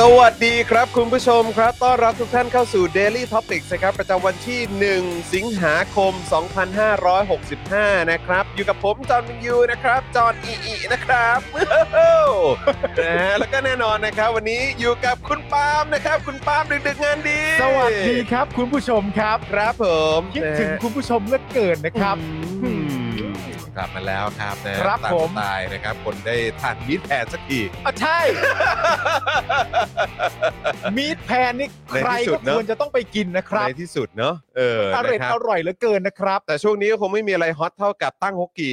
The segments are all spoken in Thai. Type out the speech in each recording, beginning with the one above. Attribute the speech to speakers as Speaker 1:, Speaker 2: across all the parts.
Speaker 1: สวัสดีครับคุณผู้ชมครับ ต้อนรับทุกท่านเข้าสู่ Daily Topics นะครับ ประจำวันที่ 1 สิงหาคม 2565 นะครับ อยู่กับผม จอห์นวินยูนะครับ จอห์นอีอีนะครับ เฮ้ยนะฮะแล้วก็แน่นอนนะครับ วันนี้อยู่กับคุณปาล์มนะครับ คุณปาล์มดึกๆงานดี
Speaker 2: สวัสดีครับคุณผู้ชมครับ
Speaker 1: ครับผม
Speaker 2: คิดถึง
Speaker 1: นะฮะ
Speaker 2: คุณผู้ชมเหลือเกินนะครับ
Speaker 1: อืมกลับมาแล้วครับนะครับ ตา
Speaker 2: ผม
Speaker 1: สไตล์นะครับ คนได้ทานมิตรแผ่สักที
Speaker 2: อ่ะใช่ มีดแพนนี่
Speaker 1: ใน
Speaker 2: ใคร
Speaker 1: ที่สุ
Speaker 2: ก็
Speaker 1: ดเนอะ
Speaker 2: ควรจะต้องไปกินนะครับ
Speaker 1: ในที่สุดเนาะเออ
Speaker 2: อร่อย
Speaker 1: นะ
Speaker 2: อ
Speaker 1: ครับ
Speaker 2: ร่อยเหลือเกินนะครับ
Speaker 1: แต่ช่วงนี้ก็คงไม่มีอะไรฮอตเท่ากับตั้งฮกกี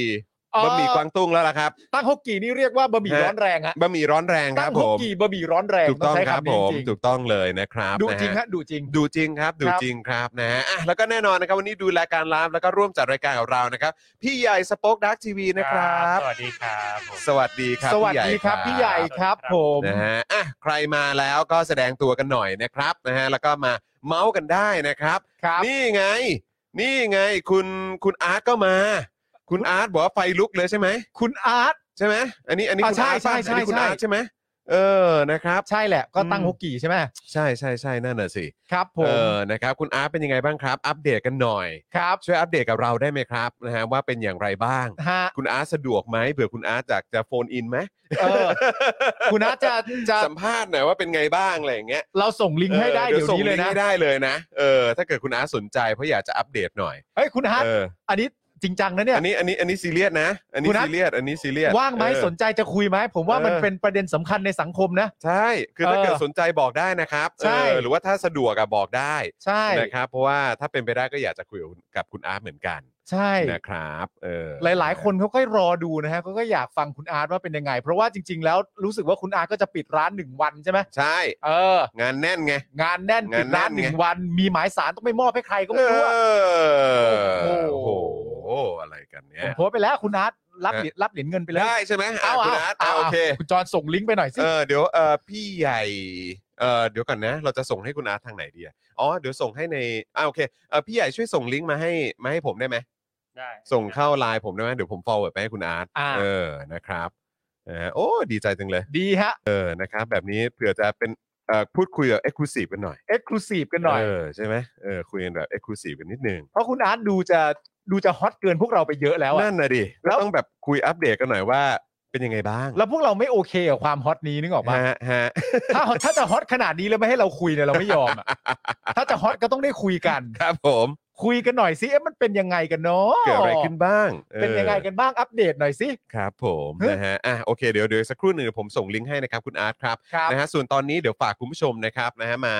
Speaker 1: บะหมี่กวางตุ้งแล้วล่ะครับ
Speaker 2: ตั้งฮกกี่นี่เรียกว่าบะหมี่
Speaker 1: ฮะ
Speaker 2: ร้อนแรงฮะ
Speaker 1: บะหมี่ร้อนแรงค
Speaker 2: ตั้
Speaker 1: รั
Speaker 2: ง
Speaker 1: บ
Speaker 2: ฮ
Speaker 1: ผ
Speaker 2: ก
Speaker 1: ม
Speaker 2: กี่บะหมี่ร้อนแรง
Speaker 1: ถูกต้อง
Speaker 2: ใช้
Speaker 1: ครับ
Speaker 2: คำนี้
Speaker 1: ผม
Speaker 2: จริงๆ
Speaker 1: ถูกต้องเลยนะครับ
Speaker 2: ดู
Speaker 1: นะ
Speaker 2: จริง
Speaker 1: ฮะ
Speaker 2: ฮะดูจริง
Speaker 1: ดูจริงครับดู
Speaker 2: ครับ
Speaker 1: จริงครับนะฮะอ่ะแล้วก็แน่นอนนะครับวันนี้ดูรายการไลฟ์แล้วก็ร่วมจัดรายการกับเรานะครับ พี่ใหญ่สป็อคดักทีวีนะครับ
Speaker 3: สวัสดีครับผม
Speaker 1: สวัสดีครับ
Speaker 2: สวัสดีครับพี่ใหญ่ครับผม
Speaker 1: นะฮะอ่ะใครมาแล้วก็แสดงตัวกันหน่อยนะครับนะฮะแล้วก็มาเมาส์กันได้นะครับ
Speaker 2: ครับ
Speaker 1: นี่ไง นี่ไงคุณคุณอาร์ตก็มา คุณอาร์ตบอกว่าไฟลุกเลยใช่ไหม
Speaker 2: คุณอาร์ต
Speaker 1: ใช่ไหมอันนี้อันนี้
Speaker 2: อ่ะ
Speaker 1: คุณอาร์ต
Speaker 2: ใช่
Speaker 1: ป่ะ
Speaker 2: ใช่
Speaker 1: อันนี้คุณ
Speaker 2: ใช่
Speaker 1: อาร์ตใช่ไหมเออนะครับ
Speaker 2: ใช่แหละก็ตั้ง
Speaker 1: อืม
Speaker 2: ฮกกี่ใช่ไหม
Speaker 1: ใช่ใช่ใช่นั่นน่ะสิ
Speaker 2: ครับผ
Speaker 1: เอ
Speaker 2: ม
Speaker 1: อนะครับคุณอาร์ตเป็นยังไงบ้างครับ อัปเดตกันหน่อย
Speaker 2: ครับ
Speaker 1: ช่วยอัปเดตกับเราได้ไหมครับนะฮะว่าเป็นอย่างไรบ้าง
Speaker 2: ฮะ
Speaker 1: คุณอาร์ตสะดวกไหมเผื่อคุณอาร์ตจากจะโฟนอินไหม
Speaker 2: เออคุณอาร์ตจะจะ
Speaker 1: สัมภาษณ์หน่อยว่าเป็นไงบ้างอะไรอย่างเงี้ย
Speaker 2: เราส่งลิงก์ให้ได้
Speaker 1: ออ
Speaker 2: เดี๋ยว
Speaker 1: ส่ง
Speaker 2: นี้เลย
Speaker 1: งก์
Speaker 2: นะ
Speaker 1: ให้ได้เลยนะเออถ้าเกิดคุณอาร์ตสนใจเพราะอยากจะอัปเดตหน่อย
Speaker 2: เฮ้ยคุณอาร์ต
Speaker 1: เออ
Speaker 2: อันนี้จริงจังนะเนี่ย
Speaker 1: อันนี้อันนี้อันนี้ซีเรียสนะ อันนี้
Speaker 2: คุณอาร์ต
Speaker 1: ซีเรียสอันนี้ซีเรียส
Speaker 2: ว่างไหม
Speaker 1: เออ
Speaker 2: สนใจจะคุยไหมผมว่ามัน
Speaker 1: เออ
Speaker 2: เป็นประเด็นสำคัญในสังคมนะ
Speaker 1: ใช่คือถ้าเกิด
Speaker 2: เออ
Speaker 1: สนใจบอกได้นะครับ
Speaker 2: ใช่
Speaker 1: เออหรือว่าถ้าสะดวกอะบอกได้
Speaker 2: ใช่
Speaker 1: นะครับเพราะว่าถ้าเป็นไปได้ก็อยากจะคุยกับคุณกับคุณอาร์ตเหมือนกัน
Speaker 2: ใช่
Speaker 1: นะครับเออ
Speaker 2: หลาย ๆ คนเขาก็รอดูนะฮะเขาก็อยากฟังคุณอาร์ตว่าเป็นยังไง เพราะว่าจริง ๆ แล้วรู้สึกว่าคุณอาร์ตก็จะปิดร้านหนึ่งวันใช่ไหม
Speaker 1: ใช่
Speaker 2: เออ
Speaker 1: งานแน่นไง
Speaker 2: งานแน่น
Speaker 1: งาน
Speaker 2: ปิด
Speaker 1: แน่น
Speaker 2: ร้านหนึ่ง
Speaker 1: ไง
Speaker 2: วัน มีหมายสารต้องไปมอบให้ใครก็
Speaker 1: เอ
Speaker 2: ไม่รู้อะ
Speaker 1: อโอ้โหอะไรกันเนี่
Speaker 2: ผม
Speaker 1: ย
Speaker 2: โพสต์ไปแล้วคุณอาร์ตรับ
Speaker 1: เออ
Speaker 2: เหรียญรับเหรียญเงินไปเลย
Speaker 1: ได้ใช่ไหมอ่ะ
Speaker 2: เอา
Speaker 1: คุณ
Speaker 2: เอา
Speaker 1: อาร์ต
Speaker 2: เอา
Speaker 1: อ่ะโอเค
Speaker 2: คุณจอนส่งลิงก์ไปหน่อยสิ
Speaker 1: เออเดี๋ยวเออพี่ใหญ่เออเดี๋ยวก่อนนะ เราจะส่งให้คุณอาร์ตทางไหนดีอะอ๋อเดี๋ยวส่งให้ในอ่าโอเคเออพี่ใหญ่ช่วยส่งลิงก์มาให้มาให้ผมได้ไหม
Speaker 3: ได้
Speaker 1: ส่งเข้าไลน์ผมได้ไหมเดี๋ยวผม forward ไปให้คุณอาร์ต
Speaker 2: อ่า
Speaker 1: เออนะครับนะฮะโอ้ดีใจจังเลย
Speaker 2: ดีฮะ
Speaker 1: เออนะครับแบบนี้เผื่อจะเป็นเอ่อพูดคุยแบบ exclusive กันหน่อย
Speaker 2: เอ็กซ์คลูซีฟกันหน่อย
Speaker 1: เออใช่ไหมเออคุยกันแบบเอ็กซ์คลูซีฟกันนิดนึง
Speaker 2: เพราะคุณอาร์ตดูจะดูจะฮอตเกินพวกเราไปเยอะแล้วอะ
Speaker 1: นั่นนะดิ
Speaker 2: แล้
Speaker 1: แล้ว
Speaker 2: ว
Speaker 1: ต้องแบบคุยอัปเดตกันหน่อยว่าเป็นยังไงบ้าง
Speaker 2: แล้วพวกเราไม่โอเคกับความฮอตนี้นึกออกปะ
Speaker 1: ฮะฮะ
Speaker 2: ถ้าถ้าจะฮอตขนาดนี้แล้วไม่ให้เราคุยเนี่ยเราไม่ยอม อะ ถ้าจะฮอตก็ต้องได้คุยกัน
Speaker 1: ครับผม
Speaker 2: คุยกันหน่อยสิเอ๊ะมันเป็นยังไงกันเนาะ
Speaker 1: เกิดอะไรขึ้นบ้าง
Speaker 2: เป็นยังไง
Speaker 1: ออ
Speaker 2: กันบ้างอัปเดตหน่อยสิ
Speaker 1: ครับผม
Speaker 2: ฮะ
Speaker 1: นะฮะอ่ะโอเคเดี๋ยวเดี๋ยวสักครู่หนึ่งเดี๋ยวผมส่งลิงก์ให้นะครับคุณอาร์ตครับ
Speaker 2: ครับ
Speaker 1: นะฮะส่วนตอนนี้เดี๋ยวฝากคุณผู้ชมนะครับนะฮะมา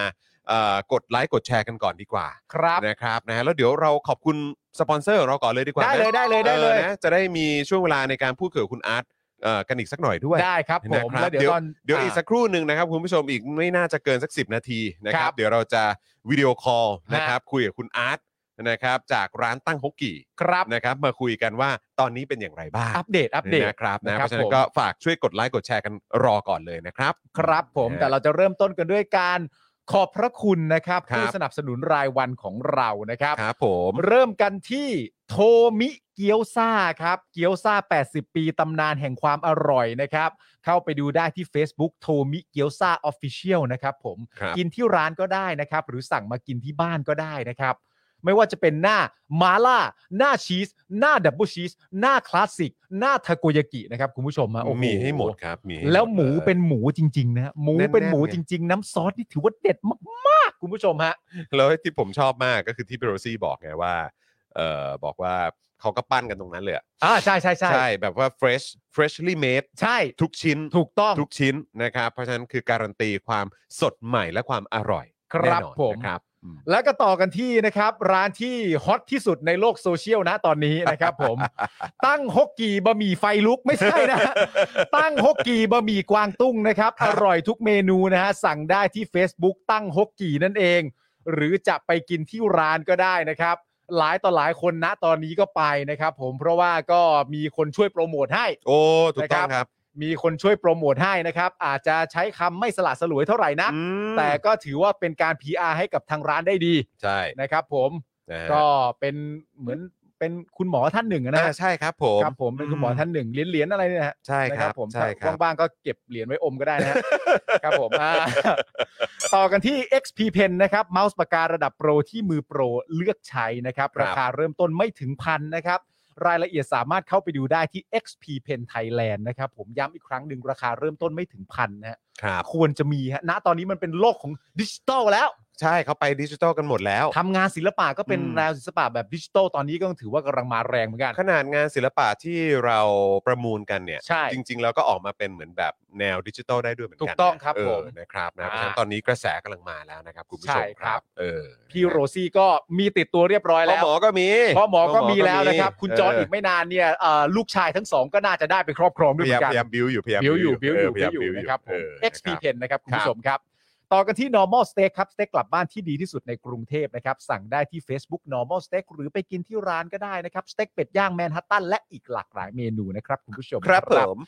Speaker 1: เอ่อกดไลค์กดแชร์กันก่อนดีกว่า
Speaker 2: ครับ
Speaker 1: นะครับนะฮะแล้วเดี๋ยวเราขอบคุณสปอนเซอร์ของเราก่อนเลยดีกว่า
Speaker 2: ได้เลย
Speaker 1: นะ
Speaker 2: ได้เลยได้เลย
Speaker 1: ออนะจะได้มีช่วงเวลาในการพูดคุยกับคุณอาร์ตเอ่อกันอีกสักหน่อยด้วย
Speaker 2: ได้ครับผม
Speaker 1: นะครับ
Speaker 2: แล้วเดี๋ยวตอน
Speaker 1: เดี๋ยวอีกสั
Speaker 2: า
Speaker 1: กครู่หนึ่งนะครับคุณผู้ชมอีกไม่น่าจะเกินสัก 10 นาทีนะ
Speaker 2: ค
Speaker 1: ครั
Speaker 2: รับ บ
Speaker 1: เดี๋ยวเราจะวิดีโอคอลนะครับ
Speaker 2: ฮะ
Speaker 1: คุยกับคุณอาร์ตนะครับจากร้านตั้งฮกกี่
Speaker 2: ครับ
Speaker 1: นะครับมาคุยกันว่าตอนนี้เป็นอย่างไรบ้าง
Speaker 2: อัปเดตอัปเดต
Speaker 1: นะครับนะ
Speaker 2: นะค
Speaker 1: เพ
Speaker 2: รับ
Speaker 1: ราะฉะ
Speaker 2: ผ
Speaker 1: นั้น
Speaker 2: ม
Speaker 1: ก็ฝากช่วยกดไลค์กดแชร์กันรอก่อนเลยนะครับ
Speaker 2: ครับผมแต่เราจะเริ่มต้นกันด้วยการขอบพระคุณนะครับ
Speaker 1: ครับ
Speaker 2: ผู้สนับสนุนรายวันของเรานะครับ
Speaker 1: ครับผม
Speaker 2: เริ่มกันที่ท โทมิเกี๊ยวซ่าครับ เกี๊ยวซ่า 80 ปีตำนานแห่งความอร่อยนะครับ เข้าไปดูได้ที่ Facebook โทมิเกี๊ยวซ่าออฟฟิเชียลนะครับผม
Speaker 1: ครับ
Speaker 2: กินที่ร้านก็ได้นะครับ หรือสั่งมากินที่บ้านก็ได้นะครับ ไม่ว่าจะเป็นหน้ามาล่า หน้าชีส หน้าดับเบิลชีส หน้าคลาสสิก หน้าทาโกยากินะครับ คุณผู้ชมฮะโอ้โ
Speaker 1: มีให้หมดครับมีให้ด
Speaker 2: แล้วหมู
Speaker 1: เย
Speaker 2: เป็นหมูจริงๆนะฮะหมูเป็น
Speaker 1: แน่นๆ
Speaker 2: หมู
Speaker 1: ไง
Speaker 2: จริง ๆ น้ำซอสนี่ถือว่าเด็ดมากๆ คุณผู้ชมฮะ
Speaker 1: แล้วที่ผมชอบมากก็คือที่พี่โรซี่บอกไงว่าเออบอกว่าเขาก็ปั้นกันตรงนั้นเลยอะ
Speaker 2: อ่าใช่ใช่ใช่
Speaker 1: ใช่แบบว่า fresh freshly made
Speaker 2: ใช่
Speaker 1: ทุกชิ้น
Speaker 2: ถูกต้อง
Speaker 1: ทุกชิ้นนะครับ เพราะฉะนั้นคือการันตีความสดใหม่และความอร่อย
Speaker 2: ครับ
Speaker 1: แน่นอน
Speaker 2: ผม
Speaker 1: นะครับอืม
Speaker 2: แล้วก็ต่อกันที่นะครับ ร้านที่ฮอตที่สุดในโลกโซเชียลนะตอนนี้นะครับ ผม ตั้งฮกกีบะหมี่ไฟลุกไม่ใช่นะ ตั้งฮกกีบะหมี่กวางตุ้งนะครับ อร่อยทุกเมนูนะฮะสั่งได้ที่ Facebook ตั้งฮกกีนั่นเอง หรือจะไปกินที่ร้านก็ได้นะครับ หลายต่อหลายคนนะตอนนี้ก็ไปนะครับผมเพราะว่าก็มีคนช่วยโปรโมทให้
Speaker 1: โอ้ถูกต้
Speaker 2: นะค
Speaker 1: อง
Speaker 2: รับ
Speaker 1: ครับ
Speaker 2: มีคนช่วยโปรโมทให้นะครับ อาจจะใช้คำไม่สละสลวยเท่าไหร่นะ
Speaker 1: อืม
Speaker 2: แต่ก็ถือว่าเป็นการ PR ให้กับทางร้านได้ดี
Speaker 1: ใช่
Speaker 2: นะครับผม
Speaker 1: นะฮะ
Speaker 2: ก็เป็นเหมือนเป็นคุณหมอท่านหนึ่งนะ
Speaker 1: อ่าใช่ครับผม
Speaker 2: ครับผมเป็นคุณหมอท่านหนึ่งเหรียญเหรียญอะไรเนี่ยฮะ
Speaker 1: ใช่
Speaker 2: นะครับ ผม
Speaker 1: ใช่ครับ
Speaker 2: บ้างๆก็เก็บเหรียญไว้อมก็ได้ นะฮะ ครับผมอ่าต่อกันที่ XP Pen นะครับเมาส์ปากการะดับโปรที่มือโปรเลือกใช้นะครับ
Speaker 1: ครับ
Speaker 2: ราคาเริ่มต้นไม่ถึงพันนะครับ รายละเอียดสามารถเข้าไปดูได้ที่ XP Pen Thailand นะครับ ผมย้ำอีกครั้งหนึ่งราคาเริ่มต้นไม่ถึงพันนะฮะ
Speaker 1: ครับ
Speaker 2: ควรจะมีฮะณตอนนี้มันเป็นโลกของดิจิตอลแล้ว
Speaker 1: ใช่เขาไปดิจิทัลกันหมดแล้ว
Speaker 2: ทำงานศิลปะก็เป็น
Speaker 1: อืม
Speaker 2: แนวศิลปะแบบดิจิตอลตอนนี้ก็ถือว่ากำลังมาแรงเหมือนกัน
Speaker 1: ขนาดงานศิลปะที่เราประมูลกันเนี่ย
Speaker 2: ใช่
Speaker 1: จริง ๆ แล้วก็ออกมาเป็นเหมือนแบบแนวดิจิทัลได้ด้วยเหมือนกัน
Speaker 2: ถูกต้องครับ
Speaker 1: เ
Speaker 2: ผม
Speaker 1: นะครับนะ
Speaker 2: อ่า
Speaker 1: เพราะฉะนั้นตอนนี้กระแสกำลังมาแล้วนะครับคุณผู้ชม
Speaker 2: ใช่
Speaker 1: ค
Speaker 2: ครั
Speaker 1: รับ
Speaker 2: บ
Speaker 1: เออ
Speaker 2: พี่โรซี่ก็มีติดตัวเรียบร้อย
Speaker 1: พ่อ
Speaker 2: แล้
Speaker 1: ห
Speaker 2: ว
Speaker 1: มอก็มี
Speaker 2: พ่อหมอก็มีแล้วนะครับ คุณจอร์น
Speaker 1: เ
Speaker 2: อีกไม่นานเนี่ยเอ่อลูกชายทั้งสองก็น่าจะได้ไปครอบครองด้ว
Speaker 1: พ
Speaker 2: ย
Speaker 1: ยา
Speaker 2: เหมื
Speaker 1: ยา
Speaker 2: อนกัน
Speaker 1: มพยายามบิวอยู่พยายาม
Speaker 2: บิวอยู่บิวอยู่
Speaker 1: พ
Speaker 2: บิ
Speaker 1: ยาว ม
Speaker 2: อยู่
Speaker 1: บิ้วอยู่
Speaker 2: นะครับผม
Speaker 1: เออ
Speaker 2: XP Pen นะครับคุณผู้ชมครับ ต่อกันที่ normal steak ครับสเต็กกลับบ้านที่ดีที่สุดในกรุงเทพนะครับ สั่งได้ที่ Facebook normal steak หรือไปกินที่ร้านก็ได้นะครับสเต็กเป็ดย่างแมนฮัตตันและอีกหลากหลายเมนูนะครับคุณผู้ชม
Speaker 1: ครับผม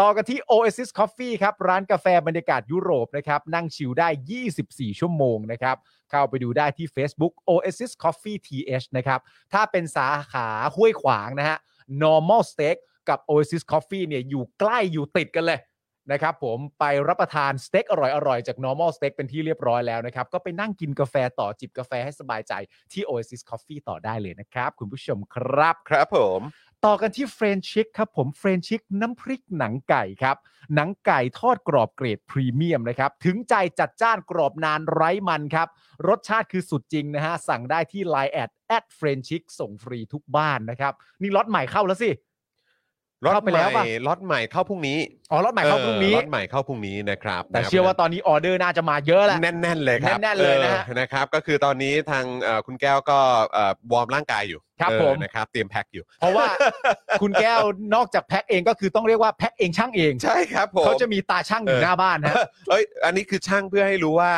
Speaker 2: ต่อกันที่ Oasis Coffee ครับ ร้านกาแฟบรรยากาศยุโรปนะครับ นั่งชิลได้ 24 ชั่วโมงนะครับ เข้าไปดูได้ที่ Facebook Oasis Coffee TH นะครับ ถ้าเป็นสาขาห้วยขวางนะฮะ Normal Steak กับ Oasis Coffee เนี่ยอยู่ใกล้อยู่ติดกันเลยนะครับผมไปรับประทานสเต็กอร่อยๆ จาก Normal Steak เป็นที่เรียบร้อยแล้วนะครับ ก็ไปนั่งกินกาแฟต่อจิบกาแฟให้สบายใจที่ Oasis Coffee ต่อได้เลยนะครับ คุณผู้ชมครับ
Speaker 1: ครับผม
Speaker 2: ต่อกันที่เฟรนชิกครับผมเฟรนชิกน้ำพริกหนังไก่ครับ หนังไก่ทอดกรอบเกรดพรีเมียมนะครับ ถึงใจจัดจ้านกรอบนานไร้มันครับ รสชาติคือสุดจริงนะฮะ สั่งได้ที่ Line แอดแอดเฟรนชิกส่งฟรีทุกบ้านนะครับ นี่ล็อตใหม่เข้าแล้วสิ
Speaker 1: ล็อต
Speaker 2: เข้าไป
Speaker 1: ให
Speaker 2: แล้
Speaker 1: ม่
Speaker 2: วป่ะ
Speaker 1: ล็อตใหม่เข้าพรุ่งนี้
Speaker 2: อ๋อล็อตใหม่เข้าพรุ่งนี้
Speaker 1: ออล็อตใหม่เข้าพรุ่งนี้นะครับ
Speaker 2: แต่
Speaker 1: นะ
Speaker 2: เชื่อว่าตอนนี้ออเดอร์น่าจะมาเยอะแหละ
Speaker 1: แน่นๆเลยครับ
Speaker 2: แน่นๆเลยนะฮะ
Speaker 1: ออนะครับ ก็คือตอนนี้ทางเอ่อคุณแก้วก็เอ่อวอร์มร่างกายอยู่
Speaker 2: ครับ
Speaker 1: เออ
Speaker 2: ผม
Speaker 1: นะครับ เตรียมแพ็คอยู่
Speaker 2: เพราะว่า คุณแก้วนอกจากแพ็คเองก็คือต้องเรียกว่าแพ็คเองช่างเอง
Speaker 1: ใช่ครับผม
Speaker 2: เขาจะมีตาช่างอยู่
Speaker 1: เออ
Speaker 2: หน้าบ้านนะฮะ
Speaker 1: เอ้ย อันนี้คือช่างเพื่อให้รู้ว่า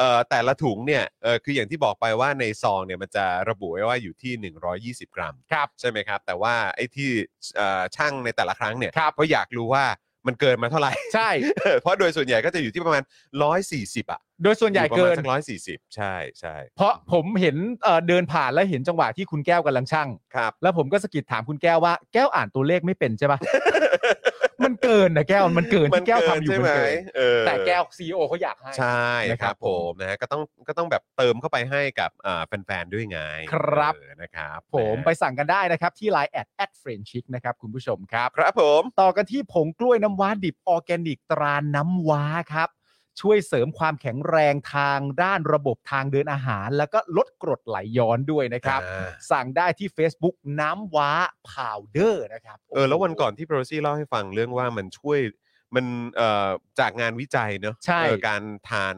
Speaker 1: เอ่อแต่ละถุงเนี่ยเอ่อคืออย่างที่บอกไปว่าในซองเนี่ยมันจะระบุไว้ว่าอยู่ที่ 120 กรัม
Speaker 2: ครับ
Speaker 1: ใช่ไหมครับ แต่ว่าไอ้ที่เอ่อช่างในแต่ละครั้งเนี่ย
Speaker 2: ครับ
Speaker 1: ก็อยากรู้ว่ามันเกินมาเท่าไหร่
Speaker 2: ใช่
Speaker 1: เพราะโดยส่วนใหญ่ก็จะอยู่ที่ประมาณ 140 อ่ะ
Speaker 2: โดยส่วนใหญ่
Speaker 1: อยู่
Speaker 2: เกิ
Speaker 1: ประมาน ณสักร้อยสี่สิบใช่ใช่
Speaker 2: เพราะผมเห็นเอ่อเดินผ่านแล้วเห็นจังหวะที่คุณแก้วกำลังช่าง
Speaker 1: ครับ
Speaker 2: แล้วผมก็สะกิดถามคุณแก้วว่าแก้วอ่านตัวเลขไม่เป็นใช่ ปะ มันเกินนะแก้วมันเกินที่แก้วทำอยู่
Speaker 1: ใช่
Speaker 2: มัน
Speaker 1: ไหม
Speaker 2: เกิน
Speaker 1: เออ
Speaker 2: แต่แก้วซีโอเขาอยากให้
Speaker 1: ใช่
Speaker 2: นะ
Speaker 1: ค
Speaker 2: ครั
Speaker 1: รับบ ผมนะฮะก็ต้องก็ต้องแบบเติมเข้าไปให้กับอ่าแฟนๆด้วยไง
Speaker 2: ครับ
Speaker 1: เออนะครับ
Speaker 2: ผม
Speaker 1: นะฮะ
Speaker 2: ไปสั่งกันได้นะครับ ที่ Line แอดแอดเฟรนชิกนะครับ คุณผู้ชมครับ
Speaker 1: ครับผม
Speaker 2: ต่อกันที่ผงกล้วยน้ำว้าดิบออร์แกนิกตราน้ำว้าครับ ช่วยเสริมความแข็งแรงทางด้านระบบทางเดินอาหาร แล้วก็ลดกรดไหลย้อนด้วยนะครับ
Speaker 1: อ่า
Speaker 2: สั่งได้ที่ Facebook น้ำว้าพาวเดอร์นะครับ
Speaker 1: เออแล้ววันก่อนที่โปรซี่เล่าให้ฟังเรื่องว่ามันช่วยมันเอ่อจากงานวิจัยเนอะ
Speaker 2: ใช่
Speaker 1: เออการทาน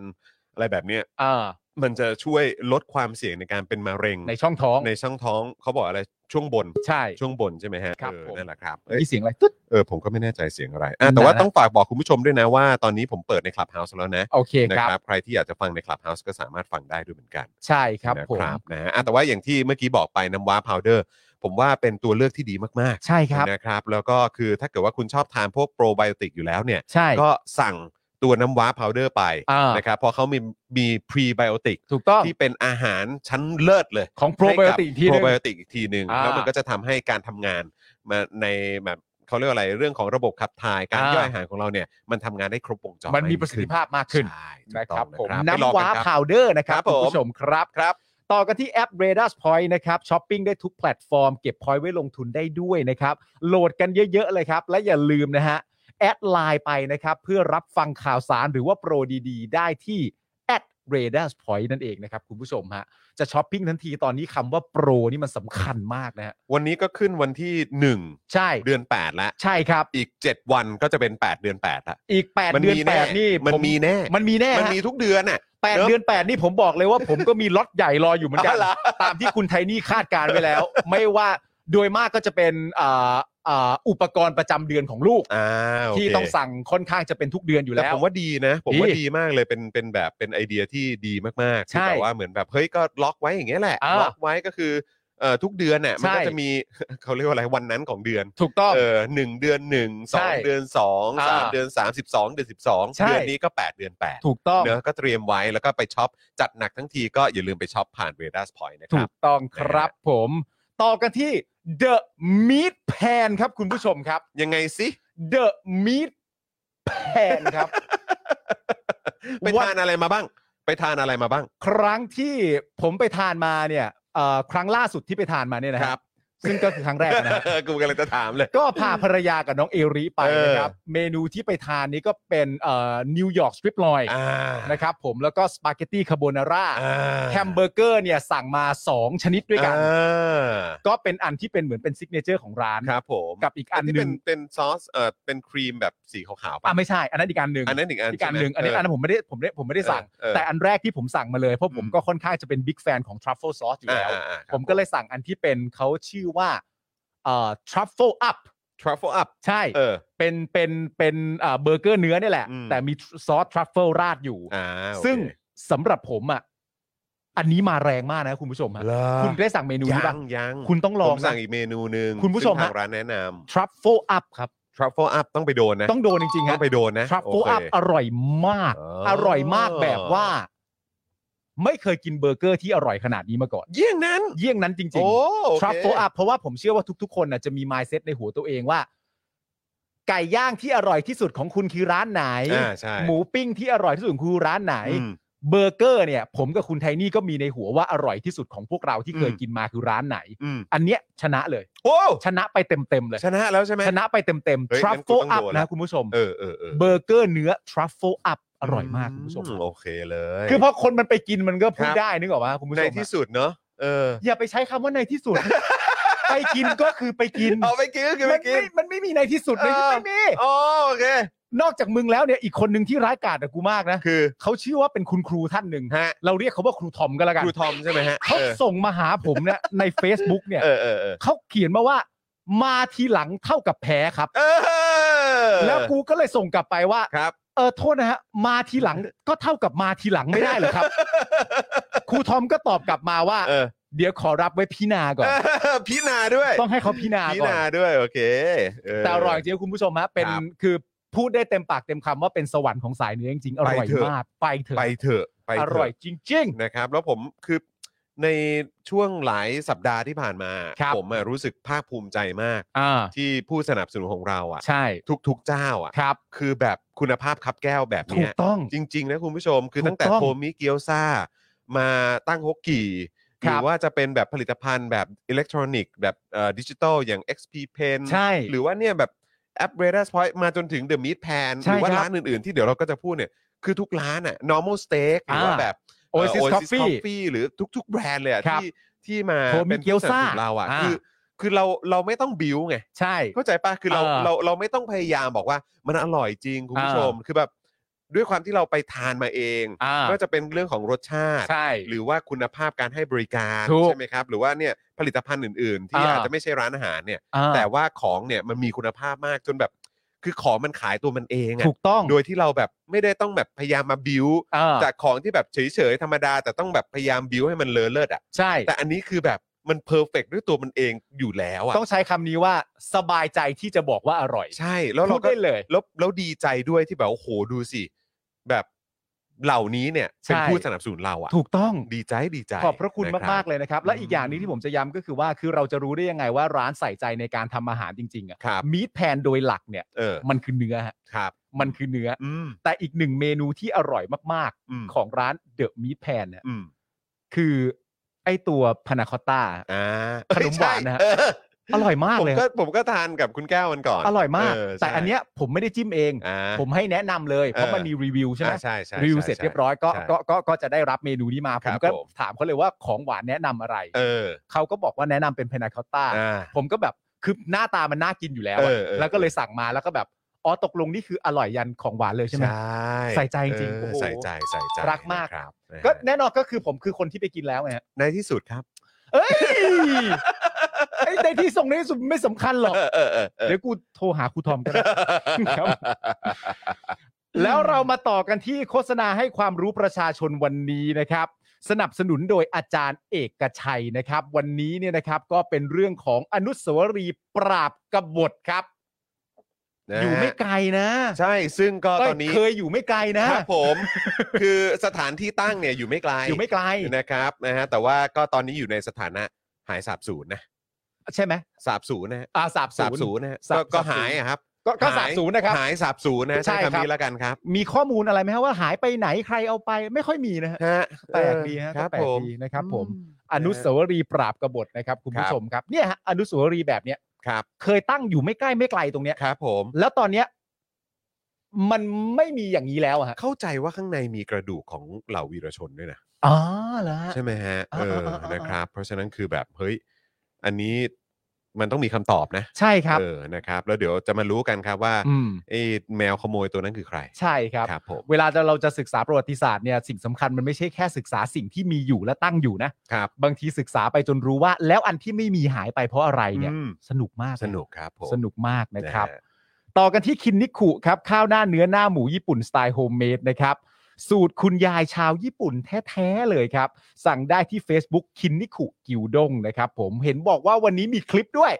Speaker 1: อะไรแบบเนี้ย
Speaker 2: อ่า
Speaker 1: มันจะช่วยลดความเสี่ยงในการเป็นมะเร็ง
Speaker 2: ในช่องท้อง
Speaker 1: ในช่องท้องเขาบอกอะไรช่วงบน
Speaker 2: ใช่
Speaker 1: ช่วงบนใช่ไหมฮะ
Speaker 2: ครับ
Speaker 1: เออ
Speaker 2: ผม
Speaker 1: นั่นแหละครับเอ้ย
Speaker 2: มีเสียงอะไรตึ๊ด
Speaker 1: เออผมก็ไม่แน่ใจเสียงอะไรอ่ะแต่ว่า
Speaker 2: นะ
Speaker 1: ต้องฝากบอกคุณผู้ชมด้วยนะว่าตอนนี้ผมเปิดใน Clubhouse แล้วนะ
Speaker 2: โอเค
Speaker 1: นะครับ ใครที่อยากจะฟังใน Clubhouse ก็สามารถฟังได้ด้วยเหมือนกัน
Speaker 2: ใช่ครับ
Speaker 1: นะ
Speaker 2: ผม
Speaker 1: นะฮะอ่ะแต่ว่าอย่างที่เมื่อกี้บอกไปน้ำว้าพาวเดอร์ ผมว่าเป็นตัวเลือกที่ดีมาก
Speaker 2: ใช่ครับ
Speaker 1: ๆนะครับ แล้วก็คือถ้าเกิดว่าคุณชอบทานพวกโปรไบโอติกอยู่แล้วเนี่ย
Speaker 2: ใช่
Speaker 1: ก็สั่ง ตัวน้ำว้าพาวเดอร์ไป
Speaker 2: อ่าน
Speaker 1: นะครับเพราะเขามีมีพรีไบโอติก
Speaker 2: ถูกต้อง
Speaker 1: ที่เป็นอาหารชั้นเลิศเลย
Speaker 2: ของโปรไบโอติกทีห
Speaker 1: โปร
Speaker 2: นึง
Speaker 1: ไบโอติกอีกทีหนึ่ง
Speaker 2: อ่า
Speaker 1: แล้วมันก็จะทำให้การทำงานมาในแบบเขาเรียกว่าอะไรเรื่องของระบบขับถ่ายการ
Speaker 2: อ่า
Speaker 1: ย่อยอาหารของเราเนี่ยมันทำงานได้ครบวงจร
Speaker 2: มันมี
Speaker 1: ก
Speaker 2: ประสิทธิ
Speaker 1: ขึ้
Speaker 2: ภาพมากขึ้น
Speaker 1: ใช่ถูก
Speaker 2: นะค
Speaker 1: ต้อง
Speaker 2: รับผม
Speaker 1: ะครับไปลอง
Speaker 2: น้ำว้า
Speaker 1: กัครับ
Speaker 2: พาวเดอร์นะครับ
Speaker 1: ครับผม
Speaker 2: คุณผู้ชมครับ
Speaker 1: ครับ
Speaker 2: ต่อกันที่แอป r a d a r s Point นะครับช้อปปิ้งได้ทุกแพลตฟอร์ม เก็บพอยต์ไว้ลงทุนได้ด้วยนะครับ โหลดกันเยอะ ๆ เลยครับ และอย่าลืมนะฮะ แอดไลน์ไปนะครับ เพื่อรับฟังข่าวสารหรือว่าโปรดีๆ ได้ที่แอด r a d a r s Point นั่นเองนะครับ คุณผู้ชมฮะจะช้อปปิ้งทันทีตอนนี้คำว่าโปรนี่มันสำคัญมากนะฮะ
Speaker 1: วันนี้ก็ขึ้นวันที่
Speaker 2: ใช่
Speaker 1: 1 เดือน 8 แล้ว
Speaker 2: ใช่ครับ
Speaker 1: อีก 7 วันก็จะเป็น 8 เดือน8ละ
Speaker 2: อีก 8 เดือน
Speaker 1: มี
Speaker 2: แป
Speaker 1: แน่
Speaker 2: ดนี่
Speaker 1: มัน
Speaker 2: ผ
Speaker 1: มีแน่
Speaker 2: มันมีแน่
Speaker 1: มัน
Speaker 2: ฮะ
Speaker 1: มีทุกเดือนน่ะ
Speaker 2: แปด
Speaker 1: เนอะ
Speaker 2: เดือนแปดนี่ผมบอกเลยว่า ผมก็มีล็อตใหญ่รออยู่เหมือนกัน
Speaker 1: อ๋อเหรอ
Speaker 2: ตามที่คุณไทนี่คาดการณ์ไว้ แล้ว ไม่ว่าโดยมากก็จะเป็นอ่าอ่าอุปกรณ์ประจำเดือนของลูก
Speaker 1: อ่าโเค
Speaker 2: ที่ต้องสั่งค่อนข้างจะเป็นทุกเดือนอยู่
Speaker 1: แต่
Speaker 2: แล้ว
Speaker 1: ผมว่าดีนะ ผมว่า
Speaker 2: ดี
Speaker 1: ดีมากเลยเป็นเป็นแบบเป็นไอเดียที่ดีมากๆ
Speaker 2: ใช่
Speaker 1: ที่แบบว่าเหมือนแบบเฮ้ยก็ล็อกไว้อย่างเงี้ยแหละ
Speaker 2: อ่า
Speaker 1: ล็อกไว้ก็คือเอ่อทุกเดือนน่ะมันก็
Speaker 2: ใช่
Speaker 1: จะมี เขาเรียกว่าอะไรวันนั้นของเดือน
Speaker 2: ถูกต้อง
Speaker 1: เออหนึ่งเดือนหนึ่งส
Speaker 2: ใช่
Speaker 1: องเดือนสองสาม
Speaker 2: อ่า
Speaker 1: เดือนสามสิบสองเดือนสิบสอง
Speaker 2: ใช่
Speaker 1: เดือนนี้ก็แปดเดือนแปด
Speaker 2: ถูกต้อง
Speaker 1: เนอะก็เตรียมไว้แล้วก็ไปช็อป จัดหนักทั้งทีก็อย่าลืมไปช็อปผ่านเวดัสพอยต์นะค
Speaker 2: ถู
Speaker 1: รับ
Speaker 2: กต้องครับผม ต่อกันที่ The Meat Pan ครับคุณผู้ชมครับ
Speaker 1: ยังไงสิ
Speaker 2: The Meat Pan ครับ
Speaker 1: ไปทานอะไรมาบ้าง ไปทานอะไรมาบ้าง
Speaker 2: ครั้งที่ผมไปทานมาเนี่ยเอ่อครั้งล่าสุดที่ไปทานมาเนี่ยนะค
Speaker 1: ครั
Speaker 2: รับ บ ซึ่งก็คือครั้งแรกนะฮะ
Speaker 1: กูกำลังจะถามเลย
Speaker 2: ก็พาภรรยากับน้องเอริไป
Speaker 1: เออ
Speaker 2: นะครับ เมนูที่ไปทานนี้ก็เป็นเอ่อนิวยอร์กสตริปลอย
Speaker 1: อ่า
Speaker 2: นะครับผมแล้วก็สปาเกตตี้คาโบนาร่า
Speaker 1: อ่า
Speaker 2: แฮมเบอร์เกอร์เนี่ยสั่งมา 2 ชนิดด้วยกัน
Speaker 1: อ่า
Speaker 2: ก็เป็นอันที่เป็นเหมือนเป็นซิกเนเจอร์ของร้าน
Speaker 1: ครับผม
Speaker 2: กับอีกอัน
Speaker 1: ที่
Speaker 2: ห
Speaker 1: เป็
Speaker 2: นึ่
Speaker 1: น
Speaker 2: ง
Speaker 1: เป็นซอสเอ่อเป็นครีมแบบสีขาวๆป่ะ
Speaker 2: อ่ะไม่ใช่ อันนั้นอีกอันหนึ่ง
Speaker 1: อันนั้นอีกอัน
Speaker 2: อีกอัน
Speaker 1: ใช่ไห
Speaker 2: นึ่งอันนี้อันนั้นผมไม่ได้ผมไม่ได้ผมไม่ได้สั่ง
Speaker 1: เออเออ
Speaker 2: แต่อันแรกที่ผมสั่งมาเลย เพราะผมก็ค่อนข้างจะเป็นบิ๊กแฟนของทรัฟเฟิลซอสอยู่แล้ว
Speaker 1: อ่าอ่าอ่า
Speaker 2: ผมก็เลยสั่งอันที่เป็นเขาชื่อว่าเอ่อทรัฟเฟิลอัพ
Speaker 1: ทรัฟเฟิลอัพ
Speaker 2: ใช่
Speaker 1: เออ
Speaker 2: เป็นเป็นเป็นเอ่อเบอร์เกอร์เนื้อเนี่ยแหละ
Speaker 1: อืม
Speaker 2: แต่มีซอสทรัฟเฟิลราดอยู่
Speaker 1: อ่าโอเค
Speaker 2: ซึ่งสำหรับผมอ่ะอันนี้มาแรงมากนะคุณผู้ชมฮะ
Speaker 1: เหรอ
Speaker 2: คุณได้สั่งเมนูนี้
Speaker 1: ยั
Speaker 2: บ้าง
Speaker 1: งยัง
Speaker 2: คุณต้องลอง
Speaker 1: ผม
Speaker 2: นะ
Speaker 1: สั่งอีกเมนูหนึ่ง
Speaker 2: คุณผู้ชม
Speaker 1: ซึ่งทาง
Speaker 2: ฮะ
Speaker 1: ร้านแนะน
Speaker 2: ทรัฟเฟิลอัพครับ
Speaker 1: ำ Truffle Up ต้องไปโดนนะ
Speaker 2: ต้องโดนจริงๆ
Speaker 1: ต้
Speaker 2: ฮะ
Speaker 1: องไปโดนนะ
Speaker 2: ทรัฟเฟิล
Speaker 1: โเค
Speaker 2: อัพอร่อยมาก
Speaker 1: อ๋ออ
Speaker 2: อร่อยมากแบบว่า ไม่เคยกินเบอร์เกอร์ที่อร่อยขนาดนี้มาก่อน
Speaker 1: เยี่ยงนั้น
Speaker 2: เยี่ยงนั้นจริง
Speaker 1: โอ้โอ
Speaker 2: ๆ
Speaker 1: เค
Speaker 2: ทรัฟเฟิลอัพเพราะว่าผมเชื่อว่าทุกๆ คนน่ะจะมี mindset ในหัวตัวเองว่า ไก่ย่างที่อร่อยที่สุดของคุณคือร้านไหน
Speaker 1: อ่าใช่
Speaker 2: หมูปิ้งที่อร่อยที่สุดของคุณคือร้านไหน
Speaker 1: อืม
Speaker 2: เบอร์เกอร์เนี่ย ผมกับคุณไทนี่ก็มีในหัวว่าอร่อยที่สุดของพวกเราที่เคย
Speaker 1: อืม
Speaker 2: กินมาคือร้านไหน
Speaker 1: อืม
Speaker 2: อันเนี้ยชนะเลย
Speaker 1: โอ้
Speaker 2: ชนะไปเต็มๆเลย
Speaker 1: ชนะแล้วใช่ไหม
Speaker 2: ชนะไปเต็ม
Speaker 1: เฮ้ย
Speaker 2: ๆทรั
Speaker 1: งั้
Speaker 2: ฟ
Speaker 1: นกู
Speaker 2: เฟิล
Speaker 1: ต้อง
Speaker 2: อัพ
Speaker 1: โดนละ
Speaker 2: นะคุณผู้ชม
Speaker 1: เออเออเออ
Speaker 2: เบอร์เกอร์เนื้อทรัฟเฟิลอัพอร่อยมากคุณผู้ชม
Speaker 1: อืโอเคเลย
Speaker 2: คือพอคนมันไปกินมันก็พู
Speaker 1: ค
Speaker 2: ด
Speaker 1: รับ
Speaker 2: ได้นึกออกมาคุณผู้ช
Speaker 1: ใน
Speaker 2: ม
Speaker 1: ที่
Speaker 2: อะ
Speaker 1: สุดเนาะเออ
Speaker 2: อย่าไปใช้คำว่าในที่สุด ไปกินก็คือไปกิน
Speaker 1: เอาไปกินกิน
Speaker 2: มั
Speaker 1: ไป
Speaker 2: น
Speaker 1: กิน
Speaker 2: ไม่มันไม่มีในที่สุดในที่
Speaker 1: เออ
Speaker 2: ไม่มี
Speaker 1: อ๋อโอเค
Speaker 2: นอกจากมึงแล้วเนี่ยอีกคนหนึ่งที่ร้ายกาจกับกูมากนะ
Speaker 1: คือ
Speaker 2: เขาชื่อว่าเป็นคุณครูท่านหนึ่ง
Speaker 1: ฮะ
Speaker 2: เราเรียกเขาว่าครูทอมก็แล้วกั
Speaker 1: คน รูทอมใช่ไหมฮะ
Speaker 2: เขา
Speaker 1: เออ
Speaker 2: ส่งมาหาผมเนี่ย ใน Facebook เนี่ย
Speaker 1: เออเออเออ
Speaker 2: เขาเขียนมาว่า มาทีหลังเท่ากับแพ้ครับ
Speaker 1: เออ
Speaker 2: แล้วกูก็เลยส่งกลับไปว่า
Speaker 1: ครับ
Speaker 2: เออโทษนะฮะมาทีหลังก็เท่ากับมาทีหลังไม่ได้เหรอครับ ครูทอมก็ตอบกลับมาว่า
Speaker 1: เออ
Speaker 2: เดี๋ยวขอรับไว้พินาก่อน
Speaker 1: เออ พี่นาด้วย
Speaker 2: ต้องให้เขาพินา
Speaker 1: พี่
Speaker 2: ก่อน
Speaker 1: นาด้วยโอเคเ
Speaker 2: แต่อร่อยจริงๆคุณผู้ชมฮะเป็น
Speaker 1: ครับ
Speaker 2: คือพูดได้เต็มปากเต็มคำว่าเป็นสวรรค์ของสายเนื้อจริงๆอร่อยมากไปเถอะ
Speaker 1: ไปเถอะไป
Speaker 2: อ
Speaker 1: เถ
Speaker 2: ร่อ
Speaker 1: อะ
Speaker 2: ยจริง
Speaker 1: นะครับแล้วผมคือในช่วงหลายสัปดาห์ที่ผ่านมา
Speaker 2: ครับ
Speaker 1: ผมอะรู้สึกภาคภูมิใจมาก
Speaker 2: ๆอ่า
Speaker 1: ที่ผู้สนับสนุนของเราอะ
Speaker 2: ใช่
Speaker 1: ทุกๆเจ้าอะ
Speaker 2: ครับ
Speaker 1: คือแบบคุณภาพคับแก้วแบบ
Speaker 2: ถู
Speaker 1: เนี้
Speaker 2: ก
Speaker 1: ย
Speaker 2: ต้อง
Speaker 1: จริง ๆ นะคุณผู้ชม คือ
Speaker 2: ถูก
Speaker 1: ตั้งแต่
Speaker 2: ต้อง
Speaker 1: โทมิเกียวซามาตั้งฮกกี่ห
Speaker 2: ครั
Speaker 1: รื
Speaker 2: บ
Speaker 1: อว่าจะเป็นแบบผลิตภัณฑ์แบบอิเล็กทรอนิกส์แบบดิจิตอลอย่าง XP Pen
Speaker 2: ใช่
Speaker 1: หรือว่าเนี่ยแบบแอป r a d a r Point มาจนถึง The Meat Pan ห
Speaker 2: ใช่
Speaker 1: รือว่า
Speaker 2: ครับ
Speaker 1: ร้านอื่นๆ ที่เดี๋ยวเราก็จะพูดเนี่ยคือทุกร้านอะ normal steak หรือว่า
Speaker 2: อ่า
Speaker 1: แบบ
Speaker 2: โอซิส
Speaker 1: Oasis
Speaker 2: คอฟฟี่
Speaker 1: Coffee หรือทุก ๆ แบรนด์เลยอะ
Speaker 2: ครับ
Speaker 1: ที่ที่มา
Speaker 2: โทมิ
Speaker 1: เป็น
Speaker 2: เกียว
Speaker 1: ผู้ส
Speaker 2: ซ่า
Speaker 1: นับสนุนเราอ่ะ
Speaker 2: อ่า
Speaker 1: คือคือเราเราไม่ต้องบิวไง
Speaker 2: ใช่
Speaker 1: เข้าใจปะคือเรา
Speaker 2: เออ
Speaker 1: เราเราไม่ต้องพยายามบอกว่ามันอร่อยจริงคุณผู้ชม คือแบบด้วยความที่เราไปทานมาเอง
Speaker 2: อ่า
Speaker 1: ก็จะเป็นเรื่องของรสชาติ
Speaker 2: ใช่
Speaker 1: หรือว่าคุณภาพการให้บริการ
Speaker 2: ถูก
Speaker 1: ใช่ไหมครับ หรือว่าเนี่ยผลิตภัณฑ์อื่น ๆ ที่
Speaker 2: อ่า
Speaker 1: อาจจะไม่ใช่ร้านอาหารเนี่ย
Speaker 2: อ่า
Speaker 1: แต่ว่าของเนี่ยมันมีคุณภาพมากจนแบบ คือของมันขายตัวมันเองอะ
Speaker 2: ถูกต้อง
Speaker 1: โดยที่เราแบบไม่ได้ต้องแบบพยายามมาบิว
Speaker 2: เออ
Speaker 1: จากของที่แบบเฉยๆ ธรรมดา แต่ต้องแบบพยายามบิวให้มันเลอเลิศอ่ะ
Speaker 2: ใช่
Speaker 1: แต่อันนี้คือแบบมันเพอร์เฟกด้วยตัวมันเองอยู่แล้วอ่ะ
Speaker 2: ต้องใช้คำนี้ว่าสบายใจที่จะบอกว่าอร่อย
Speaker 1: ใช่แล้วเรา
Speaker 2: พูด
Speaker 1: ก็
Speaker 2: ได้เลย
Speaker 1: แล้วแล้วดีใจด้วยที่แบบโอ้โหดูสิ แบบเหล่านี้เนี่ย
Speaker 2: ใช่
Speaker 1: เป็นผู้สนับสนุนเราอะ
Speaker 2: ถูกต้อง
Speaker 1: ดีใจดีใจ
Speaker 2: ขอบพระคุณ
Speaker 1: นบ
Speaker 2: มาก ๆ เลยนะครับ และ
Speaker 1: อืม
Speaker 2: อีกอย่างหนึงที่ผมจะย้ำก็คือว่าคือเราจะรู้ได้ยังไงว่าร้านใส่ใจในการทำอาหารจริง ๆ อ่ะ
Speaker 1: ครับ
Speaker 2: มีดแพนโดยหลักเนี่ย
Speaker 1: เออ
Speaker 2: มันคือเนื้อฮะ
Speaker 1: ครับ
Speaker 2: มันคือเนื้อ
Speaker 1: อืม
Speaker 2: แต่อีกหนึ่งเมนูที่อร่อยมาก
Speaker 1: อืม
Speaker 2: ๆ ของร้านเดอะมีดแพนเนี่ย
Speaker 1: อืม
Speaker 2: คือไอตัวพานาคอตต้า
Speaker 1: อ่า
Speaker 2: ขนมหวานนะฮะ
Speaker 1: เออ
Speaker 2: อร่อยมาก
Speaker 1: ผม
Speaker 2: เลย
Speaker 1: ก็ผมก็ทานกับคุณแก้ววันก่อน
Speaker 2: อร่อยมาก
Speaker 1: เใช่
Speaker 2: แต่อันเนี้ยผมไม่ได้จิ้มเอง
Speaker 1: อ่า
Speaker 2: ผมให้แนะนำเลย เพราะ
Speaker 1: เออ
Speaker 2: มันมีรีวิวใช่ไหม
Speaker 1: อ่าใช่ใช่
Speaker 2: รีวิว
Speaker 1: ใช่
Speaker 2: เสร็จ
Speaker 1: ใช่
Speaker 2: เรียบร้อยก็
Speaker 1: ใช่
Speaker 2: ก็ก็ก็จะได้รับเมนูนี้มา
Speaker 1: ค
Speaker 2: ผ
Speaker 1: รั
Speaker 2: ม
Speaker 1: บ
Speaker 2: ก็
Speaker 1: ผม
Speaker 2: ถามเขาเลยว่าของหวานแนะนำอะไร
Speaker 1: เออ
Speaker 2: เขาก็บอกว่าแนะนำเป็นพานาคอตต้า
Speaker 1: อ่า
Speaker 2: ผมก็แบบคือหน้าตามันน่ากินอยู่แล้วอะ
Speaker 1: เออเออ
Speaker 2: แล้วก็เลยสั่งมาแล้วก็แบบอ๋อตกลงนี่คืออร่อยยันของหวานเลยใช่ไหม ใส่ใจจริงๆ
Speaker 1: เออ
Speaker 2: โอ้โห
Speaker 1: ใส่ใจใส่ใจ
Speaker 2: รักมาก
Speaker 1: นะครับ
Speaker 2: ก็
Speaker 1: นะฮะ
Speaker 2: แน่นอนก็คือผมคือคนที่ไปกินแล้วไงฮะ
Speaker 1: ในที่สุดครับ
Speaker 2: เอ้ย ไอ้ในที่ส่งในที่สุดไม่สำคัญหรอก
Speaker 1: เออเออเออเออ
Speaker 2: เดี๋ยวกูโทรหาครูทอมก็ได้ ครับ แล้วเรามาต่อกันที่โฆษณาให้ความรู้ประชาชนวันนี้นะครับ สนับสนุนโดยอาจารย์เอกชัยนะครับ วันนี้เนี่ยนะครับก็เป็นเรื่องของอนุสาวรีย์ปราบกบฏครับ
Speaker 1: นะฮะ
Speaker 2: อยู่ไม่ไกลนะ
Speaker 1: ใช่ซึ่งก็ตอนนี้
Speaker 2: เคยอยู่ไม่ไกลนะครับ
Speaker 1: ผม คือสถานที่ตั้งเนี่ยอยู่ไม่ไกล
Speaker 2: อยู่ไม่ไกล
Speaker 1: นะครับนะฮะแต่ว่าก็ตอนนี้อยู่ในสถานะหายสาบสูญนะ
Speaker 2: ใช่ไหม
Speaker 1: สาบสูญนะฮะ
Speaker 2: อ่าสาบ
Speaker 1: สาบ
Speaker 2: สู
Speaker 1: สู
Speaker 2: น
Speaker 1: ญนะฮะ
Speaker 2: สาบ
Speaker 1: ก็ก็
Speaker 2: สาบสูญ
Speaker 1: หายอะครับ
Speaker 2: ก็ก็
Speaker 1: หย
Speaker 2: สาบสูนนะครับ
Speaker 1: หายสาบสูญนะฮะ
Speaker 2: ใช่
Speaker 1: ใช้
Speaker 2: ครับ
Speaker 1: คำนี้แล้วกันครับ
Speaker 2: มีข้อมูลอะไรไหมฮะว่าหายไปไหนใครเอาไปไม่ค่อยมีนะฮะ
Speaker 1: ฮะ
Speaker 2: แปลกดีฮะ
Speaker 1: ค
Speaker 2: ก็
Speaker 1: รับ
Speaker 2: แปล
Speaker 1: ผ
Speaker 2: ก
Speaker 1: ม
Speaker 2: ดีนะครับ ผม
Speaker 1: อื
Speaker 2: อนุสาวรีย์ปราบกบฏนะครับคุณผู้ชมครับเนี่ยฮะอนุสาวรีย์แบบเนี้ย
Speaker 1: ครับ
Speaker 2: เคยตั้งอยู่ไม่ใกล้ไม่ไกลตรงเนี้ย
Speaker 1: ครับผม
Speaker 2: แล้วตอนเนี้ยมันไม่มีอย่างนี้แล้วอะฮะ
Speaker 1: เข้าใจว่าข้างในมีกระดูกของเหล่าวีรชนด้วยนะ
Speaker 2: อ๋อแล้ว
Speaker 1: ใช่ไหมฮะ
Speaker 2: อ่า
Speaker 1: เออ
Speaker 2: อ่าอ่าน
Speaker 1: นะครับ เพราะฉะนั้นคือแบบ เฮ้ย อันนี้มันต้องมีคำตอบนะ
Speaker 2: ใช่ครับ
Speaker 1: เออ นะครับ แล้วเดี๋ยวจะมารู้กันครับว่า
Speaker 2: อืม
Speaker 1: ไอ้แมวขโมยตัวนั้นคือใคร
Speaker 2: ใช่ครับ
Speaker 1: ครับผม
Speaker 2: เวลาจะเราจะศึกษาประวัติศาสตร์เนี่ยสิ่งสำคัญมันไม่ใช่แค่ศึกษาสิ่งที่มีอยู่และตั้งอยู่นะ
Speaker 1: ครับ
Speaker 2: บางทีศึกษาไปจนรู้ว่า แล้วอันที่ไม่มีหายไปเพราะอะไรเนี่ย
Speaker 1: อืม
Speaker 2: สนุกมาก
Speaker 1: สนุกครับผม
Speaker 2: สนุกมากนะครับ
Speaker 1: ฮ
Speaker 2: ต่อกันที่คินนิคุครับ ข้าวหน้าเนื้อหน้าหมูญี่ปุ่นสไตล์โฮมเมดนะครับ สูตรคุณยายชาวญี่ปุ่นแท้ ๆ เลยครับ สั่งได้ที่ Facebook คินนิคุกิวด้งนะครับผมเห็นบอกว่าวันนี้มีคลิปด้วย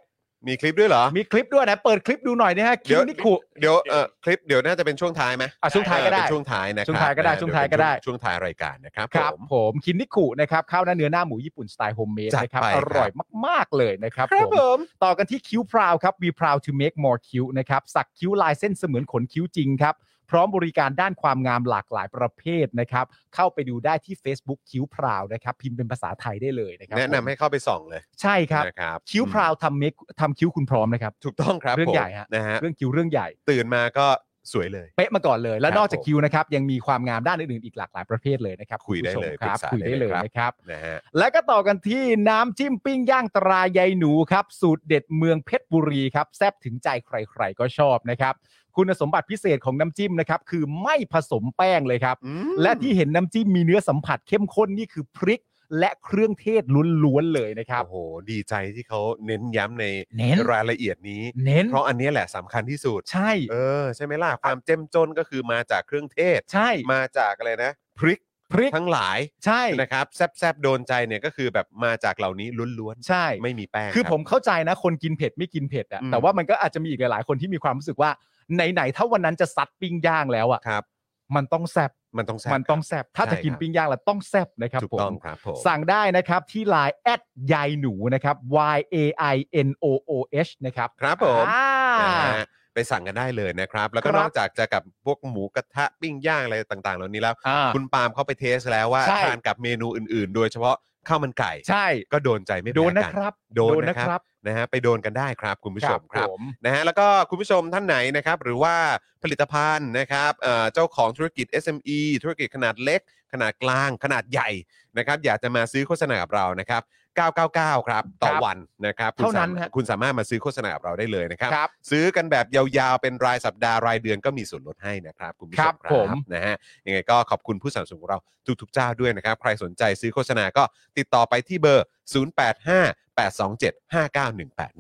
Speaker 1: มีคลิปด้วยเหรอ
Speaker 2: มีคลิปด้วยนะ เปิดคลิปดูหน่อยนะฮะ
Speaker 1: เดี๋
Speaker 2: คิ
Speaker 1: ย
Speaker 2: น
Speaker 1: ว
Speaker 2: นิคุ
Speaker 1: เดี๋ยว เออคลิป เดี๋ยวน่าจะเป็นช่วงท้ายไหม
Speaker 2: อ่ะช่วงท้ายก็ได้
Speaker 1: เออเป็นช่วงท้ายนะครับ
Speaker 2: ช่วงท้ายก็ได้
Speaker 1: นะ
Speaker 2: ช่วงท้ายก็ได้
Speaker 1: เวเป็นช่วงช่วงท้ายรายการนะครับ
Speaker 2: ครับ
Speaker 1: ผม
Speaker 2: ผมคินนิคุนะครับข้าวหน้าเนื้อหน้าหมูญี่ปุ่นสไตล์โฮมเมด
Speaker 1: จัด
Speaker 2: นะครับ
Speaker 1: ไปค
Speaker 2: อ
Speaker 1: รับ
Speaker 2: ร่อยมากๆเลยนะครับผม
Speaker 1: ม
Speaker 2: ต่อกันที่คิ้วพราวครับ We proud to make more คิ้วนะครับ สักคิ้วลายเส้นเสมือนขนคิ้วจริงครับ พร้อมบริการด้านความงามหลากหลายประเภทนะครับ เข้าไปดูได้ที่ Facebook คิ้วพราวนะครับ พิมพ์เป็นภาษาไทยได้เลยนะครับ
Speaker 1: แนะนำให้เข้าไปส่องเลย
Speaker 2: ใช่ครับ
Speaker 1: นะครับ
Speaker 2: คิ้วพราวทำเมคทำคิ้วคุณพร้อมนะครับ
Speaker 1: ถูกต้องครับ
Speaker 2: เรื่อง
Speaker 1: ผม
Speaker 2: ใหญ่ฮะ
Speaker 1: นะฮะ
Speaker 2: เรื่องคิ้วเรื่องใหญ่
Speaker 1: ตื่นมาก็สวยเลย
Speaker 2: เป๊ะมาก่อนเลย และ
Speaker 1: ครับ
Speaker 2: นอกจากคิ้วนะครับ ยังมีความงามด้านอื่นๆอีกหลากหลายประเภทเลยนะครับ
Speaker 1: คุยได้เลย
Speaker 2: ณผู้ชมครับ
Speaker 1: ปรึกษา
Speaker 2: คุยได้เลย
Speaker 1: ได้เลย
Speaker 2: นะครับ
Speaker 1: นะฮะ
Speaker 2: และก็ต่อกันที่น้ำจิ้มปิ้งย่างตรายายหนูครับ สูตรเด็ดเมืองเพชรบุรีครับ แซบถึงใจใครๆก็ชอบนะครับ คุณสมบัติพิเศษของน้ำจิ้มนะครับ คือไม่ผสมแป้งเลยครับ
Speaker 1: อืม
Speaker 2: และที่เห็นน้ำจิ้มมีเนื้อสัมผัสเข้มข้นนี่คือพริก และเครื่องเทศล้วนๆเลยนะครับ
Speaker 1: โอ้โห ดีใจที่เขาเน้นย้ำใน
Speaker 2: เน้น
Speaker 1: รายละเอียดนี้
Speaker 2: เน้น
Speaker 1: เพราะอันนี้แหละสำคัญที่สุด
Speaker 2: ใช่
Speaker 1: เออ ใช่ไหมล่ะ ความเจ้มจนก็คือมาจากเครื่องเทศ
Speaker 2: ใช่
Speaker 1: มาจากอะไรนะ พริก
Speaker 2: พริก
Speaker 1: ทั้งหลาย
Speaker 2: ใช่
Speaker 1: นะครับ แซบๆ โดนใจเนี่ยก็คือแบบมาจากเหล่านี้ล้วน
Speaker 2: ใช่
Speaker 1: ๆ ไม่มีแป้ง
Speaker 2: คือ
Speaker 1: รับ
Speaker 2: ผมเข้าใจนะ คนกินเผ็ดไม่กินเผ็ดอะ
Speaker 1: อืม
Speaker 2: แต่ว่ามันก็อาจจะมีอีกหลายๆคนที่มีความรู้สึกว่าไหนๆถ้าวันนั้นจะซัดปิ้งย่างแล้วอะ
Speaker 1: ครับ
Speaker 2: มันต้องแซบ
Speaker 1: มันต้องแซบ
Speaker 2: มันต้องแซบถ้า
Speaker 1: ใช่
Speaker 2: จะกิน
Speaker 1: ครับ
Speaker 2: ปิ้งย่างแล้วต้องแซบนะครับ
Speaker 1: ถูก
Speaker 2: ผ
Speaker 1: ต้อง
Speaker 2: ม
Speaker 1: ครับผม
Speaker 2: สั่งได้นะครับที่ Line แอดยายหนูนะครับ y a i n o o h นะครับ
Speaker 1: ครับผม
Speaker 2: อ่า
Speaker 1: นะฮะไปสั่งกันได้เลยนะครับ แล้วก็
Speaker 2: ครับ
Speaker 1: นอกจากจะกับพวกหมูกระทะปิ้งย่างอะไรต่างๆ เหล่านี้แล้ว
Speaker 2: อ่า
Speaker 1: คุณปาล์มเขาไปเทสแล้วว่า
Speaker 2: ใช่
Speaker 1: ทานกับเมนูอื่นๆ โดยเฉพาะข้าวมันไก่
Speaker 2: ใช่
Speaker 1: ก็โดนใจไม่แพ้กั
Speaker 2: โดนนะครับ
Speaker 1: โดนนะครับนะฮะไปโดนกันได้ครับคุณผู้ชมครับ
Speaker 2: ผม
Speaker 1: นะฮะแล้วก็คุณผู้ชมท่านไหนนะครับ หรือว่าผลิตภัณฑ์นะครับเอ่อเจ้าของธุรกิจ SME ธุรกิจขนาดเล็ก ขนาดกลาง ขนาดใหญ่นะครับ อยากจะมาซื้อโฆษณากับเรานะครับ 999 ครับ ต่อวันนะครับคุณ
Speaker 2: เท่านั้น
Speaker 1: สม
Speaker 2: ฮะ
Speaker 1: คุณสามารถมาซื้อโฆษณากับเราได้เลยนะครับ
Speaker 2: ครับ
Speaker 1: ซื้อกันแบบยาวๆ เป็นรายสัปดาห์รายเดือนก็มีส่วนลดให้นะครับคุณผู้ชม
Speaker 2: ครับผม
Speaker 1: นะฮะยังไงก็ขอบคุณผู้สนับสนุนของเราทุกๆเจ้าด้วยนะครับ ใครสนใจซื้อโฆษณาก็ติดต่อไปที่เบอร์ 0858275918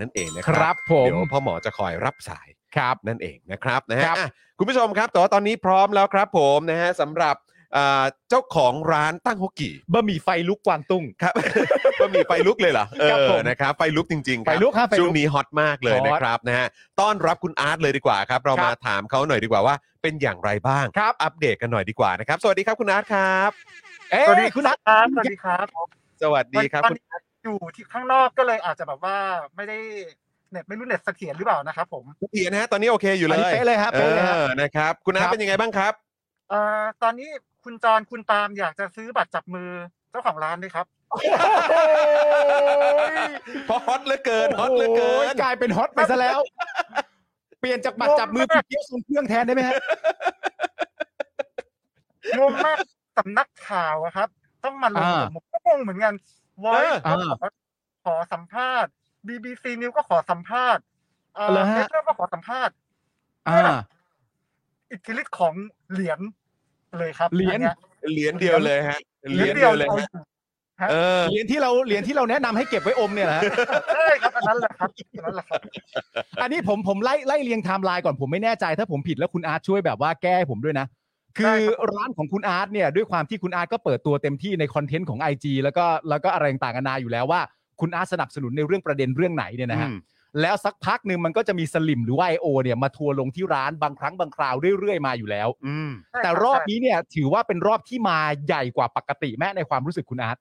Speaker 1: นั่นเองนะครั
Speaker 2: ครับผม
Speaker 1: เดี๋ยวพ่อหมอจะคอยรับสาย
Speaker 2: ครับ
Speaker 1: นั่นเองนะครับนะฮะ
Speaker 2: ครับ
Speaker 1: อ่ะคุณผู้ชมครับแต่ว่าตอนนี้พร้อมแล้วครับผมนะฮะสำหรับ อ่าเจ้าของร้านตั้งฮกกี่
Speaker 2: บะหมี่ไฟลุกกวางตุ้ง
Speaker 1: ครับ ก็มีไฟลุกเลยเหรอเอ
Speaker 2: ครับผม
Speaker 1: อนะครับไฟลุกจริงๆค
Speaker 2: ไฟ
Speaker 1: รับ
Speaker 2: ลุกฮะไฟ
Speaker 1: ช่ว
Speaker 2: ลุ
Speaker 1: ง
Speaker 2: ก
Speaker 1: นี้ฮอตมากเลย
Speaker 2: ฮอต
Speaker 1: นะครับนะฮะต้อนรับคุณอาร์ตเลยดีกว่าครับ เรามาถามเขาหน่อยดีกว่าว่า เป็นอย่างไรบ้าง
Speaker 2: ครับ
Speaker 1: อัปเดตกันหน่อยดีกว่านะครับ สวัสดีครับคุณอาร์ตครับ
Speaker 2: เอ้
Speaker 3: สวัสดี
Speaker 2: ยคุณนัท
Speaker 3: ครับสวัสดีครับ
Speaker 1: สวัสดีครับ
Speaker 3: ตอน
Speaker 1: คุณ
Speaker 3: นี้อยู่ที่ข้างนอกก็เลยอาจจะแบบว่าไม่ได้เน็ตไม่รู้เน็ตเสถียรหรือเปล่านะครับผม
Speaker 1: เทียนะฮะตอนนี้โอเคอยู่เล
Speaker 2: อันนี้
Speaker 1: ย
Speaker 2: เป๊ะเลยฮะเป๊ะเลยฮะ
Speaker 1: ออนะครับคุณอาร์
Speaker 2: ค
Speaker 1: ต
Speaker 2: รับ
Speaker 1: เป็นยังไงบ้างครับ
Speaker 3: เอ่อตอนนี้คุณจรคุณปาล์มอยากจะซื้อบัตรจับมือเจ้าของร้านด้วยครับ
Speaker 1: เพราะฮอตเหลือเกินฮอตเหลือเกิ
Speaker 2: โอ้ย
Speaker 1: น
Speaker 2: กลายเป็นฮอตไปซะแล้ว เปลี่ยนจากบัตรจับมือเป็นเกี้ยวทรงเครื่องแทนได้ไหมฮะ
Speaker 3: งงมากสำนักข่าวอะครับ ต้องมาลง
Speaker 2: อ่า
Speaker 3: ผมก็งงเหมือนกันวอย
Speaker 2: เออ
Speaker 3: ขอสัมภาษณ์ BBC News ก็ขอสัมภาษณ์เอ่อ
Speaker 2: เหรอฮะ
Speaker 3: เนเจอร์ก็ขอสัมภาษณ์
Speaker 2: อ่า
Speaker 3: อิทธิฤทธิ์ของเหรียญเลยครับ
Speaker 2: เหรียญ
Speaker 3: อันนี้
Speaker 1: เหรียญเดียวเลยฮะเห
Speaker 3: เห
Speaker 1: รี
Speaker 3: รี
Speaker 1: ย
Speaker 3: ย
Speaker 1: ญ
Speaker 3: ญ
Speaker 1: เดี
Speaker 3: เดี
Speaker 1: ย
Speaker 3: ยว ว
Speaker 1: เลย
Speaker 3: เอา
Speaker 1: ฮะ
Speaker 3: อยู่
Speaker 1: เออ
Speaker 2: เหรียญที่เราเหรียญที่เราแนะนำให้เก็บไว้อมเนี่ยนะฮะ
Speaker 3: ใช่ครับอันนั้นแหละครับอันนั้นแหละครับ
Speaker 2: อันนี้ผมผมไล่ไล่เรียงไทม์ไลน์ก่อนผมไม่แน่ใจถ้าผมผิดแล้วคุณอาร์ตช่วยแบบว่าแก้ให้ผมด้วยนะ คือร้านของคุณอาร์ตเนี่ยด้วยความที่คุณอาร์ตก็เปิดตัวเต็มที่ในคอนเทนต์ของ IG แล้วก็แล้วก็อะไรต่างๆนานาอยู่แล้วว่า คุณอาร์ตสนับสนุนในเรื่องประเด็นเรื่องไหนเนี่ยนะฮะ
Speaker 1: อืม
Speaker 2: แล้วสักพักหนึ่งมันก็จะมีสลิมหรือว่าไอโอเนี่ยมาทัวร์ลงที่ร้านบางครั้งบางคราวเรื่อยๆมาอยู่แล้ว
Speaker 1: อืม
Speaker 2: แต่รอบนี้เนี่ยถือว่าเป็นรอบที่มาใหญ่กว่าปกติแม้ในความรู้สึกคุณอาร์ต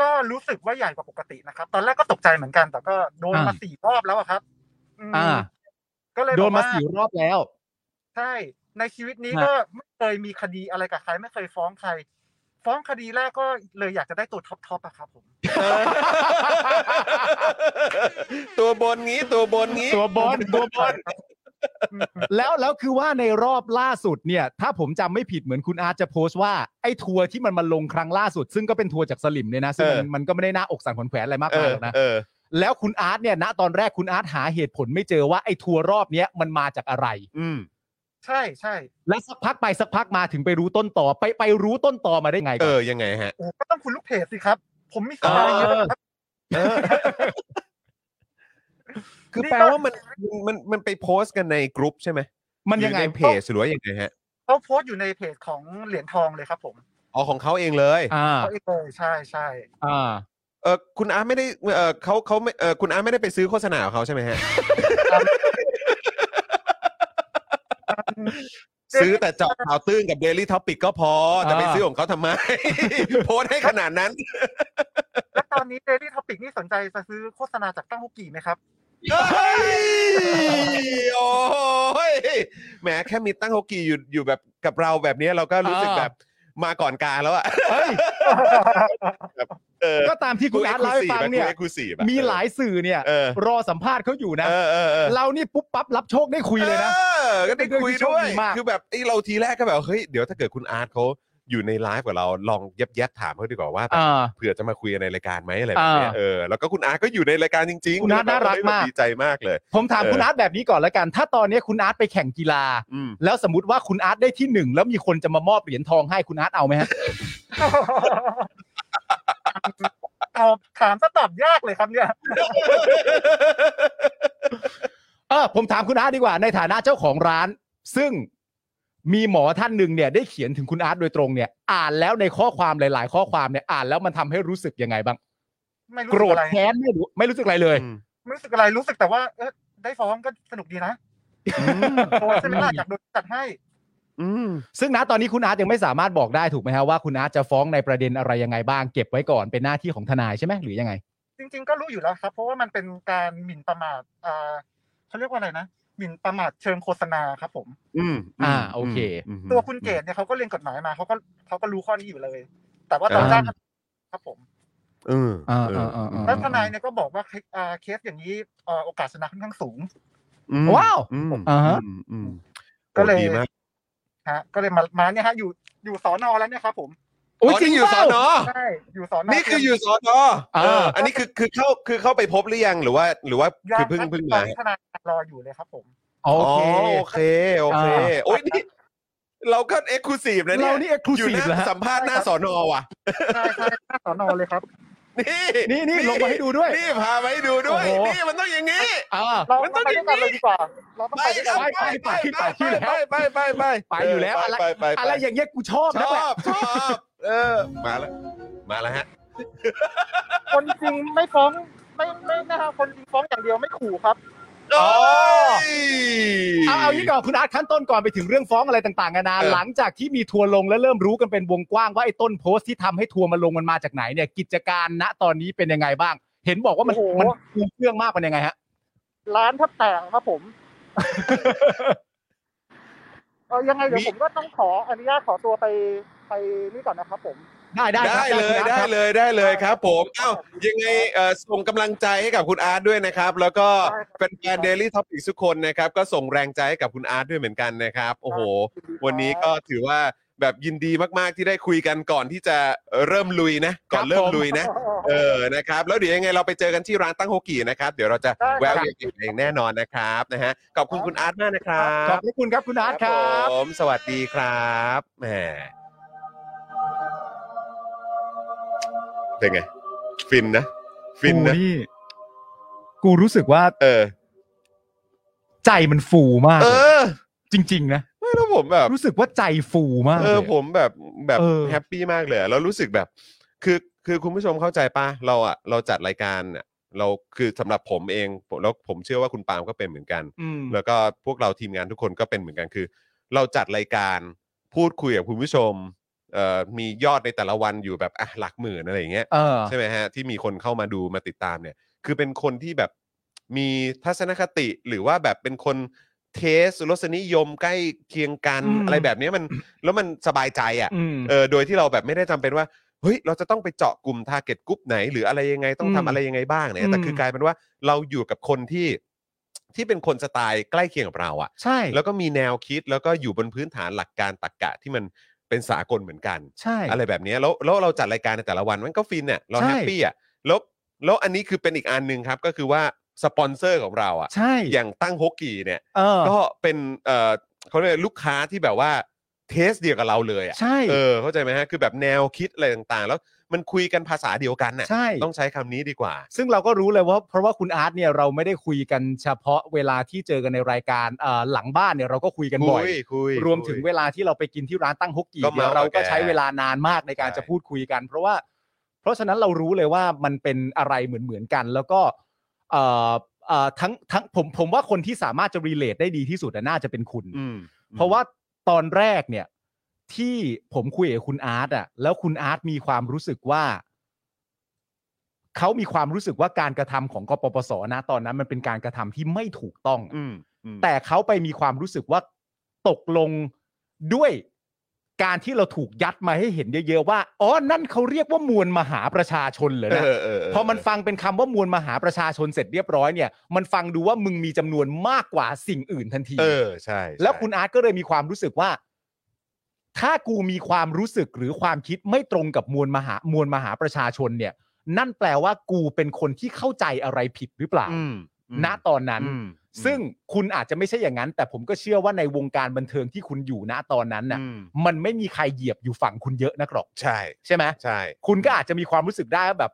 Speaker 3: ก็รู้สึกว่าใหญ่กว่าปกตินะครับ ตอนแรกก็ตกใจเหมือนกัน แต่ก็โดนมา
Speaker 2: อ่า
Speaker 3: สี่รอบแล้วอะครับม
Speaker 2: อ่า
Speaker 3: ก็เลย
Speaker 2: โดนมา
Speaker 3: แบบว่
Speaker 2: สี่รอบแล้ว
Speaker 3: ใช่ ในชีวิตนี้
Speaker 2: ฮะ
Speaker 3: ก็ไม่เคยมีคดีอะไรกับใคร ไม่เคยฟ้องใคร ฟ้องคดีแรกก็เลยอยากจะได้ตัวท็อปทอปอะครับผม
Speaker 1: ตัวบนงี้ตัวบนงี้
Speaker 2: ตัวบอลตัวบอล
Speaker 3: อืม
Speaker 2: แล้วแล้วคือว่าในรอบล่าสุดเนี่ย ถ้าผมจำไม่ผิดเหมือนคุณอาร์ตจะโพสต์ว่าไอ้ทัวร์ที่มันมาลงครั้งล่าสุด ซึ่งก็เป็นทัวร์จากสลิมเนี่ยนะซึ่งมัน
Speaker 1: เออ
Speaker 2: มันก็ไม่ได้น่าอกสั่นขวัญแขวนอะไรมาก
Speaker 1: เอ
Speaker 2: มาย
Speaker 1: อ
Speaker 2: หรอกนะ
Speaker 1: เออ
Speaker 2: แล้วคุณอาร์ตเนี่ยณตอนแรกคุณอาร์ตหาเหตุผลไม่เจอว่าไอ้ทัวร์รอบเนี้ยมันมาจากอะไร
Speaker 1: อืม
Speaker 3: ใช่ใช่
Speaker 2: และสักพักไปสักพักมาถึงไปรู้ต้นต่อไปไปรู้ต้นต่อมาได้ไง
Speaker 1: เอ
Speaker 2: ก่อน
Speaker 1: อ ยังไงฮะ
Speaker 3: โอ้ก็ต้องคุณลูกเพจสิครับ ผมมีสไตล์เยอะครับ
Speaker 1: คือ
Speaker 3: นี่
Speaker 1: แปล
Speaker 3: ก็
Speaker 1: ว่ามันมันมันไปโพสต์กันในกรุ๊ปใช่ไหม
Speaker 2: มันยังไง
Speaker 1: หรือในเพจหรือว่ายังไงฮะ
Speaker 3: เขาโพสต์อยู่ในเพจของเหรียญทองเลยครับ ผม
Speaker 1: อ๋อ ของเขาเองเลย
Speaker 2: อ่า
Speaker 3: เขาเองเลยใช่ใช่
Speaker 2: อ่า
Speaker 1: เออคุณอาร์ตไม่ได้ เออเขาเขาไม่ เออคุณอาร์ตไม่ได้ไปซื้อโฆษณาของเขาใช่ไหม ฮะ ซื้อแต่เจอบข่าวตื้นกับ Daily Topic ก็พอ แต่ไปซื้อของเขา ทำไม โพสต์ให้ขนาดนั้น
Speaker 3: แล้วตอนนี้ Daily Topic นี่สนใจจะซื้อโฆษณาจากตั้งฮกกี่ไหมครับ
Speaker 1: เฮ้ยโอ้ยแหมแค่มีตั้งฮกกี้อยู่อยู่แบบกับเราแบบนี้เราก็รู้สึกแบบมาก่อนการแล้วอะ
Speaker 2: เฮ้ย
Speaker 1: เออ
Speaker 2: ก็ตามที่คุณอาร์ตเล่าให้ฟังเนี่ย
Speaker 1: กู exclusive อะ
Speaker 2: มีหลายสื่อเนี่ย
Speaker 1: เออ
Speaker 2: รอสัมภาษณ์เขาอยู่นะ
Speaker 1: เออเออเออ
Speaker 2: เรานี่ปุ๊บปั๊บรับโชคได้คุยเลยนะ
Speaker 1: ออก็ได้คุย
Speaker 2: เป็นเรื่องที่โช
Speaker 1: ด้ว
Speaker 2: ค
Speaker 1: ย
Speaker 2: ดีมาก
Speaker 1: คือแบบไอ้เราทีแรกก็แบบเฮ้ยเดี๋ยวถ้าเกิดคุณอาร์ตเขาอยู่ในไลฟ์กับเราลองเย็บแยบๆถามเขาดีกว่าว่าแบบ
Speaker 2: อ่า
Speaker 1: เผื่อจะมาคุยกันในรายการไหมอะไรแบบเนี้ย
Speaker 2: อ่า
Speaker 1: เออแล้วก็คุณอาร์ตก็อยู่ในรายการจริงๆ
Speaker 2: คุณอาร์ตน่ารักมาก
Speaker 1: ดีใจมากเลย
Speaker 2: ผมถาม
Speaker 1: เออ
Speaker 2: คุณอาร์ตแบบนี้ก่อนแล้วกัน ถ้าตอนนี้คุณอาร์ตไปแข่งกีฬา
Speaker 1: อืม
Speaker 2: แล้วสมมติว่าคุณอาร์ตได้ที่หนึ่งแล้วมีคนจะมามอบเหรียญทองให้คุณอาร์ตเอาไหมฮะ
Speaker 3: เอาถามซะตอบยากเลยครับเนี่ย
Speaker 2: เออผมถามคุณอาร์ตดีกว่าในฐานะเจ้าของร้าน ซึ่งมีหมอท่านหนึ่งเนี่ยได้เขียนถึงคุณอาร์ตโดยตรงเนี่ย อ่านแล้วในข้อความหลาย ๆ ข้อความเนี่ยอ่านแล้วมันทำให้รู้สึกยังไงบ้าง
Speaker 3: ไม่รู้
Speaker 2: โกร
Speaker 3: สึ
Speaker 2: ธ
Speaker 3: กอะไร
Speaker 2: แค้นไม่รู้ไม่รู้สึกอะไรเลย
Speaker 3: ไม่รู้สึกอะไรรู้สึกแต่ว่าเออได้ฟ้องก็สนุกดีนะโอ้ใช่ไหมล่ะอยากโดนจัดให้
Speaker 1: อืม
Speaker 2: ซึ่งณตอนนี้คุณอาร์ตยังไม่สามารถบอกได้ถูกไหมฮะว่าคุณอาร์ตจะฟ้องในประเด็นอะไรยังไงบ้างเก็บไว้ก่อนเป็นหน้าที่ของทนายใช่ไหมหรือยังไง
Speaker 3: จริง ๆ ก็รู้อยู่แล้วครับ เพราะว่ามันเป็นการหมิ่นประมาทอ่าเขาเรียกว่าอะไรนะหมิ่นประมาทเชิงโฆษณาครับผม
Speaker 1: อืม
Speaker 2: อ่าโอเค
Speaker 1: ม
Speaker 3: ตัวคุณเกศเนี่ยเขาก็เรียนกฎหมายมาเขาก็เขาก็รู้ข้อนี้อยู่เลย แต่ว่าตอนแรกครับผม
Speaker 1: เออเออเออเออ
Speaker 2: อ่า
Speaker 3: แล้วทนายเนี่ยก็บอกว่าเคสอ่าเคสอย่างนี้เอ่อโอกาสชนะค่อนข้างสูง
Speaker 1: อืม
Speaker 2: ว้าว
Speaker 1: อืม
Speaker 2: อ่าฮะ
Speaker 1: อืมอืม
Speaker 3: ก็เลย
Speaker 1: โอ้ดีมาก
Speaker 3: ฮะก็เลยมามาเนี่ยฮะอยู่อยู่สอนอแล้วเนี่ยครับผม
Speaker 2: อุ้ยจริง
Speaker 1: นี่อยู่
Speaker 2: เป
Speaker 1: ส
Speaker 2: ล่า
Speaker 1: น
Speaker 3: ใช่อยู่สอนอ
Speaker 1: นี่คืออยู่สน
Speaker 2: อ่า
Speaker 1: เอออันนี้คือคือเข้าคือเข้าไปพบหรือยังหรือว่า หรือว่า
Speaker 3: ยั
Speaker 1: คือง เพิ่ง
Speaker 3: รับ
Speaker 1: เพิ่งมาน
Speaker 3: ตอนี้ทนายรออยู่เลยครับผม
Speaker 2: โอ
Speaker 1: อ๋อ
Speaker 2: เค
Speaker 1: โอเคโอเค
Speaker 2: อ่า
Speaker 1: โอ้ยนี่เราก็เอ็กซ์คลูซีฟนะเนี่ย
Speaker 2: เรานี่เอ็กซ์คลู
Speaker 1: อยู่
Speaker 2: ซี
Speaker 1: ห
Speaker 2: ฟแล้ว
Speaker 1: น้า
Speaker 2: ฮะ
Speaker 1: สัมภาษณ์หน้า
Speaker 3: ใช่
Speaker 1: ส
Speaker 3: ครับ
Speaker 1: นว่ะ
Speaker 3: ใช่ใช่หน้าสอนอเลยครับ
Speaker 1: นี่
Speaker 2: นี่นี่ลงมาให้ดูด้วย
Speaker 1: นี่พามาให้ดูด้วย
Speaker 2: โอ้โห
Speaker 1: นี่มันต้องอย่างนี้
Speaker 2: อ่า
Speaker 3: เรา
Speaker 1: มันต้
Speaker 3: ต้
Speaker 1: อ
Speaker 3: อง ง
Speaker 1: อ
Speaker 3: ไป
Speaker 1: ย่างนี้
Speaker 3: ด้วยกันเลยดีกว่า เราต้อง
Speaker 1: ไป
Speaker 3: ไปด้วยกัน
Speaker 2: ไปไปไปไป
Speaker 1: ไปไปไปไป
Speaker 2: ไปอยู่แล้ว
Speaker 1: ไปไปป
Speaker 2: อะไรอย่างเงี้ยกูชอบ
Speaker 1: ช
Speaker 2: นะ
Speaker 1: อ
Speaker 2: แหละ
Speaker 1: บชอบเออมาแล้วมาแล้วฮะ
Speaker 3: คนจริงไม่ฟ้องไม่ไม่นะฮะคนจริงฟ้องอย่างเดียวไม่ขู่ครับ
Speaker 1: อ๋อ
Speaker 2: เอาเอายี่ก่อนคุณอาร์ตขั้นต้นก่อนไปถึงเรื่องฟ้องอะไรต่างๆนานา
Speaker 1: เออ
Speaker 2: หลังจากที่มีทัวร์ลงและเริ่มรู้กันเป็นวงกว้างว่าไอ้ต้นโพสต์ที่ทำให้ทัวร์มาลงมันมาจากไหนเนี่ยกิจการณตอนนี้เป็นยังไงบ้าง เห็นบอกว่ามัน
Speaker 3: โอ้โห
Speaker 2: มันปูเครื่องมากเป็นยังไงฮะ
Speaker 3: ร้านแทับแตกครับ ผม เออยังไงเดี๋ย
Speaker 1: มี
Speaker 3: วผมก็ต้องขออนุญาตขอตัวไปไปนี่ก่อนนะครับผม
Speaker 2: ได้ได้ค
Speaker 1: ได้
Speaker 2: รับ
Speaker 1: เลย
Speaker 2: ค
Speaker 1: ได้
Speaker 2: รับ
Speaker 1: เลยได้เลยครับผม เอ้ายังไงเอ่อส่งกำลังใจให้กับคุณอาร์ตด้วยนะครับ แล้วก็
Speaker 3: ได้ครับ
Speaker 1: เป็นแฟนเดลี่ท็อปิกทุกคนนะครับ ก็ส่งแรงใจให้กับคุณอาร์ตด้วยเหมือนกันนะครับ โอ้โห วันนี้ก็ถือว่าแบบยินดีมากๆที่ได้คุยกันก่อนที่จะเริ่มลุยนะ ก่อนเริ่มลุยนะ เออ นะครับ แล้วเดี๋ยวยังไงเราไปเจอกันที่ร้านตั้งโฮกีนะครับ เดี๋ยวเราจะ
Speaker 3: ได้ครับ
Speaker 1: แวะเวียนกันเองแน่นอนนะครับนะฮะ ขอบคุณคุณอาร์ตมากนะครั
Speaker 2: ขอบบ พระคุณครับคุณอาร์ตครับ
Speaker 1: ผมสวัสดีครับแหมเป็นไง ฟินนะ ฟินนะ
Speaker 2: กูกูรู้สึกว่า
Speaker 1: เออ
Speaker 2: ใจมันฟูมาก
Speaker 1: เอ
Speaker 2: เลย
Speaker 1: อ
Speaker 2: จริง ๆ นะ
Speaker 1: ไม่แล้วผมแบบ
Speaker 2: รู้สึกว่าใจฟูมาก
Speaker 1: เออ
Speaker 2: ลย
Speaker 1: ผมแบบแบบ
Speaker 2: เออ
Speaker 1: แฮปปี้มากเลยอะแล้วรู้สึกแบบ คือคือคุณผู้ชมเข้าใจปะเราอะเราจัดรายการอะเราคือสำหรับผมเองผมแล้วผมเชื่อว่าคุณปาล์มก็เป็นเหมือนกัน
Speaker 2: อืม
Speaker 1: แล้วก็พวกเราทีมงานทุกคนก็เป็นเหมือนกันคือ เราจัดรายการพูดคุยกับคุณผู้ชมเอ่อมียอดในแต่ละวันอยู่แบบอ่ะหลักหมื่นอะไรอย่างเงี้ย
Speaker 2: เออ
Speaker 1: ใช่ไหมฮะที่มีคนเข้ามาดูมาติดตามเนี่ย คือเป็นคนที่แบบมีทัศนคติหรือว่าแบบเป็นคนเทสรสนิยมใกล้เคียงกัน
Speaker 2: อืม
Speaker 1: อะไรแบบเนี้ยมันแล้วมันสบายใจอ่ะ
Speaker 2: อืม
Speaker 1: เออโดยที่เราแบบไม่ได้จำเป็นว่าเฮ้ยเราจะต้องไปเจาะกลุ่ม t a r g e t กลุ่มไหน หรืออะไรยังไงต้องทำ
Speaker 2: อืม
Speaker 1: อะไรยังไงบ้างเนี่ยแต่คือ
Speaker 2: ม
Speaker 1: กลายเป็นว่าเราอยู่กับคนที่ที่เป็นคนสไตล์ใกล้เคียงกับเราอะ
Speaker 2: ใช่
Speaker 1: แล้วก็มีแนวคิดแล้วก็อยู่บนพื้นฐานหลักการตรรกะที่มันเป็นสากลเหมือนกัน
Speaker 2: ใช่
Speaker 1: อะไรแบบเนี้ยแล้วแล้วเราจัดรายการในแต่ละวันมันก็ฟินเนี่ยเรา
Speaker 2: ใช่
Speaker 1: แฮปปี้อะแล้วแล้วอันนี้คือเป็นอีกอันหนึ่งครับ ก็คือว่าสปอนเซอร์ของเราอะ
Speaker 2: ใช่
Speaker 1: อย่างตั้งฮกกีเนี่ย
Speaker 2: เออ
Speaker 1: ก็เป็นเอ่อเขาเรียกลูกค้าที่แบบว่าเทสเดียวกับเราเลยอะ
Speaker 2: ใช่
Speaker 1: เออเข้าใจไหมฮะคือแบบแนวคิดอะไรต่างๆ แล้วมันคุยกันภาษาเดียวกันน่ะ
Speaker 2: ใช่
Speaker 1: ต้องใช้คำนี้ดีกว่า
Speaker 2: ซึ่งเราก็รู้เลยว่าเพราะว่าคุณอาร์ตเนี่ยเราไม่ได้คุยกันเฉพาะเวลาที่เจอกันในรายการเอ่อหลังบ้านเนี่ยเราก็คุยกันบ่อย
Speaker 1: คุยคุย
Speaker 2: รวมถึง
Speaker 1: คุย
Speaker 2: เวลาที่เราไปกินที่ร้านตั้งฮกกี้
Speaker 1: ก็
Speaker 2: เนี่ย
Speaker 1: เมาส์
Speaker 2: เราก็
Speaker 1: กับแก
Speaker 2: ใช้เวลานานมากในการ
Speaker 1: ใช่
Speaker 2: จะพูดคุยกัน เพราะว่า เพราะฉะนั้นเรารู้เลยว่ามันเป็นอะไรเหมือนเหมือนๆกัน แล้วก็เอ่อเอ่อทั้งทั้งผมผมว่าคนที่สามารถจะรีเลทได้ดีที่สุดอะน่าจะเป็นคุณ
Speaker 1: อืม
Speaker 2: เพราะว่าตอนแรกเนี่ยที่ผมคุยกับคุณอาร์ตอ่ะ แล้วคุณอาร์ตมีความรู้สึกว่า เขามีความรู้สึกว่าการกระทำของกปปสนะตอนนั้น มันเป็นการกระทำที่ไม่ถูกต้อง
Speaker 1: อืมอืม
Speaker 2: แต่เขาไปมีความรู้สึกว่าตกลงด้วยการที่เราถูกยัดมาให้เห็นเยอะๆว่าอ๋อนั่นเขาเรียกว่ามวลมหาประชาชนเหรอ
Speaker 1: เอ
Speaker 2: นะ
Speaker 1: อเออเออ
Speaker 2: พอมันฟังเป็นคำว่ามวลมหาประชาชนเสร็จเรียบร้อยเนี่ย มันฟังดูว่ามึงมีจำนวนมากกว่าสิ่งอื่นทันที
Speaker 1: เออใช่ใช่
Speaker 2: แล้วคุณอาร์ตก็เลยมีความรู้สึกว่า ถ้ากูมีความรู้สึกหรือความคิดไม่ตรงกับมวลมหามวลมหาประชาชนเนี่ย นั่นแปลว่ากูเป็นคนที่เข้าใจอะไรผิดหรือเปล่า
Speaker 1: อืมอืม
Speaker 2: ณตอนนั้น
Speaker 1: อืม
Speaker 2: ซึ่งคุณอาจจะไม่ใช่อย่างนั้น แต่ผมก็เชื่อว่าในวงการบันเทิงที่คุณอยู่ณตอนนั้นน่ะ
Speaker 1: อืม
Speaker 2: มันไม่มีใครเหยียบอยู่ฝั่งคุณเยอะนักหรอก
Speaker 1: ใช่
Speaker 2: ใช่ไหม
Speaker 1: ใช่
Speaker 2: คุณก็อาจจะมีความรู้สึกได้ว่าแบบ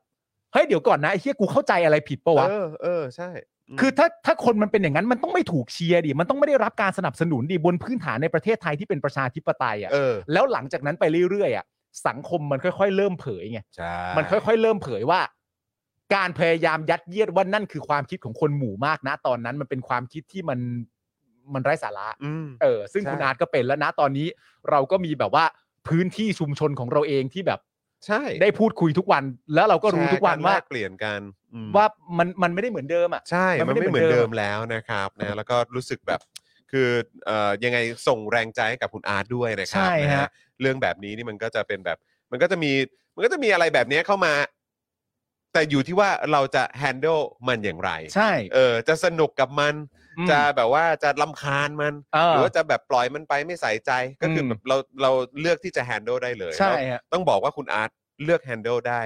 Speaker 2: เฮ้ยเดี๋ยวก่อนนะไอ้เฮียกูเข้าใจอะไรผิดปะวะ
Speaker 1: เออเออใช่ม
Speaker 2: คือถ้าถ้าคนมันเป็นอย่างนั้นมันต้องไม่ถูกเชียร์ดิมันต้องไม่ได้รับการสนับสนุนดิบนพื้นฐานในประเทศไทยที่เป็นประชาธิปไตยอ่ะ
Speaker 1: เออ
Speaker 2: แล้วหลังจากนั้นไปเรื่อยๆอ่ะสังคมมันค่อย ๆ เริ่มเผยไง
Speaker 1: ใช่
Speaker 2: มันค่อย ๆ เริ่มเผยว่า การพยายามยัดเยียดว่านั่นคือความคิดของคนหมู่มากนะ ตอนนั้นมันเป็นความคิดที่มันมันไร้สาระ
Speaker 1: อืม
Speaker 2: เออซึ่ง
Speaker 1: ใช่
Speaker 2: คุณอาร์ตก็เป็นแล้วนะตอนนี้ เราก็มีแบบว่าพื้นที่ชุมชนของเราเองที่แบบ
Speaker 1: ใช่
Speaker 2: ได้พูดคุยทุกวัน แล้วเราก็รู้
Speaker 1: แช
Speaker 2: ทุกวัน
Speaker 1: แล
Speaker 2: ว่า
Speaker 1: เปลี่ยนกันอืม
Speaker 2: ว่ามันมันไม่ได้เหมือนเดิมอ่ะ
Speaker 1: ใช่
Speaker 2: มั
Speaker 1: มั
Speaker 2: น
Speaker 1: น
Speaker 2: ไม่
Speaker 1: ไม่
Speaker 2: ได้เห
Speaker 1: เห
Speaker 2: มื
Speaker 1: มื
Speaker 2: อ
Speaker 1: อ
Speaker 2: น นเดิ
Speaker 1: เดิ
Speaker 2: ม
Speaker 1: มแล้วนะครับนะแล้วก็รู้สึกแบบคือเอ่อยังไงส่งแรงใจให้กับคุณอาร์ตด้วยนะครั
Speaker 2: ใช่
Speaker 1: นะ
Speaker 2: ฮะ
Speaker 1: เรื่องแบบนี้นี่มันก็จะเป็นแบบ มันก็จะมีมันก็จะมีอะไรแบบเนี้ยเข้ามา แต่อยู่ที่ว่าเราจะ handle มันอย่างไร
Speaker 2: ใช่
Speaker 1: เออจะสนุกกับมัน
Speaker 2: อืม
Speaker 1: จะแบบว่าจะลำคาญมัน
Speaker 2: เอ
Speaker 1: หรือ
Speaker 2: อ
Speaker 1: ว่าจะแบบปล่อยมันไปไม่ใส่ใจก็คืออ
Speaker 2: ม
Speaker 1: แบบเราเราเลือกที่จะ handle ได้เลย
Speaker 2: ใช่
Speaker 1: แล้ว
Speaker 2: ฮะ
Speaker 1: ต้องบอกว่าคุณอาร์ตเลือก handle ได้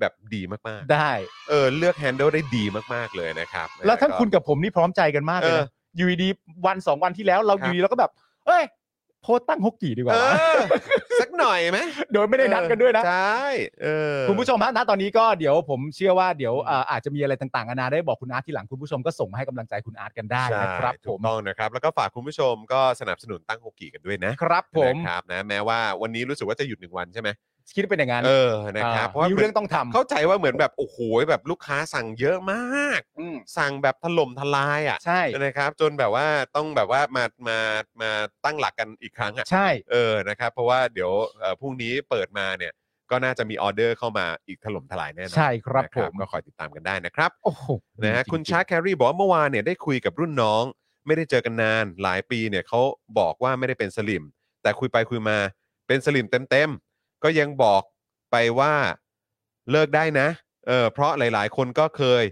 Speaker 1: แบบดีมาก
Speaker 2: ได้
Speaker 1: ๆเออเลือก handle ได้ดีมากๆเลยนะครับนะ
Speaker 2: แล้วทั้ง
Speaker 1: ก็
Speaker 2: คุณกับผมนี่พร้อมใจกันมากเลย
Speaker 1: เออ
Speaker 2: นะอยู่ดีๆวันสองวันที่แล้วเรา
Speaker 1: ค
Speaker 2: อบ
Speaker 1: รั
Speaker 2: ยู่ดีเราก็แบบ เอ้ย โพสต์ตั้งฮกกี่ดีกว่า
Speaker 1: เอ
Speaker 2: วะ
Speaker 1: อ สักหน่อยไหม
Speaker 2: โดยไม่ได้นัดกันด้วยนะ
Speaker 1: ใช่เออ
Speaker 2: คุณผู้ชมฮะณตอนนี้ก็เดี๋ยวผมเชื่อว่าเดี๋ยวเอ่ออาจจะมีอะไรต่างๆนานาได้บอกคุณอาร์ตทีหลังคุณผู้ชมก็ส่งมาให้กำลังใจคุณอาร์ตกันได้นะครับ
Speaker 1: ใช่
Speaker 2: ผ
Speaker 1: ถูก
Speaker 2: ม
Speaker 1: ต้องนะครับ แล้วก็ฝากคุณผู้ชมก็สนับสนุนตั้งโฮกกี้กันด้วยนะครับ
Speaker 2: ผม
Speaker 1: นะครับนะแม้ว่าวันนี้รู้สึกว่าจะหยุดหนึ่งวันใช่ไหม
Speaker 2: คิดเป็นอย่างนั้น
Speaker 1: เออนะครับเพราะว่า
Speaker 2: มี
Speaker 1: เหมื
Speaker 2: เรื่
Speaker 1: อ
Speaker 2: อน งต้องทำ
Speaker 1: เข้าใจว่าเหมือนแบบโอ้โหแบบลูกค้าสั่งเยอะมาก
Speaker 2: อืม
Speaker 1: สั่งแบบถล่มทลายอ่ะ
Speaker 2: ใช่
Speaker 1: นะครับ จนแบบว่าต้องแบบว่ามามามาตั้งหลักกันอีกครั้งอ่ะ
Speaker 2: ใช่
Speaker 1: เออนะครับ เพราะว่าเดี๋ยวเอ่อพรุ่งนี้เปิดมาเนี่ย ก็น่าจะมีออเดอร์เข้ามาอีกถล่มทลายแน่นอน
Speaker 2: ใช่ครับ
Speaker 1: นะ
Speaker 2: ผม
Speaker 1: ก็คอยติดตามกันได้นะครับ
Speaker 2: โอ้โห
Speaker 1: นะฮะ
Speaker 2: จริงๆ
Speaker 1: คุณชาร์คแครีบอกว่าเมื่อวานเนี่ยได้คุยกับรุ่นน้อง ไม่ได้เจอกันนานหลายปีเนี่ยเขาบอกว่าไม่ได้เป็นสลิม แต่คุยไปคุยมาเป็นสลิมเต็มๆ ก็ยังบอกไปว่าเลิกได้นะเออเพราะหลายๆ คนก็เคย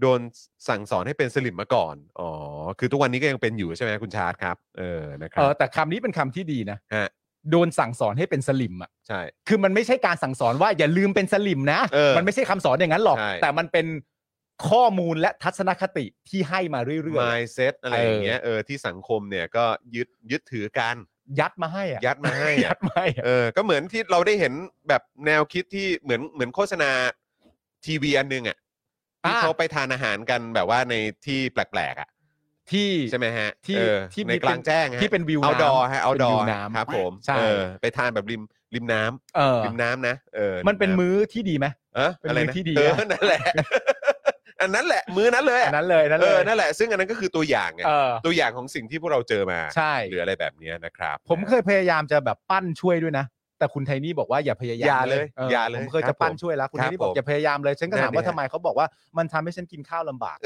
Speaker 1: โดนสั่งสอนให้เป็นสลิมมาก่อนอ๋อคือทุกวันนี้ก็ยังเป็นอยู่ใช่ไหมคุณชาร์คครับเออนะครั
Speaker 2: เอบ อแต่คำนี้เป็นคำที่ดีนะ
Speaker 1: ฮะ
Speaker 2: โดนสั่งสอนให้เป็นสลิมอ่ะ
Speaker 1: ใช่
Speaker 2: คือมันไม่ใช่การสั่งสอนว่าอย่าลืมเป็นสลิมนะ
Speaker 1: เออ
Speaker 2: มันไม่ใช่คำสอนอย่างนั้นหรอก
Speaker 1: ใช่
Speaker 2: แต่มันเป็นข้อมูลและทัศนคติที่ให้มาเรื่อย
Speaker 1: mindset อะไรอย่างเงี้ยเออที่สังคมเนี่ยก็ยึดยึดถือกัน
Speaker 2: ๆ ยัดมาให้อ่ะ
Speaker 1: ยัดมาให้อะ
Speaker 2: ยัดมาให้อะ
Speaker 1: เออ ก็เหมือนที่เราได้เห็นแบบแนวคิดที่เหมือนเหมือนโฆษณาทีวีอันหนึงอ่ะที่เขาไปทานอาหารกันแบบว่าในที่แปลกๆอ่ะ
Speaker 2: ที่
Speaker 1: ใช่ไหมฮะ
Speaker 2: ที่
Speaker 1: เออ
Speaker 2: ที่
Speaker 1: ใน
Speaker 2: มี
Speaker 1: กลางแจ้งฮะ
Speaker 2: ที่เป็นวิวน้ำ
Speaker 1: เอาดอฮะเอาดอ
Speaker 2: เป็นวิวน้ำ
Speaker 1: ครับผม
Speaker 2: ใช่
Speaker 1: เออไปทานแบบริมริมน้ำ
Speaker 2: เออ
Speaker 1: ริมน้ำนะเออ
Speaker 2: มันเป็น
Speaker 1: ริำ
Speaker 2: มื้อที่ดีไหม
Speaker 1: เออ
Speaker 2: เป็น
Speaker 1: อะไร
Speaker 2: มื้อ
Speaker 1: นะ
Speaker 2: ที่ดี
Speaker 1: เออ
Speaker 2: นะ
Speaker 1: นั่นแหละ อันนั้นแหละ มื้อนั้นเลย
Speaker 2: อั
Speaker 1: อะ
Speaker 2: นนั้นเลยนั่น
Speaker 1: เอ
Speaker 2: เล
Speaker 1: อย นั่นแหละ ซึ่งอันนั้นก็คือตัวอย่างไง
Speaker 2: เออ
Speaker 1: ตัวอย่างของสิ่งที่พวกเราเจอมา
Speaker 2: ใช่
Speaker 1: หรืออะไรแบบเนี้ยนะครับ
Speaker 2: ผมเคยพยายามจะแบบปั้นช่วยด้วยนะ แต่คุณไทนี่บอกว่าอย่าพยายาม
Speaker 1: อย่าเลย
Speaker 2: ออ
Speaker 1: อย่าเลย
Speaker 2: ผมเคย
Speaker 1: รั
Speaker 2: จะ
Speaker 1: บ
Speaker 2: ปั้น
Speaker 1: ผม
Speaker 2: ช่วยแล้ว คุณ
Speaker 1: ครั
Speaker 2: ไท
Speaker 1: บ
Speaker 2: นี่บอ
Speaker 1: ผ
Speaker 2: ก
Speaker 1: ม
Speaker 2: อย่าพยายามเลยฉันก็ถามว่า
Speaker 1: นั่นดิฮะ
Speaker 2: ทำไมเขาบอกว่ามันทำให้ฉันกินข้าวลำบาก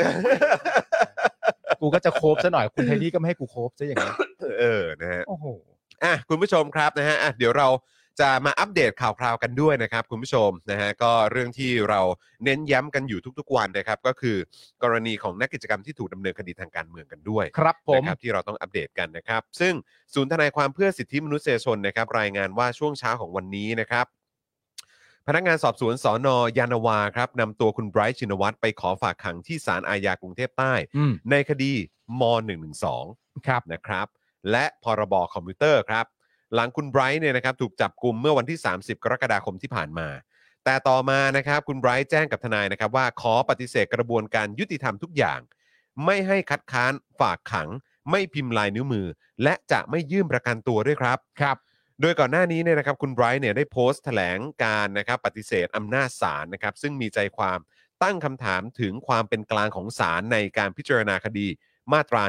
Speaker 2: กูก็จะโคบซะหน่อยคุณไทนี่ก็ไม่ให้กูโคบซะอย่างนี้น
Speaker 1: เออนะฮะ
Speaker 2: โอ้โห
Speaker 1: อ่ะคุณผู้ชมครับนะฮะอ่ะเดี๋ยวเราจะมาอัปเดตข่าวคราวกันด้วยนะครับ คุณผู้ชมนะฮะก็เรื่องที่เราเน้นย้ำกันอยู่ทุกๆวันนะครับ ก็คือกรณีของนักกิจกรรมที่ถูกดำเนินคดีทางการเมืองกันด้วย
Speaker 2: ครับผม
Speaker 1: นะครับที่เราต้องอัปเดตกันนะครับ ซึ่งศูนย์ทนายความเพื่อสิทธิมนุษยชนนะครับ รายงานว่าช่วงเช้าของวันนี้นะครับ พนักงานสอบสวนสอนยานนาวาครับนำตัวคุณไบรท์ชินวัตรไปขอฝากขังที่ศาลอาญากรุงเทพใต้
Speaker 2: อืม
Speaker 1: ในคดีม .112
Speaker 2: ครับ
Speaker 1: นะครับและพรบคอมพิวเตอร์ครับ หลังคุณไบรท์เนี่ยนะครับถูกจับกลุ่มเมื่อวันที่ 30 กรกฎาคมที่ผ่านมา แต่ต่อมานะครับคุณไบรท์แจ้งกับทนายนะครับว่าขอปฏิเสธกระบวนการยุติธรรมทุกอย่าง ไม่ให้คัดค้านฝากขัง ไม่พิมพ์ลายนิ้วมือ และจะไม่ยื่นประกันตัวด้วยครับ
Speaker 2: ครับ
Speaker 1: โดยก่อนหน้านี้เนี่ยนะครับคุณไบรท์เนี่ยได้โพสต์แถลงการนะครับปฏิเสธอำนาจศาลนะครับซึ่งมีใจความตั้งคำถามถึงความเป็นกลางของศาลในการพิจารณาคดีมาตรา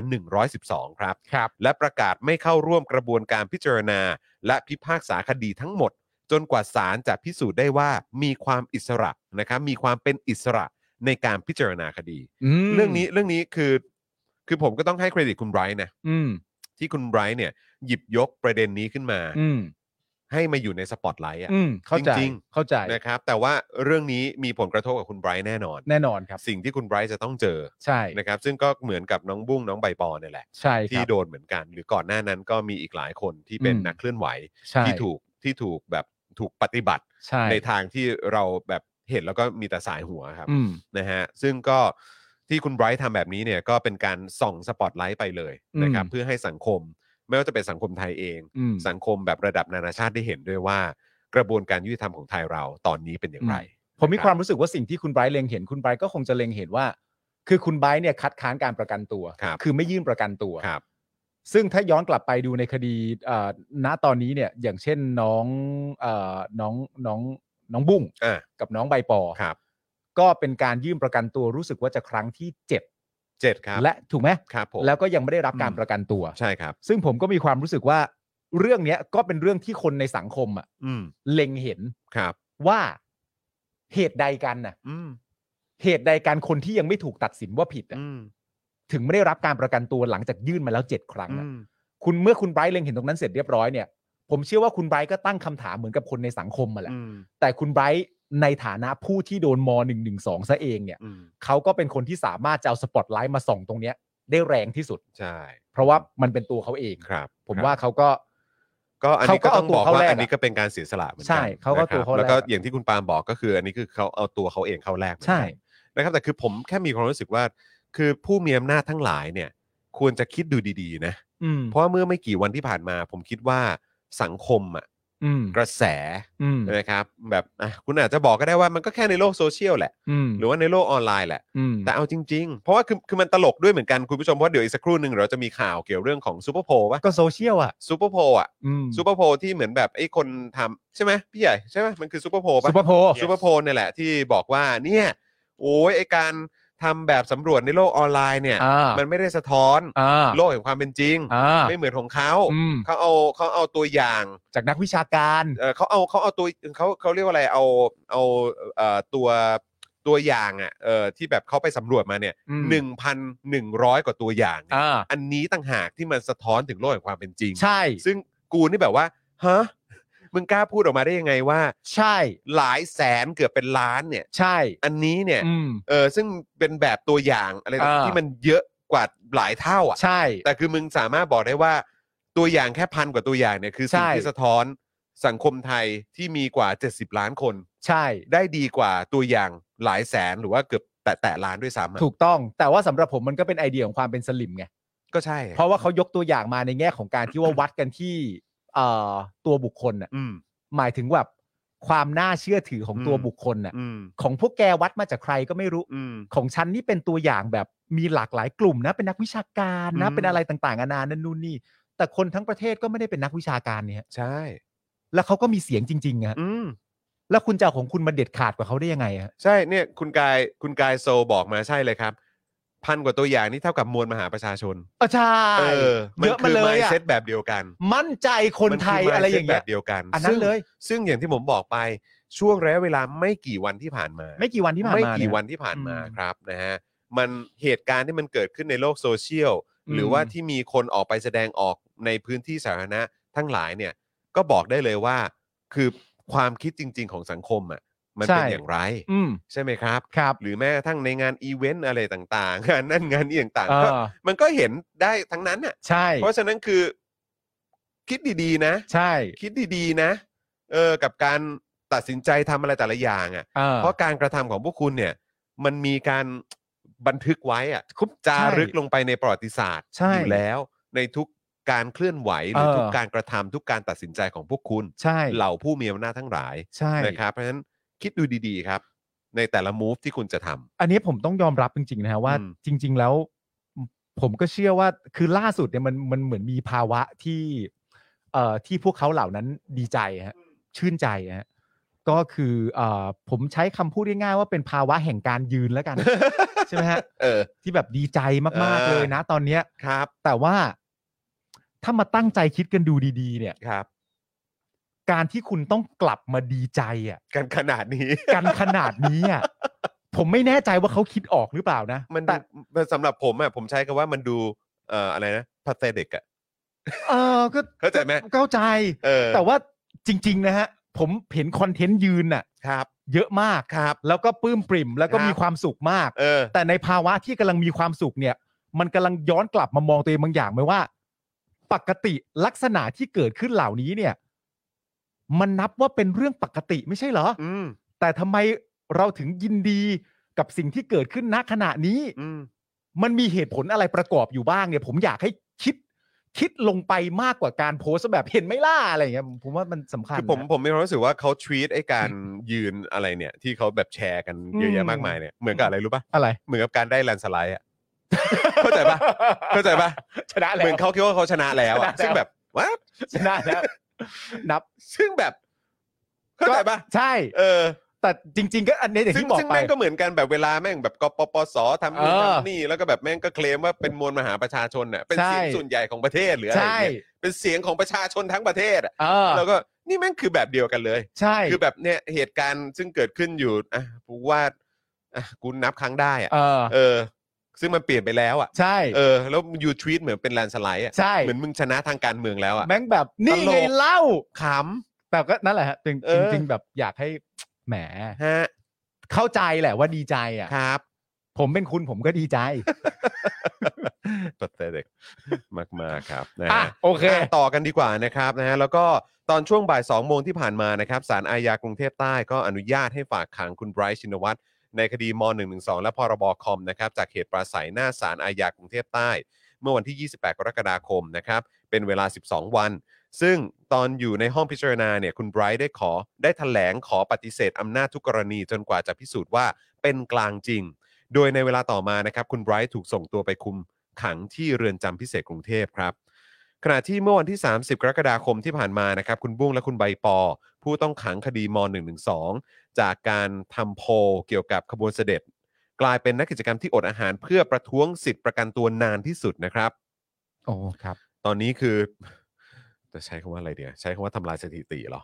Speaker 1: 112 ครับ
Speaker 2: ครับ
Speaker 1: และประกาศไม่เข้าร่วมกระบวนการพิจารณา และพิพากษาคดีทั้งหมด จนกว่าศาลจะพิสูจน์ได้ว่ามีความอิสระนะครับมีความเป็นอิสระในการพิจารณาคดี
Speaker 2: อืม
Speaker 1: เรื่องนี้เรื่องนี้คือ คือผมก็ต้องให้เครดิตคุณไบรท์นะ
Speaker 2: อืม
Speaker 1: ที่คุณไบรท์เนี่ยหยิบยกประเด็นนี้ขึ้นมา
Speaker 2: อืม
Speaker 1: ให้มาอยู่ในสปอตไลท์อะ
Speaker 2: อืมเข้าใจ
Speaker 1: จริง
Speaker 2: เข้าใจ
Speaker 1: ๆนะครับ แต่ว่าเรื่องนี้มีผลกระทบกับคุณไบรท์แน่นอน
Speaker 2: แน่นอนครับ
Speaker 1: สิ่งที่คุณไบรท์จะต้องเจอ
Speaker 2: ใช่
Speaker 1: นะครับ ซึ่งก็เหมือนกับน้องบุ้งน้องใบปอเนี่ยแหละ
Speaker 2: ใช่ค
Speaker 1: ที่
Speaker 2: รับ
Speaker 1: โดนเหมือนกัน หรือก่อนหน้านั้นก็มีอีกหลายคนที่เป็น
Speaker 2: อืม
Speaker 1: นักเคลื่อนไหว
Speaker 2: ใช่
Speaker 1: ที่ถูกที่ถูกแบบถูกปฏิบัติ
Speaker 2: ใช่
Speaker 1: ในทางที่เราแบบเห็นแล้วก็มีแต่สายหัวครับ
Speaker 2: อืม
Speaker 1: นะฮะซึ่งก็ที่คุณไบรท์ทำแบบนี้เนี่ยก็เป็นการส่องสปอตไลท์ไปเลยนะครับเพื่อให้สังคม ไม่ว่าจะเป็นสังคมไทยเอง
Speaker 2: อืม
Speaker 1: สังคมแบบระดับนานาชาติได้เห็นด้วยว่ากระบวนการยุติธรรมของไทยเราตอนนี้เป็นอย่างไร
Speaker 2: ผมมีความรู้สึกว่าสิ่งที่คุณไบรท์เล็งเห็นคุณไบรท์ก็คงจะเล็งเห็นว่า คือคุณไบรท์เนี่ยคัดค้านการประกันตัว
Speaker 1: ครับ
Speaker 2: อไม่ยื่นประกันตัว
Speaker 1: ครับ
Speaker 2: ซึ่งถ้าย้อนกลับไปดูในคดีเอ่อณตอนนี้เนี่ยอย่างเช่นน้องเอ่อน้องน้องน้องบุ้ง
Speaker 1: อ่ะ
Speaker 2: กับน้องใบปอ
Speaker 1: ครับ
Speaker 2: ก็เป็นการยื่นประกันตัวรู้สึกว่าจะครั้งที่เจ็ด
Speaker 1: เจ็ดครับ
Speaker 2: และถูกไหม
Speaker 1: ครับผม
Speaker 2: แล้วก็ยังไม่ได้รับการ
Speaker 1: อืม
Speaker 2: ประกันตัว
Speaker 1: ใช่ครับ
Speaker 2: ซึ่งผมก็มีความรู้สึกว่าเรื่องเนี้ยก็เป็นเรื่องที่คนในสังคมอะ
Speaker 1: อืม
Speaker 2: เล็งเห็น
Speaker 1: ครับ
Speaker 2: ว่าเหตุใดกันน่ะ
Speaker 1: อืม
Speaker 2: เหตุใดการคนที่ยังไม่ถูกตัดสินว่าผิดอะ
Speaker 1: อืม
Speaker 2: ถึงไม่ได้รับการประกันตัวหลังจากยื่นมาแล้วเจ็ดครั้ง
Speaker 1: อื
Speaker 2: อะ
Speaker 1: ม
Speaker 2: คุณเมื่อคุณไบรท์เล็งเห็นตรงนั้นเสร็จเรียบร้อยเนี่ยผมเชื่อว่าคุณไบรท์ก็ตั้งคำถามเหมือนกับคนในสังคมมาแหละ
Speaker 1: อืม
Speaker 2: แต่คุณไบรท์ในฐานะผู้ที่โดนม .112 ซะเองเนี่ย
Speaker 1: อืม
Speaker 2: เขาก็เป็นคนที่สามารถจะเอาสปอตไลท์มาส่องตรงเนี้ย ได้แรงที่สุด
Speaker 1: ใช่
Speaker 2: เพราะว่ามันเป็นตัวเขาเอง
Speaker 1: ครับ
Speaker 2: ผม
Speaker 1: ครับ
Speaker 2: ว่าเขาก็
Speaker 1: ก็อันนี้ก็
Speaker 2: เขาก็เอา
Speaker 1: ต้องบอก
Speaker 2: ตัว
Speaker 1: ว่า
Speaker 2: เข้าแลก
Speaker 1: อันนี้ก็เป็นการเสียสละเหมือนกั
Speaker 2: ใช่เขาก็
Speaker 1: นะครับ
Speaker 2: ตัวเข้าแลก
Speaker 1: แล้วก็อย่างที่คุณปาล์มบอกก็คืออันนี้คือเขาเอาตัวเขาเองเข้าแลกเหมือน
Speaker 2: ใช่
Speaker 1: กันนะครับแต่คือผมแค่มีความรู้สึกว่า คือผู้มีอำนาจทั้งหลายเนี่ย ควรจะคิดดูดีๆนะ
Speaker 2: อืม
Speaker 1: เพราะเมื่อไม่กี่วันที่ผ่านมา ผมคิดว่าสังคมอ่ะ
Speaker 2: อืม
Speaker 1: กระแส
Speaker 2: อืม
Speaker 1: นะครับแบบอ่ะคุณอาจจะบอกก็ได้ว่ามันก็แค่ในโลกโซเชียลแหละ
Speaker 2: อืม
Speaker 1: หรือว่าในโลกออนไลน์แหละ
Speaker 2: อืม
Speaker 1: แต่เอาจริง ๆ เพราะว่าคือคือมันตลกด้วยเหมือนกันคุณผู้ชมเพราะเดี๋ยวอีกสักครู่หนึ่งเราจะมีข่าวเกี่ยวเรื่องของซูเปอร์โพลว่า
Speaker 2: ก็โซเชียลอ่ะ
Speaker 1: ซูเปอร์โพลอ่ะ
Speaker 2: อืม
Speaker 1: ซูเปอร์โพลที่เหมือนแบบไอ้คนทำใช่ไหมพี่ใหญ่ใช่ไหมมันคือซูเปอร์โพลปะ
Speaker 2: ซุปเปอร์โพล
Speaker 1: ซูเปอร์โพลเนี่ยแหละที่บอกว่าเนี่ยโอ้ยไอการทำแบบสำรวจในโลกออนไลน์เนี่ย
Speaker 2: อ่ามั
Speaker 1: มันไม่ได้สะท้อน
Speaker 2: อ่า
Speaker 1: โลกแห่งความเป็นจริง
Speaker 2: อ่า
Speaker 1: ไม่เหมือนของเขา
Speaker 2: อืม
Speaker 1: เขาเอาเขาเอาตัวอย่าง
Speaker 2: จากนักวิชาการ
Speaker 1: เอ่อเขาเอาเขาเอาตัวเขาเขาเรียกว่าอะไรเอาเอาเอ่อตัวตัวอย่างอ่ะเอ่อที่แบบเขาไปสำรวจมาเนี่ย
Speaker 2: อืม
Speaker 1: หนึ่งพันหนึ่งร้อยกว่าตัวอย่างเนี่ย
Speaker 2: อ่า
Speaker 1: อันนี้ต่างหากที่มันสะท้อนถึงโลกแห่งความเป็นจริง
Speaker 2: ใช่
Speaker 1: ซึ่งกูนี่แบบว่าฮะมึงกล้าพูดออกมาได้ยังไงว่า
Speaker 2: ใช่
Speaker 1: หลายแสนเกือบเป็นล้านเนี่ย
Speaker 2: ใช่
Speaker 1: อันนี้เนี่ย
Speaker 2: อืม
Speaker 1: เออซึ่งเป็นแบบตัวอย่างอะไรต่าง
Speaker 2: อ่า
Speaker 1: ๆที่มันเยอะกว่าหลายเท่าอ่ะ
Speaker 2: ใช่
Speaker 1: แต่คือมึงสามารถบอกได้ว่าตัวอย่างแค่พันกว่าตัวอย่างเนี่ยคือสิ่ง
Speaker 2: ใช่
Speaker 1: ที่สะท้อนสังคมไทยที่มีกว่า 70 ล้านคน
Speaker 2: ใช่
Speaker 1: ได้ดีกว่าตัวอย่างหลายแสนหรือว่าเกือบแตะแตะล้านด้วยซ้ำอะ
Speaker 2: ถูกต้องแต่ว่าสำหรับผมมันก็เป็นไอเดียของความเป็นสลิมไง
Speaker 1: ก็ใช่
Speaker 2: เพราะว่าเขายกตัวอย่างมาในแง่ของการที่ว่าวัดกันที่เอ่อตัวบุคคลน่ะ
Speaker 1: อืม
Speaker 2: หมายถึงแบบความน่าเชื่อถือของตัว
Speaker 1: อืม
Speaker 2: บุคคลน่ะ
Speaker 1: อืม
Speaker 2: ของพวกแกวัดมาจากใครก็ไม่รู้
Speaker 1: อืม
Speaker 2: ของฉันนี่เป็นตัวอย่างแบบมีหลากหลายกลุ่มนะเป็นนักวิชาการนะ
Speaker 1: อืม
Speaker 2: เป็นอะไรต่างๆนานานั่นนู่นนี่ แต่คนทั้งประเทศก็ไม่ได้เป็นนักวิชาการเนี่ย
Speaker 1: ใช่
Speaker 2: แล้วเขาก็มีเสียงจริงๆอะ
Speaker 1: อืม
Speaker 2: แล้วคุณจะเอาของคุณมาเด็ดขาดกว่าเขาได้ยังไงอะ
Speaker 1: ใช่เนี่ยคุณกายคุณกายโซบอกมาใช่เลยครับ พันกว่าตัวอย่างนี่เท่ากับมวลมหาประชาชน
Speaker 2: เออใช่
Speaker 1: เออ
Speaker 2: เยอะมาเลยอะ
Speaker 1: เซตแบบเดียวกัน
Speaker 2: มั่นใจคนไทย
Speaker 1: มัคื mindset
Speaker 2: อะไรอย่างเงี้ย
Speaker 1: แบบเดียวกัน
Speaker 2: อันนั้น
Speaker 1: ซึ่ง
Speaker 2: เลย
Speaker 1: ซึ่งอย่างที่ผมบอกไปช่วงระยะเวลาไม่กี่วันที่ผ่านมา
Speaker 2: ไม่กี่วันที่ผ่านมา
Speaker 1: ไม่
Speaker 2: เนี่
Speaker 1: กี่
Speaker 2: ย
Speaker 1: วันที่ผ่านมา
Speaker 2: อืม
Speaker 1: ครับนะฮะมันเหตุการณ์ที่มันเกิดขึ้นในโลกโซเชียล
Speaker 2: อืม
Speaker 1: หรือว่าที่มีคนออกไปแสดงออกในพื้นที่สาธารณะทั้งหลายเนี่ยก็บอกได้เลยว่า คือความคิดจริง ๆ ของสังคมอ่ะมันเป็นอย่างไร
Speaker 2: อืม
Speaker 1: ใช่ไหมครับ
Speaker 2: ครับ
Speaker 1: หรือแม้กระทั่งในงานอีเวนต์อะไรต่างๆ งานนั่นงานนี้ต่าง
Speaker 2: เอ
Speaker 1: ๆก็
Speaker 2: อ
Speaker 1: มันก็เห็นได้ทั้งนั้นน่ะ
Speaker 2: ใช่
Speaker 1: เพราะฉะนั้นคือคิดดีๆนะ
Speaker 2: ใช่
Speaker 1: คิดดีๆนะ เออ กับการตัดสินใจทำอะไรแต่ละอย่างอะ่ะ
Speaker 2: เออ
Speaker 1: เพราะการกระทำของพวกคุณเนี่ย มันมีการบันทึกไว้อะ่ะ
Speaker 2: คุบ
Speaker 1: จารึก
Speaker 2: ใช่
Speaker 1: ลงไปในประวัติศาสตร์
Speaker 2: ใช่
Speaker 1: อยู่แล้ว ในทุกการเคลื่อนไหวหรือ
Speaker 2: เออ
Speaker 1: ทุกการกระทำทุกการตัดสินใจของพวกคุณ
Speaker 2: ใช่
Speaker 1: เหล่าผู้มีอำนาจทั้งหลาย
Speaker 2: ใช่
Speaker 1: นะครับ เพราะฉะนั้นคิดดูดีๆครับ ในแต่ละมูฟที่คุณจะทำ
Speaker 2: อันนี้ผมต้องยอมรับจริงๆนะฮะว่า
Speaker 1: อืม
Speaker 2: จริง ๆแล้ว ผมก็เชื่อว่าคือล่าสุดเนี่ยมันมันเหมือนมีภาวะที่เอ่อที่พวกเขาเหล่านั้นดีใจฮะชื่นใจฮะก็คือเอ่อผมใช้คำพูดง่ายๆว่าเป็นภาวะแห่งการยืน แล้วกัน ใช่ไหมฮะ
Speaker 1: เออ
Speaker 2: ที่แบบดีใจมากๆ
Speaker 1: เออ
Speaker 2: เลยนะ ตอนเนี้ย
Speaker 1: ครับ
Speaker 2: แต่ว่าถ้ามาตั้งใจคิดกันดูดี ๆ เนี่ย
Speaker 1: ครับ
Speaker 2: การที่คุณต้องกลับมาดีใจอ่ะ
Speaker 1: กันข นาด นี้
Speaker 2: กันขนาดนี้อ่ะ ผมไม่แน่ใจว่าเขาคิดออกหรือเปล่านะ
Speaker 1: มัน
Speaker 2: แต่
Speaker 1: ดูสำหรับผมอ่ะผมใช้คำว่ามันดูเอ่ออะไรนะพัเด็กอ่ะ
Speaker 2: เออก็
Speaker 1: เข้าใจไหม
Speaker 2: เข้าใจ
Speaker 1: เออ
Speaker 2: แต่ว่าจริง ๆ นะฮะ ผมเห็นคอนเทนต์ยืนน่ะ
Speaker 1: ครับ
Speaker 2: เยอะมาก
Speaker 1: ครับ
Speaker 2: แล้วก็ปลื้มปริ่มแล้วก็
Speaker 1: ครับ
Speaker 2: มีความสุขมาก
Speaker 1: เออ
Speaker 2: แต่ในภาวะที่กำลังมีความสุขเนี่ย มันกำลังย้อนกลับมามองตัวเองบางอย่างไหมว่า ปกติลักษณะที่เกิดขึ้นเหล่านี้เนี่ย มันนับว่าเป็นเรื่องปกติไม่ใช่เหรอ
Speaker 1: อืม
Speaker 2: แต่ทำไมเราถึงยินดีกับสิ่งที่เกิดขึ้นณขณะนี้
Speaker 1: อืม
Speaker 2: มันมีเหตุผลอะไรประกอบอยู่บ้างเนี่ย ผมอยากให้คิด คิดลงไปมากกว่าการโพสต์แบบเห็นไหม่ล่าอะไรอย่างเงี้ยผมผมว่ามันสำคัญ
Speaker 1: คือผม
Speaker 2: นะ
Speaker 1: ผมมีความรู้สึกว่าเขาทวีตไอ้การยืนอะไรเนี่ย ที่เขาแบบแชร์กันเยอะ
Speaker 2: อื
Speaker 1: แยะ
Speaker 2: ม
Speaker 1: มากมายเนี่ยเหมือนกับอะไรรู้ป่ะ
Speaker 2: อะไร
Speaker 1: เหมือนกับการได้แลนด์สไลด์อ่ะ เข้าใจปะ เข้าใจปะ
Speaker 2: ชนะแล้ว
Speaker 1: เหมือนเขาคิดว่าเขาชนะแล้วอ่ะ
Speaker 2: ชนะแล้ว
Speaker 1: ซึ่งแบบว้า
Speaker 2: ชนะแล้วนับ
Speaker 1: ซึ่งแบบ เข้าใจปะ
Speaker 2: ใช่
Speaker 1: เออ
Speaker 2: แต่จริง ๆ ก็อันนี้อย่าง
Speaker 1: ซึ่ง
Speaker 2: ที่บอก
Speaker 1: ซึ่ง
Speaker 2: ไป
Speaker 1: แม่งก็เหมือนกันแบบเวลาแม่งแบบกปปสทำนู่น
Speaker 2: เออ
Speaker 1: ทำนี่แล้วก็แบบแม่งก็เคลมว่าเป็นมวลมหาประชาชนน่ะเป็นเสียง
Speaker 2: ใช่
Speaker 1: ส่วนใหญ่ของประเทศหรืออะไรอย่าง
Speaker 2: ใช่
Speaker 1: เงี้ยเป็นเสียงของประชาชนทั้งประเทศอ่ะ
Speaker 2: เออ
Speaker 1: แล้วก็นี่แม่งคือแบบเดียวกันเลย
Speaker 2: ใช่
Speaker 1: คือแบบเนี่ยเหตุการณ์ซึ่งเกิดขึ้นอยู่อ่ะกูว่าอ่ะกูนับครั้งได้อ่ะ
Speaker 2: เออ
Speaker 1: เออ ซึ่งมันเปลี่ยนไปแล้วอ่ะ
Speaker 2: ใช่
Speaker 1: เออ แล้วยูทวีตเหมือนเป็นแลนสไลด์อ่ะ
Speaker 2: ใช่
Speaker 1: เหมือนมึงชนะทางการเมืองแล้วอ่ะ
Speaker 2: แม่งแบบนี่
Speaker 1: ตล
Speaker 2: ไง
Speaker 1: ก
Speaker 2: เล่า
Speaker 1: ข
Speaker 2: แต่ก็นั่นแหละฮะจริง
Speaker 1: เออ
Speaker 2: จริงๆแบบอยากให้แหม
Speaker 1: ำฮะ
Speaker 2: เข้าใจแหละว่าดีใจอ่ะ
Speaker 1: ครับ
Speaker 2: ผมเป็นคุณผมก็ดีใจ
Speaker 1: ปัตเตเด็กมาก ๆ ครับนะ
Speaker 2: อ่ะ
Speaker 1: ฮะ
Speaker 2: โอเค
Speaker 1: ะต่อกันดีกว่านะครับนะฮะแล้วก็ตอนช่วงบ่าย2โมงที่ผ่านมานะครับศาลอาญากรุงเทพใต้ก็อนุญาตให้ฝากขังคุณไบรท์ชินวัตรในคดีม .112 และพรบคอมนะครับจากเหตุปราศัยหน้าศาลอาญากรุงเทพใต้ เมื่อวันที่ 28 กรกฎาคมนะครับเป็นเวลา 12 วัน ซึ่งตอนอยู่ในห้องพิจารณาเนี่ยคุณไบรท์ได้ขอได้แถลงขอปฏิเสธอำนาจทุกกรณีจนกว่าจะพิสูจน์ว่าเป็นกลางจริง โดยในเวลาต่อมานะครับคุณไบรท์ถูกส่งตัวไปคุมขังที่เรือนจำพิเศษกรุงเทพครับ ขณะที่เมื่อวันที่ 30 กรกฎาคมที่ผ่านมานะครับคุณบุ้งและคุณใบปอ ผู้ต้องขังคดีม .112 จากการทำโพลเกี่ยวกับขบวนเสด็จ กลายเป็นนักกิจกรรมที่อดอาหารเพื่อประท้วงสิทธิประกันตัวนานที่สุดนะครับ
Speaker 2: โอ้ครับ
Speaker 1: ตอนนี้คือ จะใช้คำว่าอะไรเดียวใช้คำว่าทำลายสถิติเหรอ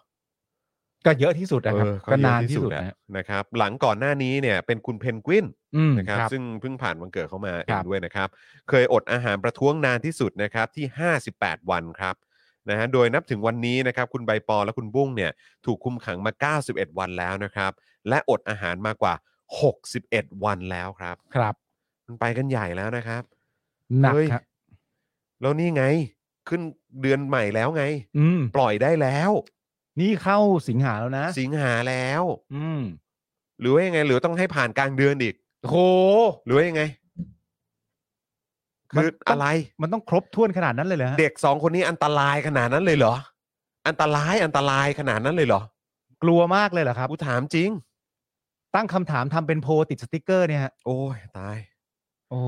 Speaker 2: ก็เยอะที่สุดนะครับ
Speaker 1: เออ
Speaker 2: ก็
Speaker 1: เยอะ
Speaker 2: นานที่สุด
Speaker 1: อะ
Speaker 2: นะ
Speaker 1: นะครับ หลังก่อนหน้านี้เนี่ยเป็นคุณเพนกวิน
Speaker 2: อืม
Speaker 1: นะครับ
Speaker 2: ครับ
Speaker 1: ซึ่งเพิ่งผ่านวันเกิดเข้ามาเอ
Speaker 2: ครั
Speaker 1: ง
Speaker 2: บ
Speaker 1: ด้วยนะครับ เคยอดอาหารประท้วงนานที่สุดนะครับที่ 58 วันครับนะฮะโดยนับถึงวันนี้นะครับคุณใบปอและคุณบุ้งเนี่ยถูกคุมขังมา 91 วันแล้วนะครับ และอดอาหารมากกว่า 61 วันแล้วครับ
Speaker 2: ครับ
Speaker 1: มันไปกันใหญ่แล้วนะครับ
Speaker 2: หนัก
Speaker 1: เฮ้ย
Speaker 2: ครับ
Speaker 1: แล้วนี่ไงขึ้นเดือนใหม่แล้วไง
Speaker 2: อืม
Speaker 1: ปล่อยได้แล้ว
Speaker 2: นี่เข้าสิงหาแล้วนะ
Speaker 1: สิงหาแล้ว
Speaker 2: อืม
Speaker 1: หรือว่ายังไงหรือต้องให้ผ่านกลางเดือนอีก
Speaker 2: โห
Speaker 1: หรือว่ายังไง
Speaker 2: มัน
Speaker 1: คือ
Speaker 2: ต้
Speaker 1: อะ
Speaker 2: อง
Speaker 1: ไร
Speaker 2: มันต้องครบถ้วนขนาดนั้นเลยเหรอฮะ
Speaker 1: เด็กสองคนนี้อันตรายขนาดนั้นเลยเหรอ อันตรายอันตรายขนาดนั้นเลยเหรอก
Speaker 2: ลัวมากเลยเหรอครับ
Speaker 1: กูถามจริง
Speaker 2: ตั้งคำถามทำเป็นโพลติดสติกเกอร์เนี่ยฮะ
Speaker 1: โอ้ยตาย
Speaker 2: โอ้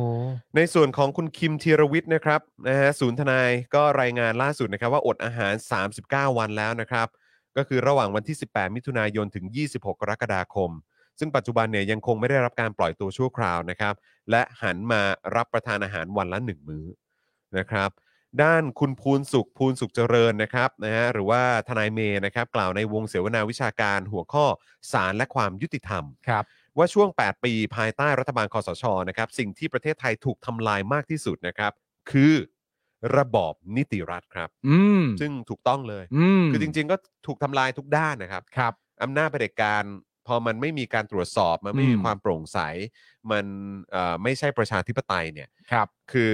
Speaker 1: ในส่วนของคุณคิมธีรวิทย์นะครับนะฮะศูนย์ทนายก็รายงานล่าสุดนะครับว่าอดอาหาร 39 วันแล้วนะครับ ก็คือระหว่างวันที่ 18 มิถุนายนถึง 26 กรกฎาคม ซึ่งปัจจุบันเนี่ยยังคงไม่ได้รับการปล่อยตัวชั่วคราวนะครับ และหันมารับประทานอาหารวันละ 1 มื้อนะครับ ด้านคุณภูนสุขภูนสุขเจริญนะครับนะฮะหรือว่าทนายเมย์นะครับ กล่าวในวงเสวนาวิชาการหัวข้อสารและความยุติธรรม
Speaker 2: ครับ
Speaker 1: ว่าช่วง 8 ปีภายใต้รัฐบาลคอสชนะครับ สิ่งที่ประเทศไทยถูกทำลายมากที่สุดนะครับ คือระบอบนิติรัฐครับ
Speaker 2: อืม
Speaker 1: ซึ่งถูกต้องเลย
Speaker 2: อืม
Speaker 1: คือจริง ๆ ก็ถูกทำลายทุกด้านนะครับ
Speaker 2: ครับ
Speaker 1: อำนาจเผด็จการ พอมันไม่มีการตรวจสอบ มันไม่มี
Speaker 2: อืม
Speaker 1: ความโปร่งใส มันเอ่อไม่ใช่ประชาธิปไตยเนี่ย
Speaker 2: ครับ
Speaker 1: คือ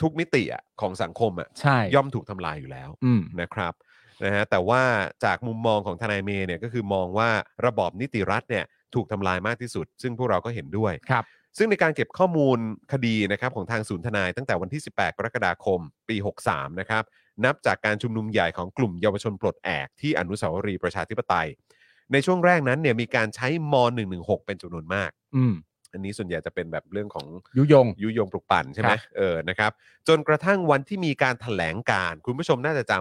Speaker 1: ทุกมิติอะของสังคมอะ
Speaker 2: ใช่
Speaker 1: ย่อมถูกทำลายอยู่แล้ว
Speaker 2: อืม
Speaker 1: นะครับนะฮะแต่ว่าจากมุมมองของทนายเมย์เนี่ยก็คือมองว่าระบอบนิติรัฐเนี่ยถูกทำลายมากที่สุด ซึ่งพวกเราก็เห็นด้วย
Speaker 2: ครับ
Speaker 1: ซึ่งในการเก็บข้อมูลคดีนะครับของทางศูนย์ทนายตั้งแต่วันที่ 18 กรกฎาคม ปี 63 นะครับนับจากการชุมนุมใหญ่ของกลุ่มเยาวชนปลดแอกที่อนุสาวรีย์ประชาธิปไตย ในช่วงแรกนั้นเนี่ยมีการใช้ม .116 เป็นจำนวนมาก
Speaker 2: อืม
Speaker 1: อันนี้ส่วนใหญ่จะเป็นแบบเรื่องของ
Speaker 2: ยุยง
Speaker 1: ยุยงปลุกปั่นใช่ไห
Speaker 2: ค
Speaker 1: ม
Speaker 2: รับ
Speaker 1: เออนะครับ จนกระทั่งวันที่มีการถแถลงการณ์คุณผู้ชมน่าจะจ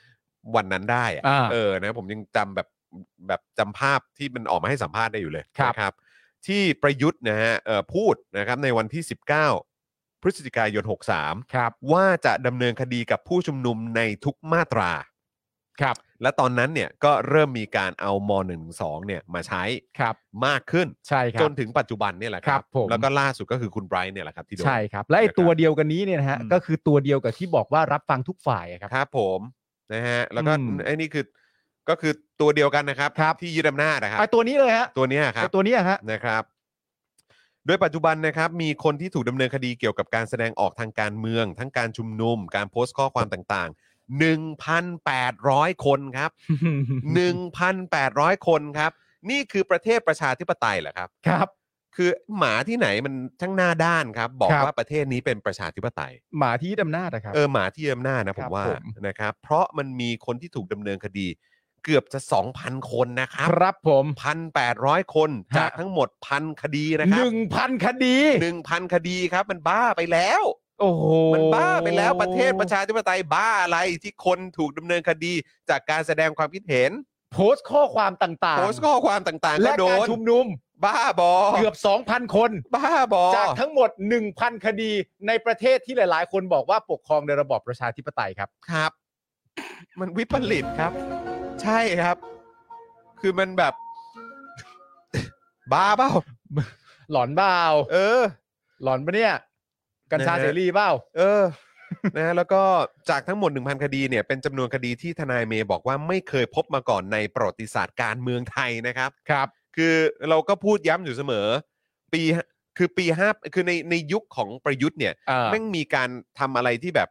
Speaker 1: ำวันนั้นได้อะ
Speaker 2: อ่า
Speaker 1: เออนะผมยังจำแบบแบบจำภาพที่มันออกมาให้สัมภาษณ์ได้อยู่เลย
Speaker 2: ครับ
Speaker 1: นะครับ ที่ประยุทธ์นะฮะเอ่อพูดนะครับในวันที่ 19 พฤศจิกายน
Speaker 2: ครับ
Speaker 1: 63 ว่าจะดำเนินคดีกับผู้ชุมนุมในทุกมาตรา
Speaker 2: ครับ
Speaker 1: และตอนนั้นเนี่ยก็เริ่มมีการเอาม .112 เนี่ยมาใช้
Speaker 2: ครับ
Speaker 1: มากขึ้น
Speaker 2: ใช่ครั
Speaker 1: จ
Speaker 2: บ
Speaker 1: นถึงปัจจุบันเนี่ยแหละค
Speaker 2: ครั
Speaker 1: รับบ
Speaker 2: ผม
Speaker 1: แล้วก็ล่าสุดก็คือคุณไบรท์เนี่ยแหละครับที่โดน
Speaker 2: ใช่ครับ และไอ้
Speaker 1: นะครับ
Speaker 2: ตัวเดียวกันนี้เนี่ยนะฮะ
Speaker 1: อืม
Speaker 2: ก็คือตัวเดียวกับที่บอกว่ารับฟังทุกฝ่ายอะครับ
Speaker 1: ครับผมนะฮะแล้วก็
Speaker 2: อืม
Speaker 1: ไอ้นี่คือก็คือตัวเดียวกันนะครับ
Speaker 2: ครับ
Speaker 1: ที่ยึดอำนาจนะครับ
Speaker 2: ไอ้ตัวนี้เลยฮะ
Speaker 1: ตัวเนี้ยครับ
Speaker 2: ไอ้ตัวเนี้ยฮะ
Speaker 1: นะครับ โดยปัจจุบันนะครับ มีคนที่ถูกดำเนินคดีเกี่ยวกับการแสดงออกทางการเมือง ทั้งการชุมนุม การโพสต์ข้อความต่างๆ 1,800 คน ครับ 1,800 คนครับ นี่คือประเทศประชาธิปไตยเหรอครับ
Speaker 2: ครับ
Speaker 1: คือหมาที่ไหนมันทั้งหน้าด้านครับ บอก
Speaker 2: ครับ
Speaker 1: ว่าประเทศนี้เป็นประชาธิปไตย
Speaker 2: หมาที่ยึดอำนาจอะครับ
Speaker 1: เออหมาที่อำนาจนะผ
Speaker 2: ครั
Speaker 1: ม
Speaker 2: บ
Speaker 1: ว่า
Speaker 2: ผม
Speaker 1: นะครับ เพราะมันมีคนที่ถูกดำเนินคดี เกือบจะ 2,000 คนนะครับ
Speaker 2: ครับผม
Speaker 1: พันแปดร้อยคน
Speaker 2: ฮะ
Speaker 1: จากทั้งหมดพันคดีนะค
Speaker 2: ห
Speaker 1: รับ
Speaker 2: นึ่งพันคดี
Speaker 1: หนึ่งพันคดีครับ มันบ้าไปแล้ว
Speaker 2: โอ้โห
Speaker 1: มันบ้าไปแล้วประเทศประชาธิปไตยบ้าอะไรที่คนถูกดำเนินคดี จากการแสดงความคิดเห็น
Speaker 2: โพสต์ข้อความต่างๆ
Speaker 1: โพสต์ข้อความต่างๆก็
Speaker 2: และ
Speaker 1: โด
Speaker 2: การ
Speaker 1: น
Speaker 2: ชุมนุม
Speaker 1: บ้าบอ
Speaker 2: เกือบ 2,000 คน
Speaker 1: บ้าบอ
Speaker 2: จากทั้งหมด 1,000 คดีในประเทศที่หลายๆ คนบอกว่าปกครองในระบอบประชาธิปไตยครับ
Speaker 1: ครับ มันวิปริตครับ ใช่ครับ คือมันแบบ บ้าเปล่า
Speaker 2: หลอนเปล่า
Speaker 1: เออ
Speaker 2: หลอนปะเนี่ย กัญชา
Speaker 1: นะฮะ
Speaker 2: เสรีเปล่า
Speaker 1: เออ นะฮะแล้วก็จากทั้งหมด 1,000 คดีเนี่ย เป็นจำนวนคดีที่ทนายเมย์บอกว่าไม่เคยพบมาก่อนในประวัติศาสตร์การเมืองไทยนะครับ
Speaker 2: ครับ
Speaker 1: คือเราก็พูดย้ำอยู่เสมอ ปีคือปีห้าคือในในยุคของประยุทธ์เนี่ย
Speaker 2: เออ
Speaker 1: แม่งมีการทำอะไรที่แบบ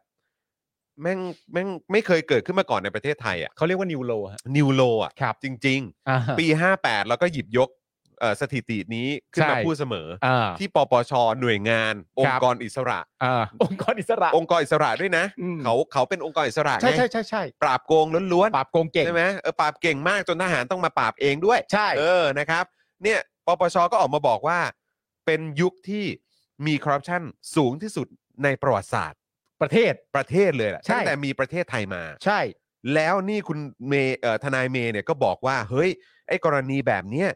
Speaker 1: แม่งแม่งไม่เคยเกิดขึ้นมาก่อนในประเทศไทยอะ่ะ
Speaker 2: เขาเรียกว่านิวโลฮะ
Speaker 1: นิวโลอ่ะ
Speaker 2: ครับ
Speaker 1: จริง
Speaker 2: อ่า
Speaker 1: ๆ ปี 58 แล้วก็หยิบยก เอ่อสถิตินี้ขึ้นมา
Speaker 2: ใช่
Speaker 1: พูดเสมอ
Speaker 2: อ่า
Speaker 1: ที่ปปชหน่วยงาน อง
Speaker 2: ครั
Speaker 1: ค์
Speaker 2: บ
Speaker 1: กรอิสระ
Speaker 2: อ่าองค์กรอิสระ
Speaker 1: องค์กรอิสระด้วยนะ
Speaker 2: อืม
Speaker 1: เขาเขาเป็นองค์กรอิสระ
Speaker 2: ใช่
Speaker 1: ไง
Speaker 2: ใช่ใช่ใช่
Speaker 1: ปราบโกงล้วน
Speaker 2: ปราบโกงเก่
Speaker 1: ๆ
Speaker 2: ง
Speaker 1: ใช่ไหมเออปราบเก่งมากจนทหารต้องมาปราบเองด้วย
Speaker 2: ใช่
Speaker 1: เออนะครับเนี่ยปปชก็ออกมาบอกว่า เป็นยุคที่มีคอร์รัปชันสูงที่สุดในประวัติศาสตร์
Speaker 2: ประเทศ
Speaker 1: ประเทศเลยแหละ
Speaker 2: ใช่
Speaker 1: ตั้งแต่มีประเทศไทยมา
Speaker 2: ใช่
Speaker 1: แล้วนี่คุณเมย์เอ่อทนายเมย์เนี่ยก็บอกว่า เฮ้ย ไอ้กรณีแบบเนี้ย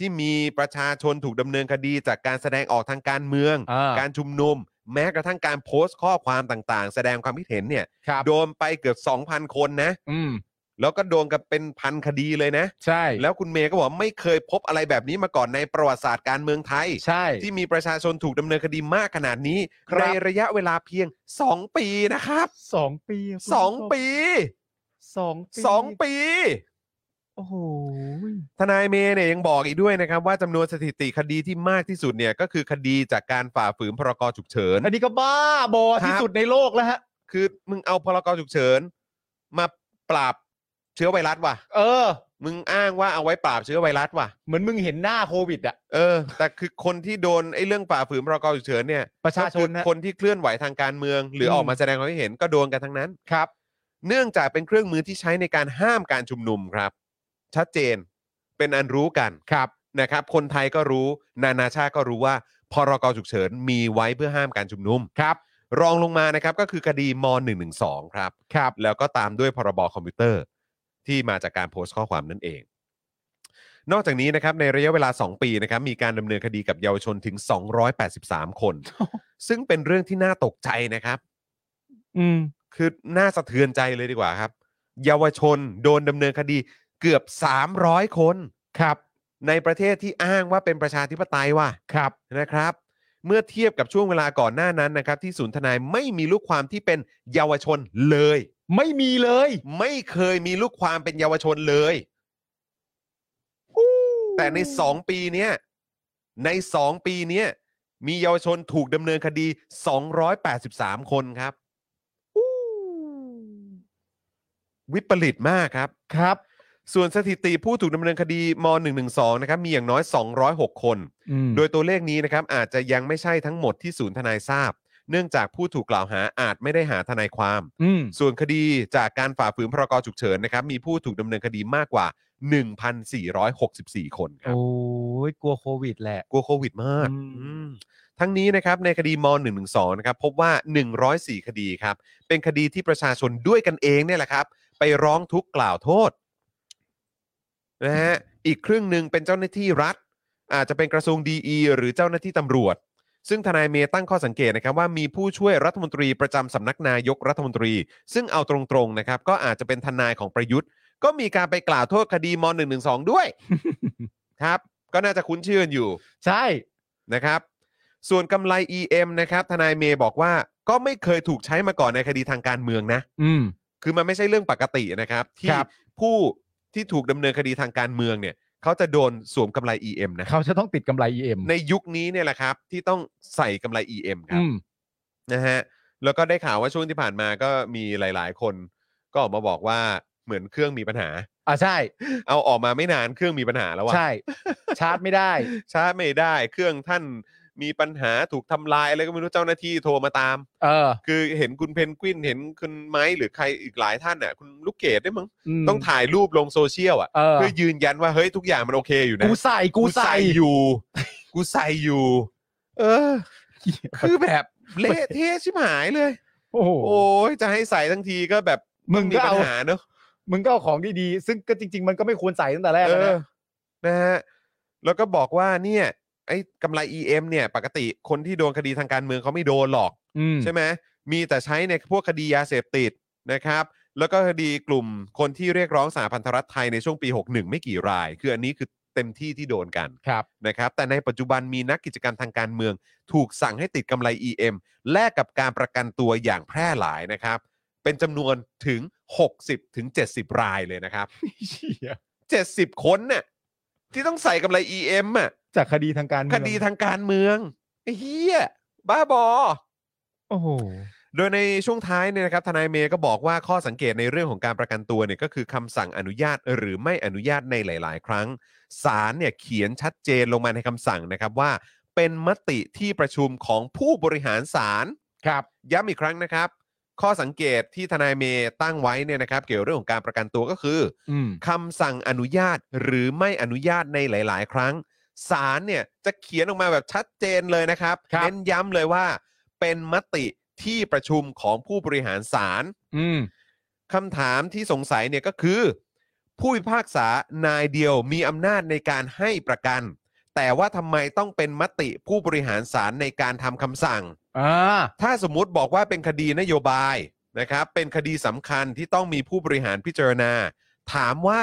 Speaker 1: ที่มีประชาชนถูกดำเนินคดีจากการแสดงออกทางการเมือง
Speaker 2: อ่า
Speaker 1: การชุมนุม แม้กระทั่งการโพสต์ข้อความต่างๆ แสดงความคิดเห็นเนี่ย
Speaker 2: ครับ
Speaker 1: โดนไปเกือบ 2,000 คนนะ
Speaker 2: อืม
Speaker 1: แล้วก็โดนกันเป็นพันคดีเลยนะ
Speaker 2: ใช่
Speaker 1: แล้วคุณเมย์ก็บอกไม่เคยพบอะไรแบบนี้มาก่อนในประวัติศาสตร์การเมืองไทย
Speaker 2: ใช่
Speaker 1: ที่มีประชาชนถูกดำเนินคดีมากขนาดนี้
Speaker 2: ครับ
Speaker 1: ในระยะเวลาเพียง 2 ปีนะครับ
Speaker 2: สองปีคุณผู้ชม
Speaker 1: สองปี
Speaker 2: สองปี
Speaker 1: สองปี
Speaker 2: โอ้โห
Speaker 1: ทนายเมย์เนี่ยยังบอกอีกด้วยนะครับ ว่าจำนวนสถิติคดีที่มากที่สุดเนี่ยก็คือคดีจากการฝ่าฝืนพรกฉุกเฉิน
Speaker 2: อันนี้ก็บ้าบอที่
Speaker 1: ครับ
Speaker 2: สุดในโลกแล้วฮะ
Speaker 1: คือมึงเอาพรกฉุกเฉิน มาปราบเชื้อไวรัสว่ะ
Speaker 2: เออ
Speaker 1: มึงอ้างว่าเอาไว้ปราบเชื้อไวรัสว่ะ
Speaker 2: เหมือนมึงเห็นหน้าโควิดอ่ะ
Speaker 1: เออ แต่คือคนที่โดนไอ้เรื่องฝ่าฝืนพรกฉุกเฉินเนี่ย
Speaker 2: ประชาชน
Speaker 1: ก็
Speaker 2: นะ
Speaker 1: คือคนที่เคลื่อนไหวทางการเมือง หรืออ
Speaker 2: ม
Speaker 1: ออกมาแสดงความคิดเห็นก็โดนกันทั้งนั้น
Speaker 2: ครับ
Speaker 1: เนื่องจากเป็นเครื่องมือที่ใช้ในการห้ามการชุมนุมครับ ชัดเจนเป็นอันรู้กัน
Speaker 2: ครับ
Speaker 1: นะครับคนไทยก็รู้นานาชาติก็รู้ว่าพรกฉุกเฉินมีไว้เพื่อห้ามการชุมนุม
Speaker 2: ครับ
Speaker 1: รองลงมานะครับก็คือคดีม .112 ครับ
Speaker 2: ครับ
Speaker 1: แล้วก็ตามด้วยพรบคอมพิวเตอร์ที่มาจากการโพสต์ข้อความนั่นเอง นอกจากนี้นะครับในระยะเวลา 2 ปีนะครับมีการดำเนินคดีกับเยาวชนถึง 283 คน ซึ่งเป็นเรื่องที่น่าตกใจนะครับ
Speaker 2: อืม
Speaker 1: คือน่าสะเทือนใจเลยดีกว่าครับ เยาวชนโดนดำเนินคดีเกือบ 300 คน
Speaker 2: ครับ
Speaker 1: ในประเทศที่อ้างว่าเป็นประชาธิปไตยว่ะ
Speaker 2: ครับ
Speaker 1: นะครับ เมื่อเทียบกับช่วงเวลาก่อนหน้านั้นนะครับ ที่ศูนย์ทนายไม่มีลูกความที่เป็นเยาวชนเลย
Speaker 2: ไม่มีเลย
Speaker 1: ไม่เคยมีลูกความเป็นเยาวชนเลย แต่ใน 2 ปีเนี้ยใน 2 ปีเนี้ยมีเยาวชนถูกดำเนินคดี 283 คนครับ วิปริตมากครับ
Speaker 2: ครับ
Speaker 1: ส่วนสถิติผู้ถูกดำเนินคดีม .112 นะครับมีอย่างน้อย 206 คน
Speaker 2: อืม
Speaker 1: โดยตัวเลขนี้นะครับอาจจะยังไม่ใช่ทั้งหมดที่ศูนย์ทนายทราบ เนื่องจากผู้ถูกกล่าวหาอาจไม่ได้หาทนายความ
Speaker 2: อืม
Speaker 1: ส่วนคดีจากการฝ่าฝืนพรกฉุกเฉินนะครับมีผู้ถูกดำเนินคดีมากกว่า 1,464 คนครับ
Speaker 2: โอ้ยกลัวโควิดแหละ
Speaker 1: กลัวโควิดมาก
Speaker 2: อืม
Speaker 1: อืมทั้งนี้นะครับในคดีม .112 นะครับพบว่า 104 คดีครับ เป็นคดีที่ประชาชนด้วยกันเองเนี่ยแหละครับ ไปร้องทุกข์กล่าวโทษนะฮะอีกครึ่งหนึ่งเป็นเจ้าหน้าที่รัฐ อาจจะเป็นกระทรวงดีหรือเจ้าหน้าที่ตำรวจ ซึ่งทนายเมย์ตั้งข้อสังเกตนะครับว่ามีผู้ช่วยรัฐมนตรีประจำสำนักนายกรัฐมนตรี ซึ่งเอาตรงๆนะครับ ก็อาจจะเป็นทนายของประยุทธ์ ก็มีการไปกล่าวโทษคดีม .112 ด้วย ครับ ก็น่าจะคุ้นชื่อกันอยู่
Speaker 2: ใช่
Speaker 1: นะครับ ส่วนกำไร EM นะครับ ทนายเมย์บอกว่าก็ไม่เคยถูกใช้มาก่อนในคดีทางการเมืองนะ
Speaker 2: อืม
Speaker 1: คือมันไม่ใช่เรื่องปกตินะครับ ที่
Speaker 2: ครับ
Speaker 1: ผู้ที่ถูกดำเนินคดีทางการเมืองเนี่ย เขาจะโดนสวมกำไร EM นะ
Speaker 2: เขาจะต้องติดกำไร EM
Speaker 1: ในยุคนี้เนี่ยแหละครับ ที่ต้องใส่กำไร EM ครับ
Speaker 2: อืม
Speaker 1: นะฮะ แล้วก็ได้ข่าวว่าช่วงที่ผ่านมาก็มีหลาย ๆ คน ก็ออกมาบอกว่าเหมือนเครื่องมีปัญหา
Speaker 2: อ่ะใช่
Speaker 1: เอาออกมาไม่นานเครื่องมีปัญหาแล้วอะ
Speaker 2: ใช่ ชาร์จไม่ได้
Speaker 1: ชาร์จไม่ได้ เครื่องท่านมีปัญหาถูกทำลายอะไรก็ไม่รู้เจ้าหน้าที่โทรมาตาม
Speaker 2: เออ
Speaker 1: คือเห็นคุณเพนกวินเห็นคุณไม้หรือใครอีกหลายท่านน่ะคุณลูกเกดด้วยมั้ง
Speaker 2: ม
Speaker 1: ต้องถ่ายรูปลงโซเชียลอ่ะ
Speaker 2: เออ
Speaker 1: เพื่อยืนยันว่าเฮ้ยทุกอย่างมันโอเคอยู่นะ
Speaker 2: กูใส่ กูใส่
Speaker 1: อยู่ กูใส่อยู่ เออ คือแบบเละเทะชิบหายเลย
Speaker 2: โอ้โห
Speaker 1: โอ้ยจะให้ใส่ทั้งทีก็แบบ
Speaker 2: มึง
Speaker 1: มี
Speaker 2: ก็
Speaker 1: ปั
Speaker 2: เอา
Speaker 1: ญหาเนอะ
Speaker 2: มึงก็เอาของดีๆ ซึ่งก็จริง ๆ มันก็ไม่ควรใส่ตั้งแต่แรกแล้ว
Speaker 1: เอ
Speaker 2: นะ
Speaker 1: อนะฮะแล้วก็บอกว่าเนี่ยไอ้กำไร EM เนี่ย ปกติคนที่โดนคดีทางการเมืองเขาไม่โดนหรอก
Speaker 2: อืม
Speaker 1: ใช่ไหมมีแต่ใช้ในพวกคดียาเสพติดนะครับ แล้วก็คดีกลุ่มคนที่เรียกร้องสาพันธรัฐไทยในช่วงปี 61 ไม่กี่ราย คืออันนี้คือเต็มที่ที่โดนกัน
Speaker 2: ครับ
Speaker 1: นะครับ แต่ในปัจจุบันมีนักกิจกรรมทางการเมือง ถูกสั่งให้ติดกำไร EM แลกกับการประกันตัวอย่างแพร่หลายนะครับ เป็นจำนวนถึง 60ถึง70 รายเลยนะครับ
Speaker 2: เชี่ย
Speaker 1: 70 คนน่ะที่ต้องใส่กำไร EM อ่ะ
Speaker 2: จากคดีทางการเมื
Speaker 1: ค
Speaker 2: อง
Speaker 1: ดีทางการเมืองไอ้เฮียบ้าบอ
Speaker 2: โอ้โห
Speaker 1: โดยในช่วงท้ายเนี่ยนะครับทนายเมย์ก็บอกว่าข้อสังเกตในเรื่องของการประกันตัวเนี่ยก็คือคำสั่งอนุญาตหรือไม่อนุญาตในหลาย ๆ ครั้งศาลเนี่ยเขียนชัดเจนลงมาในคำสั่งนะครับว่า เป็นมติที่ประชุมของผู้บริหารศาล
Speaker 2: ครับ
Speaker 1: ย้ำอีกครั้งนะครับ ข้อสังเกตที่ทนายเมย์ตั้งไว้เนี่ยนะครับ เกี่ยวเรื่องของการประกันตัวก็คืออ
Speaker 2: อืม
Speaker 1: คำสั่งอนุญาตหรือไม่อนุญาตในหลาย ๆ ครั้งศาลเนี่ยจะเขียนออกมาแบบชัดเจนเลยนะครับ
Speaker 2: ครับ
Speaker 1: เน้นย้ำเลยว่า เป็นมติที่ประชุมของผู้บริหารศาล
Speaker 2: อืม
Speaker 1: คำถามที่สงสัยเนี่ยก็คือ ผู้พิพากษานายเดียวมีอำนาจในการให้ประกัน แต่ว่าทำไมต้องเป็นมติผู้บริหารศาลในการทำคำสั่ง
Speaker 2: อ่า
Speaker 1: ถ้าสมมุติบอกว่าเป็นคดีนโยบายนะครับ เป็นคดีสำคัญที่ต้องมีผู้บริหารพิจารณา ถามว่า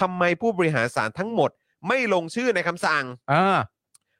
Speaker 1: ทำไมผู้บริหารศาลทั้งหมด ไม่ลงชื่อในคำสั่ง
Speaker 2: อ่า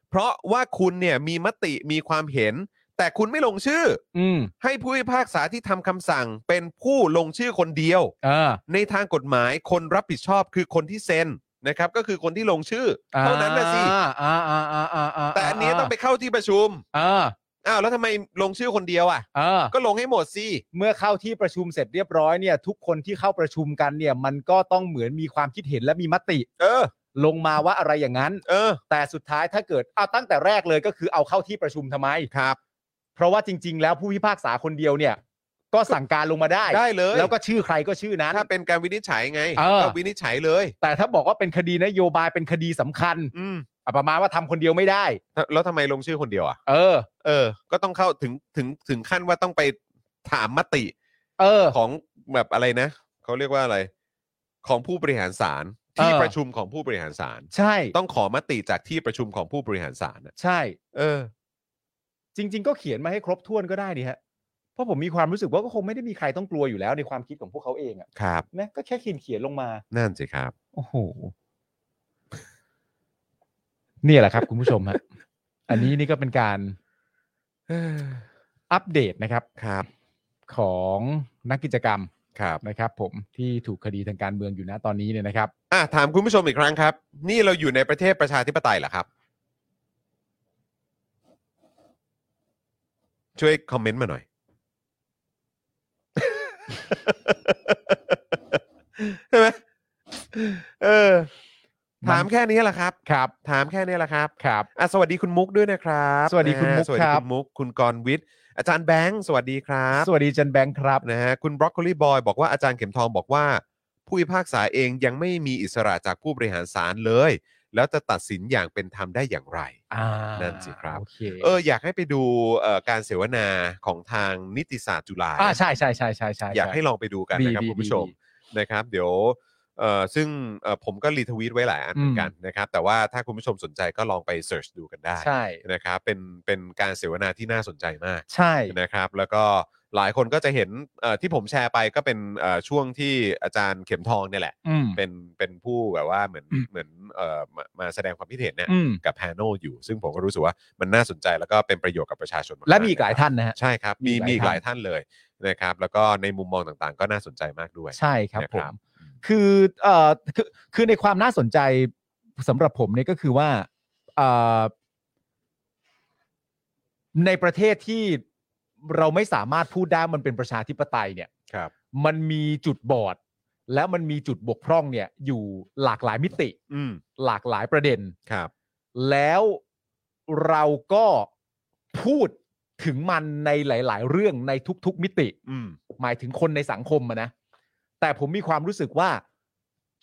Speaker 1: เพราะว่าคุณเนี่ยมีมติมีความเห็น แต่คุณไม่ลงชื่อ
Speaker 2: อืม
Speaker 1: ให้ผู้พิพากษาที่ทำคำสั่ง เป็นผู้ลงชื่อคนเดียว
Speaker 2: อ่า
Speaker 1: ในทางกฎหมายคนรับผิดชอบคือคนที่เซ็นนะครับ ก็คือคนที่ลงชื่ออเท่านั้นนะสิ
Speaker 2: อ่าอ่าอ่าอ่าา
Speaker 1: แต่อันนี้ต้องไปเข้าที่ประชุม
Speaker 2: อ่า
Speaker 1: อ้าวแล้วทำไมลงชื่อคนเดียวอ่ะ
Speaker 2: อ่า
Speaker 1: ก็ลงให้หมดสิ
Speaker 2: เมื่อเข้าที่ประชุมเสร็จเรียบร้อยเนี่ย ทุกคนที่เข้าประชุมกันเนี่ย มันก็ต้องเหมือนมีความคิดเห็นและมีมติ
Speaker 1: เออ
Speaker 2: ลงมาว่าอะไรอย่างนั้น
Speaker 1: เออ
Speaker 2: แต่สุดท้ายถ้าเกิดเอาตั้งแต่แรกเลยก็คือเอาเข้าที่ประชุมทำไม
Speaker 1: ครับ
Speaker 2: เพราะว่าจริง ๆ แล้วผู้พิพากษาคนเดียวเนี่ย ก็สั่งการลงมาได้
Speaker 1: ได้เลย
Speaker 2: แล้วก็ชื่อใครก็ชื่อนั้น
Speaker 1: ถ้าเป็นการวินิจฉัยไง
Speaker 2: เออ
Speaker 1: ก็วินิจฉัยเลย
Speaker 2: แต่ถ้าบอกว่าเป็นคดีนโยบายเป็นคดีสำคัญ
Speaker 1: อืม
Speaker 2: อ่ะประมาณว่าทำคนเดียวไม่ได้
Speaker 1: แล้วทำไมลงชื่อคนเดียวอ่ะ
Speaker 2: เออ
Speaker 1: เออ ก็ต้องเข้าถึงถึงถึงขั้นว่าต้องไปถามมติ
Speaker 2: เออ
Speaker 1: ของแบบอะไรนะเขาเรียกว่าอะไร ของผู้บริหารศาลที่
Speaker 2: เออ
Speaker 1: ประชุมของผู้บริหารศาล
Speaker 2: ใช่
Speaker 1: ต้องขอมติจากที่ประชุมของผู้บริหารศาลน่ะ
Speaker 2: ใช่
Speaker 1: เออ
Speaker 2: จริง ๆ ก็เขียนมาให้ครบถ้วนก็ได้นี่ฮะ เพราะผมมีความรู้สึกว่าก็คงไม่ได้มีใครต้องกลัวอยู่แล้วในความคิดของพวกเขาเองอะ
Speaker 1: ครับ
Speaker 2: นะก็แค่เขียนเขียนๆลงมา
Speaker 1: นั่นสิครับ
Speaker 2: โอ้โห นี่แหละครับ คุณผู้ชมฮะ อันนี้นี่ก็เป็นการอัปเดตนะครับ
Speaker 1: ครับ
Speaker 2: ของนักกิจกรรม
Speaker 1: ครับ
Speaker 2: นะครับ ผมที่ถูกคดีทางการเมืองอยู่นะตอนนี้เนี่ยนะครับ
Speaker 1: อ่ะถามคุณผู้ชมอีกครั้งครับ นี่เราอยู่ในประเทศประชาธิปไตยเหรอครับ ช่วยคอมเมนต์มาหน่อย ใช่ไหมเออ
Speaker 2: มัน
Speaker 1: ถามแค่นี้แหละครับ
Speaker 2: ครับ
Speaker 1: ถามแค่นี้แหละครับ
Speaker 2: ครับ
Speaker 1: อ่ะสวัสดีคุณมุกด้วยนะครับ
Speaker 2: สวัสดีคุณมุก
Speaker 1: นะฮะสวัสดี
Speaker 2: ครั
Speaker 1: คุ
Speaker 2: บ
Speaker 1: ณมุก คุณกรณ์วิทย์อาจารย์แบงค์สวัสดีครับ
Speaker 2: สวัสดีจันแบงค์ครับ
Speaker 1: นะฮะคุณบรอกโคลีบอยบอกว่าอาจารย์เข็มทองบอกว่า ผู้พิพากษาเองยังไม่มีอิสระจากผู้บริหารศาลเลย แล้วจะตัดสินอย่างเป็นธรรมได้อย่างไร
Speaker 2: อ่า
Speaker 1: นั่นสิครับ
Speaker 2: โอเค
Speaker 1: เอออยากให้ไปดูเอ่อการเสวนาของทางนิติศาสตร์จุฬา
Speaker 2: อ่าใช่ใช่ใช่ใช่ใช่ช่
Speaker 1: อยากให้ลองไปดูกัน
Speaker 2: ดี
Speaker 1: นะครับ
Speaker 2: ดี
Speaker 1: คุณผู้
Speaker 2: ดี
Speaker 1: ชม
Speaker 2: ดี
Speaker 1: นะครับ เดี๋ยวเอ่อซึ่งเอ่อผมก็รีทวีตไว้หลายอันเหมือนกันนะครับแต่ว่าถ้าคุณผู้ชมสนใจก็ลองไปเสิร์ชดูกันได้
Speaker 2: ใช่
Speaker 1: นะครับเป็นเป็นการเสวนาที่น่าสนใจมาก
Speaker 2: ใช่
Speaker 1: นะครับแล้วก็หลายคนก็จะเห็นเอ่อที่ผมแชร์ไปก็เป็นเอ่อช่วงที่อาจารย์เข็มทองเนี่ยแหละ
Speaker 2: อืม
Speaker 1: เป็นเป็นผู้แบบว่าเหมือน
Speaker 2: อืม
Speaker 1: เหมือนเอ่อมามาแสดงความคิดเห็นเนี่ย
Speaker 2: อืม
Speaker 1: กับแพน e l อยู่ ซึ่งผมก็รู้สึกว่ามันน่าสนใจแล้วก็เป็นประโยชน์กับประชาชน
Speaker 2: และมีอีกหลาย
Speaker 1: นะครับ
Speaker 2: ท่านนะฮะ
Speaker 1: ใช่ครับมี
Speaker 2: มี
Speaker 1: มี
Speaker 2: อี
Speaker 1: อีก
Speaker 2: ก
Speaker 1: ห
Speaker 2: ห
Speaker 1: ลา
Speaker 2: ลาย ย
Speaker 1: ท่านเลยนะครับแล้วก็ในมุมมองต่างๆ ก็น่าสนใจมากด้วย
Speaker 2: ใช่ครับ
Speaker 1: นะ
Speaker 2: ผ
Speaker 1: ครั
Speaker 2: ม
Speaker 1: บ
Speaker 2: คือเอ่อคือคือในความน่าสนใจสำหรับผมเนี่ยก็คือว่าเอ่อในประเทศที่เราไม่สามารถพูดได้มันเป็นประชาธิปไตยเนี่ย
Speaker 1: ครับ
Speaker 2: มันมีจุดบอด และมันมีจุดบกพร่องเนี่ยอยู่หลากหลายมิติ
Speaker 1: อืม
Speaker 2: หลากหลายประเด็น
Speaker 1: ครับ
Speaker 2: แล้วเราก็พูดถึงมันในหลาย ๆ เรื่องในทุก ๆ มิติ
Speaker 1: อืม
Speaker 2: หมายถึงคนในสังคมอะนะ แต่ผมมีความรู้สึกว่า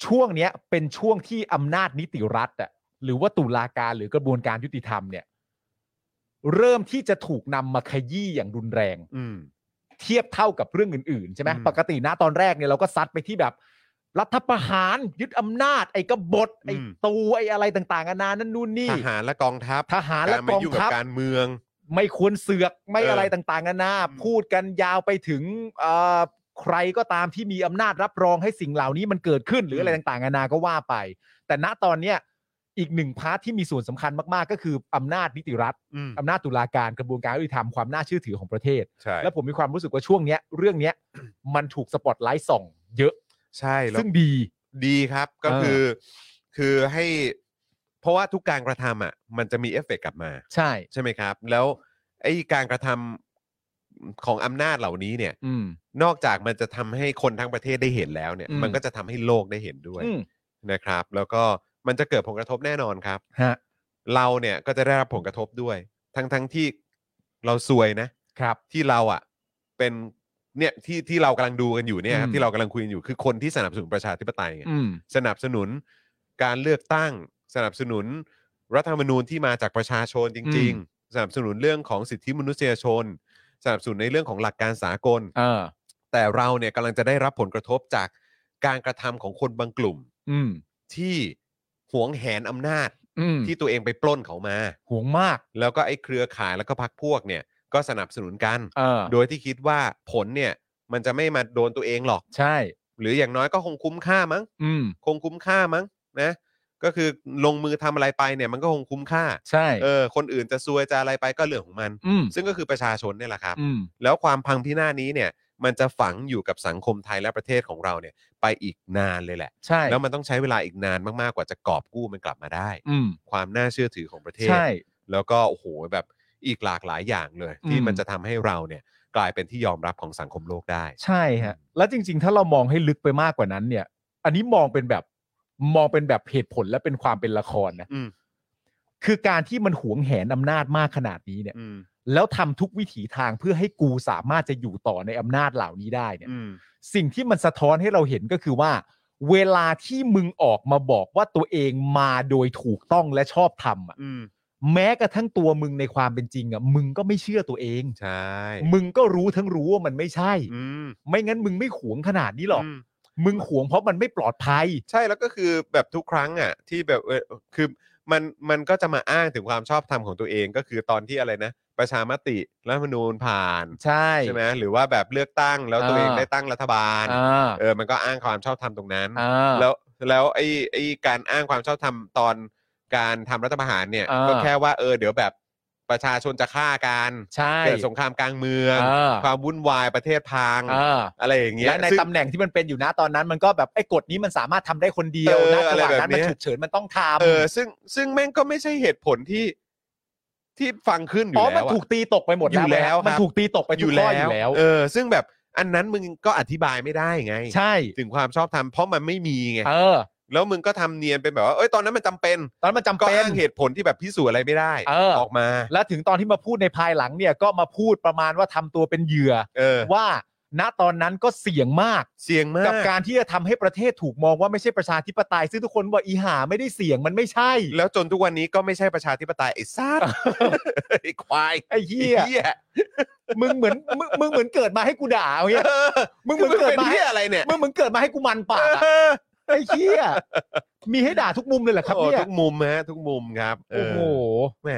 Speaker 2: ช่วงเนี้ยเป็นช่วงที่อำนาจนิติรัฐอะหรือว่าตุลาการหรือกระบวนการยุติธรรมเนี่ย เริ่มที่จะถูกนำมาขยี้อย่างรุนแรง
Speaker 1: อืม
Speaker 2: เทียบเท่ากับเรื่องอื่นๆใช่ไหม
Speaker 1: อืม
Speaker 2: ปกตินะตอนแรกเนี่ยเราก็ซัดไปที่แบบ รัฐประหารยึดอำนาจ ไอ้กบฏไอ้
Speaker 1: อืม
Speaker 2: ตูไอ้อะไรต่างๆนานานั่นนู่นนี่
Speaker 1: ทหารและกองทัพ
Speaker 2: ทหารและ
Speaker 1: ม
Speaker 2: กอง
Speaker 1: ยุ่กั
Speaker 2: ทัพ
Speaker 1: บการเมือง
Speaker 2: ไม่ควรเสือกไม่
Speaker 1: เอออ
Speaker 2: อะไรต่างๆกันานา
Speaker 1: อืม
Speaker 2: พูดกันยาวไปถึงเอ่อใครก็ตามที่มีอำนาจรับรองให้สิ่งเหล่านี้มันเกิดขึ้นหรืออะไรต่างๆกันานาก็ว่าไป แต่ณตอนเนี้ยอีกหนึ่งพาร์ทที่มีส่วนสำคัญมากๆ ก็คืออำนาจนิติรัฐ
Speaker 1: อืม
Speaker 2: อำนาจตุลาการกระบวนการยุติธรรมความน่าเชื่อถือของประเทศ
Speaker 1: ใช่
Speaker 2: และผมมีความรู้สึกว่าช่วงเนี้ยเรื่องเนี้ย มันถูกสปอตไลท์ส่อง เยอะ
Speaker 1: ใช่แล้ว
Speaker 2: ซึ่งดี
Speaker 1: ดีครับก็
Speaker 2: เออ
Speaker 1: คือคือให้เพราะว่าทุกการกระทำอ่ะมันจะมีเอฟเฟกต์กลับมา
Speaker 2: ใช่
Speaker 1: ใช่ไหมครับ แล้วไอ้การกระทำ ของอำนาจเหล่านี้เนี่ย
Speaker 2: อืม
Speaker 1: นอกจากมันจะทำให้คนทั้งประเทศได้เห็นแล้วเนี่ย
Speaker 2: อืม
Speaker 1: มันก็จะทำให้โลกได้เห็นด้วย
Speaker 2: อืม
Speaker 1: นะครับ แล้วก็มันจะเกิดผลกระทบแน่นอนครับ
Speaker 2: ฮะ
Speaker 1: เราเนี่ยก็จะได้รับผลกระทบด้วย ทั้งทั้งที่เราซวยนะ
Speaker 2: ครับ
Speaker 1: ที่เราอ่ะเป็นเนี่ยที่ที่เรากำลังดูกันอยู่เนี่ยครับ
Speaker 2: อืม
Speaker 1: ที่เรากำลังคุยกันอยู่คือคนที่สนับสนุนประชาธิปไตยไง
Speaker 2: อืม
Speaker 1: สนับสนุนการเลือกตั้ง สนับสนุนรัฐธรรมนูญที่มาจากประชาชนจริง ๆ สนับสนุนเรื่องของสิทธิมนุษยชน สนับสนุนในเรื่องของหลักการสากล
Speaker 2: เออ
Speaker 1: แต่เราเนี่ยกำลังจะได้รับผลกระทบจากการกระทำของคนบางกลุ่ม
Speaker 2: อืม
Speaker 1: ที่หวงแหนอำนาจ
Speaker 2: อืม
Speaker 1: ที่ตัวเองไปปล้นเขามา
Speaker 2: ห่วงมาก
Speaker 1: แล้วก็ไอ้เครือข่ายแล้วก็พักพวกเนี่ยก็สนับสนุนกัน
Speaker 2: เออ
Speaker 1: โดยที่คิดว่าผลเนี่ยมันจะไม่มาโดนตัวเองหรอก
Speaker 2: ใช่
Speaker 1: หรืออย่างน้อยก็คงคุ้มค่ามั้ง
Speaker 2: อืม
Speaker 1: คงคุ้มค่ามั้งนะก็คือลงมือทำอะไรไปเนี่ยมันก็คงคุ้มค่า
Speaker 2: ใช่
Speaker 1: เออคนอื่นจะซวยจะอะไรไปก็เรื่องของมัน
Speaker 2: อืม
Speaker 1: ซึ่งก็คือประชาชนเนี่ยแหละครับ
Speaker 2: อืม
Speaker 1: แล้วความพังพินาศนี้เนี่ยมันจะฝังอยู่กับสังคมไทยและประเทศของเราเนี่ยไปอีกนานเลยแหละ
Speaker 2: ใช่
Speaker 1: แล้วมันต้องใช้เวลาอีกนานมากๆกว่าจะกอบกู้มันกลับมาได้
Speaker 2: อืม
Speaker 1: ความน่าเชื่อถือของประเทศ
Speaker 2: ใช่
Speaker 1: แล้วก็โอ้โหแบบอีกหลากหลายอย่างเลย
Speaker 2: อืม
Speaker 1: ที่มันจะทำให้เราเนี่ยกลายเป็นที่ยอมรับของสังคมโลกได้
Speaker 2: ใช่ฮะ แล้วจริง ๆ ถ้าเรามองให้ลึกไปมากกว่านั้นเนี่ย อันนี้มองเป็นแบบมองเป็นแบบเหตุผลและเป็นความเป็นละครนะ
Speaker 1: อืม
Speaker 2: คือการที่มันหวงแหนอำนาจมากขนาดนี้เนี่ย
Speaker 1: อืม
Speaker 2: แล้วทำทุกวิถีทางเพื่อให้กูสามารถจะอยู่ต่อในอำนาจเหล่านี้ได้เนี่ย
Speaker 1: อืม
Speaker 2: สิ่งที่มันสะท้อนให้เราเห็นก็คือว่า เวลาที่มึงออกมาบอกว่าตัวเองมาโดยถูกต้องและชอบทำอะ
Speaker 1: อืม
Speaker 2: แม้กระทั่งตัวมึงในความเป็นจริงอะมึงก็ไม่เชื่อตัวเอง
Speaker 1: ใช่
Speaker 2: มึงก็รู้ทั้งรู้ว่ามันไม่ใช่
Speaker 1: อืม
Speaker 2: ไม่งั้นมึงไม่หวงขนาดนี้หรอก
Speaker 1: อืม
Speaker 2: มึงหวงเพราะมันไม่ปลอดภัย
Speaker 1: ใช่แล้วก็คือแบบทุกครั้งอ่ะที่แบบเออคือมันมันก็จะมาอ้างถึงความชอบธรรมของตัวเองก็คือตอนที่อะไรนะ ประชามติรัฐธรรมนูญผ่าน
Speaker 2: ใช่
Speaker 1: ใช่ไหมหรือว่าแบบเลือกตั้งแล้วตัวเอง
Speaker 2: อ่า
Speaker 1: ได้ตั้งรัฐบาล
Speaker 2: อ่า
Speaker 1: เออมันก็อ้างความชอบธรรมตรงนั้น
Speaker 2: อ่า
Speaker 1: แล้วแล้วไอ้ไอ้การอ้างความชอบธรรมตอนการทำรัฐประหารเนี่ย
Speaker 2: อ่า
Speaker 1: ก็แค่ว่าเออเดี๋ยวแบบประชาชนจะฆ่ากัน
Speaker 2: ใช่
Speaker 1: เกิดสงครามกลางเมือง
Speaker 2: อ่า
Speaker 1: ความวุ่นวายประเทศพัง
Speaker 2: อ่า
Speaker 1: อะไรอย่างเงี้ย
Speaker 2: และใน
Speaker 1: ซึ่ง
Speaker 2: ตำแหน่งที่มันเป็นอยู่นะตอนนั้น มันก็แบบไอ้กฎนี้มันสามารถทำได้คนเดียว
Speaker 1: เออ
Speaker 2: นะจังหวะ
Speaker 1: อะไรแบบ
Speaker 2: นั้น
Speaker 1: เนี้
Speaker 2: มัน
Speaker 1: ย
Speaker 2: ฉุกเฉินมันต้องท
Speaker 1: เออซึ่งซึ่งแม่งก็ไม่ใช่เหตุผลที่ที่ฟังขึ้นอ
Speaker 2: ำอ๋
Speaker 1: ยู่
Speaker 2: อ
Speaker 1: แล้ว
Speaker 2: มัน
Speaker 1: อะ
Speaker 2: ถูกตีตกไปหมด
Speaker 1: อยู่แล้ว
Speaker 2: มัน
Speaker 1: ครับ
Speaker 2: ถูกตีตกไปทุกข้ออยู่แล้ว
Speaker 1: เออ ซึ่งแบบอันนั้นมึงก็อธิบายไม่ได้ไง
Speaker 2: ใช่
Speaker 1: ถึงความชอบธรรมเพราะมันไม่มีไง
Speaker 2: เออ
Speaker 1: แล้วมึงก็ทำเนียนเป็นแบบว่าเอ้ยตอนนั้นมันจำเป็น
Speaker 2: ตอนนนมันจำ
Speaker 1: ก็
Speaker 2: เป็น
Speaker 1: อ้างเหตุผลที่แบบพิสูจน์อะไรไม่ได้
Speaker 2: เออ
Speaker 1: ออกมา
Speaker 2: และถึงตอนที่มาพูดในภายหลังเนี่ยก็มาพูดประมาณว่าทำตัวเป็นเหยื่อ
Speaker 1: เออ
Speaker 2: ว่าณตอนนั้นก็เสี่ยงมาก
Speaker 1: เสี่ยงมาก
Speaker 2: กับการที่จะทำให้ประเทศถูกมองว่าไม่ใช่ประชาธิปไตย ซึ่งทุกคนว่าอีหาไม่ได้เสี่ยงมันไม่ใช่
Speaker 1: แล้วจนทุกวันนี้ก็ไม่ใช่ประชาธิปไตยไอ้ซ่า ไอ้ควาย
Speaker 2: ไอ้
Speaker 1: ไอ้
Speaker 2: เหี้ย
Speaker 1: เหี้ย
Speaker 2: มึงเหมือนมึงมึงเหมือนเกิดมาให้กูด่าเอาเงี้ย
Speaker 1: เออ
Speaker 2: มึงเห
Speaker 1: มึ
Speaker 2: มื
Speaker 1: ง
Speaker 2: อน
Speaker 1: เป็
Speaker 2: เกิด
Speaker 1: น
Speaker 2: มาให้
Speaker 1: เหี้ยอะไรเนี่ย
Speaker 2: มึงเหมือนเกิดมาให้กูมันปากอะ
Speaker 1: เออ
Speaker 2: ไอ้เหี้ยมีให้ด่าทุกมุมเลยเหรอครับ
Speaker 1: โอ้
Speaker 2: เนี่ย
Speaker 1: ทุกมุมฮะทุกมุมครับเ
Speaker 2: โอ้โห
Speaker 1: แหม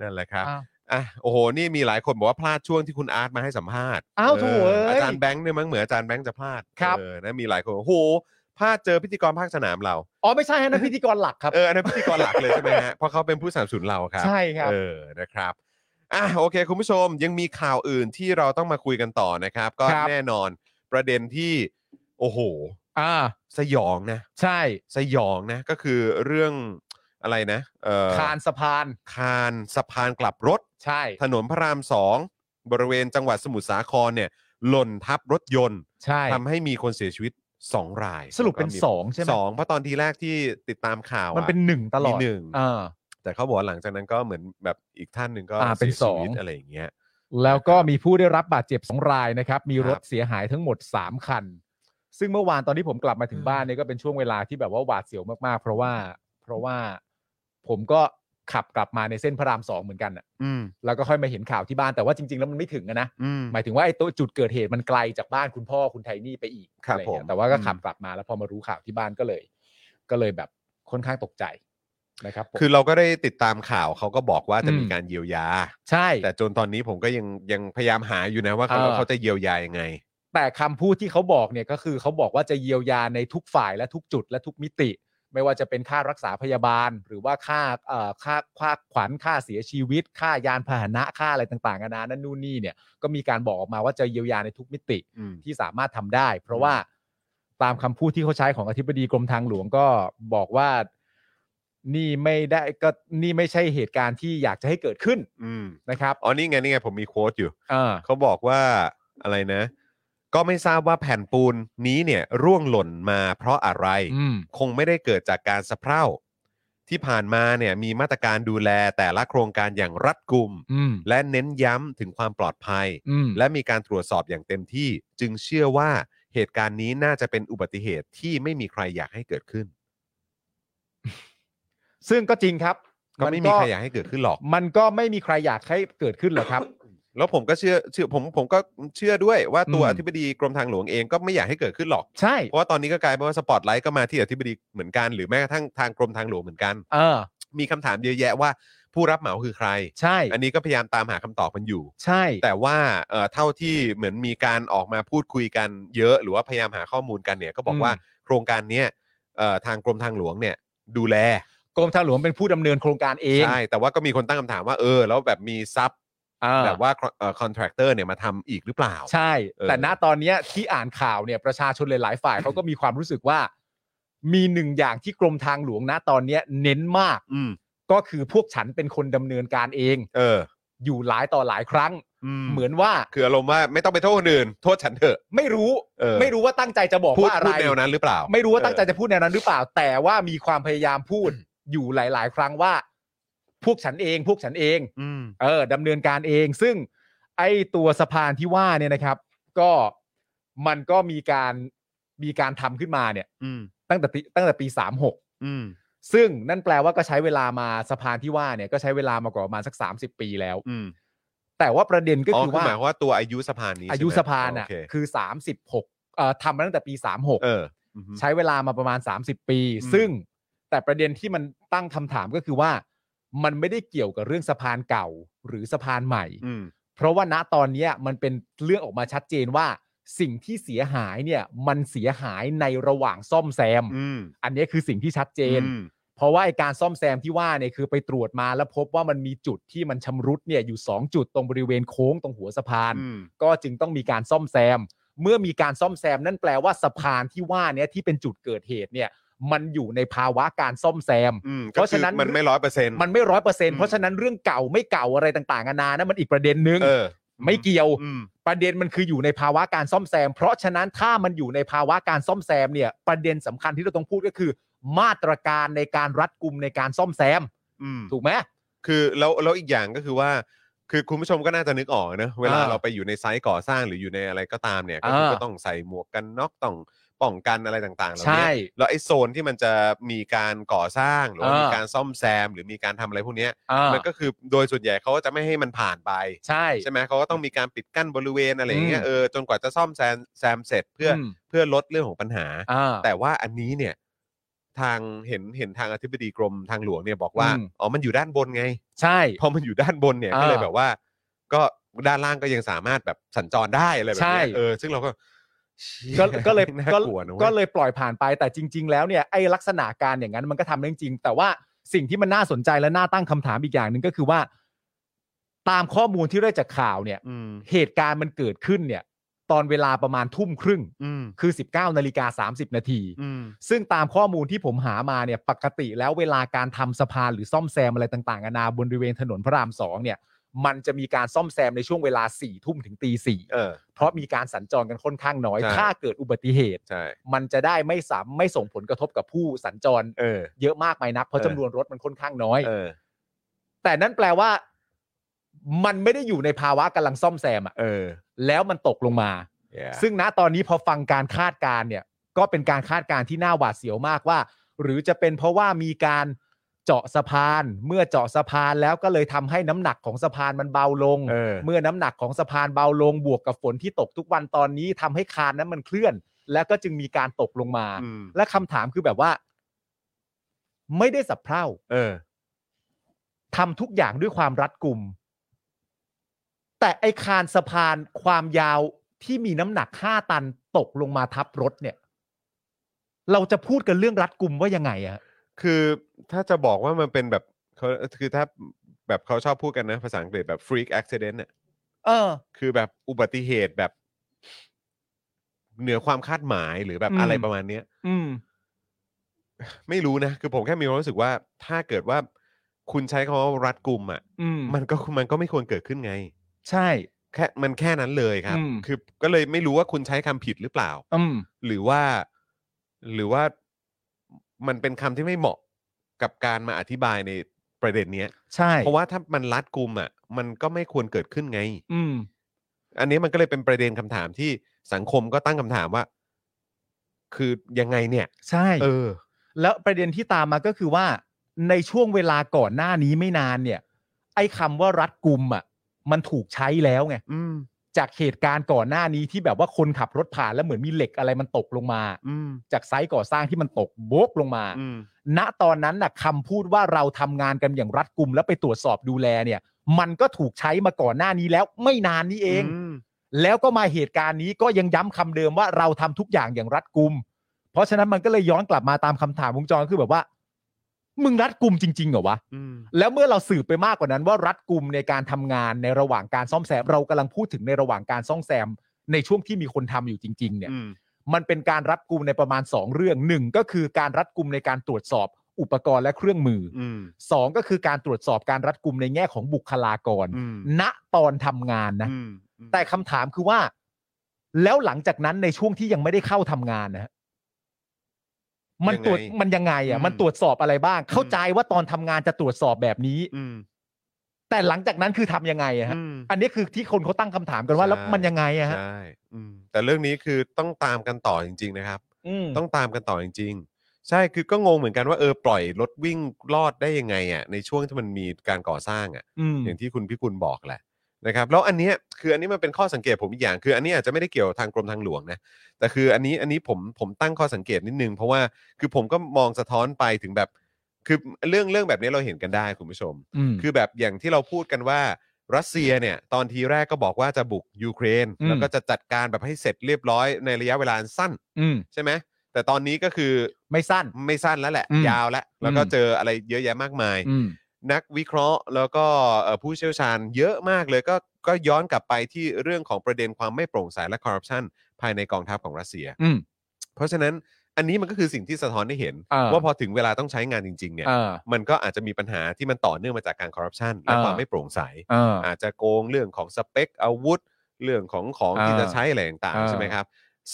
Speaker 1: นั่นแหละครับ
Speaker 2: อ้าว
Speaker 1: อ่ะโอ้โหนี่มีหลายคนบอกว่าพลาดช่วงที่คุณอาร์ตมาให้สัมภาษณ์
Speaker 2: อ้าว
Speaker 1: เ
Speaker 2: โถ่เอ้ย
Speaker 1: อาจารย์แบงค์เนี่ยมั้งเหมือนอาจารย์แบงค์จะพลาด
Speaker 2: ครับ
Speaker 1: เออนะมีหลายคนบอกโอ้โหพลาดเจอพิธีกรภาคสนามเรา
Speaker 2: อ๋อไม่ใช่ฮะนั่นพิธีกรหลักครับ
Speaker 1: เอออันนั้นพิธีกรหลักเลยใช่ไหมฮะเพราะเขาเป็นผู้สนับสนุนเราครับ
Speaker 2: ใช่ครับ
Speaker 1: เออ นะครับ อ่ะ โอเค คุณผู้ชม ยังมีข่าวอื่นที่เราต้องมาคุยกันต่อนะครับ ก็
Speaker 2: ครับ
Speaker 1: แน่นอนประเด็นที่ โอ้โห
Speaker 2: อ่า
Speaker 1: สยองนะ
Speaker 2: ใช่
Speaker 1: สยองนะ ก็คือเรื่องอะไรนะ เอ่อ
Speaker 2: คานสะพาน
Speaker 1: คานสะพานกลับรถ
Speaker 2: ใช่
Speaker 1: ถนนพระรามสอง บริเวณจังหวัดสมุทรสาครเนี่ย หล่นทับรถยนต์
Speaker 2: ใช่
Speaker 1: ทำให้มีคนเสียชีวิต 2 ราย
Speaker 2: สรุปเป็น
Speaker 1: แล้วก็มี
Speaker 2: สองใช่ไหม
Speaker 1: สองเพราะตอนทีแรกที่ติดตามข่าว
Speaker 2: มัน
Speaker 1: อะ
Speaker 2: เป็นหนึ่งตลอด
Speaker 1: มีหนึ่ง
Speaker 2: อ่า
Speaker 1: แต่เขาบอกว่าหลังจากนั้นก็เหมือนแบบอีกท่านหนึ่งก็
Speaker 2: อ่าเป็น
Speaker 1: สียชีวิต
Speaker 2: สอง
Speaker 1: อะไรอย่างเงี้ย
Speaker 2: แล้วก็มีผู้ได้รับบาดเจ็บสองรายนะครับ มี
Speaker 1: ครับ
Speaker 2: รถเสียหายทั้งหมด 3 คัน ซึ่งเมื่อวานตอนที่ผมกลับมาถึงบ้านเนี่ยก็เป็นช่วงเวลาที่แบบว่าหวาดเสียวมากๆ เพราะว่า เพราะว่าผมก็ขับกลับมาในเส้นพระรามสองเหมือนกันน่ะ
Speaker 1: อืม
Speaker 2: แล้วก็ค่อยมาเห็นข่าวที่บ้านแต่ว่าจริงๆแล้วมันไม่ถึงอะนะ
Speaker 1: อืม
Speaker 2: หมายถึงว่าไอ้ตัวจุดเกิดเหตุมันไกลจากบ้านคุณพ่อคุณไทนี่ไปอีก
Speaker 1: ครับ
Speaker 2: อะไเงี้
Speaker 1: ผม
Speaker 2: ยแต่ว่าก็ขับกลับมาแล้วพอมารู้ข่าวที่บ้านก็เลย ก็เลยแบบค่อนข้างตกใจนะครับผม
Speaker 1: คือเราก็ได้ติดตามข่าวเขาก็บอกว่าจะ
Speaker 2: อืม
Speaker 1: มีการเยียวยา
Speaker 2: ใช่
Speaker 1: แต่จนตอนนี้ผมก็ยังยังพยายามหาอยู่นะว่าเขา
Speaker 2: เออ
Speaker 1: เขาจะเยียวยายังไง
Speaker 2: แต่คำพูดที่เขาบอกเนี่ยก็คือเขาบอกว่าจะเยียวยาในทุกฝ่ายและทุกจุดและทุกมิติ ไม่ว่าจะเป็นค่ารักษาพยาบาล หรือว่าค่าเอ่อค่าค่าขวัญค่าเสียชีวิต ค่ายานพาหนะค่าอะไรต่างๆนานานั่นนู่นนี่เนี่ยก็มีการบอกออกมาว่าจะเยียวยาในทุกมิติ
Speaker 1: อืม
Speaker 2: ที่สามารถทำได้ เพราะว่าตามคำพูดที่เขาใช้ของอธิบดีกรมทางหลวงก็บอกว่า นี่ไม่ได้ก็นี่ไม่ใช่เหตุการณ์ที่อยากจะให้เกิดขึ้น
Speaker 1: อืม
Speaker 2: นะครับ
Speaker 1: อ๋อนี่ไงนี่ไงผมมีโค้ดอยู่
Speaker 2: เออ
Speaker 1: เขาบอกว่าอะไรนะ ก็ไม่ทราบว่าแผ่นปูนนี้เนี่ยร่วงหล่นมาเพราะอะไร
Speaker 2: อืม
Speaker 1: คงไม่ได้เกิดจากการสะเพร่าที่ผ่านมาเนี่ยมีมาตรการดูแลแต่ละโครงการอย่างรัดกุม
Speaker 2: อืม
Speaker 1: และเน้นย้ำถึงความปลอดภัย
Speaker 2: อืม
Speaker 1: และมีการตรวจสอบอย่างเต็มที่จึงเชื่อว่าเหตุการณ์นี้น่าจะเป็นอุบัติเหตุที่ไม่มีใครอยากให้เกิดขึ้น
Speaker 2: ซึ่งก็จริงครับ
Speaker 1: ก็ไม่มีใครอยากให้เกิดขึ้นหรอก
Speaker 2: มันก็ไม่มีใครอยากให้เกิดขึ้นหรอกครับ
Speaker 1: แล้วผมก็เชื่อเชื่อผมผมก็เชื่อด้วยว่าตัว
Speaker 2: อืม
Speaker 1: อธิบดีกรมทางหลวงเองก็ไม่อยากให้เกิดขึ้นหรอก
Speaker 2: ใช่
Speaker 1: เพราะว่าตอนนี้ก็กลายเป็นว่าสปอตไลท์ก็มาที่อธิบดีเหมือนกันหรือแม้กระทั่งทางกรมทางหลวงเหมือนกัน
Speaker 2: เออ
Speaker 1: มีคำถามเยอะแยะว่าผู้รับเหมาคือใคร
Speaker 2: ใช่
Speaker 1: อันนี้ก็พยายามตามหาคำตอบมันอยู่
Speaker 2: ใช่
Speaker 1: แต่ว่าเอ่อเท่าที่เหมือนมีการออกมาพูดคุยกันเยอะ หรือว่าพยายามหาข้อมูลกันเนี่ยก็บอกว่าโครงการเนี้ยเอ่อทางกรมทางหลวงเนี่ยดูแล
Speaker 2: กรมทางหลวงเป็นผู้ดำเนินโครงการเอง
Speaker 1: ใช่แต่ว่าก็มีคนตั้งคำถามว่าเออแล้วแบบมีซับ
Speaker 2: เออ
Speaker 1: แบบว่าคอนแทคเตอร์เนี่ยมาทำอีกหรือเปล่า
Speaker 2: ใช่
Speaker 1: เออ
Speaker 2: แต่ณตอนเนี้ยที่อ่านข่าวเนี่ยประชาชนหลายๆฝ่ายเขาก็มีความรู้สึกว่า มีหนึ่งอย่างที่กรมทางหลวงณตอนเนี้ยเน้นมาก
Speaker 1: อืม
Speaker 2: ก็คือพวกฉันเป็นคนดำเนินการเอง
Speaker 1: เออ
Speaker 2: อยู่หลายต่อหลายครั้ง เหมือนว่า
Speaker 1: คืออารมณ์ว่าไม่ต้องไปโทษคนอื่นโทษฉันเถอะ
Speaker 2: ไม่รู้
Speaker 1: เออ
Speaker 2: ไม่รู้ว่าตั้งใจจะบอก
Speaker 1: พูด
Speaker 2: ว่าอะไร
Speaker 1: พูดแนวนั้นหรือเปล่า
Speaker 2: ไม่รู้ว่าตั้งใจจะพูดแนวนั้นหรือเปล่า แต่ว่ามีความพยายามพูดอยู่หลาย ๆ ครั้งว่า พวกฉันเอง พวกฉันเอง
Speaker 1: อืม
Speaker 2: เออดำเนินการเอง ซึ่งไอ้ตัวสะพานที่ว่าเนี่ยนะครับ ก็มันก็มีการมีการทำขึ้นมาเนี่ย
Speaker 1: อืม
Speaker 2: ตั้งแต่ปีตั้งแต่ปี 36
Speaker 1: อืม
Speaker 2: ซึ่งนั่นแปลว่าก็ใช้เวลามาสะพานที่ว่าเนี่ยก็ใช้เวลามากว่าประมาณสัก 30 ปีแล้ว
Speaker 1: อืม
Speaker 2: แต่ว่าประเด็นก็
Speaker 1: อ๋อ
Speaker 2: คือ
Speaker 1: คือ
Speaker 2: ว่า
Speaker 1: หมายความว่าตัวอายุสะพานนี้ใช่ไหม
Speaker 2: อายุสะพานอ่ะ
Speaker 1: โอเค
Speaker 2: คือ 36เอ่อทำมาตั้งแต่ปี 36
Speaker 1: เอออือฮึ
Speaker 2: ใช้เวลามาประมาณ 30 ปี
Speaker 1: อืม
Speaker 2: ซึ่งแต่ประเด็นที่มันตั้งคำถามก็คือว่า มันไม่ได้เกี่ยวกับเรื่องสะพานเก่าหรือสะพานใหม่
Speaker 1: อืม
Speaker 2: เพราะว่าณตอนเนี้ยมันเป็นเรื่องออกมาชัดเจนว่า สิ่งที่เสียหายเนี่ย มันเสียหายในระหว่างซ่อมแซม
Speaker 1: อืม
Speaker 2: อันเนี้ยคือสิ่งที่ชัดเจน
Speaker 1: อืม
Speaker 2: เพราะว่าไอการซ่อมแซมที่ว่าเนี่ยคือไปตรวจมาแล้วพบว่ามันมีจุดที่มันชำรุดเนี่ยอยู่ 2 จุดตรงบริเวณโค้งตรงหัวสะพาน
Speaker 1: อืม
Speaker 2: ก็จึงต้องมีการซ่อมแซม เมื่อมีการซ่อมแซมนั่นแปลว่าสะพานที่ว่าเนี้ยที่เป็นจุดเกิดเหตุเนี่ย มันอยู่ในภาวะการซ่อมแซม
Speaker 1: อืม
Speaker 2: เพราะฉะนั้น
Speaker 1: ก็คือมันไม่ร้อยเปอร์เซ็นต์
Speaker 2: มันไม่ร้อยเปอร์เซ็น
Speaker 1: ม
Speaker 2: ต์เพราะฉะนั้นเรื่องเก่าไม่เก่าอะไรต่างๆนานานะมันอีกประเด็นนึง
Speaker 1: เออ
Speaker 2: ไม่เกี่ยว
Speaker 1: อืม
Speaker 2: ประเด็นมันคืออยู่ในภาวะการซ่อมแซม เพราะฉะนั้นถ้ามันอยู่ในภาวะการซ่อมแซมเนี่ยประเด็นสำคัญที่เราต้องพูดก็คือ มาตรการในการรัดกุมในการซ่อมแซม
Speaker 1: อืม
Speaker 2: ถูกไหม
Speaker 1: คือแล้วแล้วอีกอย่างก็คือว่า คือคุณผู้ชมก็น่าจะนึกออกนะเวลา
Speaker 2: อ่า
Speaker 1: เราไปอยู่ในไซต์ก่อสร้างหรืออยู่ในอะไรก็ตามเนี่ยก็
Speaker 2: อ่า
Speaker 1: คือก็ต้องใส่หมวกกันน็อกต้องป้องกันอะไรต่างๆเหล่า
Speaker 2: ใช่
Speaker 1: นี้แล้วไอ้โซนที่มันจะมีการก่อสร้างหรือว่า
Speaker 2: อ่ามี
Speaker 1: มีการซ่อมแซม หรือมีการทำอะไรพวกเนี้ย
Speaker 2: อ่า
Speaker 1: มันก็คือโดยส่วนใหญ่เขาก็จะไม่ให้มันผ่านไป
Speaker 2: ใช่
Speaker 1: ใช่ไหมเขาก็ต้องมีการปิดกั้นบริเวณอะไรอย่างเงี้ย
Speaker 2: อืม
Speaker 1: เออจนกว่าจะซ่อมแซมแซมเสร็จเพื่ออ
Speaker 2: ม
Speaker 1: เพื่อลดเรื่องของปัญหา
Speaker 2: อ่า
Speaker 1: แต่ว่าอันนี้เนี่ยทางเห็นเห็นทางอธิบดีกรมทางหลวงเนี่ยบอกว่า
Speaker 2: อืม
Speaker 1: อ๋อมันอยู่ด้านบนไง
Speaker 2: ใช่
Speaker 1: พอมันอยู่ด้านบนเนี่ย
Speaker 2: อ่า
Speaker 1: ก็เลยแบบว่า ก็ด้านล่างก็ยังสามารถแบบสัญจรได้อะไรแบบ
Speaker 2: ใช่
Speaker 1: เนี้ยเออซึ่งเราก็ชี่
Speaker 2: ก็ก็เลย
Speaker 1: น่า
Speaker 2: ก็
Speaker 1: กลัวนะ
Speaker 2: ก็
Speaker 1: เว้ย
Speaker 2: เลยปล่อยผ่านไปแต่จริง ๆ แล้วเนี่ยไอ้ลักษณะการอย่างนั้นมันก็ทำได้จริงๆแต่ว่าสิ่งที่มันน่าสนใจและน่าตั้งคำถามอีกอย่างหนึ่งก็คือว่า ตามข้อมูลที่ได้จากข่าวเนี่ย
Speaker 1: อืม
Speaker 2: เหตุการณ์มันเกิดขึ้นเนี่ย ตอนเวลาประมาณทุ่มครึ่ง
Speaker 1: อืม
Speaker 2: คือ 19นาฬิกา30 นาที
Speaker 1: อืม
Speaker 2: ซึ่งตามข้อมูลที่ผมหามาเนี่ยปกติแล้วเวลาการทำสะพานหรือซ่อมแซมอะไรต่างๆนานาบนบริเวณถนนพระรามสองเนี่ย มันจะมีการซ่อมแซมในช่วงเวลา4ี่ทุ่มถึงตีสี่
Speaker 1: เออ
Speaker 2: เพราะมีการสัญจรกันค่อนข้างน้อย
Speaker 1: ใช่
Speaker 2: ถ้าเกิดอุบัติเหตุ
Speaker 1: ใช่
Speaker 2: มันจะได้ไม่สามไม่ส่งผลกระทบกับผู้สัญจร
Speaker 1: เออ
Speaker 2: เยอะมากไหมายนัก เพราะ
Speaker 1: เออ
Speaker 2: จำนวนรถมันค่อนข้างน้อย
Speaker 1: เออ
Speaker 2: แต่นั่นแปลว่า มันไม่ได้อยู่ในภาวะกำลังซ่อมแซมอะ
Speaker 1: เออ
Speaker 2: แล้วมันตกลงมา
Speaker 1: yeah
Speaker 2: ซึ่งณตอนนี้พอฟังการคาดการณ์เนี่ย ก็เป็นการคาดการณ์ที่น่าหวาดเสียวมากว่า หรือจะเป็นเพราะว่ามีการเจาะสะพาน เมื่อเจาะสะพานแล้วก็เลยทำให้น้ำหนักของสะพานมันเบาลง
Speaker 1: เออ
Speaker 2: เมื่อน้ำหนักของสะพานเบาลงบวกกับฝนที่ตกทุกวันตอนนี้ทำให้คานนั้นมันเคลื่อน แล้วก็จึงมีการตกลงมา
Speaker 1: อืม
Speaker 2: และคำถามคือแบบว่า ไม่ได้สับเพร่า
Speaker 1: เออ
Speaker 2: ทำทุกอย่างด้วยความรัดกุม แต่ไอคานสะพานความยาวที่มีน้ำหนักห้าตันตกลงมาทับรถเนี่ย เราจะพูดกันเรื่องรัดกุมว่ายังไงอะ
Speaker 1: คือถ้าจะบอกว่ามันเป็นแบบเขาคือถ้าแบบเขาชอบพูดกันนะ ภาษาอังกฤษแบบ freak accident เนี่ย
Speaker 2: เออ
Speaker 1: คือแบบอุบัติเหตุแบบ เหนือความคาดหมายหรือแบบ
Speaker 2: อืม
Speaker 1: อะไรประมาณเนี้ย
Speaker 2: อืม
Speaker 1: ไม่รู้นะ คือผมแค่มีความรู้สึกว่า ถ้าเกิดว่าคุณใช้คำว่ารัดกุมอ่ะ
Speaker 2: อืม
Speaker 1: มันก็มันก็ไม่ควรเกิดขึ้นไง
Speaker 2: ใช่
Speaker 1: แค่มันแค่นั้นเลยครับ
Speaker 2: อืม
Speaker 1: คือก็เลยไม่รู้ว่าคุณใช้คำผิดหรือเปล่า
Speaker 2: อืม
Speaker 1: หรือว่าหรือว่ามันเป็นคำที่ไม่เหมาะกับการมาอธิบายในประเด็นเนี้ย
Speaker 2: ใช่
Speaker 1: เพราะว่าถ้ามันรัดกุมอ่ะ มันก็ไม่ควรเกิดขึ้นไง
Speaker 2: อืม
Speaker 1: อันนี้มันก็เลยเป็นประเด็นคำถามที่สังคมก็ตั้งคำถามว่า คือยังไงเนี่ย
Speaker 2: ใช่
Speaker 1: เออ
Speaker 2: แล้วประเด็นที่ตามมาก็คือว่า ในช่วงเวลาก่อนหน้านี้ไม่นานเนี่ย ไอ้คำว่ารัดกุมอ่ะ มันถูกใช้แล้วไง
Speaker 1: อืม
Speaker 2: จากเหตุการณ์ก่อนหน้านี้ที่แบบว่าคนขับรถผ่านแล้วเหมือนมีเหล็กอะไรมันตกลงมา
Speaker 1: อืม
Speaker 2: จากไซต์ก่อสร้างที่มันตกโบ๊บลงมา
Speaker 1: อืม
Speaker 2: ณตอนนั้นน่ะคำพูดว่าเราทำงานกันอย่างรัดกุมแล้วไปตรวจสอบดูแลเนี่ย มันก็ถูกใช้มาก่อนหน้านี้แล้วไม่นานนี้เอง
Speaker 1: อืม
Speaker 2: แล้วก็มาเหตุการณ์นี้ก็ยังย้ำคำเดิมว่าเราทำทุกอย่างอย่างรัดกุม เพราะฉะนั้นมันก็เลยย้อนกลับมาตามคำถามวงจรคือแบบว่า มึงรัดกุมจริงๆเหรอวะ
Speaker 1: อืม
Speaker 2: แล้วเมื่อเราสืบไปมากกว่านั้นว่ารัดกุมในการทำงานในระหว่างการซ่อมแซม เรากำลังพูดถึงในระหว่างการซ่อมแซม ในช่วงที่มีคนทำอยู่จริง ๆ เนี่ย
Speaker 1: อืม
Speaker 2: มันเป็นการรัดกุมในประมาณ 2 เรื่องหนึ่งก็คือการรัดกุมในการตรวจสอบอุปกรณ์และเครื่องมืออ
Speaker 1: อืม
Speaker 2: สองก็คือการตรวจสอบการรัดกุมในแง่ของบุคลากร
Speaker 1: อืม
Speaker 2: ณตอนทำงานนะ
Speaker 1: อืมอืม
Speaker 2: แต่คำถามคือว่า แล้วหลังจากนั้นในช่วงที่ยังไม่ได้เข้าทำงานนะฮะมันตรวจ
Speaker 1: ยังไง
Speaker 2: มันยังไงอ่ะ
Speaker 1: อืม
Speaker 2: มันตรวจสอบอะไรบ้าง เข้า
Speaker 1: อืม
Speaker 2: ใจว่าตอนทำงานจะตรวจสอบแบบนี้
Speaker 1: อืม
Speaker 2: แต่หลังจากนั้นคือทำยังไงอะฮะ
Speaker 1: อืม
Speaker 2: อันนี้คือที่คนเขาตั้งคำถามกันว่า
Speaker 1: ใช่
Speaker 2: แล้วมันยังไงอะฮะ
Speaker 1: ใช่อืมแต่เรื่องนี้คือต้องตามกันต่อจริง ๆ นะครับ
Speaker 2: อืม
Speaker 1: ต้องตามกันต่อจริง ๆ ใช่คือก็งงเหมือนกันว่าเออปล่อยรถวิ่งลอดได้ยังไงอ่ะในช่วงที่มันมีการก่อสร้างอ่ะ
Speaker 2: อืม
Speaker 1: อย่างที่คุณพิกุลบอกแหละนะครับแล้วอันเนี้ยคืออันนี้มันเป็นข้อสังเกตผมอีกอย่าง คืออันนี้อาจจะไม่ได้เกี่ยวทางกรมทางหลวงนะแต่คืออันนี้อันนี้ผมผมตั้งข้อสังเกตนิดนึง เพราะว่าคือผมก็มองสะท้อนไปถึงแบบ คือเรื่องเรื่องแบบนี้เราเห็นกันได้คุณผู้ชม
Speaker 2: อืม
Speaker 1: คือแบบอย่างที่เราพูดกันว่ารัสเซียเนี่ย ตอนทีแรกก็บอกว่าจะบุกยูเครน
Speaker 2: อืม
Speaker 1: แล้วก็จะจัดการแบบให้เสร็จเรียบร้อยในระยะเวลาอันสั้น
Speaker 2: อืม
Speaker 1: ใช่ไหมแต่ตอนนี้ก็คือ
Speaker 2: ไม่สั้น
Speaker 1: ไม่สั้นแล้วแหละ
Speaker 2: อืม
Speaker 1: ยาวแล้วแล้วก็
Speaker 2: อืม
Speaker 1: เจออะไรเยอะแยะมากมาย
Speaker 2: อืม
Speaker 1: นักวิเคราะห์แล้วก็เอ่อผู้เชี่ยวชาญเยอะมากเลยก็ก็ย้อนกลับไปที่เรื่องของประเด็นความไม่โปร่งใสและคอร์รัปชันภายในกองทัพของรัสเซีย
Speaker 2: อืม
Speaker 1: เพราะฉะนั้นอันนี้มันก็คือสิ่งที่สะท้อนให้เห็น
Speaker 2: อ่า
Speaker 1: ว่าพอถึงเวลาต้องใช้งานจริง ๆ เนี่ย
Speaker 2: เออ
Speaker 1: มันก็อาจจะมีปัญหาที่มันต่อเนื่องมาจากการคอร์รัปชันและ
Speaker 2: อ่า
Speaker 1: ความไม่โปร่งใส
Speaker 2: เออ
Speaker 1: อาจจะโกงเรื่องของสเปคอาวุธ เรื่องของของที่
Speaker 2: อ่า
Speaker 1: จะใช้อะไรต่าง
Speaker 2: อ่า
Speaker 1: ๆใช่ไหมครับ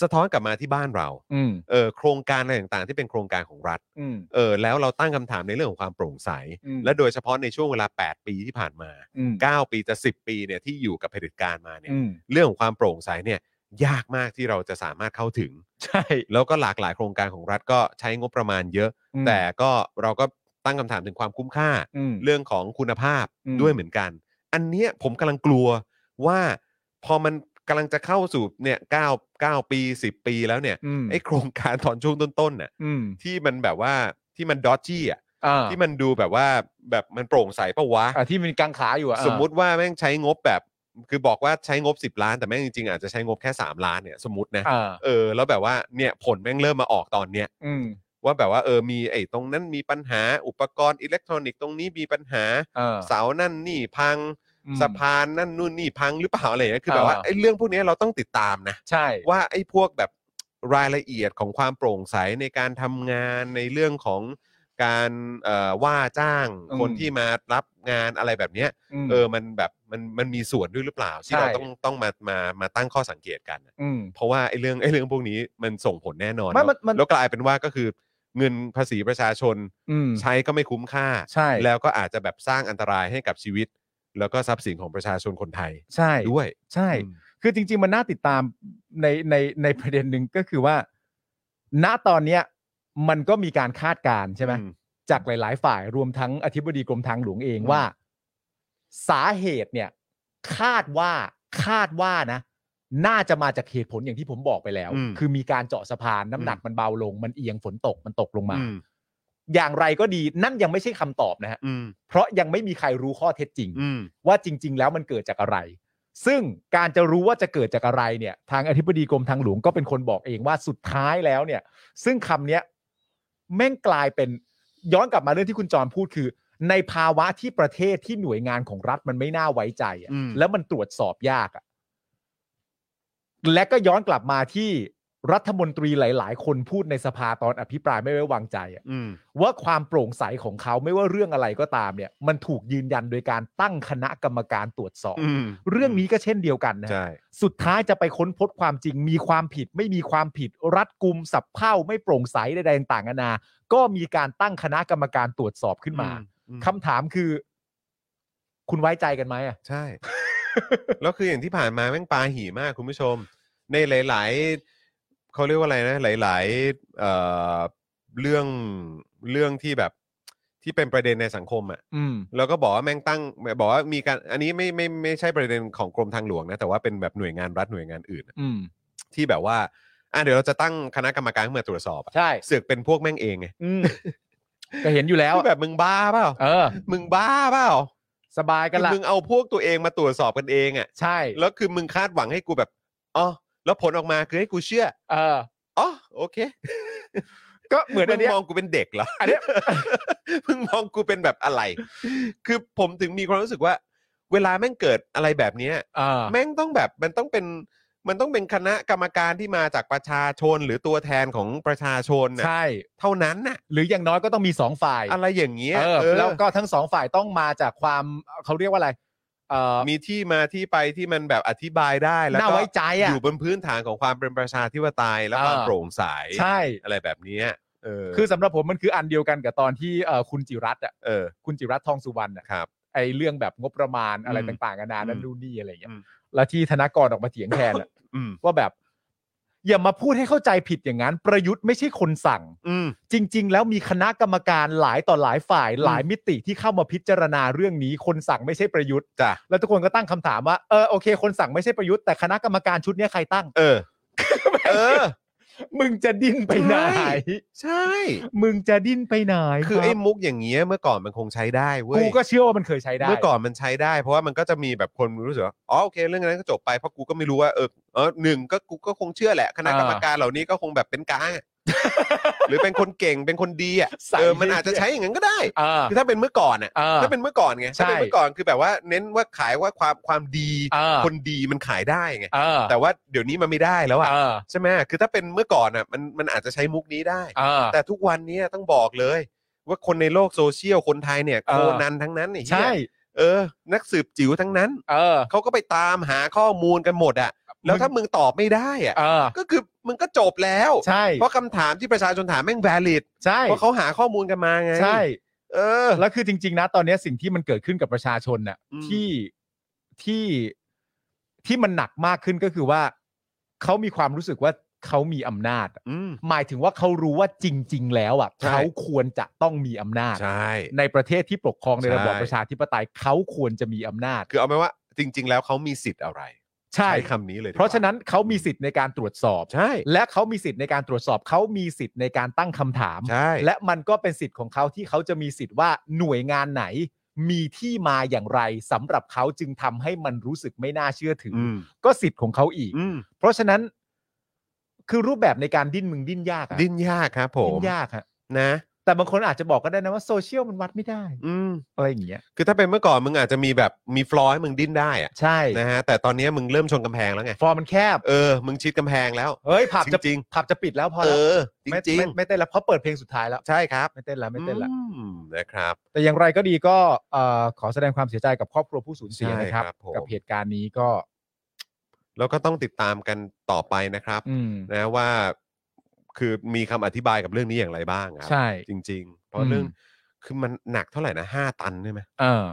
Speaker 1: สะท้อนกลับมาที่บ้านเรา
Speaker 2: อืม
Speaker 1: เออโครงการอะไรต่างๆ ที่เป็นโครงการของรัฐ
Speaker 2: อืม
Speaker 1: เออแล้วเราตั้งคำถามในเรื่องของความโปร่งใส
Speaker 2: อืม
Speaker 1: และโดยเฉพาะในช่วงเวลา 8 ปีที่ผ่านมา
Speaker 2: อืม
Speaker 1: 9 ปีจะ 10 ปีเนี่ยที่อยู่กับเผด็จการมาเนี่ย
Speaker 2: อืม
Speaker 1: เรื่องของความโปร่งใสเนี่ยยากมากที่เราจะสามารถเข้าถึง
Speaker 2: ใช่
Speaker 1: แล้วก็หลากหลายโครงการของรัฐก็ใช้งบประมาณเยอะ
Speaker 2: อืม
Speaker 1: แต่ก็เราก็ตั้งคำถามถึงความคุ้มค่า
Speaker 2: อืม
Speaker 1: เรื่องของคุณภาพ
Speaker 2: อืม
Speaker 1: ด้วยเหมือนกัน อันเนี้ยผมกำลังกลัวว่าพอมันกำลังจะเข้าสู่เนี่ยเก้าเก้าปีสิบปีแล้วเนี่ย
Speaker 2: อืม
Speaker 1: ไอ้โครงการตอนช่วงต้นๆน่ะ
Speaker 2: อืม
Speaker 1: ที่มันแบบว่าที่มันดอ d จี้อ่ะ
Speaker 2: อ่า
Speaker 1: ที่มันดูแบบว่าแบบมันโปร่งใสปะวะ
Speaker 2: อ่าที่มันกังขาอยู่อะเออ
Speaker 1: สมมุติว่าแม่งใช้งบแบบ คือบอกว่าใช้งบ 10 ล้าน แต่แม่งจริงๆอาจจะใช้งบแค่ 3 ล้านเนี่ยสมมตินะ
Speaker 2: เอ่า
Speaker 1: เออแล้วแบบว่าเนี่ยผลแม่งเริ่มมาออกตอนเนี้ย
Speaker 2: อืม
Speaker 1: ว่าแบบว่าเออมีไอ้ตรงนั้นมีปัญหาอุปกรณ์อิเล็กทรอนิกส์ตรงนี้มีปัญหา
Speaker 2: เออ
Speaker 1: เสานั่นนี่พัง
Speaker 2: อืม
Speaker 1: สะพานนั่นนู่นนี่พังหรือเปล่าอะไรอย่างเงี้ยคือแบบว่า
Speaker 2: อ่า
Speaker 1: ไอ้เรื่องพวกเนี้ยเราต้องติดตามนะ
Speaker 2: ใช่
Speaker 1: ว่าไอ้พวกแบบรายละเอียดของความโปร่งใสในการทำงานในเรื่องของการเอ่อว่าจ้าง
Speaker 2: อืม
Speaker 1: คนที่มารับงานอะไรแบบเนี้ย
Speaker 2: ม
Speaker 1: เออ มันแบบ มัน มันมีส่วนด้วยหรือเปล่า ที่เรา
Speaker 2: ใช่
Speaker 1: ต้อง ต้องมา มา มาตั้งข้อสังเกตกันอะ
Speaker 2: อืม
Speaker 1: เพราะว่าไอ้เรื่อง ไอ้เรื่องพวกนี้มันส่งผลแน่นอน
Speaker 2: ไม่มัน
Speaker 1: เอะ
Speaker 2: มัน
Speaker 1: แล้วกลายเป็นว่าก็คือ เงินภาษีประชาชน
Speaker 2: อืม
Speaker 1: ใช้ก็ไม่คุ้มค่า
Speaker 2: ใช่
Speaker 1: แล้วก็อาจจะแบบสร้างอันตรายให้กับชีวิต แล้วก็ทรัพย์สินของประชาชนคนไทย
Speaker 2: ใช่
Speaker 1: ด้วย
Speaker 2: ใช่ คือจริง ๆ มันน่าติดตามในในในประเด็นหนึ่งก็คือว่า ณตอนเนี้ย มันก็มีการคาดการณ์ใช่ไหม
Speaker 1: อืม
Speaker 2: จากหลาย ๆ ฝ่ายรวมทั้งอธิบดีกรมทางหลวงเอง
Speaker 1: อืม
Speaker 2: ว่า สาเหตุเนี่ย คาดว่าคาดว่านะ น่าจะมาจากเหตุผลอย่างที่ผมบอกไปแล้ว
Speaker 1: อืม
Speaker 2: คือมีการเจาะสะพานน้ำหนักมันเบาลง มันเอียงฝนตกมันตกลงมา
Speaker 1: อืม
Speaker 2: อย่างไรก็ดีนั่นยังไม่ใช่คำตอบนะฮะ
Speaker 1: อืม
Speaker 2: เพราะยังไม่มีใครรู้ข้อเท็จจริง
Speaker 1: อืม
Speaker 2: ว่าจริง ๆ แล้วมันเกิดจากอะไร ซึ่งการจะรู้ว่าจะเกิดจากอะไรเนี่ย ทางอธิบดีกรมทางหลวงก็เป็นคนบอกเองว่าสุดท้ายแล้วเนี่ย ซึ่งคำเนี้ยแม่งกลายเป็นย้อนกลับมาเรื่องที่คุณจรพูดคือ ในภาวะที่ประเทศที่หน่วยงานของรัฐมันไม่น่าไว้ใจอะ
Speaker 1: อืม
Speaker 2: แล้วมันตรวจสอบยากอะและก็ย้อนกลับมาที่ รัฐมนตรีหลาย ๆ คนพูดในสภาตอนอภิปรายไม่ไว้วางใจอะ
Speaker 1: อืม
Speaker 2: ว่าความโปร่งใสของเขาไม่ว่าเรื่องอะไรก็ตามเนี่ย มันถูกยืนยันโดยการตั้งคณะกรรมการตรวจสอบ
Speaker 1: อืม
Speaker 2: เรื่องนี้ก็เช่นเดียวกันนะฮะ
Speaker 1: ใช่
Speaker 2: สุดท้ายจะไปค้นพบความจริงมีความผิด ไม่มีความผิด รัดกุมสับเข่าไม่โปร่งใสใดๆต่างๆนานา ก็มีการตั้งคณะกรรมการตรวจสอบขึ้นมา
Speaker 1: อืม
Speaker 2: คำถามคือ คุณไว้ใจกันไหมอะ
Speaker 1: ใช่ แล้วคืออย่างที่ผ่านมาแม่งปาหี่มากคุณผู้ชม ในหลาย ๆเขาเรียกว่าอะไรนะ หลายๆเอ่อเรื่องเรื่องที่แบบที่เป็นประเด็นในสังคมอ่ะ
Speaker 2: อืม
Speaker 1: แล้วก็บอกว่าแม่งตั้งบอกว่ามีการอันนี้ไม่ไม่ไม่ใช่ประเด็นของกรมทางหลวงนะ แต่ว่าเป็นแบบหน่วยงานรัฐหน่วยงานอื่นอะ
Speaker 2: อืม
Speaker 1: ที่แบบว่าอ่ะเดี๋ยวเราจะตั้งคณะกรรมการขึ้นมาตรวจสอบอะ
Speaker 2: ใช่
Speaker 1: เสือกเป็นพวกแม่งเองไง
Speaker 2: อืม ก็เห็นอยู่แล้ว
Speaker 1: ที่แบบมึงบ้าเปล่า
Speaker 2: เออ
Speaker 1: มึงบ้าเปล่า
Speaker 2: สบายกันละ
Speaker 1: มึงเอาพวกตัวเองมาตรวจสอบกันเองอ่ะ
Speaker 2: ใช่
Speaker 1: แล้วคือมึงคาดหวังให้กูแบบ อ๋อ แล้วผลออกมาคือให้กูเชื่อ
Speaker 2: เออ
Speaker 1: อ๋อ โอเค
Speaker 2: ก็เหมือนอันเนี้
Speaker 1: ง
Speaker 2: ย
Speaker 1: มองกูเป็นเด็กเหรอ
Speaker 2: อันเนี้ย
Speaker 1: มึงมองกูเป็นแบบอะไร คือผมถึงมีความรู้สึกว่า เวลาแม่งเกิดอะไรแบบเนี้ย
Speaker 2: เออ
Speaker 1: แม่งต้องแบบ มันต้องเป็น มันต้องเป็นคณะกรรมการที่มาจากประชาชนหรือตัวแทนของประชาชนนะ
Speaker 2: ใช่
Speaker 1: เท่านั้นน่ะ
Speaker 2: หรืออย่างน้อยก็ต้องมีสองฝ่าย
Speaker 1: อะไรอย่างเงี้ย
Speaker 2: เออ
Speaker 1: เออ
Speaker 2: แล้วก็ทั้งสองฝ่ายต้องมาจากความเขาเรียกว่าอะไร เออ
Speaker 1: มีที่มาที่ไปที่มันแบบอธิบายได้แล้ว
Speaker 2: น่า
Speaker 1: ก็
Speaker 2: ไว้ใจอ่ะ
Speaker 1: อยู่บนพื้นฐานของความเป็นประชาธิปไตยและความ
Speaker 2: เออ
Speaker 1: โปร่งใส
Speaker 2: ใช่
Speaker 1: อะไรแบบเนี้ยเออ
Speaker 2: คือสำหรับผมมันคืออันเดียวกันกับตอนที่เอ่อคุณจิรัตน์อ่ะ
Speaker 1: เออ
Speaker 2: คุณจิรัตน์ทองสุวรรณอ่ะ
Speaker 1: ครับ
Speaker 2: ไอเรื่องแบบงบประมาณอะไร
Speaker 1: อืม
Speaker 2: ต่างๆนานานั่
Speaker 1: อื
Speaker 2: น
Speaker 1: ม
Speaker 2: นู่นนี่อะไรอย่างเงี้
Speaker 1: อื
Speaker 2: ย
Speaker 1: ม
Speaker 2: แล้วที่ธนากรออกมาเถียงแทน อะ
Speaker 1: อืม
Speaker 2: ว่าแบบ อย่ามาพูดให้เข้าใจผิดอย่างนั้น ประยุทธ์ไม่ใช่คนสั่ง
Speaker 1: อืม
Speaker 2: จริง ๆ แล้วมีคณะกรรมการหลายต่อหลายฝ่ายหลายมิติที่เข้ามาพิจารณาเรื่องนี้ คนสั่งไม่ใช่ประยุทธ์
Speaker 1: จ้ะ
Speaker 2: แล้วทุกคนก็ตั้งคำถามว่าเออโอเค คนสั่งไม่ใช่ประยุทธ์แต่คณะกรรมการชุดเนี้ยใครตั้ง
Speaker 1: เอ อ เออ
Speaker 2: มึงจะดิ้นไปไหน
Speaker 1: ใช่ ใช่
Speaker 2: มึงจะดิ้นไปไหน
Speaker 1: คือไอ้
Speaker 2: รับ
Speaker 1: มุกอย่างเงี้ยเมื่อก่อนมันคงใช้ได้เว้ย
Speaker 2: กูก็เชื่อว่ามันเคยใช้ได้
Speaker 1: เมื่อก่อนมันใช้ได้ เพราะว่ามันก็จะมีแบบคนรู้สึกว่า อ๋อโอเค เรื่องนั้นก็จบไป เพราะกูก็ไม่รู้ว่า เออ เออหนึ่งก็กูก็คงเชื่อแหละ คณะกรรมการเหล่านี้ก็คงแบบเป็นกลางอะ หรือเป็นคนเก่ง เป็นคนดีอ่ะ
Speaker 2: ใส่
Speaker 1: เออ มันอาจจะใช้อย่างนั้นก็ได้
Speaker 2: เออ
Speaker 1: คือถ้าเป็นเมื่อก่อนอ่ะ
Speaker 2: เออ
Speaker 1: ถ้าเป็นเมื่อก่อนไง
Speaker 2: ใช่
Speaker 1: ถ้าเป็นเมื่อก่อนคือแบบว่าเน้นว่าขายว่าความความดี
Speaker 2: เออ
Speaker 1: คนดีมันขายได้ไง
Speaker 2: เออ
Speaker 1: แต่ว่าเดี๋ยวนี้มันไม่ได้แล้วอ่ะ
Speaker 2: เออ
Speaker 1: ใช่ไหมคือถ้าเป็นเมื่อก่อนอ่ะ มันมันอาจจะใช้มุกนี้ได้
Speaker 2: เออ
Speaker 1: แต่ทุกวันเนี้ต้องบอกเลย ว่าคนในโลกโซเชียลคนไทยเนี่ย
Speaker 2: เอ
Speaker 1: โค
Speaker 2: อ
Speaker 1: นันทั้งนั้นไอ้เหี้ย
Speaker 2: ใช่
Speaker 1: เออ นักสืบจิ๋วทั้งนั้น
Speaker 2: เออ
Speaker 1: เขาก็ไปตามหาข้อมูลกันหมดอ่ะ แล้วถ้ามึงตอบไม่ได้อ่ะ
Speaker 2: เออ
Speaker 1: ก็คือมึงก็จบแล้ว
Speaker 2: ใช่
Speaker 1: เพราะคำถามที่ประชาชนถามแม่ง valid
Speaker 2: ใช่
Speaker 1: เพราะเขาหาข้อมูลกันมาไง
Speaker 2: ใช่
Speaker 1: เออ
Speaker 2: แล้วคือจริง ๆ นะ ตอนเนี้ยสิ่งที่มันเกิดขึ้นกับประชาชนน่ะ
Speaker 1: อืม
Speaker 2: ที่ที่ที่มันหนักมากขึ้นก็คือว่า เขามีความรู้สึกว่าเขามีอำนาจ
Speaker 1: อืม
Speaker 2: หมายถึงว่าเขารู้ว่าจริง ๆ แล้วอ่ะ
Speaker 1: ใช่
Speaker 2: เขาควรจะต้องมีอำนาจ
Speaker 1: ใช่
Speaker 2: ในประเทศที่ปกครองในระบอบ
Speaker 1: ใช่
Speaker 2: ประชาธิปไตยเขาควรจะมีอำนาจ
Speaker 1: คือเอาไหมว่าจริง ๆ แล้วเขามีสิทธิ์อะไร
Speaker 2: ใช่
Speaker 1: ใช้คำนี้เลยดีกว่
Speaker 2: เพราะฉะนั้นเขามีสิทธิ์ในการตรวจสอบ
Speaker 1: ใช่
Speaker 2: และเขามีสิทธิ์ในการตรวจสอบเขามีสิทธิ์ในการตั้งคำถาม
Speaker 1: ใช่
Speaker 2: และมันก็เป็นสิทธิ์ของเขาที่เขาจะมีสิทธิ์ว่าหน่วยงานไหน มีที่มาอย่างไรสำหรับเขาจึงทำให้มันรู้สึกไม่น่าเชื่อถืออ
Speaker 1: อืม
Speaker 2: ก็สิทธิ์ของเขาอีก
Speaker 1: อืม
Speaker 2: เพราะฉะนั้น คือรูปแบบในการดิ้นมึงดิ้นยากอะ
Speaker 1: ดิ้นยากครับ ผ
Speaker 2: ดิ้
Speaker 1: ม
Speaker 2: นยากฮะ
Speaker 1: นะ
Speaker 2: แต่บางคนอาจจะบอกก็ได้นะว่าโซเชียลมันวัดไม่ได้
Speaker 1: อืม
Speaker 2: อะไรอย่างเงี้ย
Speaker 1: คือถ้าเป็นเมื่อก่อนมึงอาจจะมีแบบมีฟลอร์ให้มึงดิ้นได้อะ
Speaker 2: ใช่
Speaker 1: นะฮะแต่ตอนนี้มึงเริ่มชนกำแพงแล้วไง
Speaker 2: ฟอร์มมันแคบ
Speaker 1: เออ มึงชิดกำแพงแล้ว
Speaker 2: เฮ้ยผับจะ
Speaker 1: จริง
Speaker 2: ผับจะปิดแล้วพอ
Speaker 1: เอ
Speaker 2: แล้ว
Speaker 1: อ จ
Speaker 2: ไม่
Speaker 1: ริง
Speaker 2: ไม่ไม่เต้นแล้วเพราะเปิดเพลงสุดท้ายแล้ว
Speaker 1: ๆ ใช่ครับ
Speaker 2: ไม่เต้นแล้วไม่เต้นแล้ว
Speaker 1: อืมนะครับ
Speaker 2: แต่อย่างไรก็ดีก็เอ่อขอแสดงความเสียใจกับครอบครัวผู้สูญเสีย
Speaker 1: ใช่
Speaker 2: นะครับ
Speaker 1: ครับผม
Speaker 2: กับเหตุการณ์นี้ก็
Speaker 1: แล้วก็ต้องติดตามกันต่อไปนะครับ
Speaker 2: อืม
Speaker 1: นะว่า คือมีคำอธิบายกับเรื่องนี้อย่างไรบ้างครั
Speaker 2: ใช่
Speaker 1: จริง ๆ เพราะเรื่อง
Speaker 2: อืม
Speaker 1: คือมันหนักเท่าไหร่นะห้าตันใช่ไหม
Speaker 2: เออ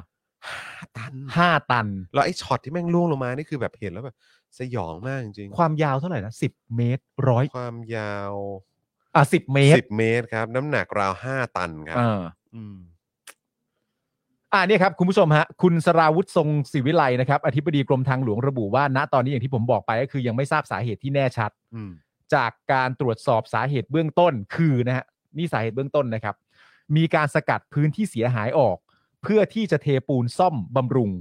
Speaker 1: ห้าตัน
Speaker 2: ห้าตัน
Speaker 1: แล้วไอ้ช็อตที่แม่งล่วงลงมานี่คือแบบเห็นแล้วแบบสยองมากจริงๆ
Speaker 2: ความยาวเท่าไหร่นะสิบเมตรร้อย
Speaker 1: ความยาว
Speaker 2: อ่ะสิบเมตร
Speaker 1: สิบเมตรครับ น้ำหนักราวห้าตันครับ
Speaker 2: เออ
Speaker 1: อืม
Speaker 2: อ่าเนี่ยครับ คุณผู้ชมฮะ คุณสราวุธทรงศิวิไลนะครับ อธิบดีกรมทางหลวงระบุว่าณตอนนี้อย่างที่ผมบอกไปก็คือยังไม่ทราบสาเหตุที่แน่ชัด
Speaker 1: อืม
Speaker 2: จากการตรวจสอบสาเหตุเบื้องต้นคือนะฮะนี่สาเหตุเบื้องต้นนะครับ มีการสกัดพื้นที่เสียหายออก เพื่อที่จะเทปูนซ่อมบำรุง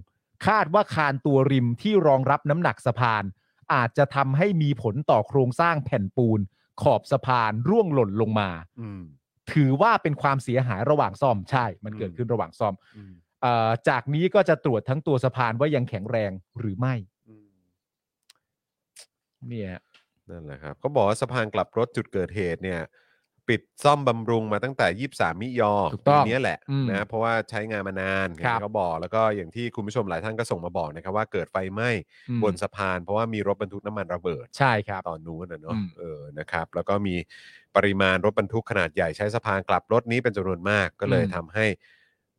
Speaker 2: คาดว่าคานตัวริมที่รองรับน้ำหนักสะพาน อาจจะทำให้มีผลต่อโครงสร้างแผ่นปูน ขอบสะพานร่วงหล่นลงมา
Speaker 1: อืม
Speaker 2: ถือว่าเป็นความเสียหายระหว่างซ่อมใช่ มันเกิดขึ้นระหว่างซ่อม
Speaker 1: อืม
Speaker 2: เอ่อจากนี้ก็จะตรวจทั้งตัวสะพานว่ายังแข็งแรงหรือไม่เนี่ย
Speaker 1: นั่นแหละครับเขาบอกว่าสะพานกลับรถจุดเกิดเหตุเนี่ย ปิดซ่อมบำรุงมาตั้งแต่ 23 มิยอ
Speaker 2: ถูกต้อง
Speaker 1: ปีนี้แหละ
Speaker 2: อืม
Speaker 1: นะเพราะว่าใช้งานมานานอย่าง
Speaker 2: ครับ
Speaker 1: ที่เขาบอกแล้วก็อย่างที่คุณผู้ชมหลายท่านก็ส่งมาบอกนะครับว่าเกิดไฟไหม้
Speaker 2: อืม
Speaker 1: บนสะพาน เพราะว่ามีรถบรรทุกน้ำมันระเบิด
Speaker 2: ใช่ครับ
Speaker 1: ตอนนู้นนะเนาะ
Speaker 2: อืม
Speaker 1: เออนะครับ แล้วก็มีปริมาณรถบรรทุกขนาดใหญ่ใช้สะพานกลับรถนี้เป็นจำนวนมาก ก็เลยทำให้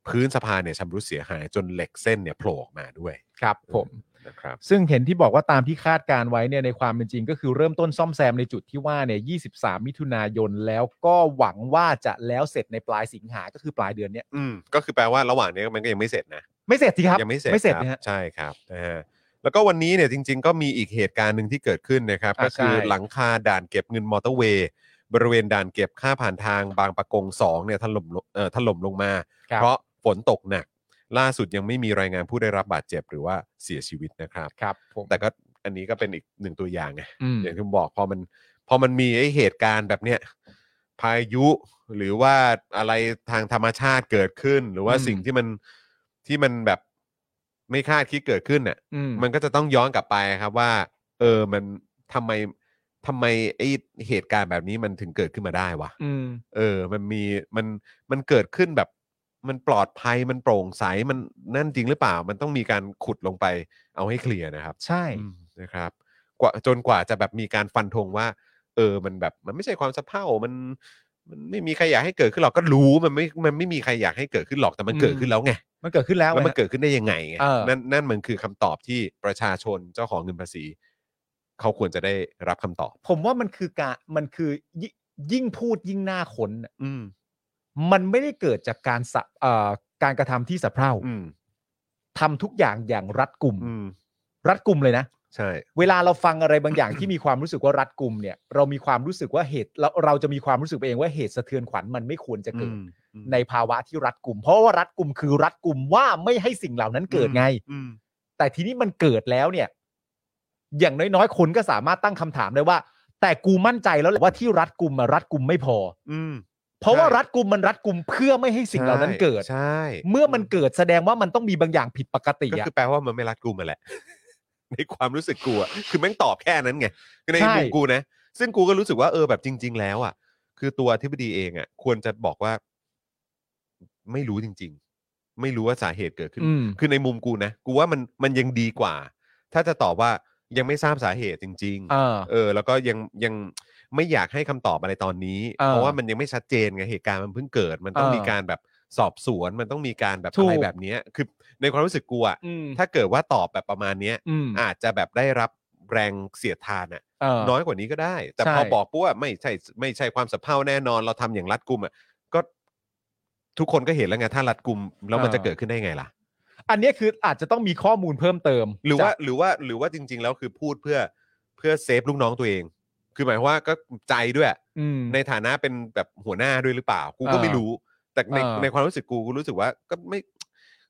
Speaker 1: พื้นสะพานเนี่ยชำรุดเสียหายจนเหล็กเส้นเนี่ยโผล่ออกมาด้วย
Speaker 2: ครับผม
Speaker 1: นะครับ
Speaker 2: ซึ่งเห็นที่บอกว่าตามที่คาดการไว้เนี่ยในความเป็นจริงก็คือเริ่มต้นซ่อมแซมในจุดที่ว่าเนี่ย23 มิถุนายนแล้วก็หวังว่าจะแล้วเสร็จในปลายสิงหาก็คือปลายเดือนเนี้ย
Speaker 1: อืมก็คือแปลว่าระหว่างนี้มันก็ยังไม่เสร็จนะ
Speaker 2: ไม่เสร็จสิครับ
Speaker 1: ยังไม่เสร็จ
Speaker 2: ไม่เสร็จ
Speaker 1: ครับ
Speaker 2: นะฮะ
Speaker 1: ใช่ครับนะฮะแล้วก็วันนี้เนี่ยจริง ๆ ก็มีอีกเหตุการณ์หนึ่งที่เกิดขึ้นนะครับ
Speaker 2: อ่ะ
Speaker 1: ก็คือ
Speaker 2: ใช่
Speaker 1: หลังคาด่านเก็บเงินมอเตอร์เวย์บริเวณด่านเก็บค่าผ่านทางบางปะกง2เนี่ยถล่มลงเอ่อถล่มลงมา
Speaker 2: คบ
Speaker 1: เพราะฝนตกหนัก ล่าสุดยังไม่มีรายงานผู้ได้รับบาดเจ็บหรือว่าเสียชีวิตนะครับ
Speaker 2: ครับผม
Speaker 1: แต่ก็อันนี้ก็เป็นอีกหนึ่งตัวอย่างไง
Speaker 2: อืม
Speaker 1: อย่างที่ผมบอกพอมันพอมันมีไอ้เหตุการณ์แบบเนี้ยพายุหรือว่าอะไรทางธรรมชาติเกิดขึ้น หรือว่าสิ่งที่มันที่มันแบบไม่คาดคิดเกิดขึ้นเนี่ย
Speaker 2: อืม
Speaker 1: มันก็จะต้องย้อนกลับไปครับว่า เออมันทำไมทำไมไอ้เหตุการณ์แบบนี้มันถึงเกิดขึ้นมาได้วะ
Speaker 2: อืม
Speaker 1: เออ มันมี มัน มันเกิดขึ้นแบบ มันปลอดภัย มันโปร่งใส มันนั่นจริงหรือเปล่า มันต้องมีการขุดลงไป เอาให้เคลียร์นะครับ
Speaker 2: ใช่
Speaker 1: อืมนะครับ กว่าจนกว่าจะแบบมีการฟันธงว่า เออ มันแบบ มันไม่ใช่ความสะเพร่า มัน มันไม่มีใครอยากให้เกิดขึ้นหรอก ก็รู้ มันไม่ มันไม่มีใครอยากให้เกิดขึ้นหรอก แต่มันเกิดขึ้นแล้วไง
Speaker 2: มันเกิดขึ้นแล้ว
Speaker 1: แล้วมั
Speaker 2: ไง
Speaker 1: น
Speaker 2: ฮะ
Speaker 1: เกิดขึ้นได้ยังไงไง
Speaker 2: เออ
Speaker 1: นั่นนั่นมันคือคำตอบที่ประชาชนเจ้าของเงินภาษี เขาควรจะได้รับคำตอบ
Speaker 2: ผมว่ามันคือการมันคือยิยิ่งพูดยิ่งหน้าขนน่ะ
Speaker 1: อืม
Speaker 2: มันไม่ได้เกิดจากการสะเอ่อการกระทำที่สะเพร่า
Speaker 1: อืม
Speaker 2: ทำทุกอย่างอย่างรัดกุม
Speaker 1: อืม
Speaker 2: รัดกุมเลยนะ
Speaker 1: ใช่
Speaker 2: เวลาเราฟังอะไรบางอย่าง ที่มีความรู้สึกว่ารัดกุมเนี่ย เรามีความรู้สึกว่าเหตุเราเราจะมีความรู้สึกไปเองว่าเหตุสะเทือนขวัญมันไม่ควรจะเกิด
Speaker 1: อืม
Speaker 2: ในภาวะที่รัดกุม เพราะว่ารัดกุมคือรัดกุมว่าไม่ให้สิ่งเหล่านั้นเกิดไง
Speaker 1: อืม
Speaker 2: แต่ทีนี้มันเกิดแล้วเนี่ย อย่างน้อยๆคนก็สามารถตั้งคำถามได้ว่า แต่กูมั่นใจแล้วแหละว่าที่รัดกุมมารัดกุมไม่พอ
Speaker 1: อืม
Speaker 2: เพราะว่า
Speaker 1: ใช่
Speaker 2: รัดกุมมันรัดกุมเพื่อไม่ให้สิ่งเหล่านั้นเกิด
Speaker 1: ใช่
Speaker 2: เมื่อมันเกิดแสดงว่ามันต้องมีบางอย่างผิดปกติ
Speaker 1: ก็
Speaker 2: อะ
Speaker 1: คือแปลว่ามันไม่รักกูมาแหละ ในความรู้สึกกูอะคือแม่งตอบแค่นั้นไงใน
Speaker 2: ใช่
Speaker 1: มุมกูนะ ซึ่งกูก็รู้สึกว่าเออแบบจริง ๆ แล้วอ่ะ คือตัวอธิบดีเองอ่ะ ควรจะบอกว่า ไม่รู้จริง ๆ ไม่รู้ว่าสาเหตุเกิดขึ้น
Speaker 2: อืม
Speaker 1: คือในมุมกูนะกูว่ามันมันยังดีกว่า ถ้าจะตอบว่ายังไม่ทราบสาเหตุจริง ๆ
Speaker 2: เออ
Speaker 1: เออแล้วก็ยังยังไม่อยากให้คำตอบอะไรตอนนี้
Speaker 2: เออ
Speaker 1: เพราะว่ามันยังไม่ชัดเจนไงเหตุการณ์มันเพิ่งเกิด มันต้อง
Speaker 2: เออ
Speaker 1: มีการแบบสอบสวนมันต้องมีการแบบ
Speaker 2: ถูก
Speaker 1: อะไรแบบเนี้ยคือในความรู้สึกกูอะ
Speaker 2: อืม
Speaker 1: ถ้าเกิดว่าตอบแบบประมาณเนี้ย
Speaker 2: อืม
Speaker 1: อาจจะแบบได้รับแรงเสียดทานอะ
Speaker 2: เออ
Speaker 1: น้อยกว่านี้ก็ได้ แต่
Speaker 2: ใช่
Speaker 1: พอบอกปุ๊บว่าไม่ใช่ไม่ใช่ความสับเพร่าแน่นอนเราทำอย่างรัดกุมอะก็ทุกคนก็เห็นแล้วไงถ้ารัดกุมแล้วมันจะเกิดขึ้นได้ไงล่ะ
Speaker 2: อันเนี้ยคืออาจจะต้องมีข้อมูลเพิ่มเติม
Speaker 1: หรือว่า
Speaker 2: จก
Speaker 1: หรือว่าหรือว่าจริง ๆ แล้วคือพูดเพื่อเพื่อเซฟลูกน้องตัวเอง คือหมายความว่าก็ใจด้วย
Speaker 2: อืม
Speaker 1: ในฐานะเป็นแบบหัวหน้าด้วยหรือเปล่า กูก็
Speaker 2: เออ
Speaker 1: ไม่รู้ แต่ใน
Speaker 2: เออ
Speaker 1: ในความรู้สึกกูกูรู้สึกว่าก็ไม่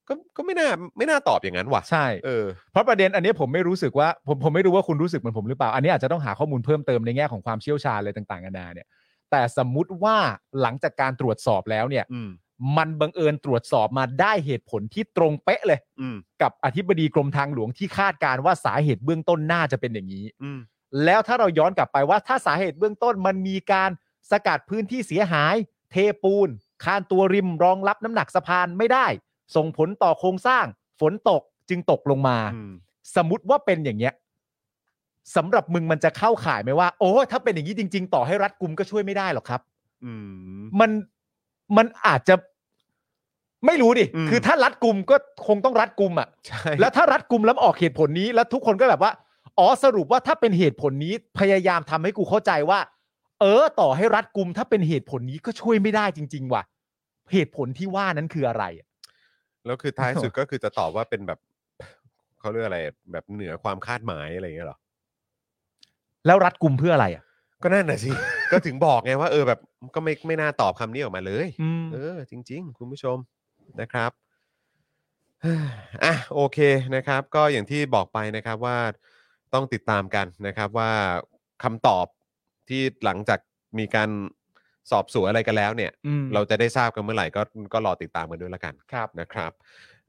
Speaker 1: ก็ก็ไม่น่าไม่น่าตอบอย่างนั้นว่ะ
Speaker 2: ใช่
Speaker 1: เออ
Speaker 2: เพราะประเด็นอันเนี้ยผมไม่รู้สึกว่าผมผมไม่รู้ว่าคุณรู้สึกเหมือนผมหรือเปล่า อันนี้อาจจะต้องหาข้อมูลเพิ่มเติมในแง่ของความเชี่ยวชาญอะไรต่างๆนานาเนี่ย แต่สมมุติว่าหลังจากการตรวจสอบแล้วเนี่ย
Speaker 1: อืม
Speaker 2: มันบังเอิญตรวจสอบมาได้เหตุผลที่ตรงเป๊ะเลย
Speaker 1: อืม
Speaker 2: กับอธิบดีกรมทางหลวงที่คาดการณ์ว่าสาเหตุเบื้องต้นน่าจะเป็นอย่างนี้
Speaker 1: อืม
Speaker 2: แล้วถ้าเราย้อนกลับไปว่าถ้าสาเหตุเบื้องต้นมันมีการสกัดพื้นที่เสียหาย เทปูน คานตัวริมรองรับน้ำหนักสะพานไม่ได้ ส่งผลต่อโครงสร้าง ฝนตกจึงตกลงมา
Speaker 1: อืม
Speaker 2: สมมติว่าเป็นอย่างเงี้ยสำหรับมึงมันจะเข้าข่ายไหมว่า โอ้ถ้าเป็นอย่างนี้จริง ๆ ต่อให้รัฐกุมก็ช่วยไม่ได้หรอกครับ
Speaker 1: อืม
Speaker 2: มันมันอาจจะไม่รู้ดิ
Speaker 1: อืม
Speaker 2: คือถ้ารัดกุมก็คงต้องรัดกุมอ่ะ
Speaker 1: ใช่
Speaker 2: แล้วถ้ารัดกุมแล้วออกเหตุผลนี้ แล้วทุกคนก็แบบว่า อ๋อสรุปว่าถ้าเป็นเหตุผลนี้พยายามทำให้กูเข้าใจว่า เออ ต่อให้รัดกุมถ้าเป็นเหตุผลนี้ก็ช่วยไม่ได้จริง ๆ ว่ะ เหตุผลที่ว่านั้นคืออะไรอะ
Speaker 1: แล้วคือท้ายสุดก็คือจะตอบว่าเป็นแบบ เขาเรียกอะไรแบบเหนือความคาดหมายอะไรอย่างเงี้ยเหรอ
Speaker 2: แล้วรัดกุมเพื่ออะไรอ่ะ
Speaker 1: ก็นั่นน่ะสิ ก็ถึงบอกไงว่าเออแบบก็ไม่ไม่น่าตอบคำนี้ออกมาเลย
Speaker 2: อืม
Speaker 1: เออจริง ๆ คุณผู้ชมนะครับ อ่ะโอเคนะครับ ก็อย่างที่บอกไปนะครับว่าต้องติดตามกันนะครับว่าคำตอบที่หลังจากมีการสอบสวนอะไรกันแล้วเนี่ย
Speaker 2: อืม
Speaker 1: เราจะได้ทราบกันเมื่อไหร่ก็ก็รอติดตามกันด้วยละกัน
Speaker 2: ครับ
Speaker 1: นะครับ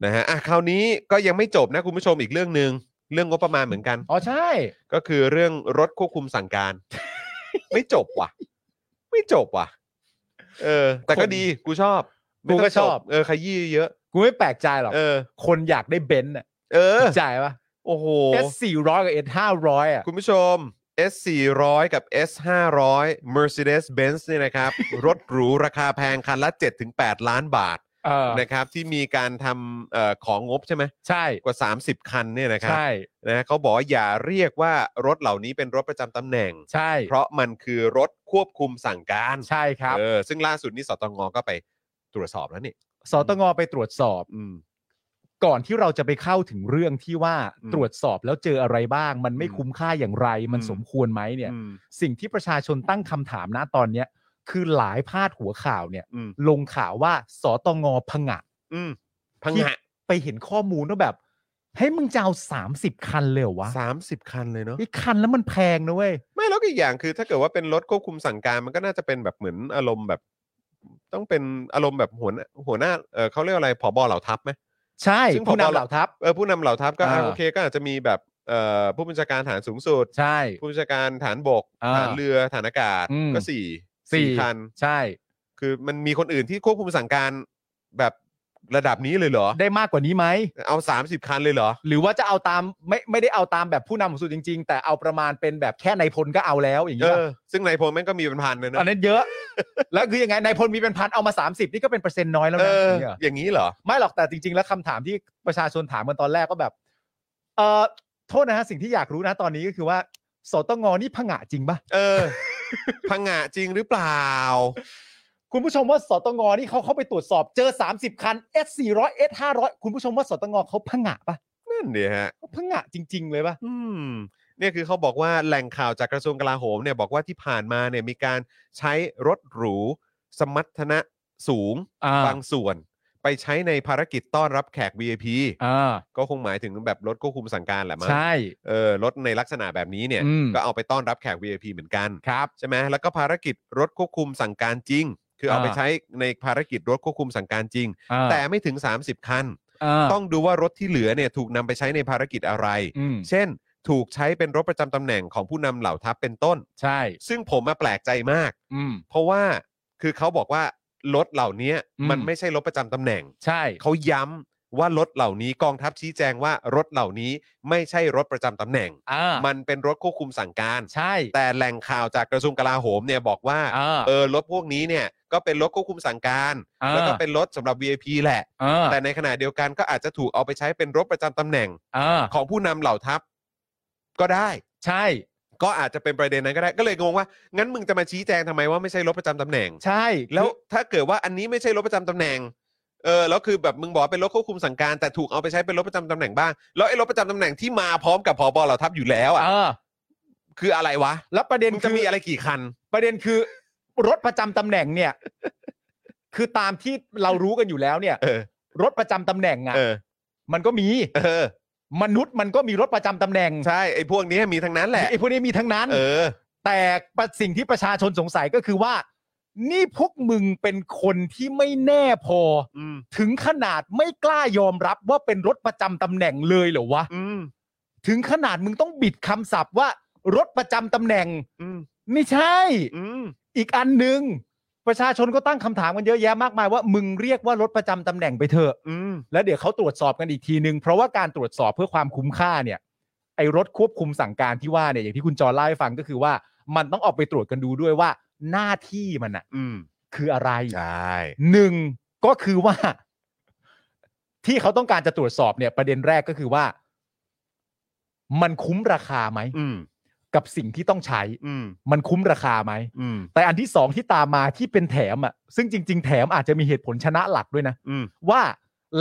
Speaker 1: นะฮะอ่ะคราวนี้ก็ยังไม่จบนะคุณผู้ชมอีกเรื่องหนึ่ง เรื่องงบประมาณเหมือนกัน
Speaker 2: อ๋อใช่
Speaker 1: ก็คือเรื่องรถควบคุมสั่งการ ไม่จบว่ะ ไม่จบว่ะ เออ แต่ก็ดีกูชอบไม่ต้ง
Speaker 2: กูก็ชอบ
Speaker 1: เออขยี้เยอะ
Speaker 2: กูไม่แปลกใจหรอก
Speaker 1: เออ
Speaker 2: คนอยากได้เบนซ์อ่ะ
Speaker 1: เออ
Speaker 2: จ่ายปะ
Speaker 1: โอ้โห
Speaker 2: S สี่ร้อยกับ S ห้าร้อยอ่ะ
Speaker 1: คุณผู้ชม S 4 0 0กับ S 5 0 0 Mercedes Benz เนี่ยนะครับ รถหรูราคาแพงคันละ 7-8 ล้านบาท
Speaker 2: เออ
Speaker 1: นะครับ ที่มีการทำเอ่อของงบใช่ไหม
Speaker 2: ใช่
Speaker 1: กว่า 30 คันเนี่ยนะครับ
Speaker 2: ใช่
Speaker 1: นะเขาบอกว่าอย่าเรียกว่ารถเหล่านี้เป็นรถประจำตำแหน่ง
Speaker 2: ใช่
Speaker 1: เพราะมันคือรถควบคุมสั่งการ
Speaker 2: ใช่ครับ
Speaker 1: เออซึ่งล่าสุดนี่สตงก็ไปตรวจสอบแล้วนี่
Speaker 2: สตงไปตรวจสอบ
Speaker 1: อืม
Speaker 2: ก่อนที่เราจะไปเข้าถึงเรื่องที่ว่า
Speaker 1: อืม
Speaker 2: ตรวจสอบแล้วเจออะไรบ้าง มันไม่
Speaker 1: อืม
Speaker 2: คุ้มค่าอย่างไร มัน
Speaker 1: อืม
Speaker 2: สมควรไหมเนี่ย
Speaker 1: อืม
Speaker 2: สิ่งที่ประชาชนตั้งคำถามนะตอนเนี้ยคือหลายพาดหัวข่าวเนี่ย
Speaker 1: อืม
Speaker 2: ลงข่าวว่าสตงผงะ
Speaker 1: อืมพังหะ
Speaker 2: ไปเห็นข้อมูลว่าแบบเฮ้ยมึงจะเอาสามสิบคันเลยเหรอวะ
Speaker 1: สามสิบคันเลยเนาะ
Speaker 2: ไอ้คันแล้วมันแพงนะเว้ย
Speaker 1: ไม่แล้วก็อีกอย่างคือถ้าเกิดว่าเป็นรถควบคุมสั่งการมันก็น่าจะเป็นแบบเหมือนอารมณ์แบบ ต้องเป็นอารมณ์แบบหัวหน้าหัวหน้าเออเขาเรียกอะไรผบเหล่าทัพไหม
Speaker 2: ใช่
Speaker 1: ซึ่ง
Speaker 2: ผู้
Speaker 1: ผบ
Speaker 2: นำเหล่าทัพ
Speaker 1: เออผู้นำเหล่าทัพก็อ่ะ
Speaker 2: อ่า
Speaker 1: โอเคก็อาจจะมีแบบเอ่อผู้บัญชาการฐานสูงสุด
Speaker 2: ใช่
Speaker 1: ผู้บัญชาการฐานบก
Speaker 2: อ่า
Speaker 1: ฐานเรือฐานอากาศ
Speaker 2: อืม
Speaker 1: ก็สี่คัน
Speaker 2: ใช่
Speaker 1: คือมันมีคนอื่นที่ควบคุมสั่งการแบบระดับนี้เลยเหรอ
Speaker 2: ได้มากกว่านี้ไหม
Speaker 1: เอา 30 คันเลยเหรอ
Speaker 2: หรือว่าจะเอาตามไม่ไม่ได้เอาตามแบบผู้นำของสุดจริง ๆ แต่เอาประมาณเป็นแบบแค่ในายพลก็เอาแล้วอย่าง
Speaker 1: เอ
Speaker 2: เงี้ย
Speaker 1: อ ซึ่งนายพลแม่งก็มีเป็นพันเลยนะ
Speaker 2: อันนั้นเยอะ แล้วคือยังไงนายพลมีเป็นพันเอามา 30 นี่ก็เป็นเปอร์เซ็นต์น้อยแล้ว
Speaker 1: เอ
Speaker 2: นะอ
Speaker 1: อ
Speaker 2: ย่างเงี้ย
Speaker 1: อย่างนี้เหรอ
Speaker 2: ไม่หรอกแต่จริง ๆ แล้วคำถามที่ประชาชนถามกันตอนแรกก็แบบเออโทษนะฮะสิ่งที่อยากรู้นะตอนนี้ก็คือว่าสตงนี่ผงะจริงปะ
Speaker 1: เออ พังงะจริงหรือเปล่า
Speaker 2: คุณผู้ชมว่าสตงนี่เขาเข้าไปตรวจสอบเจอ 30 คัน S 400 S 500คุณผู้ชมว่าสตงเขาผงะปะ
Speaker 1: นั่นเดียฮะ
Speaker 2: เขาผงะจริง ๆ เลยปะ
Speaker 1: อืมเนี่ยคือเขาบอกว่าแหล่งข่าวจากกระทรวงกลาโหมเนี่ยบอกว่าที่ผ่านมาเนี่ยมีการใช้รถหรู สมรรถนะสูง
Speaker 2: อ่า
Speaker 1: บางส่วน ไปใช้ในภารกิจต้อนรับแขก VIP
Speaker 2: อ่า
Speaker 1: ก็คงหมายถึงแบบรถควบคุมสั่งการแหละมั้ง
Speaker 2: ใช่
Speaker 1: เออรถในลักษณะแบบนี้เนี่ย
Speaker 2: อืม
Speaker 1: ก็เอาไปต้อนรับแขก VIP เหมือนกัน
Speaker 2: ครับ
Speaker 1: ใช่ไหมแล้วก็ภารกิจรถควบคุมสั่งการจริง คือเอา
Speaker 2: อ่า
Speaker 1: ไปใช้ในภารกิจรถควบคุมสั่งการจริง
Speaker 2: อ่า
Speaker 1: แต่ไม่ถึง 30 คัน
Speaker 2: า
Speaker 1: ต้องดูว่ารถที่เหลือเนี่ยถูกนำไปใช้ในภารกิจอะไร
Speaker 2: อืม
Speaker 1: เช่น ถูกใช้เป็นรถประจำตำแหน่งของผู้นำเหล่าทัพเป็นต้น
Speaker 2: ใช่
Speaker 1: ซึ่งผมมาแปลกใจมาก
Speaker 2: อืม
Speaker 1: เพราะว่าคือเขาบอกว่ารถเหล่านี้
Speaker 2: อืม
Speaker 1: มันไม่ใช่รถประจำตำแหน่ง
Speaker 2: ใช่
Speaker 1: เขาย้ำว่ารถเหล่านี้กองทัพชี้แจงว่ารถเหล่านี้ไม่ใช่รถประจำตำแหน่ง
Speaker 2: อ่า
Speaker 1: มันเป็นรถควบคุมสั่งการ
Speaker 2: ใช่
Speaker 1: แต่แหล่งข่าวจากกระทรวงกลาโหมเนี่ยบอกว่า
Speaker 2: อ่า
Speaker 1: เออรถพวกนี้เนี่ยก็เป็นรถควบคุมสั่งการ
Speaker 2: อ่า
Speaker 1: แล้วก็เป็นรถสำหรับ VIP แหละ
Speaker 2: อ่า
Speaker 1: แต่ในขณะเดียวกันก็อาจจะถูกเอาไปใช้เป็นรถประจำตำแหน่ง
Speaker 2: อ่า
Speaker 1: ของผู้นำเหล่าทัพก็ได้
Speaker 2: ใช่
Speaker 1: ก็อาจจะเป็นประเด็นนั้นก็ได้ก็เลยงงว่า งั้นมึงจะมาชี้แจงทำไมว่าไม่ใช่รถประจำตำแหน่ง
Speaker 2: ใช่
Speaker 1: แล้วถ้าเกิดว่าอันนี้ไม่ใช่รถประจำตำแหน่งเออแล้วคือแบบมึงบอกว่าเป็นรถควบคุมสั่งการแต่ถูกเอาไปใช้เป็นรถประจำตำแหน่งบ้างแล้วไอ้รถประจำตำแหน่งที่มาพร้อมกับผบเหล่าทัพอยู่แล้วอ่ะ
Speaker 2: เออ
Speaker 1: คืออะไรวะ
Speaker 2: แล้วประเด็น
Speaker 1: มึง
Speaker 2: คื
Speaker 1: จะมีอะไรกี่คัน
Speaker 2: ประเด็นคือ รถประจำตำแหน่งเนี่ย คือตามที่เรารู้กันอยู่แล้วเนี่ย
Speaker 1: เออ
Speaker 2: รถประจำตำแหน่งอ่ะ
Speaker 1: เออ
Speaker 2: มันก็มี
Speaker 1: เออ
Speaker 2: มนุษย์มันก็มีรถประจำตำแหน่ง
Speaker 1: ใช่ไอ้พวกเนี้ยมีทั้งนั้นแหละ
Speaker 2: ไอ้พวกนี้มีทั้งนั้น
Speaker 1: เออ
Speaker 2: แต่ประสิ่งที่ประชาชนสงสัยก็คือว่า นี่พวกมึงเป็นคนที่ไม่แน่พอ
Speaker 1: อืม
Speaker 2: ถึงขนาดไม่กล้ายอมรับว่าเป็นรถประจำตำแหน่งเลยเหรอวะ
Speaker 1: อืม
Speaker 2: ถึงขนาดมึงต้องบิดคำศัพท์ว่า รถประจำตำแหน่ง
Speaker 1: อืม
Speaker 2: ไม่ใช่
Speaker 1: อืม
Speaker 2: อีกอันหนึ่งประชาชนก็ตั้งคำถามกันเยอะแยะมากมายว่ามึงเรียกว่ารถประจำตำแหน่งไปเถอะ
Speaker 1: อืม
Speaker 2: แล้วเดี๋ยวเขาตรวจสอบกันอีกทีนึง เพราะว่าการตรวจสอบเพื่อความคุ้มค่าเนี่ย ไอ้รถควบคุมสั่งการที่ว่าเนี่ยอย่างที่คุณจอเล่าให้ฟังก็คือว่า มันต้องเออกไปตรวจกันดูด้วยว่า หน้าที่มันอะ
Speaker 1: อืม
Speaker 2: คืออะไร
Speaker 1: ใช่
Speaker 2: หนึ่งก็คือว่า ที่เขาต้องการจะตรวจสอบเนี่ย ประเด็นแรกก็คือว่า มันคุ้มราคาไหม
Speaker 1: อืม
Speaker 2: กับสิ่งที่ต้องใช้
Speaker 1: อืม
Speaker 2: มันคุ้มราคาไหม
Speaker 1: อืม
Speaker 2: แต่อันที่สองที่ตามมาที่เป็นแถมอ่ะซึ่งจริง ๆ แถมอาจจะมีเหตุผลชนะหลักด้วยนะ
Speaker 1: อืม
Speaker 2: ว่า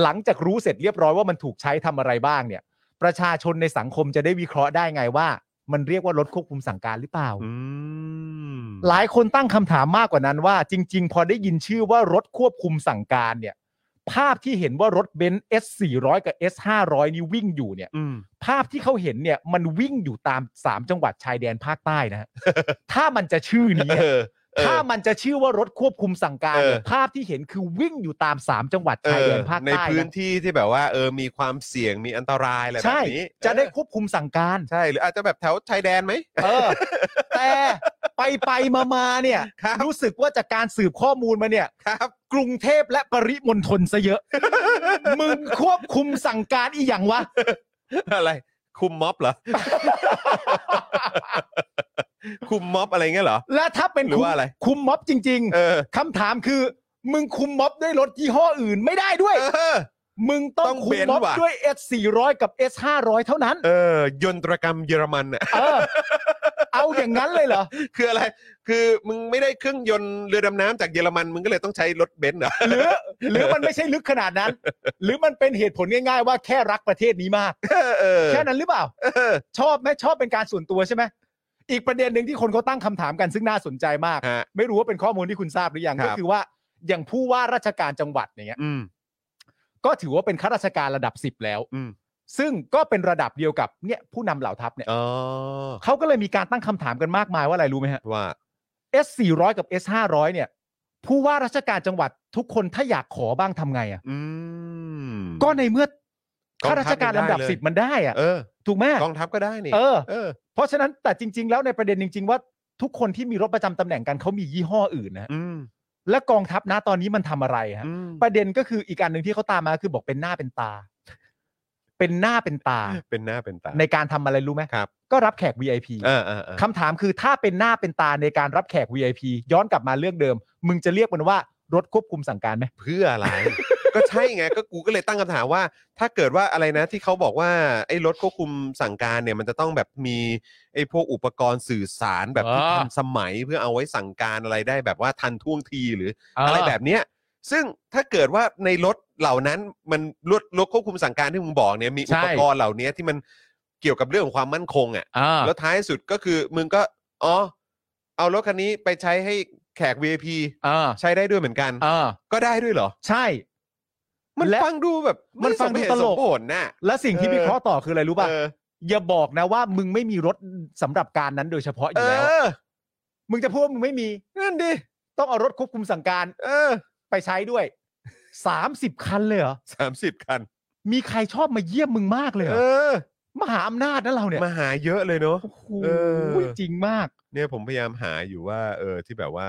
Speaker 2: หลังจากรู้เสร็จเรียบร้อยว่ามันถูกใช้ทำอะไรบ้างเนี่ย ประชาชนในสังคมจะได้วิเคราะห์ได้ไงว่า มันเรียกว่ารถควบคุมสั่งการหรือเปล่า
Speaker 1: อืม
Speaker 2: หลายคนตั้งคำถามมากกว่านั้นว่า จริง ๆ พอได้ยินชื่อว่ารถควบคุมสั่งการเนี่ย ภาพที่เห็นว่ารถเบนซ์ S 400กับ S 500นี่วิ่งอยู่เนี่ย
Speaker 1: อืม
Speaker 2: ภาพที่เขาเห็น เนี่ย มันวิ่งอยู่ตาม 3 จังหวัดชายแดนภาคใต้นะฮะ ถ้ามันจะชื่อนี้
Speaker 1: เออ เออ
Speaker 2: ถ้ามันจะชื่อว่ารถควบคุมสั่งการเนี่ย
Speaker 1: เออ
Speaker 2: ภาพที่เห็นคือวิ่งอยู่ตาม 3 จังหวัดชายแดนภาค
Speaker 1: ใน
Speaker 2: ใต้
Speaker 1: พื้น
Speaker 2: นะ
Speaker 1: ที่ที่แบบว่าเออมีความเสี่ยงมีอันตรายอะไรแบ
Speaker 2: ใช่
Speaker 1: บนี้
Speaker 2: จะได้
Speaker 1: เออ
Speaker 2: ควบคุมสั่งการ
Speaker 1: ใช่หรืออาจจะแบบแถวชายแดนไหม
Speaker 2: เออ แต่ไปไปมามาเนี่ย
Speaker 1: ครับ
Speaker 2: รู้สึกว่าจากการสืบข้อมูลมาเนี่ย
Speaker 1: ครับ
Speaker 2: กรุงเทพและปริมณฑลซะ เยอะ มึงควบคุมสั่งการอีหยังวะ
Speaker 1: อะไร คุมม็อบเหรอ คุมม็อบอะไรเงี้ยเหรอ
Speaker 2: และถ้าเป็น
Speaker 1: หรือ
Speaker 2: คุม
Speaker 1: ว่าอะไร
Speaker 2: คุมม็อบจริง
Speaker 1: เออ
Speaker 2: ๆคำถามคือ มึงคุมม็อบด้วยรถยี่ห้ออื่นไม่ได้ด้วย
Speaker 1: เออ
Speaker 2: มึงต้อ
Speaker 1: ต้
Speaker 2: ง
Speaker 1: อง
Speaker 2: คุ
Speaker 1: เบ
Speaker 2: ม
Speaker 1: นซ์
Speaker 2: ม็อบ
Speaker 1: ว่ะ
Speaker 2: ด้วย S 4 0 0กับ S 5 0 0เท่านั้น
Speaker 1: เออยนตรกรรมเยอรมันอ่ะ
Speaker 2: เออ เอาอย่างนั้นเลยเหรอ
Speaker 1: คืออะไร คือมึงไม่ได้เครื่องยนต์เรือดำน้ำจากเยอรมัน มึงก็เลยต้องใช้รถเบนซ์เหรอ
Speaker 2: หรือ หรือมันไม่ใช่ลึกขนาดนั้น หรือมันเป็นเหตุผลง่ายๆว่าแค่รักประเทศนี้มาก
Speaker 1: เออเออ
Speaker 2: แค่นั้นหรือเปล่า
Speaker 1: เออ
Speaker 2: ชอบไหมชอบเป็นการส่วนตัวใช่ไหมอีกประเด็นหนึ่งที่คนเขาตั้งคำถามกันซึ่งน่าสนใจมาก
Speaker 1: ฮะ
Speaker 2: ไม่รู้ว่าเป็นข้อมูลที่คุณทราบหรือยัง
Speaker 1: ครับ
Speaker 2: ก็คือว่าอย่างผู้ว่าราชการจังหวัดอย่างเงี้ย
Speaker 1: อืม
Speaker 2: ก็ถือว่าเป็นข้าราชการระดับสิบแล้ว
Speaker 1: อืม
Speaker 2: ซึ่งก็เป็นระดับเดียวกับเนี่ยผู้นำเหล่าทัพเนี่ย
Speaker 1: อ๋อ
Speaker 2: เขาก็เลยมีการตั้งคำถามกันมากมายว่าอะไรรู้ไหมฮะ
Speaker 1: ว่า
Speaker 2: S 4 0 0กับ S 5 0 0เนี่ย ผู้ว่าราชการจังหวัดทุกคนถ้าอยากขอบ้างทำไงอ่ะ
Speaker 1: อืม
Speaker 2: ก็ในเมื่อก
Speaker 1: อง
Speaker 2: ข้า
Speaker 1: ทัพ
Speaker 2: ราชการลำดับ
Speaker 1: ยังได้เลย
Speaker 2: สิบมันได้อ่ะ
Speaker 1: เออ
Speaker 2: ถูกไหม
Speaker 1: กองทัพก็ได้นี่
Speaker 2: เออ
Speaker 1: เออ
Speaker 2: เพราะฉะนั้นแต่จริง ๆ แล้วในประเด็นจริง ๆ ว่าทุกคนที่มีรถประจำตำแหน่งกันเขามียี่ห้ออื่นนะฮะ
Speaker 1: อืม
Speaker 2: และกองทัพนะตอนนี้มันทำอะไรฮะ
Speaker 1: อืม
Speaker 2: ประเด็นก็คืออีกการหนึ่งที่เขาตามมาคือบอกเป็นหน้าเป็นตา เป็นหน้าเป็นตา
Speaker 1: เป็นหน้าเป็นตา
Speaker 2: ในการทำอะไรรู้ไหม
Speaker 1: ครับ
Speaker 2: ก็รับแขก VIP
Speaker 1: เออเออเออ
Speaker 2: คำถามคือถ้าเป็นหน้าเป็นตาในการรับแขก VIP ย้อนกลับมาเรื่องเดิม มึงจะเรียกมันว่ารถควบคุมสั่งการไหม
Speaker 1: เพื่ออะไร ก็ใช่ไง ก็กูก็เลยตั้งคำถามว่า ถ้าเกิดว่าอะไรนะที่เขาบอกว่าไอ้รถควบคุมสั่งการเนี่ย มันจะต้องแบบมีไอ้พวกอุปกรณ์สื่อสารแบบที่
Speaker 2: อ่า
Speaker 1: ทันสมัยเพื่อเอาไว้สั่งการอะไรได้แบบว่าทันท่วงทีหรือ อะไรแบบเนี้ย ซึ่งถ้าเกิดว่าในรถเหล่านั้นมันรถรถควบคุมสั่งการที่มึงบอกเนี่ยมีอุ
Speaker 2: ใช่
Speaker 1: ปกรณ์เหล่านี้ที่มันเกี่ยวกับเรื่องของความมั่นคงอะ่ะ
Speaker 2: อ่า
Speaker 1: แล้วท้ายสุดก็คือมึงก็อ๋อเอารถคันนี้ไปใช้ให้แขก VIP
Speaker 2: อ่า
Speaker 1: ใช้ได้ด้วยเหมือนกัน
Speaker 2: อ่า
Speaker 1: ก็ได้ด้วยเหรอ
Speaker 2: ใช่
Speaker 1: มัน
Speaker 2: และ
Speaker 1: ฟังดูแบบ
Speaker 2: มัน
Speaker 1: ไส
Speaker 2: ฟังดู
Speaker 1: เห
Speaker 2: ตลก
Speaker 1: สมผลน่ะ
Speaker 2: และสิ่งที่
Speaker 1: เออ
Speaker 2: วิเคราะห์ต่อคืออะไรรู้ป่ะ
Speaker 1: เออ
Speaker 2: อย่าบอกนะว่ามึงไม่มีรถสำหรับการนั้นโดยเฉพาะอ
Speaker 1: เอยู่
Speaker 2: แล้ว
Speaker 1: อ
Speaker 2: มึงจะพูดว่ามึงไม่มี
Speaker 1: นั่นดิ
Speaker 2: ต้องเอารถควบคุมสั่งการ
Speaker 1: เออ
Speaker 2: ไปใช้ด้วย30คันเลยเหรอ
Speaker 1: สามสิบคัน
Speaker 2: มีใครชอบมาเยี่ยมมึงมากเลยเหร
Speaker 1: เอ
Speaker 2: อ
Speaker 1: อ
Speaker 2: มหาอำนาจนะเราเนี่ย
Speaker 1: มาหาเยอะเลยเนาะ
Speaker 2: โอ้โห
Speaker 1: เออ
Speaker 2: จริงมาก
Speaker 1: เนี่ยผมพยายามหาอยู่ว่า เออที่แบบว่า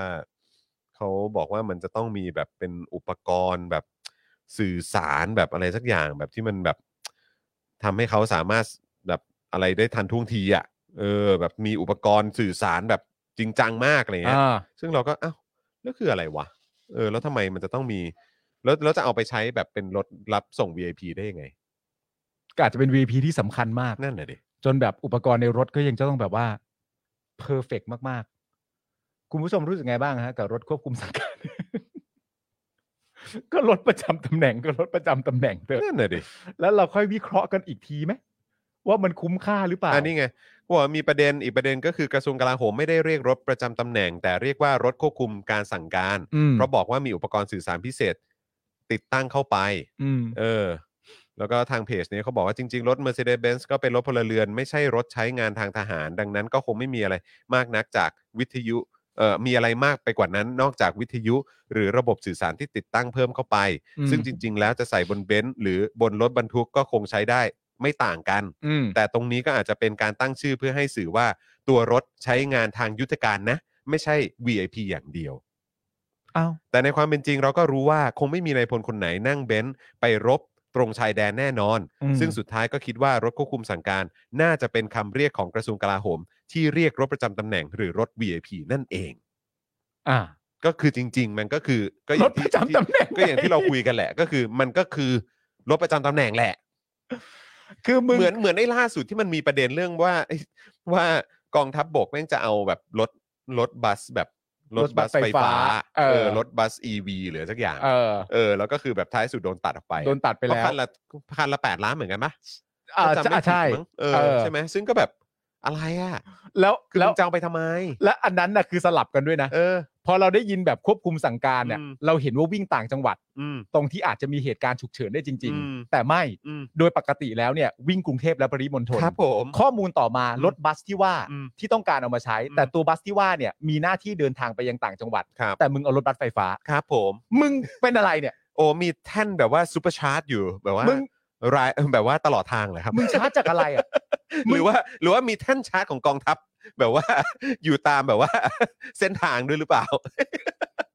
Speaker 1: เขาบอกว่ามันจะต้องมีแบบเป็นอุปกรณ์แบบสื่อสารแบบอะไรสักอย่างแบบที่มันแบบทำให้เขาสามารถแบบอะไรได้ทันท่วงทีอ่ะเออ แบบมีอุปกรณ์สื่อสารแบบจริงจังมากอะไรเงี้ยซึ่งเราก็อ้าวแล้วคืออะไรวะเออ แล้วทำไมมันจะต้องมี แล้วแล้วจะเอาไปใช้แบบเป็นรถรับส่ง VIP ได้ยังไง
Speaker 2: ก็อาจจะเป็น VP ที่สำคัญมาก
Speaker 1: นั่นแหละดิ
Speaker 2: จนแบบอุปกรณ์ในรถก็ยังจะต้องแบบว่าเพอร์เฟกมาก ๆ คุณผู้ชมรู้สึกไงบ้างฮะ กับรถควบคุมสังการ ก็รถประจำตำแหน่งก็รถประจำตำแหน่งเถอะ
Speaker 1: นั่นแหละดิ
Speaker 2: แล้วเราค่อยวิเคราะห์กันอีกทีไหมว่ามันคุ้มค่าหรือเปล่า
Speaker 1: อันนี้ไงเขาบอกว่ามีประเด็นอีกประเด็นก็คือกระทรวงกลาโหมไม่ได้เรียกรถประจำตำแหน่ง แต่เรียกว่ารถควบคุมการสั่งการ
Speaker 2: อืม
Speaker 1: เพราะบอกว่ามีอุปกรณ์สื่อสารพิเศษ ติดตั้งเข้าไป
Speaker 2: อืม
Speaker 1: เออ แล้วก็ทางเพจเนี้เขาบอกว่าจริง ๆ รถ Mercedes-Benz ก็เป็นรถพลเรือน ไม่ใช่รถใช้งานทางทหาร ดังนั้นก็คงไม่มีอะไรมากนักจากวิทยุเอ่อมีอะไรมากไปกว่านั้น นอกจากวิทยุ หรือระบบสื่อสารที่ติดตั้งเพิ่มเข้าไป
Speaker 2: อืม
Speaker 1: ซึ่งจริง ๆ แล้วจะใส่บนเบนซ์หรือบนรถบรรทุกก็คงใช้ได้ไม่ต่างกัน
Speaker 2: อืม
Speaker 1: แต่ตรงนี้ก็อาจจะเป็นการตั้งชื่อเพื่อให้สื่อว่าตัวรถใช้งานทางยุทธการนะ ไม่ใช่ VIP อย่างเดียว
Speaker 2: อ้าว
Speaker 1: แต่ในความเป็นจริงเราก็รู้ว่าคงไม่มีนายพลคนไหนนั่งเบนซ์ไปรบตรงชายแดนแน่นอน
Speaker 2: อืม
Speaker 1: ซึ่งสุดท้ายก็คิดว่ารถควบคุมสั่งการ น่าจะเป็นคำเรียกของกระทรวงกลาโหม ที่เรียกรถประจำตำแหน่งหรือรถ VIP นั่นเอง
Speaker 2: อ่า
Speaker 1: ก็คือจริง ๆ มันก็คือก็อย่าร
Speaker 2: ถ
Speaker 1: ง
Speaker 2: ป
Speaker 1: ที่
Speaker 2: ระจำตำแหน่ง
Speaker 1: ก็อย่างที่เราคุยกันแหละ ก็คือมันก็คือรถประจำตำแหน่งแหละ
Speaker 2: คือมึง
Speaker 1: เหมือนเหมือนไอ้ล่าสุดที่มันมีประเด็นเรื่องว่า ไอ้ว่ากองทัพบกแม่งจะเอาแบบรถรถบัสแบบรถ
Speaker 2: รถบั
Speaker 1: บั
Speaker 2: ส
Speaker 1: สไฟ
Speaker 2: ไฟ
Speaker 1: ฟ้า
Speaker 2: ฟ้าเอ
Speaker 1: เอ
Speaker 2: อ
Speaker 1: อรถบัสอีวีหรือสักอย่าง
Speaker 2: เออ
Speaker 1: เออแล้วก็คือแบบท้ายสุดโดนตัดออกไป
Speaker 2: โดนตัดไป
Speaker 1: เพ
Speaker 2: แล้
Speaker 1: ราะ
Speaker 2: ว
Speaker 1: คันละคันละแปดล้านเหมือนกันปะ
Speaker 2: อ่า
Speaker 1: ถ้จำไม่
Speaker 2: อ่าใช่
Speaker 1: ผิดมั้งเออ
Speaker 2: เออ
Speaker 1: ใช่ไหมซึ่งก็แบบอะไรอ่ะ
Speaker 2: แล้ว
Speaker 1: คือ
Speaker 2: แล้ว
Speaker 1: มึงจะเอาไปทำไม
Speaker 2: และอันนั้นน่ะคือสลับกันด้วยนะ
Speaker 1: เออ
Speaker 2: พอเราได้ยินแบบควบคุมสั่งการเนี่ย
Speaker 1: อืม
Speaker 2: เราเห็นว่าวิ่งต่างจังหวัด
Speaker 1: อืม
Speaker 2: ตรงที่อาจจะมีเหตุการณ์ฉุกเฉินได้จริง
Speaker 1: อืม
Speaker 2: ๆ แต่ไม่
Speaker 1: อืม
Speaker 2: โดยปกติแล้วเนี่ยวิ่งกรุงเทพและปริมณฑล
Speaker 1: ครับผม
Speaker 2: ข้อมูลต่อมา
Speaker 1: อืม
Speaker 2: รถบัสที่ว่า
Speaker 1: อืม
Speaker 2: ที่ต้องการเอามาใช้
Speaker 1: อืม
Speaker 2: แต่ตัวบัสที่ว่าเนี่ยมีหน้าที่เดินทางไปยังต่างจังหวัด
Speaker 1: ครับ
Speaker 2: แต่มึงเอารถบัสไฟฟ้า
Speaker 1: ครับผม
Speaker 2: มึงเป็นอะไรเนี่ย
Speaker 1: โอ้มีแท่นแบบว่าซูเปอร์ชาร์จอยู่แบบว่า
Speaker 2: มึง
Speaker 1: ราย แบบว่าตลอดทางเลยครับ
Speaker 2: มึงชาร์จจากอะไรอ่ะ มึง
Speaker 1: หรือว่าหรือว่ามีแท่นชาร์จของกองทัพ แบบว่า อยู่ตามแบบว่า เส้นทางด้วยหรือเปล่า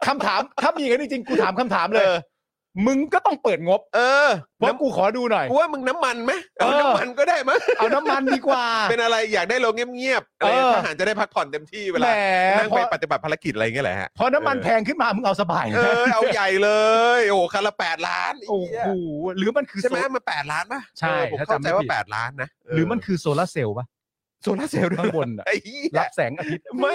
Speaker 2: คำถามถ้ามีกันจริงๆกูถามคำถามเลย
Speaker 1: เออ
Speaker 2: มึงก็ต้องเปิดงบ
Speaker 1: เออ
Speaker 2: เพราะ
Speaker 1: น้ำ
Speaker 2: กูขอดูหน่อย
Speaker 1: กูว่ามึงน้ำมันไหมเอา
Speaker 2: เออ
Speaker 1: น้ำมันก็ได้มั้ง
Speaker 2: เอาน้ำมันดีกว่า
Speaker 1: เป็นอะไรอยากได้โรงเงียบๆอะไร
Speaker 2: เออ
Speaker 1: ทหารจะได้พักผ่อนเต็มที่เว
Speaker 2: แห
Speaker 1: ลาม นั่ง
Speaker 2: พ
Speaker 1: ไป
Speaker 2: อ
Speaker 1: ปฏิบัติภารกิจอะไรอย่างเงี้ยแหละฮะ
Speaker 2: พอน้ำมัน
Speaker 1: เออ
Speaker 2: แพงขึ้นมามึงเอาสบาย
Speaker 1: เอ
Speaker 2: นะ
Speaker 1: อเอาใหญ่เลยโอ้โหคันละแปดล้าน
Speaker 2: โอ้โหหรือมันคือ
Speaker 1: ใช่ไหม
Speaker 2: โซ
Speaker 1: มันแปดล้านป่ะ
Speaker 2: ใช่
Speaker 1: เออผม
Speaker 2: ถ้าจำไม่
Speaker 1: เข้าใจว่า
Speaker 2: ผิด
Speaker 1: แปดล้านนะเห
Speaker 2: รือมันคือโซลาร์เซลล์ปะ
Speaker 1: โซลาร์เซลล์ด้วย
Speaker 2: ข้างบนอะ
Speaker 1: ไอ้เหี้ย
Speaker 2: รับแสงอาทิตย์
Speaker 1: ไม่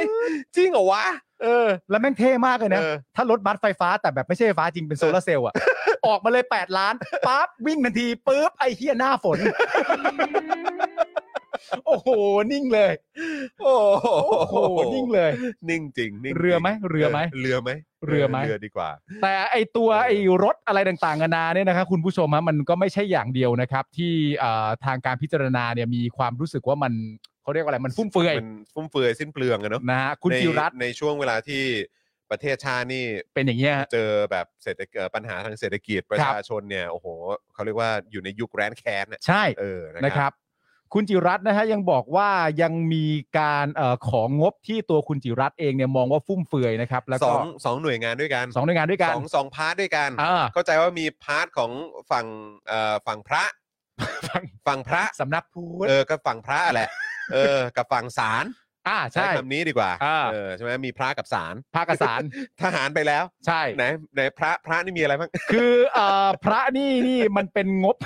Speaker 1: จริงเหรอวะ
Speaker 2: เออ แล้วแม่งเท่มากเลยนะ
Speaker 1: เออ
Speaker 2: ถ้ารถบัสไฟฟ้าแต่แบบไม่ใช่ไฟฟ้าจริงเป็นโซลาร์เซลล์อ่ะ ออกมาเลย 8 ล้านปั๊บวิ่งทันทีปุ๊บไอ้เฮียหน้าฝ น โอ้โห นิ่งเลย
Speaker 1: โอ้โห
Speaker 2: โอ้โห นิ่งเลย
Speaker 1: นิ่งจริงนิ่งจง
Speaker 2: เรือไหมเรือไหม
Speaker 1: เรือไหม
Speaker 2: เรือไหม
Speaker 1: เรือดีกว่า
Speaker 2: แต่ไอตัวไอรถอะไรต่างๆนานาเนี่ยนะครับคุณผู้ชมฮะมันก็ไม่ใช่อย่างเดียวนะครับ ที่เอ่อทางการพิจารณาเนี่ยมีความรู้สึกว่ามันเขาเรียกว่าอะไรมันฟุ่มเฟือย
Speaker 1: มันฟุ่มเฟือยสิ้นเปลืองอะเนาะ
Speaker 2: นะฮะคุณ
Speaker 1: ใน
Speaker 2: จิรัตน์
Speaker 1: ในช่วงเวลาที่ประเทศชาตินี่
Speaker 2: เป็นอย่างเงี้ยฮะ
Speaker 1: เจอแบบเศรษฐกิจเอ่อปัญหาทางเศรษฐกิจประชาชนเนี่ยโอ้โหเขาเรียกว่าอยู่ในยุคแรนแค้นน่ะ
Speaker 2: ใช่
Speaker 1: เออนะ
Speaker 2: นะ
Speaker 1: ค
Speaker 2: ค
Speaker 1: รั
Speaker 2: รับ บ คุณจิรัตน์นะฮะยังบอกว่ายังมีการเออของงบที่ตัวคุณจิรัตน์เองเนี่ยมองว่าฟุ่มเฟือยนะครับ แล้ว
Speaker 1: ส
Speaker 2: ก็
Speaker 1: องสองหน่วยงานด้วยกัน
Speaker 2: สองหน่วยงานด้วยกัน
Speaker 1: สองสองพาร์ทด้วยกัน
Speaker 2: อ่า
Speaker 1: เข้าใจว่ามีพาร์ทของฝั่งเอ่อฝั่งพระ
Speaker 2: ฝั่ง
Speaker 1: ฝั่งพระ
Speaker 2: สำนักพุทธ
Speaker 1: เออก็ฝั่งพระ แหละเออกับฝั่งศาล
Speaker 2: อ่า
Speaker 1: ใช้
Speaker 2: ใช่
Speaker 1: คำนี้ดีกว่า
Speaker 2: อ่า
Speaker 1: เออใช่ไหมมีพระกับศาล
Speaker 2: ภาคสาร
Speaker 1: ทหารไปแล้ว
Speaker 2: ใช่
Speaker 1: ไหนไหนพระพระนี่มีอะไรบ้าง
Speaker 2: คือเอ่อพระนี่นี่มันเป็นงบ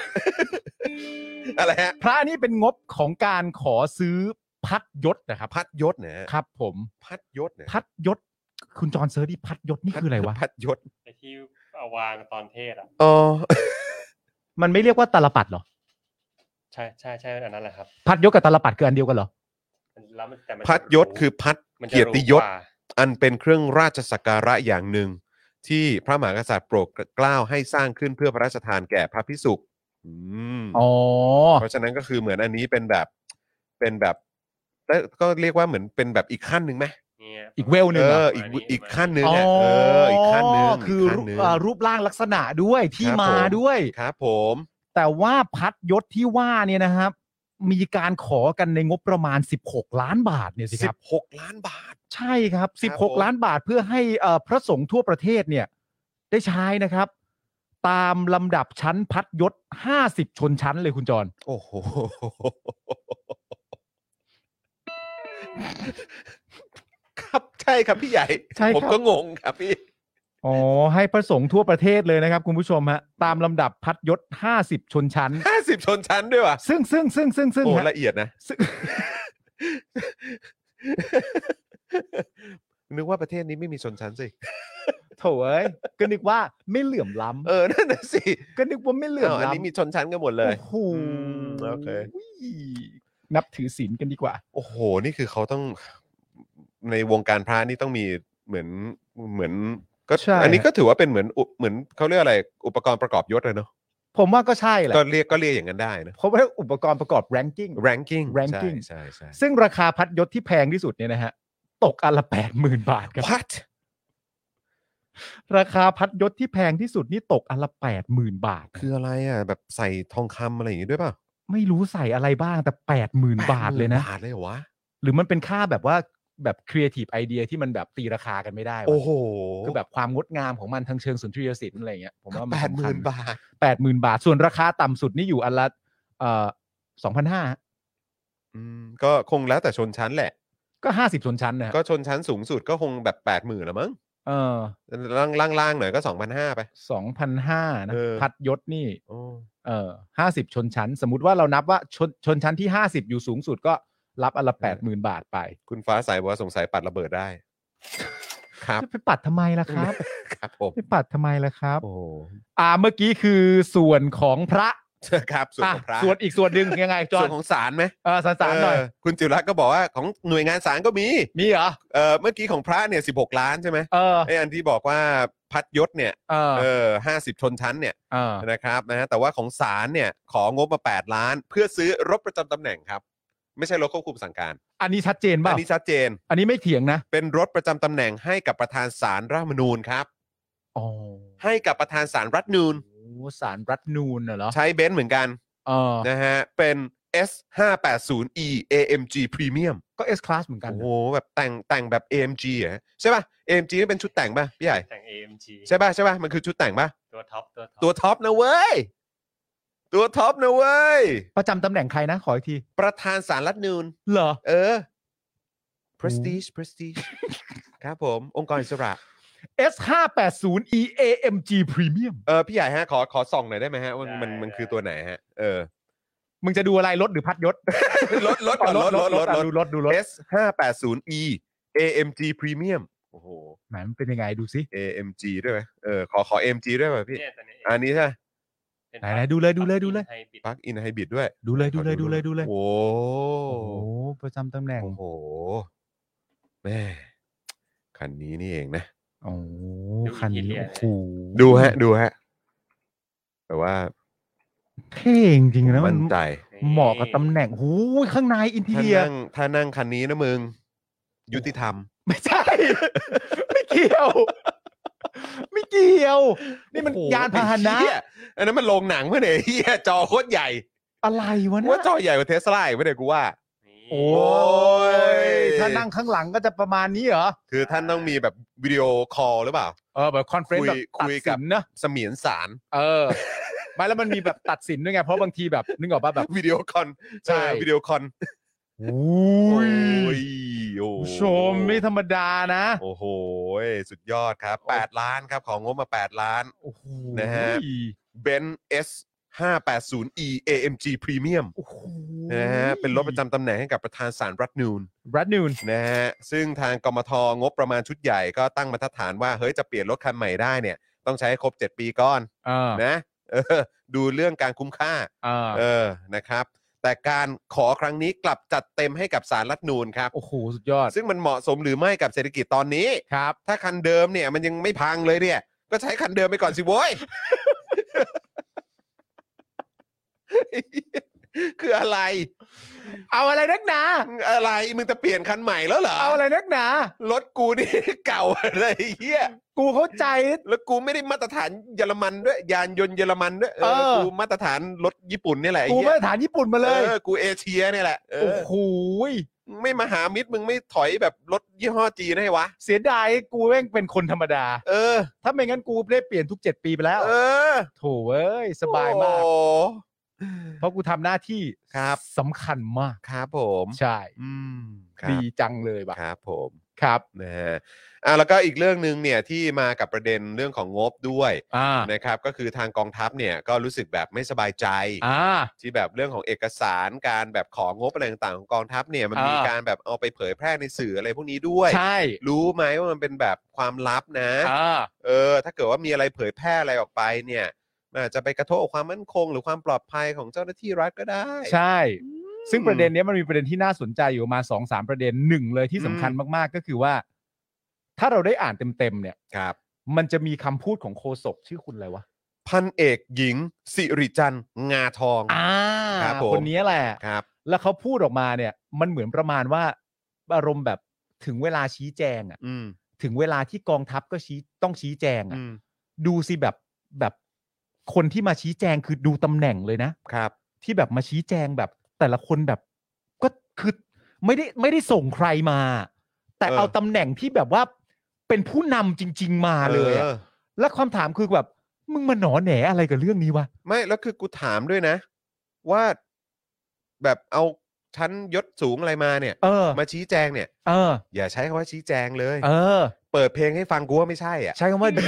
Speaker 1: อะไรฮะ
Speaker 2: พระนี่เป็นงบของการขอซื้อพัดยศนะครับ
Speaker 1: พัดยศเนี่ยฮะ
Speaker 2: ครับ ผม
Speaker 1: พัดยศเนี่ย
Speaker 2: พัดยศ คุณจอห์นเซอร์ดิพัดยศนี่คืออะไรวะ
Speaker 1: พัดยศ
Speaker 4: ไอ้ที่เอาวางตอนเทศอ่ะ
Speaker 1: อ๋อ
Speaker 2: มันไม่เรียกว่าตาลปัดเหรอ
Speaker 4: ใช่ใช่ใช่อันนั้นแหละครับ
Speaker 2: พัดยศกับตาลปัดคืออันเดียวกันเหรอ
Speaker 4: มันแล้วมันแต่มันจะ
Speaker 1: พัดยศคือพัด
Speaker 4: มันจะ
Speaker 1: เกียรติยศ
Speaker 4: รู้ว่า
Speaker 1: อันเป็นเครื่องราชสักการะอย่างหนึ่ง ที่พระมหากษัตริย์โปรดเกล้าให้สร้างขึ้นเพื่อพระราชทานแก่พระพิสุอืม
Speaker 2: อ๋อ
Speaker 1: เพราะฉะนั้นก็คือเหมือนอันนี้เป็นแบบเป็นแบบเอ้ยก็เรียกว่าเหมือนเป็นแบบอีกขั้นหนึ่งไหม
Speaker 4: เนี่ย
Speaker 2: อีกเวลหนึ่ง
Speaker 1: เอ
Speaker 2: เหรอ
Speaker 1: ออีกอีกขั้นหนึ่ง
Speaker 2: อ๋อ
Speaker 1: อะเอออีกขั้นหนึ่ง
Speaker 2: คือรู
Speaker 1: กขั้นหนึ่ง
Speaker 2: เอ่อรูปร่างลักษณะด้วยที่
Speaker 1: ครับ
Speaker 2: มา
Speaker 1: ผม
Speaker 2: ด้วย
Speaker 1: ครับผม
Speaker 2: แต่ว่าพัดยศที่ว่าเนี่ยนะครับ มีการขอกันในงบประมาณ 16 ล้านบาทเนี่ยสิครับ
Speaker 1: 16 ล้านบาท
Speaker 2: ใช่ครับ
Speaker 1: ครับผม
Speaker 2: 16 ล้านบาทเพื่อให้เอ่อพระสงฆ์ทั่วประเทศเนี่ย ได้ใช้นะครับ ตามลำดับชั้นพัดยศ 50 ชนชั้นเลยคุณจร
Speaker 1: โอ้โห ครับใช่ครับพี่ใหญ่
Speaker 2: ใช่ครับ
Speaker 1: ผมก็งงครับพี่
Speaker 2: อ๋อให้พระสงฆ์ทั่วประเทศเลยนะครับ คุณผู้ชมฮะตามลำดับพัดยศ 50 ชนชั้น
Speaker 1: ห้าสิบชนชั้นด้วยว่ะ
Speaker 2: ซึ่งซึ่งซึ่งซึ่งซึ่ง
Speaker 1: โอ้
Speaker 2: ฮะ
Speaker 1: ละเอียดนะ
Speaker 2: ซึ่ง
Speaker 1: นึกว่าประเทศนี้ไม่มีชนชั้นสิ
Speaker 2: โถ่เอ้ยก็นึกว่าไม่เหลื่อ มล้ำ
Speaker 1: เออ นั่นน่ะสิ
Speaker 2: ก็นึกว่าไม่เหลื่อม
Speaker 1: าวอันนี้
Speaker 2: ล้ำ
Speaker 1: มีชนชั้นกันหมดเลย
Speaker 2: โอ้โห
Speaker 1: อืมโอเค
Speaker 2: นับถือศีลกันดีกว่า
Speaker 1: โอ้โห นี่คือเขาต้อง ในวงการพระนี่ต้องมีเหมือนเหมือน ก็
Speaker 2: ใช่
Speaker 1: อันนี้ก็ถือว่าเป็นเหมือนอุเหมือนเขาเรียกอะไร อุปกรณ์ประกอบยศเลยเนาะ
Speaker 2: ผมว่าก็ใช่แหละ
Speaker 1: ก็เรียกก็เรียกอย่างนั้นได้นะ
Speaker 2: เพราะว่าอุปกรณ์ประกอบแรงกิ้ง
Speaker 1: ranking
Speaker 2: Ranking
Speaker 1: ใช่ใช่ใช่
Speaker 2: ซึ่งราคาพัดยศที่แพงที่สุดเนี่ยนะฮะ ตกอันละแปดหมื่นบาทครับ
Speaker 1: what
Speaker 2: ราคาพัดยศที่แพงที่สุดนี่ตกอันละแปดหมื่นบาท
Speaker 1: คืออะไรอ่ะ แบบใส่ทองคำอะไรอย่างงี้ด้วยเปล่ะ
Speaker 2: ไม่รู้ใส่อะไรบ้างแต่แปดหมื่นบาทเลยนะ
Speaker 1: บาทเลยเหรอวะ
Speaker 2: หรือมันเป็นค่าแบบว่าแบบครีเอทีฟไอเดียที่มันแบบตีราคากันไม่ได้วะ
Speaker 1: โอ้โห
Speaker 2: คือแบบความงดงามของมันทางเชิงสุนทรียศิลป์อะไรอย่างเงี้ยผมว่ามั
Speaker 1: แป
Speaker 2: น
Speaker 1: ด
Speaker 2: สำ
Speaker 1: ห
Speaker 2: คั
Speaker 1: มื่
Speaker 2: ญ
Speaker 1: นบาท
Speaker 2: แปดหมื่นบาท ส่วนราคาต่ำสุดนี่อยู่อันละเอ่อสองพันห้า
Speaker 1: อืมก็คงแล้วแต่ชนชั้นแหละ
Speaker 2: ก็ห้าสิบชนชั้นนะฮะ
Speaker 1: ก็ชนชั้นสูงสุดก็คงแบบแปดหมื่นละมั้ง
Speaker 2: เออ
Speaker 1: ล่างล่างล่างหน่อยก็สองพันห้าไป
Speaker 2: สองพันห้านะ
Speaker 1: เออ
Speaker 2: พัดยศนี่
Speaker 1: โอ้
Speaker 2: เออห้าสิบชนชั้น สมมติว่าเรานับว่าชนชนชั้นที่ห้าสิบอยู่สูงสุดก็รับอันละแปดหมื่นบาทไป
Speaker 1: คุณฟ้าสายบอกว่าสงสัยปัดระเบิดได้ ครับ
Speaker 2: จะไปปัดทำไมล่ะ ครับ
Speaker 1: ครับผม
Speaker 2: ไปปัดทำไมล่ะครับ
Speaker 1: โอ้โห
Speaker 2: อ่าเมื่อกี้คือส่วนของพระ
Speaker 1: ครับส่วนของพระ
Speaker 2: อ่ะส่วนอีกส่วนหนึ่งยังไงจอ
Speaker 1: ส่
Speaker 2: ห์
Speaker 1: วน
Speaker 2: น
Speaker 1: ของศาลไหม
Speaker 2: เออสารๆหน่อย
Speaker 1: เคุณจิรัตน์ก็บอกว่าของหน่วยงานศาลก็มี
Speaker 2: มีเหรอ
Speaker 1: เออเมื่อกี้ของพระเนี่ยสิล้านใช่ไหม
Speaker 2: เออ
Speaker 1: ไออันที่บอกว่าพัดยศเนี่ย
Speaker 2: เออ
Speaker 1: เออห้าสิบชนชั้นเนี่ย
Speaker 2: เออ
Speaker 1: นะครับนะฮะแต่ว่าของศาลเนี่ยของงบมา 8 ล้าน เพื่อซื้อรถประจำตำแหน่งครับ ไม่ใช่รถควบคุมสั่งการ
Speaker 2: อันนี้ชัดเจนป่ะ
Speaker 1: อันนี้ชัดเจน
Speaker 2: อันนี้ไม่เถียงนะ
Speaker 1: เป็นรถประจำตำแหน่งให้กับประธานศาลรัฐธรรมนูญครับ
Speaker 2: อ๋อ
Speaker 1: ให้กับประธานศาลรัฐธรรมนูญ
Speaker 2: โอ้สารรัฐนูนน่ะเหรอ
Speaker 1: ใช้เบนซ์เหมือนกัน
Speaker 2: เออ
Speaker 1: นะฮะ เป็น S 5 8 0 E AMG Premium
Speaker 2: ก็เอสคลาสเหมือนกัน
Speaker 1: โอ้โห แบบแต่งแต่งแบบ AMG เหรอใช่ป่ะ AMG นี่เป็นชุดแต่งป่ะ พี่ใหญ่
Speaker 4: แต่ง AMG
Speaker 1: ใช่ป่ะ ใช่ป่ะ มันคือชุดแต่งป่ะ
Speaker 4: ตัวท็อปตัว
Speaker 1: ตัวท็
Speaker 4: ท็อป
Speaker 1: อปนะเว้ย ตัวท็อปนะเว้ย
Speaker 2: ประจำตำแหน่งใครนะขออีกที
Speaker 1: ประธานศาลรัฐธรรมนูญ
Speaker 2: เหรอ
Speaker 1: เออ prestige prestige ครับผม องค์กรอิสระ
Speaker 2: S 5 8 0 E A M G Premium
Speaker 1: เออ พี่ใหญ่ฮะ ขอขอส่องหน่อยได้ไหมฮะว่ามันมันคือตัวไหนฮะ เออ
Speaker 2: มึงจะดูอะไรรถหรือพัดยศ
Speaker 1: ลดลดก่อนลดลดลด
Speaker 2: อ่ะ
Speaker 1: ลด
Speaker 2: ดูรถดูรถ
Speaker 1: S 5 8 0 E AMG Premium โอ้โห
Speaker 2: ไหนมันเป็นยังไงดูสิ
Speaker 1: AMG ด้วยไหมเออ ขอขอ AMG ด้วยไหมพี่
Speaker 4: เนี่ยตัวนี้
Speaker 1: อันนี้ใช่ไหม
Speaker 4: เป็น
Speaker 2: ไหนไหนดูเลยดูเลยดูเลย
Speaker 4: ไฮบริด
Speaker 1: ปลั๊กอินไฮบริดด้วย
Speaker 2: ดูเลยดูเลยดูเลยดูเลย
Speaker 1: โอ้
Speaker 2: โอ้โหประจำตำแหน่ง
Speaker 1: โอ้โหแม่คันนี้นี่เองนะ
Speaker 2: โอ้โห
Speaker 4: ดู
Speaker 2: คันนี้
Speaker 4: อินเดีย
Speaker 2: โอ้โห
Speaker 1: ดูฮะ ดูฮะ แต่ว่า
Speaker 2: เท่จริงๆนะมั
Speaker 1: มั่
Speaker 2: น
Speaker 1: นใจ
Speaker 2: เหมาะกับตำแหน่งหูยข้างในอินที
Speaker 1: ถ้า
Speaker 2: เรีย
Speaker 1: นั่งถ้านั่งคันนี้นะมึง ยุติธรรม
Speaker 2: ไม่ใช่ ไม่เกี่ยว ไม่เกี่ยว นี่มัน
Speaker 1: โอ้โห
Speaker 2: ยานพาหนะ
Speaker 1: ไอ้เหี้ยอันนั้นมันโรงหนังเมื่อไหร่ยไอ้เหี้ยจอโคตรใหญ่
Speaker 2: อะไรวะเนี่
Speaker 1: ว่าจ
Speaker 2: ย
Speaker 1: อใหญ่กว่าเทสลาอีกไม่ได้กูว่า
Speaker 4: นี่
Speaker 2: โอ้
Speaker 1: ย
Speaker 2: ยถ้านั่งข้างหลังก็จะประมาณนี้เหรอ
Speaker 1: คือท่านต้องมีแบบวิดีโอคอลหรือเปล่า
Speaker 2: เออแบบคอนเฟรน
Speaker 1: คุ
Speaker 2: ซ์
Speaker 1: ย
Speaker 2: แบบตัด
Speaker 1: คุยกั
Speaker 2: สิ
Speaker 1: บ
Speaker 2: นนะ
Speaker 1: เสมียนสาร
Speaker 2: เออ ไม่แล้วมันมีแบบตัดสินด้วยไง เพราะบางทีแบบ นึกออกป่ะแบบ
Speaker 1: วิดีโอคอน
Speaker 2: ใช่
Speaker 1: เออวิดีโอคอน
Speaker 2: โอ้ย
Speaker 1: โอ้โห
Speaker 2: ผู้ชมไม่ธรรมดานะ
Speaker 1: โอ้โหสุดยอดครับ 8 ล้านครับ ของงบมา 8 ล้าน
Speaker 2: โอ้โห
Speaker 1: นะฮะ b e n z S 580 E AMG Premium
Speaker 2: โอ้โห
Speaker 1: นะฮะเป็นรถประจำตำแหน่งให้กับประธานสารรัฐธรรมนูน
Speaker 2: แบรดนูน
Speaker 1: นะฮะซึ่งทางกมทงบประมาณชุดใหญ่ก็ตั้งมาตรฐานว่า เฮ้ย จะเปลี่ยนรถคันใหม่ได้เนี่ย ต้องใช้ให้ครบ 7 ปีก่อน
Speaker 2: เออ
Speaker 1: นะเออดูเรื่องการคุ้มค่า
Speaker 2: เออ
Speaker 1: เออ นะครับ แต่การขอครั้งนี้กลับจัดเต็มให้กับสารรัฐธรรมนูนครับ
Speaker 2: โอ้โห สุดยอด
Speaker 1: ซึ่งมันเหมาะสมหรือไม่กับเศรษฐกิจตอนนี้
Speaker 2: ครับ
Speaker 1: ถ้าคันเดิมเนี่ยมันยังไม่พังเลยเนี่ย ก็ใช้คันเดิมไปก่อนสิโว้ย คืออะไร
Speaker 2: เอาอะไรนักหนา
Speaker 1: มึงอะไร มึงจะเปลี่ยนคันใหม่แล้วเหรอ
Speaker 2: เอาอะไรนักหนา
Speaker 1: รถกูนี่ เก่าอะไรเฮีย
Speaker 2: กูเข้าใจ
Speaker 1: แล้วกูไม่ได้มาตรฐานเยอรมันด้วย ยานยนต์เยอรมันด้วยเอ
Speaker 2: เอ
Speaker 1: อ
Speaker 2: อ
Speaker 1: กูมาตรฐานรถญี่ปุ่นเนี่ยแหละ
Speaker 2: กู
Speaker 1: ไอ้
Speaker 2: มาย
Speaker 1: เหี้
Speaker 2: ตรฐานญี่ปุ่นมาเลย
Speaker 1: เออกูเอเชียเนี่ยแหละเออ
Speaker 2: โอ้โหย
Speaker 1: ไม่มาหามิตรมึงไม่ถอยแบบรถยี่ห้อจีนให้วะ
Speaker 2: เสียดายกูแม่งเป็นคนธรรมดา
Speaker 1: เออ
Speaker 2: ถ้าไม่งั้นกูได้เปลี่ยนทุก 7 ปีไปแล้ว
Speaker 1: เออ
Speaker 2: โถเอ้ย สบายมาก
Speaker 1: โอ้
Speaker 2: เพราะกูทำหน้าที่
Speaker 1: ครับ
Speaker 2: สำคัญมาก
Speaker 1: ครับผม
Speaker 2: ใช่
Speaker 1: อืมครับ
Speaker 2: ดีจังเลยว่ะ
Speaker 1: ครับผม
Speaker 2: ครับ
Speaker 1: นะฮะอ่ะแล้วก็อีกเรื่องหนึ่งเนี่ยที่มากับประเด็นเรื่องของงบด้วย
Speaker 2: อ่า
Speaker 1: นะครับ ก็คือทางกองทัพเนี่ยก็รู้สึกแบบไม่สบายใจ
Speaker 2: อ่า
Speaker 1: ที่แบบเรื่องของเอกสารการแบบของงบอะไรต่างๆของกองทัพเนี่ยมันมี
Speaker 2: อ่า
Speaker 1: การแบบเอาไปเผยแพร่ในสื่ออะไรพวกนี้ด้วย
Speaker 2: ใช่
Speaker 1: รู้ไหมว่ามันเป็นแบบความลับนะ
Speaker 2: อ่า
Speaker 1: เออถ้าเกิดว่ามีอะไรเผยแพร่อะไรออกไปเนี่ยมันอาจจะไปกระทบกับความมั่นคง หรือความปลอดภัยของเจ้าหน้าที่รัฐก็ได้
Speaker 2: ใช่ ซึ่ง
Speaker 1: อื
Speaker 2: ป
Speaker 1: ม
Speaker 2: ระเด็นเนี้ยมันมีประเด็นที่น่าสนใจอยู่ประมาสองสามประเด็นหนึ่งเลยที่สำคัญ
Speaker 1: อืม
Speaker 2: มาก ๆ ก็คือว่า ถ้าเราได้อ่านเต็ม ๆ เนี่ย
Speaker 1: ครับ
Speaker 2: มันจะมีคำพูดของโคศกชื่อคุณอะไรวะ
Speaker 1: พันเอกหญิง สิริจันทร์งาทอง
Speaker 2: อ่า
Speaker 1: ครับผม
Speaker 2: คนนี้แหละ
Speaker 1: ครับ
Speaker 2: แล้วเขาพูดออกมาเนี่ย มันเหมือนประมาณว่า อารมณ์แบบถึงเวลาชี้แจงอะ
Speaker 1: อืม
Speaker 2: ถึงเวลาที่กองทัพก็ชี้ต้องชี้แจงอะ
Speaker 1: อืม
Speaker 2: ดูสิแบบแบบคนที่มาชี้แจงคือดูตำแหน่งเลยนะ
Speaker 1: ครับ
Speaker 2: ที่แบบมาชี้แจงแบบ แต่ละคนแบบก็คือไม่ได้ไม่ได้ส่งใครมา แต่
Speaker 1: เออ
Speaker 2: เอาตำแหน่งที่แบบว่าเป็นผู้นำจริง ๆ มาเลยอะ
Speaker 1: ออ
Speaker 2: แล้วความถามคือแบบ มึงมาหนอแหนอะไรกับเรื่องนี้วะ
Speaker 1: ไม่แล้วคือกูถามด้วยนะ ว่าแบบเอาชั้นยศสูงอะไรมาเนี่ย
Speaker 2: เออ
Speaker 1: มาชี้แจงเนี่ย
Speaker 2: เออ
Speaker 1: อย่าใช้คำว่าชี้แจงเลย
Speaker 2: เออ
Speaker 1: เปิดเพลงให้ฟังกูว่าไม่ใช่อ่ะ
Speaker 2: ใช้คำว่าดี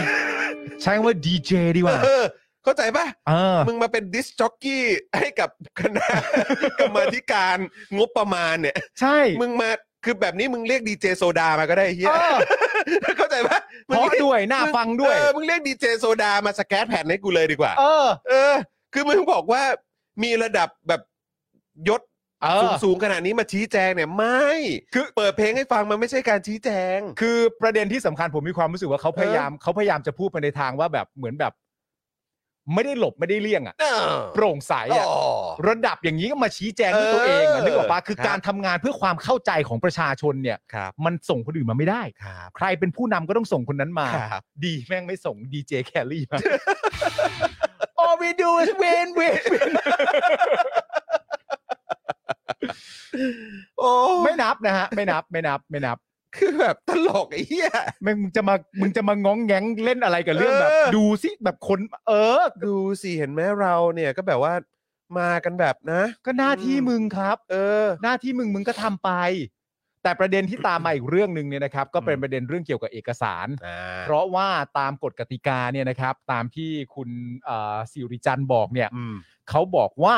Speaker 2: ใช้คำว่าดีเจดีกว่า
Speaker 1: เออเข้าใจปะ
Speaker 2: เออ
Speaker 1: มึงมาเป็นดิสจ็อกกี้ให้กับคณะ กรรมาธิการงบประมาณเนี่ย
Speaker 2: ใช่
Speaker 1: มึงมาคือแบบนี้มึงเรียกดีเจโซดามาก็ได้เฮีย
Speaker 2: เออ
Speaker 1: เข้าใจปะมึง
Speaker 2: เพราะ
Speaker 1: เรียก
Speaker 2: ด้วยน่าฟังด้วย
Speaker 1: เออมึงเรียกดีเจโซดามาสแกตแผ่นให้กูเลยดีกว่า
Speaker 2: เออ
Speaker 1: เออ คือมึงบอกว่ามีระดับแบบยศ
Speaker 2: เออ
Speaker 1: สูงๆขนาดนี้มาชี้แจงเนี่ยไม่คือเปิดเพลงให้ฟังมันไม่ใช่การชี้แจง
Speaker 2: คือประเด็นที่สำคัญผมมีความรู้สึกว่าเขาพยายามเขาพยายามจะพูดไปในทางว่าแบบเหมือนแบบ ไม่ได้หลบไม่ได้เลี่ยงอ่ะ โปร่งใสอ่ะ
Speaker 1: อ๋อ
Speaker 2: ระดับอย่างนี้ก็มาชี้แจงด้วยตัวเองอะ
Speaker 1: เออ
Speaker 2: นึกออกปะคือ
Speaker 1: ครับ
Speaker 2: การทำงานเพื่อความเข้าใจของประชาชนเนี่ย
Speaker 1: ครับ
Speaker 2: มันส่งคนอื่นมาไม่ได้
Speaker 1: ครับ
Speaker 2: ใครเป็นผู้นำก็ต้องส่งคนนั้นมา
Speaker 1: ครับ
Speaker 2: ดีแม่งไม่ส่งดีเจแคลรี่มา All we do is win win win
Speaker 1: โอ้
Speaker 2: ไม่นับนะฮะ ไม่นับไม่นับไม่นับ
Speaker 1: คือแบบตลกไอ้เหี้ย
Speaker 2: มึงจะมามึงจะมางองแงงเล่นอะไรกับเรื่องแบบ
Speaker 1: เออ
Speaker 2: ดูสิแบบคนเออ
Speaker 1: ดูสิเห็นไหมเราเนี่ยก็แบบว่ามากันแบบนะ
Speaker 2: ก็หน้าที่
Speaker 1: อืม
Speaker 2: มึงครับ
Speaker 1: เออ
Speaker 2: หน้าที่มึงมึงก็ทำไป แต่ประเด็นที่ตามมาอีกเรื่องหนึ่งเนี่ยนะครับ ก็เป็นประเด็นเรื่องเกี่ยวกับเอกสาร เพราะว่าตามกฎกติกาเนี่ยนะครับ ตามที่คุณเอ่อสิริจันทร์บอกเนี่ย
Speaker 1: อืม
Speaker 2: เขาบอกว่า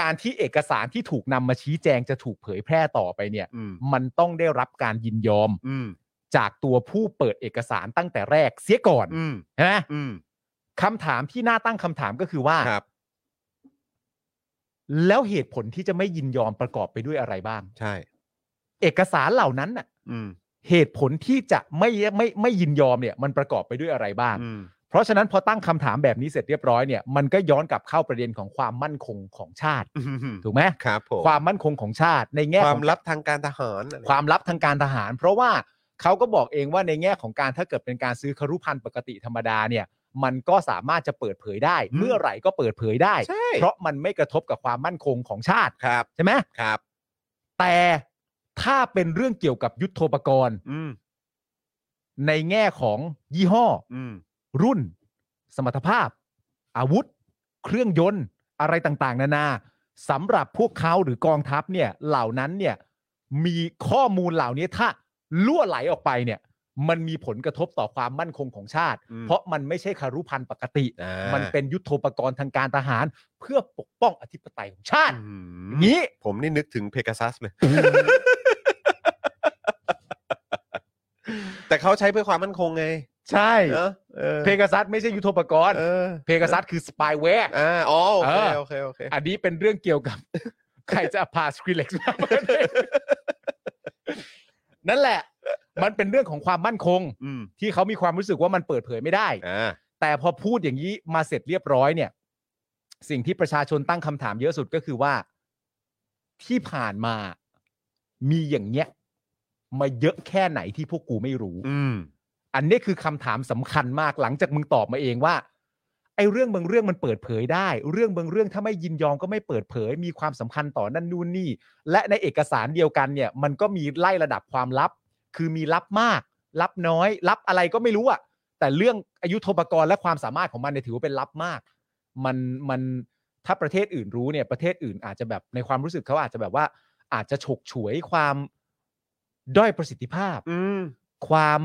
Speaker 2: การที่เอกสารที่ถูกนำมาชี้แจงจะถูกเผยแพร่ต่อไปเนี่ย
Speaker 1: อืม
Speaker 2: มันต้องได้รับการยินยอม
Speaker 1: อืม
Speaker 2: จากตัวผู้เปิดเอกสารตั้งแต่แรกเสียก่อน
Speaker 1: อืม
Speaker 2: ใช่ไหม
Speaker 1: อืม
Speaker 2: คำถามที่น่าตั้งคำถามก็คือว่า
Speaker 1: ครับ
Speaker 2: แล้วเหตุผลที่จะไม่ยินยอมประกอบไปด้วยอะไรบ้าง
Speaker 1: ใช่
Speaker 2: เอกสารเหล่านั้นน่ะ
Speaker 1: อืม
Speaker 2: เหตุผลที่จะไม่ไม่ไม่ยินยอมเนี่ย มันประกอบไปด้วยอะไรบ้าง
Speaker 1: อืม
Speaker 2: เพราะฉะนั้นพอตั้งคำถามแบบนี้เสร็จเรียบร้อยเนี่ยมันก็ย้อนกลับเข้าประเด็นของความมั่นคงของชาติ ถูกไหม
Speaker 1: ครับผม
Speaker 2: ความมั่นคงของชาติในแง่
Speaker 1: ค
Speaker 2: ข
Speaker 1: วา
Speaker 2: อ
Speaker 1: ม
Speaker 2: ง
Speaker 1: ลับทางการทหารอะไร
Speaker 2: ความลับทางการทหาร เพราะว่าเขาก็บอกเองว่าในแง่ของการถ้าเกิดเป็นการซื้อครุพันธ์ปกติธรรมดาเนี่ย มันก็สามารถจะเปิดเผยได้ เมื่อไหร่ก็เปิดเผยได้
Speaker 1: ใช่
Speaker 2: เพราะมันไม่กระทบกับความมั่นคงของชาติ
Speaker 1: ครับ
Speaker 2: ใช่ไหม
Speaker 1: ครับ
Speaker 2: แต่ถ้าเป็นเรื่องเกี่ยวกับยุทโธปกรณ์
Speaker 1: อืม
Speaker 2: ในแง่ของยี่ห้อ
Speaker 1: อืม
Speaker 2: รุ่น สมรรถภาพ อาวุธ เครื่องยนต์ อะไรต่างๆ นานาสำหรับพวกเขาหรือกองทัพเนี่ยเหล่านั้นเนี่ยมีข้อมูลเหล่านี้ถ้าล่วไหลออกไปเนี่ย มันมีผลกระทบต่อความมั่นคงของชาติ
Speaker 1: อืม
Speaker 2: เพราะมันไม่ใช่คารุพันธ์ปกติ
Speaker 1: อ่า
Speaker 2: มันเป็นยุทโธปกรณ์ทางการทหาร เพื่อปกป้องอธิปไตยของชาติ
Speaker 1: อืม
Speaker 2: นี้
Speaker 1: ผมนี่นึกถึงเพก a ซัสเลย แต่เขาใช้เพื่อความมั่นคงไง
Speaker 2: ใช่
Speaker 1: เนอะเออ
Speaker 2: เพกาซัสไม่ใช่ยุทโธปกรณ์
Speaker 1: เออ
Speaker 2: เพกาซัสคือสปายแวร์
Speaker 1: อ่าอ๋อโอเค
Speaker 2: เออ
Speaker 1: โอเคโอเค
Speaker 2: อันนี้เป็นเรื่องเกี่ยวกับ ใครจะพาสคริเล็กซ์มาเปิดเนี่ย นั่นแหละ มันเป็นเรื่องของความมั่นคง
Speaker 1: อืม
Speaker 2: ที่เขามีความรู้สึกว่ามันเปิดเผยไม่ได้
Speaker 1: อ่า
Speaker 2: แต่พอพูดอย่างนี้มาเสร็จเรียบร้อยเนี่ย สิ่งที่ประชาชนตั้งคำถามเยอะสุดก็คือว่าที่ผ่านมามีอย่างเงี้ยมาเยอะแค่ไหนที่พวกกูไม่รู้
Speaker 1: อืม
Speaker 2: อันนี้คือคำถามสำคัญมากหลังจากมึงตอบมาเองว่าไอ้เรื่องบางเรื่องมันเปิดเผยได้ เรื่องบางเรื่องถ้าไม่ยินยอมก็ไม่เปิดเผย มีความสำคัญต่อนั่นนู่นนี่ และในเอกสารเดียวกันเนี่ย มันก็มีไล่ระดับความลับ คือมีลับมาก ลับน้อย ลับอะไรก็ไม่รู้อะแต่เรื่องอายุโทปกรณ์และความสามารถของมันเนี่ยถือว่าเป็นลับมาก มันมันถ้าประเทศอื่นรู้เนี่ยประเทศอื่นอาจจะแบบในความรู้สึกเขาอาจจะแบบว่า อาจจะฉกฉวยความด้อยประสิทธิภาพ
Speaker 1: อืม
Speaker 2: ความ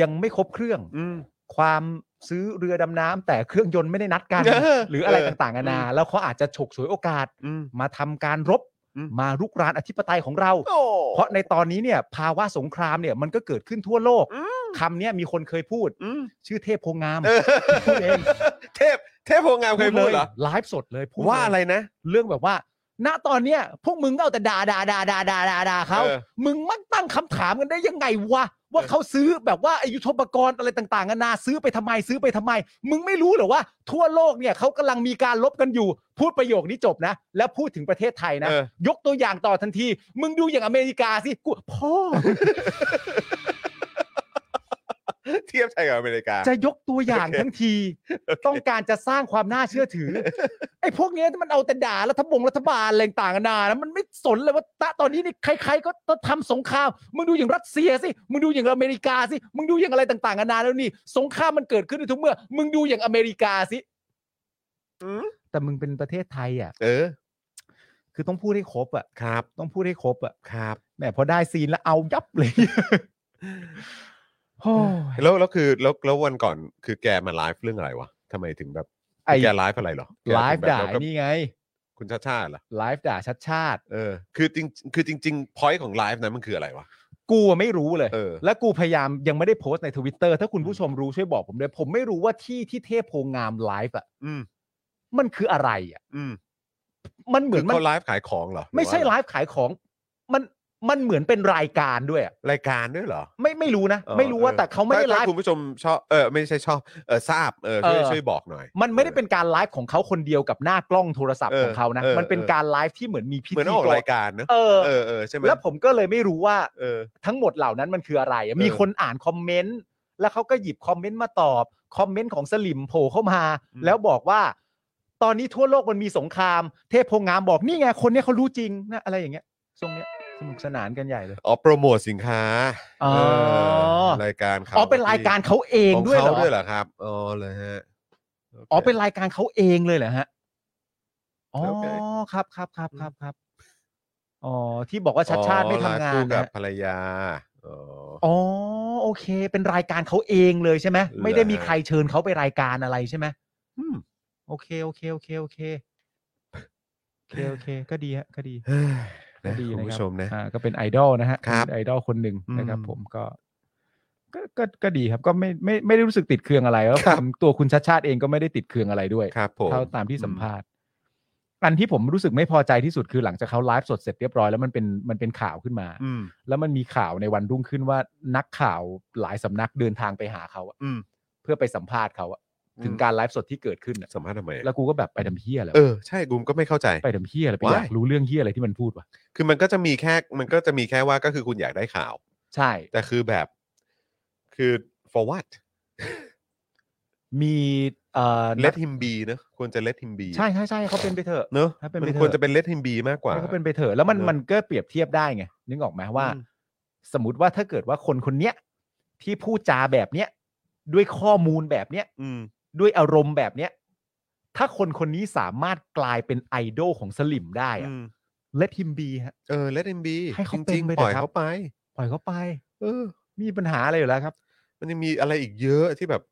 Speaker 2: ยังไม่ครบเครื่อง
Speaker 1: อืม
Speaker 2: ความซื้อเรือดำน้ำแต่เครื่องยนต์ไม่ได้นัดกัน
Speaker 1: เออ
Speaker 2: หรืออะไร
Speaker 1: เออ
Speaker 2: ต่างๆนานา
Speaker 1: อืม
Speaker 2: แล้วเขาอาจจะฉกฉวยโอกาส
Speaker 1: อืม
Speaker 2: มาทำการรบ
Speaker 1: อืม
Speaker 2: มารุกรานอธิปไตยของเรา
Speaker 1: โอ้
Speaker 2: เพราะในตอนนี้เนี่ย ภาวะสงครามเนี่ยมันก็เกิดขึ้นทั่วโลก
Speaker 1: อื
Speaker 2: คำเนี้ยมีคนเคยพูด
Speaker 1: อืม
Speaker 2: ชื่อเทพโพงาม
Speaker 1: เออ
Speaker 2: พูดเอง
Speaker 1: เทพเทพโพงามเคยพูดเหรอ
Speaker 2: ไลฟ์สดเลยพูด
Speaker 1: ว่า
Speaker 2: เลย
Speaker 1: อะไรนะ
Speaker 2: เรื่องแบบว่า ณตอนเนี้ยพวกมึงก็เอาแต่ด่าด่าด่าด่าด่าด่าด่าเขา
Speaker 1: เออ
Speaker 2: มึงมักตั้งคำถามกันได้ยังไงวะว่าเขาซื้อแบบว่าไอายุทโธปกรณ์อะไรต่างๆกันานาซื้อไปทำไมซื้อไปทำไม มึงไม่รู้เหรอว่า ทั่วโลกเนี่ยเขากำลังมีการลบกันอยู่ พูดประโยคนี้จบนะ แล้วพูดถึงประเทศไทยนะ
Speaker 1: เออ
Speaker 2: ยกตัวอย่างต่อทันที มึงดูอย่างอเมริกาสิกูพ่อ
Speaker 1: เทียบไทยกับอเมริกา
Speaker 2: จะยกตัวอย่าง
Speaker 1: โอเค
Speaker 2: ทั้งที ต้องการจะสร้างความน่าเชื่อถือ ไอ้พวกเนี้ยมันเอาแต่ด่ารัฐบงรัฐบาลอะไรต่างๆนานานะมันไม่สนเลยว่าตะตอนนี้นี่ใครๆก็ต้องทำสงครามมึงดูอย่างรัสเซียสิมึงดูอย่างอเมริกาสิมึงดูอย่างอะไรต่างๆนานาแล้วนี่ สงครามมันเกิดขึ้นในทุกเมื่อ มึงดูอย่างอเมริกาสิ
Speaker 1: อืม
Speaker 2: แต่มึงเป็นประเทศไทยอ่ะ
Speaker 1: เออ
Speaker 2: คือต้องพูดให้ครบอ่ะ
Speaker 1: ครับ
Speaker 2: ต้องพูดให้ครบอ่ะ
Speaker 1: ครับ
Speaker 2: แหมพอได้ซีนแล้วเอายับ เลย โอ้ย
Speaker 1: แล้วแล้วคือแล้วแล้ววันก่อนคือแกมาไลฟ์เรื่องอะไรวะทำไมถึงแบบ
Speaker 2: ไอ้
Speaker 1: แกไลฟ์อะไรเหรอแก
Speaker 2: ไล
Speaker 1: ถึง
Speaker 2: ฟ์
Speaker 1: แบบ
Speaker 2: ด่า
Speaker 1: แวก็
Speaker 2: ไอ้นี่ไง
Speaker 1: คุณชาติชาติเหรอ
Speaker 2: ไลฟ์ด่าชัดชาติ
Speaker 1: เออ คือจริงคือจริงๆพอยต์ของไลฟ์นั้นมันคืออะไรวะ
Speaker 2: กูอะไม่รู้เลย
Speaker 1: เออ
Speaker 2: และกูพยายามยังไม่ได้โพสต์ในทวิตเตอร์ถ้าคุณผู้ชมรู้ช่วยบอกผมด้วย ผมไม่รู้ว่าที่ที่เทพโพงามไลฟ์อ่ะ
Speaker 1: อืม
Speaker 2: มันคืออะไรอ่ะ
Speaker 1: อืม
Speaker 2: มันเห
Speaker 1: เห
Speaker 2: มื
Speaker 1: มื
Speaker 2: อ
Speaker 1: อน น
Speaker 2: มัน
Speaker 1: เขาไลฟ์ขายของเหรอ
Speaker 2: ไม่ใช่
Speaker 1: หอ
Speaker 2: ไล
Speaker 1: ว่าอะ
Speaker 2: ฟ์ขายของมันมันเหมือนเป็นรายการด้วยอะ
Speaker 1: รรายการด้วยเหรอ
Speaker 2: ไม่ไม่รู้นะ
Speaker 1: เออ
Speaker 2: ไม่รู้ว่า
Speaker 1: ออ
Speaker 2: แต่เขาไม่ได้
Speaker 1: ถ้
Speaker 2: ไล
Speaker 1: ถ้
Speaker 2: ฟ์
Speaker 1: คุณผู้ชมชอบเออไม่ใช่ชอบเออทราบเออช่วย
Speaker 2: เออ
Speaker 1: ช่วยบอกหน่อย
Speaker 2: มันไม่ได้เป็นการไลฟ์ของเขาคนเดียวกับหน้ากล้องโทรศัพท์
Speaker 1: เออ
Speaker 2: ของเขานะ
Speaker 1: เออ
Speaker 2: มันเป็นการไลฟ์ที่เหมือนมีพิ
Speaker 1: เห
Speaker 2: ธี
Speaker 1: มือนออก
Speaker 2: ร
Speaker 1: รายการเนอะ
Speaker 2: เออ
Speaker 1: เออเออใช่ไหม
Speaker 2: แล้วผมก็เลยไม่รู้ว่า
Speaker 1: เออ
Speaker 2: ทั้งหมดเหล่านั้นมันคืออะไรอะมี
Speaker 1: เออ
Speaker 2: คนอ่านคอมเมนต์แล้วเขาก็หยิบคอมเมนต์มาตอบคอมเมนต์ของสลิมโผล่เข้ามา
Speaker 1: อืม
Speaker 2: แล้วบอกว่า ตอนนี้ทั่วโลกมันมีสงคราม เทพโพงามบอกนี่ไงคนเนี้ยเขารู้จริงนะอะไรอย่างเงี้ยทรงเนี้ยสนุกสนานกันใหญ่เลย
Speaker 1: อ๋อโปรโมทสินค้า
Speaker 2: อ๋อ
Speaker 1: เรายการเขา
Speaker 2: อ๋อเป็นรายการเขาเอง
Speaker 1: ของ
Speaker 2: ด้วยเหร
Speaker 1: เขา
Speaker 2: อ
Speaker 1: ด้วยเหรอครับอ๋อเลยฮะโค
Speaker 2: อ๋อเป็นรายการเขาเองเลยเหรอฮะอ๋อ
Speaker 1: โอเค
Speaker 2: ครับครับครับครับครับอ๋อที่บอกว่าชัดชาติไม่ทำ
Speaker 1: อ๋อล
Speaker 2: งา
Speaker 1: คู่
Speaker 2: น
Speaker 1: กับ
Speaker 2: นะ
Speaker 1: ภรรยาอ๋อ
Speaker 2: อ๋อโอเค เป็นรายการเขาเองเลยใช่ไหม
Speaker 1: เหรอ
Speaker 2: ไม่ได้มีใครเชิญเขาไปรายการอะไรใช่ไหม
Speaker 1: อืม
Speaker 2: โอเคโอเคโอเคโอเคโอเคโอเค ก็ดีฮะก็ดี
Speaker 1: เฮ้ย
Speaker 2: ก็
Speaker 1: นะ
Speaker 2: ดีนะ
Speaker 1: คุณผู้
Speaker 2: ค
Speaker 1: ช
Speaker 2: รับ
Speaker 1: มนะ
Speaker 2: อ่าก็เป็นไอดอลนะฮะ
Speaker 1: ครับ
Speaker 2: เป็นไอดอลคนหนึ่งนะครับ
Speaker 1: อืม
Speaker 2: ผมก็ก็ก็ก็ดีครับ ก็ไม่ไม่ไม่ได้รู้สึกติดเคืองอะไรแล้ว
Speaker 1: ครับ
Speaker 2: ผมตัวคุณชัดชาติเองก็ไม่ได้ติดเคืองอะไรด้วย
Speaker 1: ครับผม
Speaker 2: เท่าตามที่สัมภาษณ์ อันที่ผมรู้สึกไม่พอใจที่สุดคือหลังจากเขาไลฟ์สดเสร็จเรียบร้อยแล้วมันเป็นมันเป็นข่าวขึ้นมา
Speaker 1: อืม
Speaker 2: แล้วมันมีข่าวในวันรุ่งขึ้นว่านักข่าวหลายสำนักเดินทางไปหาเขาอะ
Speaker 1: อืม
Speaker 2: เพื่อไปสัมภาษณ์เขาอะถึงการไลฟ์สดที่เกิดขึ้นอะ
Speaker 1: สัมภาษณ์ทำไมอะ
Speaker 2: แล้วกูก็แบบไปทำเฮียอะไรวะ
Speaker 1: เออใช่กูก็ไม่เข้าใจ
Speaker 2: ไปทำเฮียอะไรไป
Speaker 1: Why?
Speaker 2: อยากรู้เรื่องเฮียอะไรที่มันพูดวะ
Speaker 1: คือมันก็จะมีแค่มันก็จะมีแค่ว่าก็คือคุณอยากได้ข่าว
Speaker 2: ใช่
Speaker 1: แต่คือแบบ คือ for what
Speaker 2: มีเอ่อ
Speaker 1: let him be เนอะควรจะ let him be
Speaker 2: ใช่ใช่ใช่เขาเป็นไปเถอะ
Speaker 1: เนอะ
Speaker 2: ถ้าเป็นไป
Speaker 1: มัน
Speaker 2: เถอะ
Speaker 1: ควรจะเป็น let him be มากกว่า
Speaker 2: ให้เขาเป็นไปเถอะแล้วมัน
Speaker 1: เนอะ
Speaker 2: มันก็เปรียบเทียบได้ไงนึกออกไหมว่า
Speaker 1: อืม
Speaker 2: สมมติว่าถ้าเกิดว่าคนคนเนี้ยที่พูดจาแบบเนี้ยด้วยข้อมูลแบบเนี้ย
Speaker 1: อืม
Speaker 2: ด้วยอารมณ์แบบเนี้ย ถ้าคนคนนี้สามารถกลายเป็นไอดอลของสลิมได้อะ
Speaker 1: อืม
Speaker 2: let him be ฮะ
Speaker 1: เออ let him be
Speaker 2: ให้เขา
Speaker 1: จริง
Speaker 2: เป็นไป
Speaker 1: ๆปล่อย
Speaker 2: เถอะครับ
Speaker 1: เขาไป
Speaker 2: ปล่อยเขาไป
Speaker 1: เออ
Speaker 2: มีปัญหาอะไรอยู่แล้วครับ
Speaker 1: มันยังมีอะไรอีกเยอะที่แบบ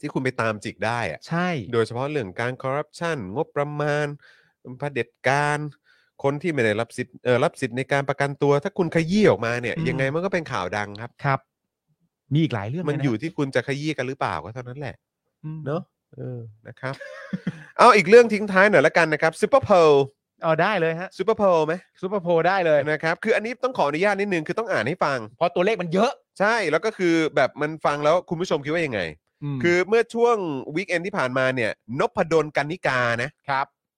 Speaker 1: ที่คุณไปตามจิกได้อะ
Speaker 2: ใช่
Speaker 1: โดยเฉพาะเรื่องการคอร์รัปชันงบประมาณเผด็จการ คนที่ไม่ได้รับสิทธิ์เออรับสิทธิ์ในการประกันตัว ถ้าคุณขยี้ออกมาเนี่ย ยังไงมันก็เป็นข่าวดังครับ
Speaker 2: ครับ มีอีกหลายเรื่องเล
Speaker 1: มันอยู่
Speaker 2: ะ
Speaker 1: ที่คุณจะขยี้กันหรือเปล่าก็เท่านั้นแหละ
Speaker 2: อืม
Speaker 1: เนอะ เออ นะครับ เอาอีกเรื่องทิ้งท้ายหน่อยละกันนะครับซูเปอร์โพล
Speaker 2: เอาได้เลยฮะ
Speaker 1: ซูเปอร์โพลไหม
Speaker 2: ซูเปอร์โพลได้เลย
Speaker 1: นะครับ คืออันนี้ต้องขออนุญาตนิดนึง คือต้องอ่านให้ฟัง
Speaker 2: เพราะตัวเลขมันเยอะ
Speaker 1: ใช่ แล้วก็คือแบบมันฟังแล้วคุณผู้ชมคิดว่ายังไง คือเมื่อช่วงวีคเอนที่ผ่านมาเนี่ยนพดลกันนิกานะครับ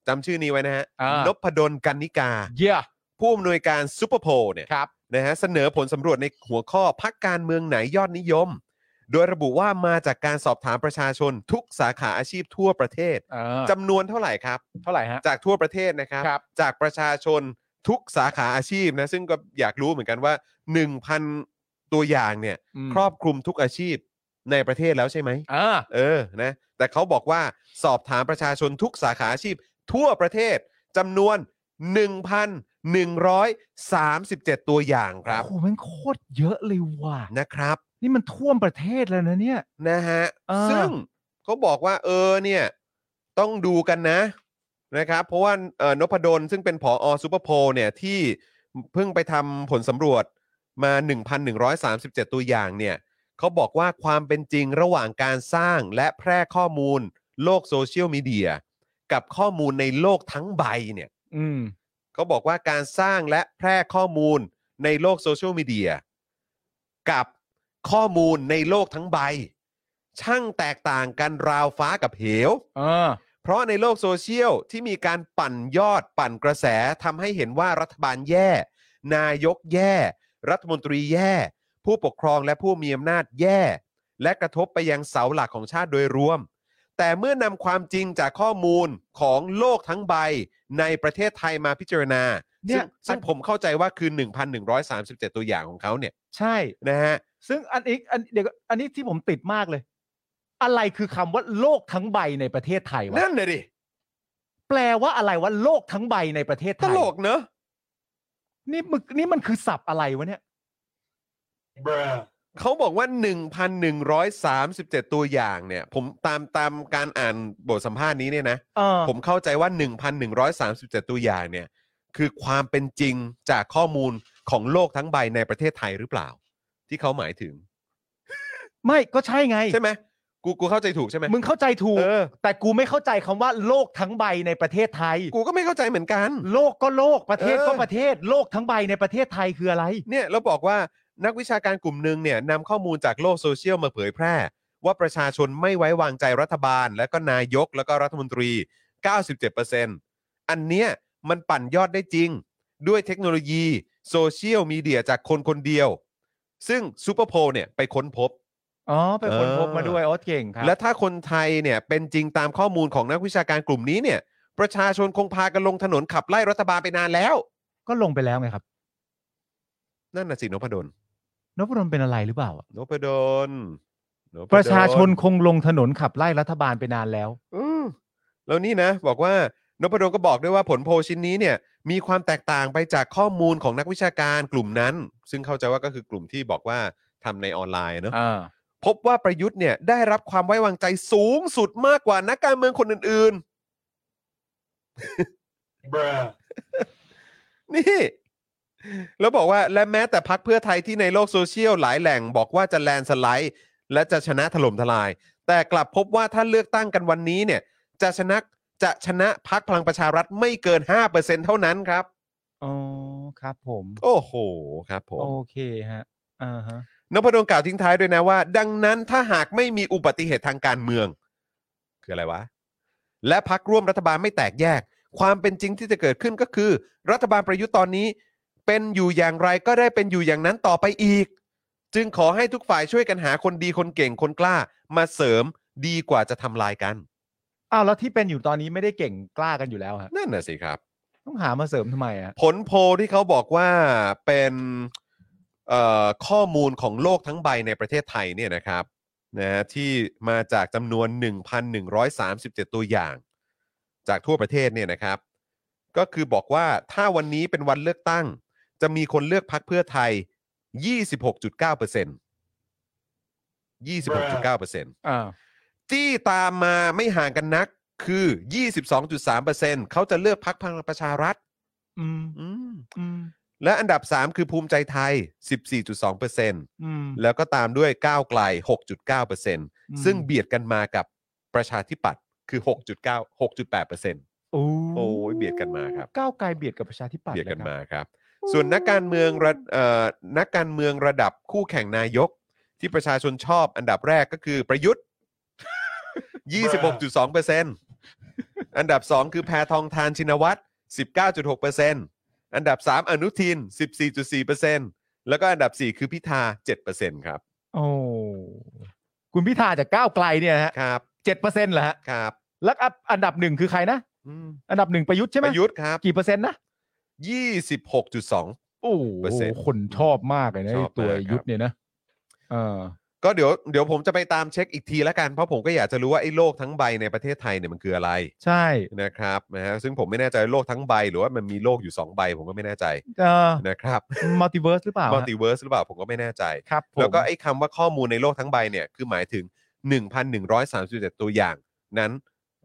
Speaker 1: จำชื่อนี้ไว้นะฮะ
Speaker 2: อ่าน น
Speaker 1: พดลกันนิกา
Speaker 2: เยี่ย
Speaker 1: ผู้อำนวยการซูเปอร์โพลเนี่ย
Speaker 2: ครับ
Speaker 1: นะฮะเสนอผลสำรวจในหัวข้อพักการเมืองไหนยอดนิยม โดยระบุว่ามาจากการสอบถามประชาชนทุกสาขาอาชีพทั่วประเทศ
Speaker 2: เออ
Speaker 1: จำนวนเท่าไหร่ครับ
Speaker 2: เท่าไหร่ฮะ
Speaker 1: จากทั่วประเทศนะครับ
Speaker 2: ครับ
Speaker 1: จากประชาชนทุกสาขาอาชีพนะซึ่งก็อยากรู้เหมือนกันว่า 1,000 ตัวอย่างเนี่ย
Speaker 2: ม
Speaker 1: ครอบคลุมทุกอาชีพในประเทศแล้วใช่ไหม
Speaker 2: เออ
Speaker 1: เออนะแต่เขาบอกว่าสอบถามประชาชนทุกสาขาอาชีพ ทั่วประเทศจำนวน 1,137 ตัวอย่างครับ
Speaker 2: โอ้โหแมันโคตรเยอะเลยว่ะ
Speaker 1: นะครับ
Speaker 2: นี่มันท่วมประเทศแล้วนะเนี่ย
Speaker 1: นะฮะ
Speaker 2: อ่า
Speaker 1: ซึ่งเขาบอกว่าเออเนี่ย ต้องดูกันนะนะครับ เพราะว่าเอ่อนพดลซึ่งเป็นผอซูเปอร์โพลเนี่ย ที่เพิ่งไปทำผลสำรวจมา 1,137 ตัวอย่างเนี่ยเขาบอกว่าความเป็นจริงระหว่างการสร้างและแพร่ข้อมูลโลกโซเชียลมีเดียกับข้อมูลในโลกทั้งใบเนี่ย
Speaker 2: อืม
Speaker 1: เขาบอกว่าการสร้างและแพร่ข้อมูลในโลกโซเชียลมีเดียกับข้อมูลในโลกทั้งใบ ช่างแตกต่างกันราวฟ้ากับเหว
Speaker 2: เออ
Speaker 1: เพราะในโลกโซเชียลที่มีการปั่นยอดปั่นกระแสทำให้เห็นว่ารัฐบาลแย่ นายกแย่ รัฐมนตรีแย่ ผู้ปกครองและผู้มีอำนาจแย่ และกระทบไปยังเสาหลักของชาติโดยรวม แต่เมื่อนำความจริงจากข้อมูลของโลกทั้งใบในประเทศไทยมาพิจารณา
Speaker 2: เนี่
Speaker 1: ซึ่
Speaker 2: ย
Speaker 1: งซึ่งผมเข้าใจว่าคือ 1,137 ตัวอย่างของเขาเนี่ย
Speaker 2: ใช่
Speaker 1: นะฮะ
Speaker 2: ซึ่งอันนี้อันเดี๋ยวก่อนอันนี้ที่ผมติดมากเลย อะไรคือคำว่าโลกทั้งใบในประเทศไทยวะ
Speaker 1: นั่นน่ะดิ
Speaker 2: แปลว่าอะไรวะโลกทั้งใบในประเทศไท
Speaker 1: ต
Speaker 2: ย
Speaker 1: ลกเนอะ
Speaker 2: นี่มึกนี่มันคือศัพท์อะไรวะเนี่ย
Speaker 1: เขาบอกว่า 1,137 ตัวอย่างเนี่ย ผมตามตามการอ่านบทสัมภาษณ์นี้เนี่ยนะ
Speaker 2: เออ
Speaker 1: ผมเข้าใจว่า 1,137 ตัวอย่างเนี่ย คือความเป็นจริงจากข้อมูลของโลกทั้งใบในประเทศไทยหรือเปล่า ที่เขาหมายถึง
Speaker 2: ไม่ก็ใช่ไง
Speaker 1: ใช่ไหม กูกูเข้าใจถูกใช่ไหม
Speaker 2: มึงเข้าใจถูก
Speaker 1: เออ
Speaker 2: แต่กูไม่เข้าใจคำว่าโลกทั้งใบในประเทศไทย
Speaker 1: กูก็ไม่เข้าใจเหมือนกัน
Speaker 2: โลกก็โลกประเทศก็
Speaker 1: เออ
Speaker 2: ประเทศ โลกทั้งใบในประเทศไทยคืออะไร
Speaker 1: เนี่ยเราบอกว่านักวิชาการกลุ่มหนึ่งเนี่ยนำข้อมูลจากโลกโซเชียลมาเผยแพร่ ว่าประชาชนไม่ไว้วางใจรัฐบาล และก็นายกแล้วก็รัฐมนตรี 97%อันเนี้ยมันปั่นยอดได้จริง ด้วยเทคโนโลยีโซเชียลมีเดียจากคนคนเดียว ซึ่งซูเปอร์โพลเนี่ยไปค้นพบ
Speaker 2: อ๋อไปค้นพบ
Speaker 1: เออ
Speaker 2: มาด้วยโอ๊ตเก่งครั
Speaker 1: และถ้าคนไทยเนี่ยเป็นจริงตามข้อมูลของนักวิชาการกลุ่มนี้เนี่ย ประชาชนคงพากันลงถนนขับไล่รัฐบาลไปนานแล้ว
Speaker 2: ก็ลงไปแล้วไงครับ
Speaker 1: นั่นน่ะสินพดล
Speaker 2: นพดลเป็นอะไรหรือเปล่าอะ
Speaker 1: นพดลนพดล
Speaker 2: ประชาชนคงลงถนนขับไล่รัฐบาลไปนานแล้ว
Speaker 1: อืมแล้วนี่นะ บอกว่านพดลก็บอกด้วยว่าผลโพลชิ้นนี้เนี่ย มีความแตกต่างไปจากข้อมูลของนักวิชาการกลุ่มนั้น ซึ่งเข้าใจว่าก็คือกลุ่มที่บอกว่าทำในออนไลน์เนอะพบว่าประยุทธ์เนี่ยได้รับความไว้วางใจสูงสุดมากกว่านักการเมืองคนอื่นๆ นี่ แล้วบอกว่าและแม้แต่พักเพื่อไทยที่ในโลกโซเชียลหลายแหล่งบอกว่าจะแลนด์สไลด์ และจะชนะถล่มทลาย แต่กลับพบว่าถ้าเลือกตั้งกันวันนี้เนี่ย จะชนะจะชนะพักพลังประชารัฐไม่เกิน 5%เท่านั้นครับ
Speaker 2: อ๋อครับผม
Speaker 1: โอ้โหครับผม
Speaker 2: โอเคฮะอ่าฮะ
Speaker 1: นพดลกล่าวทิ้งท้ายด้วยนะว่า ดังนั้นถ้าหากไม่มีอุบัติเหตุทางการเมือง คืออะไรวะ และพักร่วมรัฐบาลไม่แตกแยก ความเป็นจริงที่จะเกิดขึ้นก็คือ รัฐบาลประยุทธ์ตอนนี้ เป็นอยู่อย่างไรก็ได้เป็นอยู่อย่างนั้นต่อไปอีก จึงขอให้ทุกฝ่ายช่วยกันหาคนดีคนเก่งคนกล้า มาเสริมดีกว่าจะทำลายกัน
Speaker 2: อ้าวแล้วที่เป็นอยู่ตอนนี้ไม่ได้เก่งกล้ากันอยู่แล้วฮะ
Speaker 1: นั่นน่ะสิครับ
Speaker 2: ต้องหามาเสริมทำไมอะ
Speaker 1: ผลโพลที่เขาบอกว่าเป็นเอ่อข้อมูลของโลกทั้งใบในประเทศไทยเนี่ยนะครับนะที่มาจากจำนวน 1,137 ตัวอย่าง จากทั่วประเทศเนี่ยนะครับ ก็คือบอกว่าถ้าวันนี้เป็นวันเลือกตั้ง จะมีคนเลือกพักเพื่อไทย 26.9% 26.9%
Speaker 2: อ่า
Speaker 1: จี้ตามมาไม่ห่างกันนักคือ 22.3%เขาจะเลือกพักพลังประชารัฐ
Speaker 2: อืม
Speaker 1: อืม
Speaker 2: อืม
Speaker 1: และอันดับ 3 คือภูมิใจไทย 14.2%
Speaker 2: อืม
Speaker 1: แล้วก็ตามด้วยก้าวไกล 6.9%ซึ่งเบียดกันมากับประชาธิปัตย์คือ 6.9 6.8%
Speaker 2: โอ้
Speaker 1: โอ้ยเบียดกันมาครับ
Speaker 2: ก้าวไกลเบียดกับประชาธิปัตย์
Speaker 1: เบียดกัน
Speaker 2: ล
Speaker 1: มา
Speaker 2: ครับ
Speaker 1: ครับ ส่วนนักการเมืองระเอ่อนักการเมืองระดับคู่แข่งนายก ที่ประชาชนชอบอันดับแรกก็คือประยุ ทธ์ 26.2%อันดับ 2 คือแพทองทานชินวัตร19.6%อันดับ 3 อนุทิน 14.4%แล้วก็อันดับ 4 คือพิธา 7%ครับ
Speaker 2: โอ้คุณพิธาจากก้าวไกลเนี่ยนะฮะ
Speaker 1: ครับ
Speaker 2: เจ็ดเปอร์เซ็นต์เหรอฮะ
Speaker 1: ครับ
Speaker 2: แล้วอันอันดับหนึ่งคือใครนะ
Speaker 1: อืม
Speaker 2: อันดับหนึ่งประยุทธ์ใช่ไหม
Speaker 1: ประยุทธ์ครับ
Speaker 2: กี่เปอร์เซ็นต์นะ
Speaker 1: 26.2
Speaker 2: โอ้โห
Speaker 1: เปอร์เซ็นต์
Speaker 2: คนชอบมากเลยนะ
Speaker 1: ชอบ
Speaker 2: ไอ้ตัว
Speaker 1: มากครับ
Speaker 2: ยุทธเนี่ยนะเออ
Speaker 1: ก็เดี๋ยวเดี๋ยวผมจะไปตามเช็คอีกทีละกันเพราะผมก็อยากจะรู้ว่าไอ้โลกทั้งใบในประเทศไทยเนี่ยมันคืออะไร
Speaker 2: ใช่
Speaker 1: นะครับนะฮะซึ่งผมไม่แน่ใจโลกทั้งใบ หรือว่ามันมีโลกอยู่ 2 ใบ ผมก็ไม่แน่ใจ
Speaker 2: เออ
Speaker 1: นะครับ
Speaker 2: มัลติเวิร์สหรือเปล่า
Speaker 1: มั
Speaker 2: ฮะ
Speaker 1: ลติเวิร์สหรือเปล่าผมก็ไม่แน่ใจ
Speaker 2: ครับผม
Speaker 1: แล้วก็ไอ้คำว่าข้อมูลในโลกทั้งใบเนี่ยคือหมายถึง 1,137 ตัวอย่าง นั้น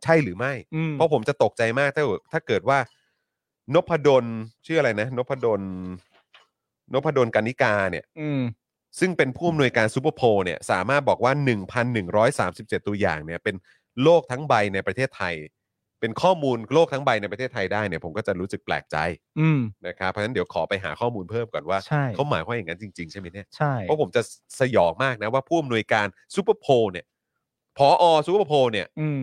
Speaker 1: ใช่หรือไม่
Speaker 2: อืม
Speaker 1: เพราะผมจะตกใจมากถ้าถ้าเกิดว่านพดลชื่ออะไรนะนพดลนพดลกานิกาเนี่ย
Speaker 2: อืม
Speaker 1: ซึ่งเป็นผู้อำนวยการซูเปอร์โพลเนี่ยสามารถบอกว่า 1,137 ตัวอย่างเนี่ยเป็นโลกทั้งใบในประเทศไทย เป็นข้อมูลโลกทั้งใบในประเทศไทยได้เนี่ยผมก็จะรู้สึกแปลกใจ
Speaker 2: อืม
Speaker 1: นะครับเพราะฉะนั้นเดี๋ยวขอไปหาข้อมูลเพิ่มก่อนว่า
Speaker 2: ใช่
Speaker 1: เขาหมายความอย่างนั้นจริง ๆ ใช่ไหมเนี่ย
Speaker 2: ใช่
Speaker 1: เพราะผมจะสยองมากนะว่าผู้อำนวยการซูเปอร์โพลเนี่ยพออซูเปอร์โพลเนี่ย
Speaker 2: อืม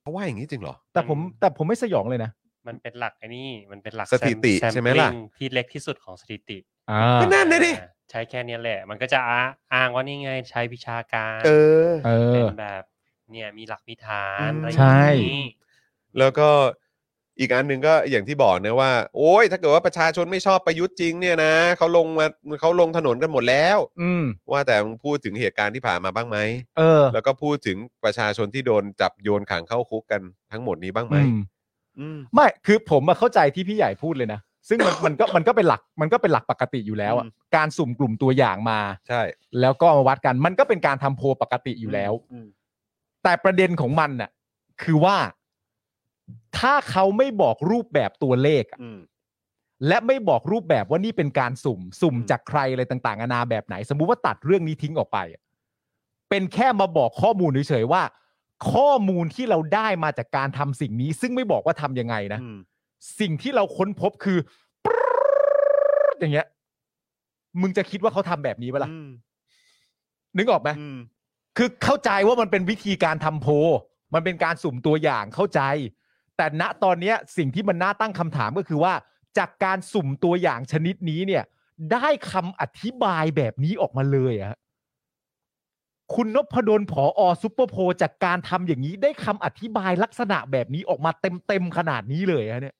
Speaker 1: เขาว่าอย่างนี้จริงเหรอ
Speaker 2: แต่ผมแต่ผมไม่สยองเลยนะ
Speaker 4: มันเป็นหลักไอ้นี่ มันเป็นหลัก
Speaker 1: สถิติ
Speaker 4: แซ
Speaker 1: ใช่ไหมล่ะ
Speaker 4: แซปิ้งที่เล็กที่สุดของสถิติ
Speaker 2: อ่า
Speaker 1: ก็นั่นนะดิ
Speaker 4: อ่าใช้แค่เนี้ยแหละ มันก็จะอ้าอ้างว่านี่ไงใช้วิชาการ
Speaker 1: เออ
Speaker 2: เอ
Speaker 4: เป็
Speaker 2: อ
Speaker 4: นแบบ เนี่ยมีหลักมีฐาน
Speaker 1: อืม
Speaker 4: อะไรอ
Speaker 2: ใช่
Speaker 4: ย่างนี้
Speaker 1: แล้วก็อีกอันหนึ่งก็อย่างที่บอกนะว่า โอ้ยถ้าเกิดว่าประชาชนไม่ชอบประยุทธ์จริงเนี่ยนะเขาลงมาเขาลงถนนกันหมดแล้ว
Speaker 2: อืม
Speaker 1: ว่าแต่มึงพูดถึงเหตุการณ์ที่ผ่านมาบ้างไหม
Speaker 2: เออ
Speaker 1: แล้วก็พูดถึงประชาชนที่โดนจับโยนขังเข้าคุกกันทั้งหมดนี้บ้างไหม
Speaker 2: อืม
Speaker 1: อืม
Speaker 2: ไม่คือผมมาเข้าใจที่พี่ใหญ่พูดเลยนะซึ่งมัน มันก็มันก็เป็นหลักมันก็เป็นหลักปกติอยู่แล้วอะ
Speaker 1: อืม
Speaker 2: การสุ่มกลุ่มตัวอย่างมา
Speaker 1: ใช่
Speaker 2: แล้วก็มาวัดกันมันก็เป็นการทำโพลปกติอยู่แล้ว แต่ประเด็นของมันน่ะ คือว่า ถ้าเขาไม่บอกรูปแบบตัวเลขอะ
Speaker 1: อืม
Speaker 2: และไม่บอกรูปแบบว่านี่เป็นการสุ่ม สุ่ม
Speaker 1: อืม
Speaker 2: จากใครอะไรต่างๆนานาแบบไหน สมมุติว่าตัดเรื่องนี้ทิ้งออกไปอะ เป็นแค่มาบอกข้อมูลเฉยๆว่า ข้อมูลที่เราได้มาจากการทำสิ่งนี้ ซึ่งไม่บอกว่าทำยังไงนะ
Speaker 1: อืม
Speaker 2: สิ่งที่เราค้นพบคือปรึ๊ดอย่างเงี้ย มึงจะคิดว่าเขาทำแบบนี้ปะล่ะ
Speaker 1: อืม
Speaker 2: นึกออกไหม
Speaker 1: อืม
Speaker 2: คือเข้าใจว่ามันเป็นวิธีการทำโพลมันเป็นการสุ่มตัวอย่างเข้าใจ แต่ณตอนเนี้ยสิ่งที่มันน่าตั้งคำถามก็คือว่า จากการสุ่มตัวอย่างชนิดนี้เนี่ย ได้คำอธิบายแบบนี้ออกมาเลยอะคุณนพดลผออซุปเปอร์โพลจากการทำอย่างนี้ได้คำอธิบายลักษณะแบบนี้ออกมาเต็มๆขนาดนี้เลยอะเนี่ย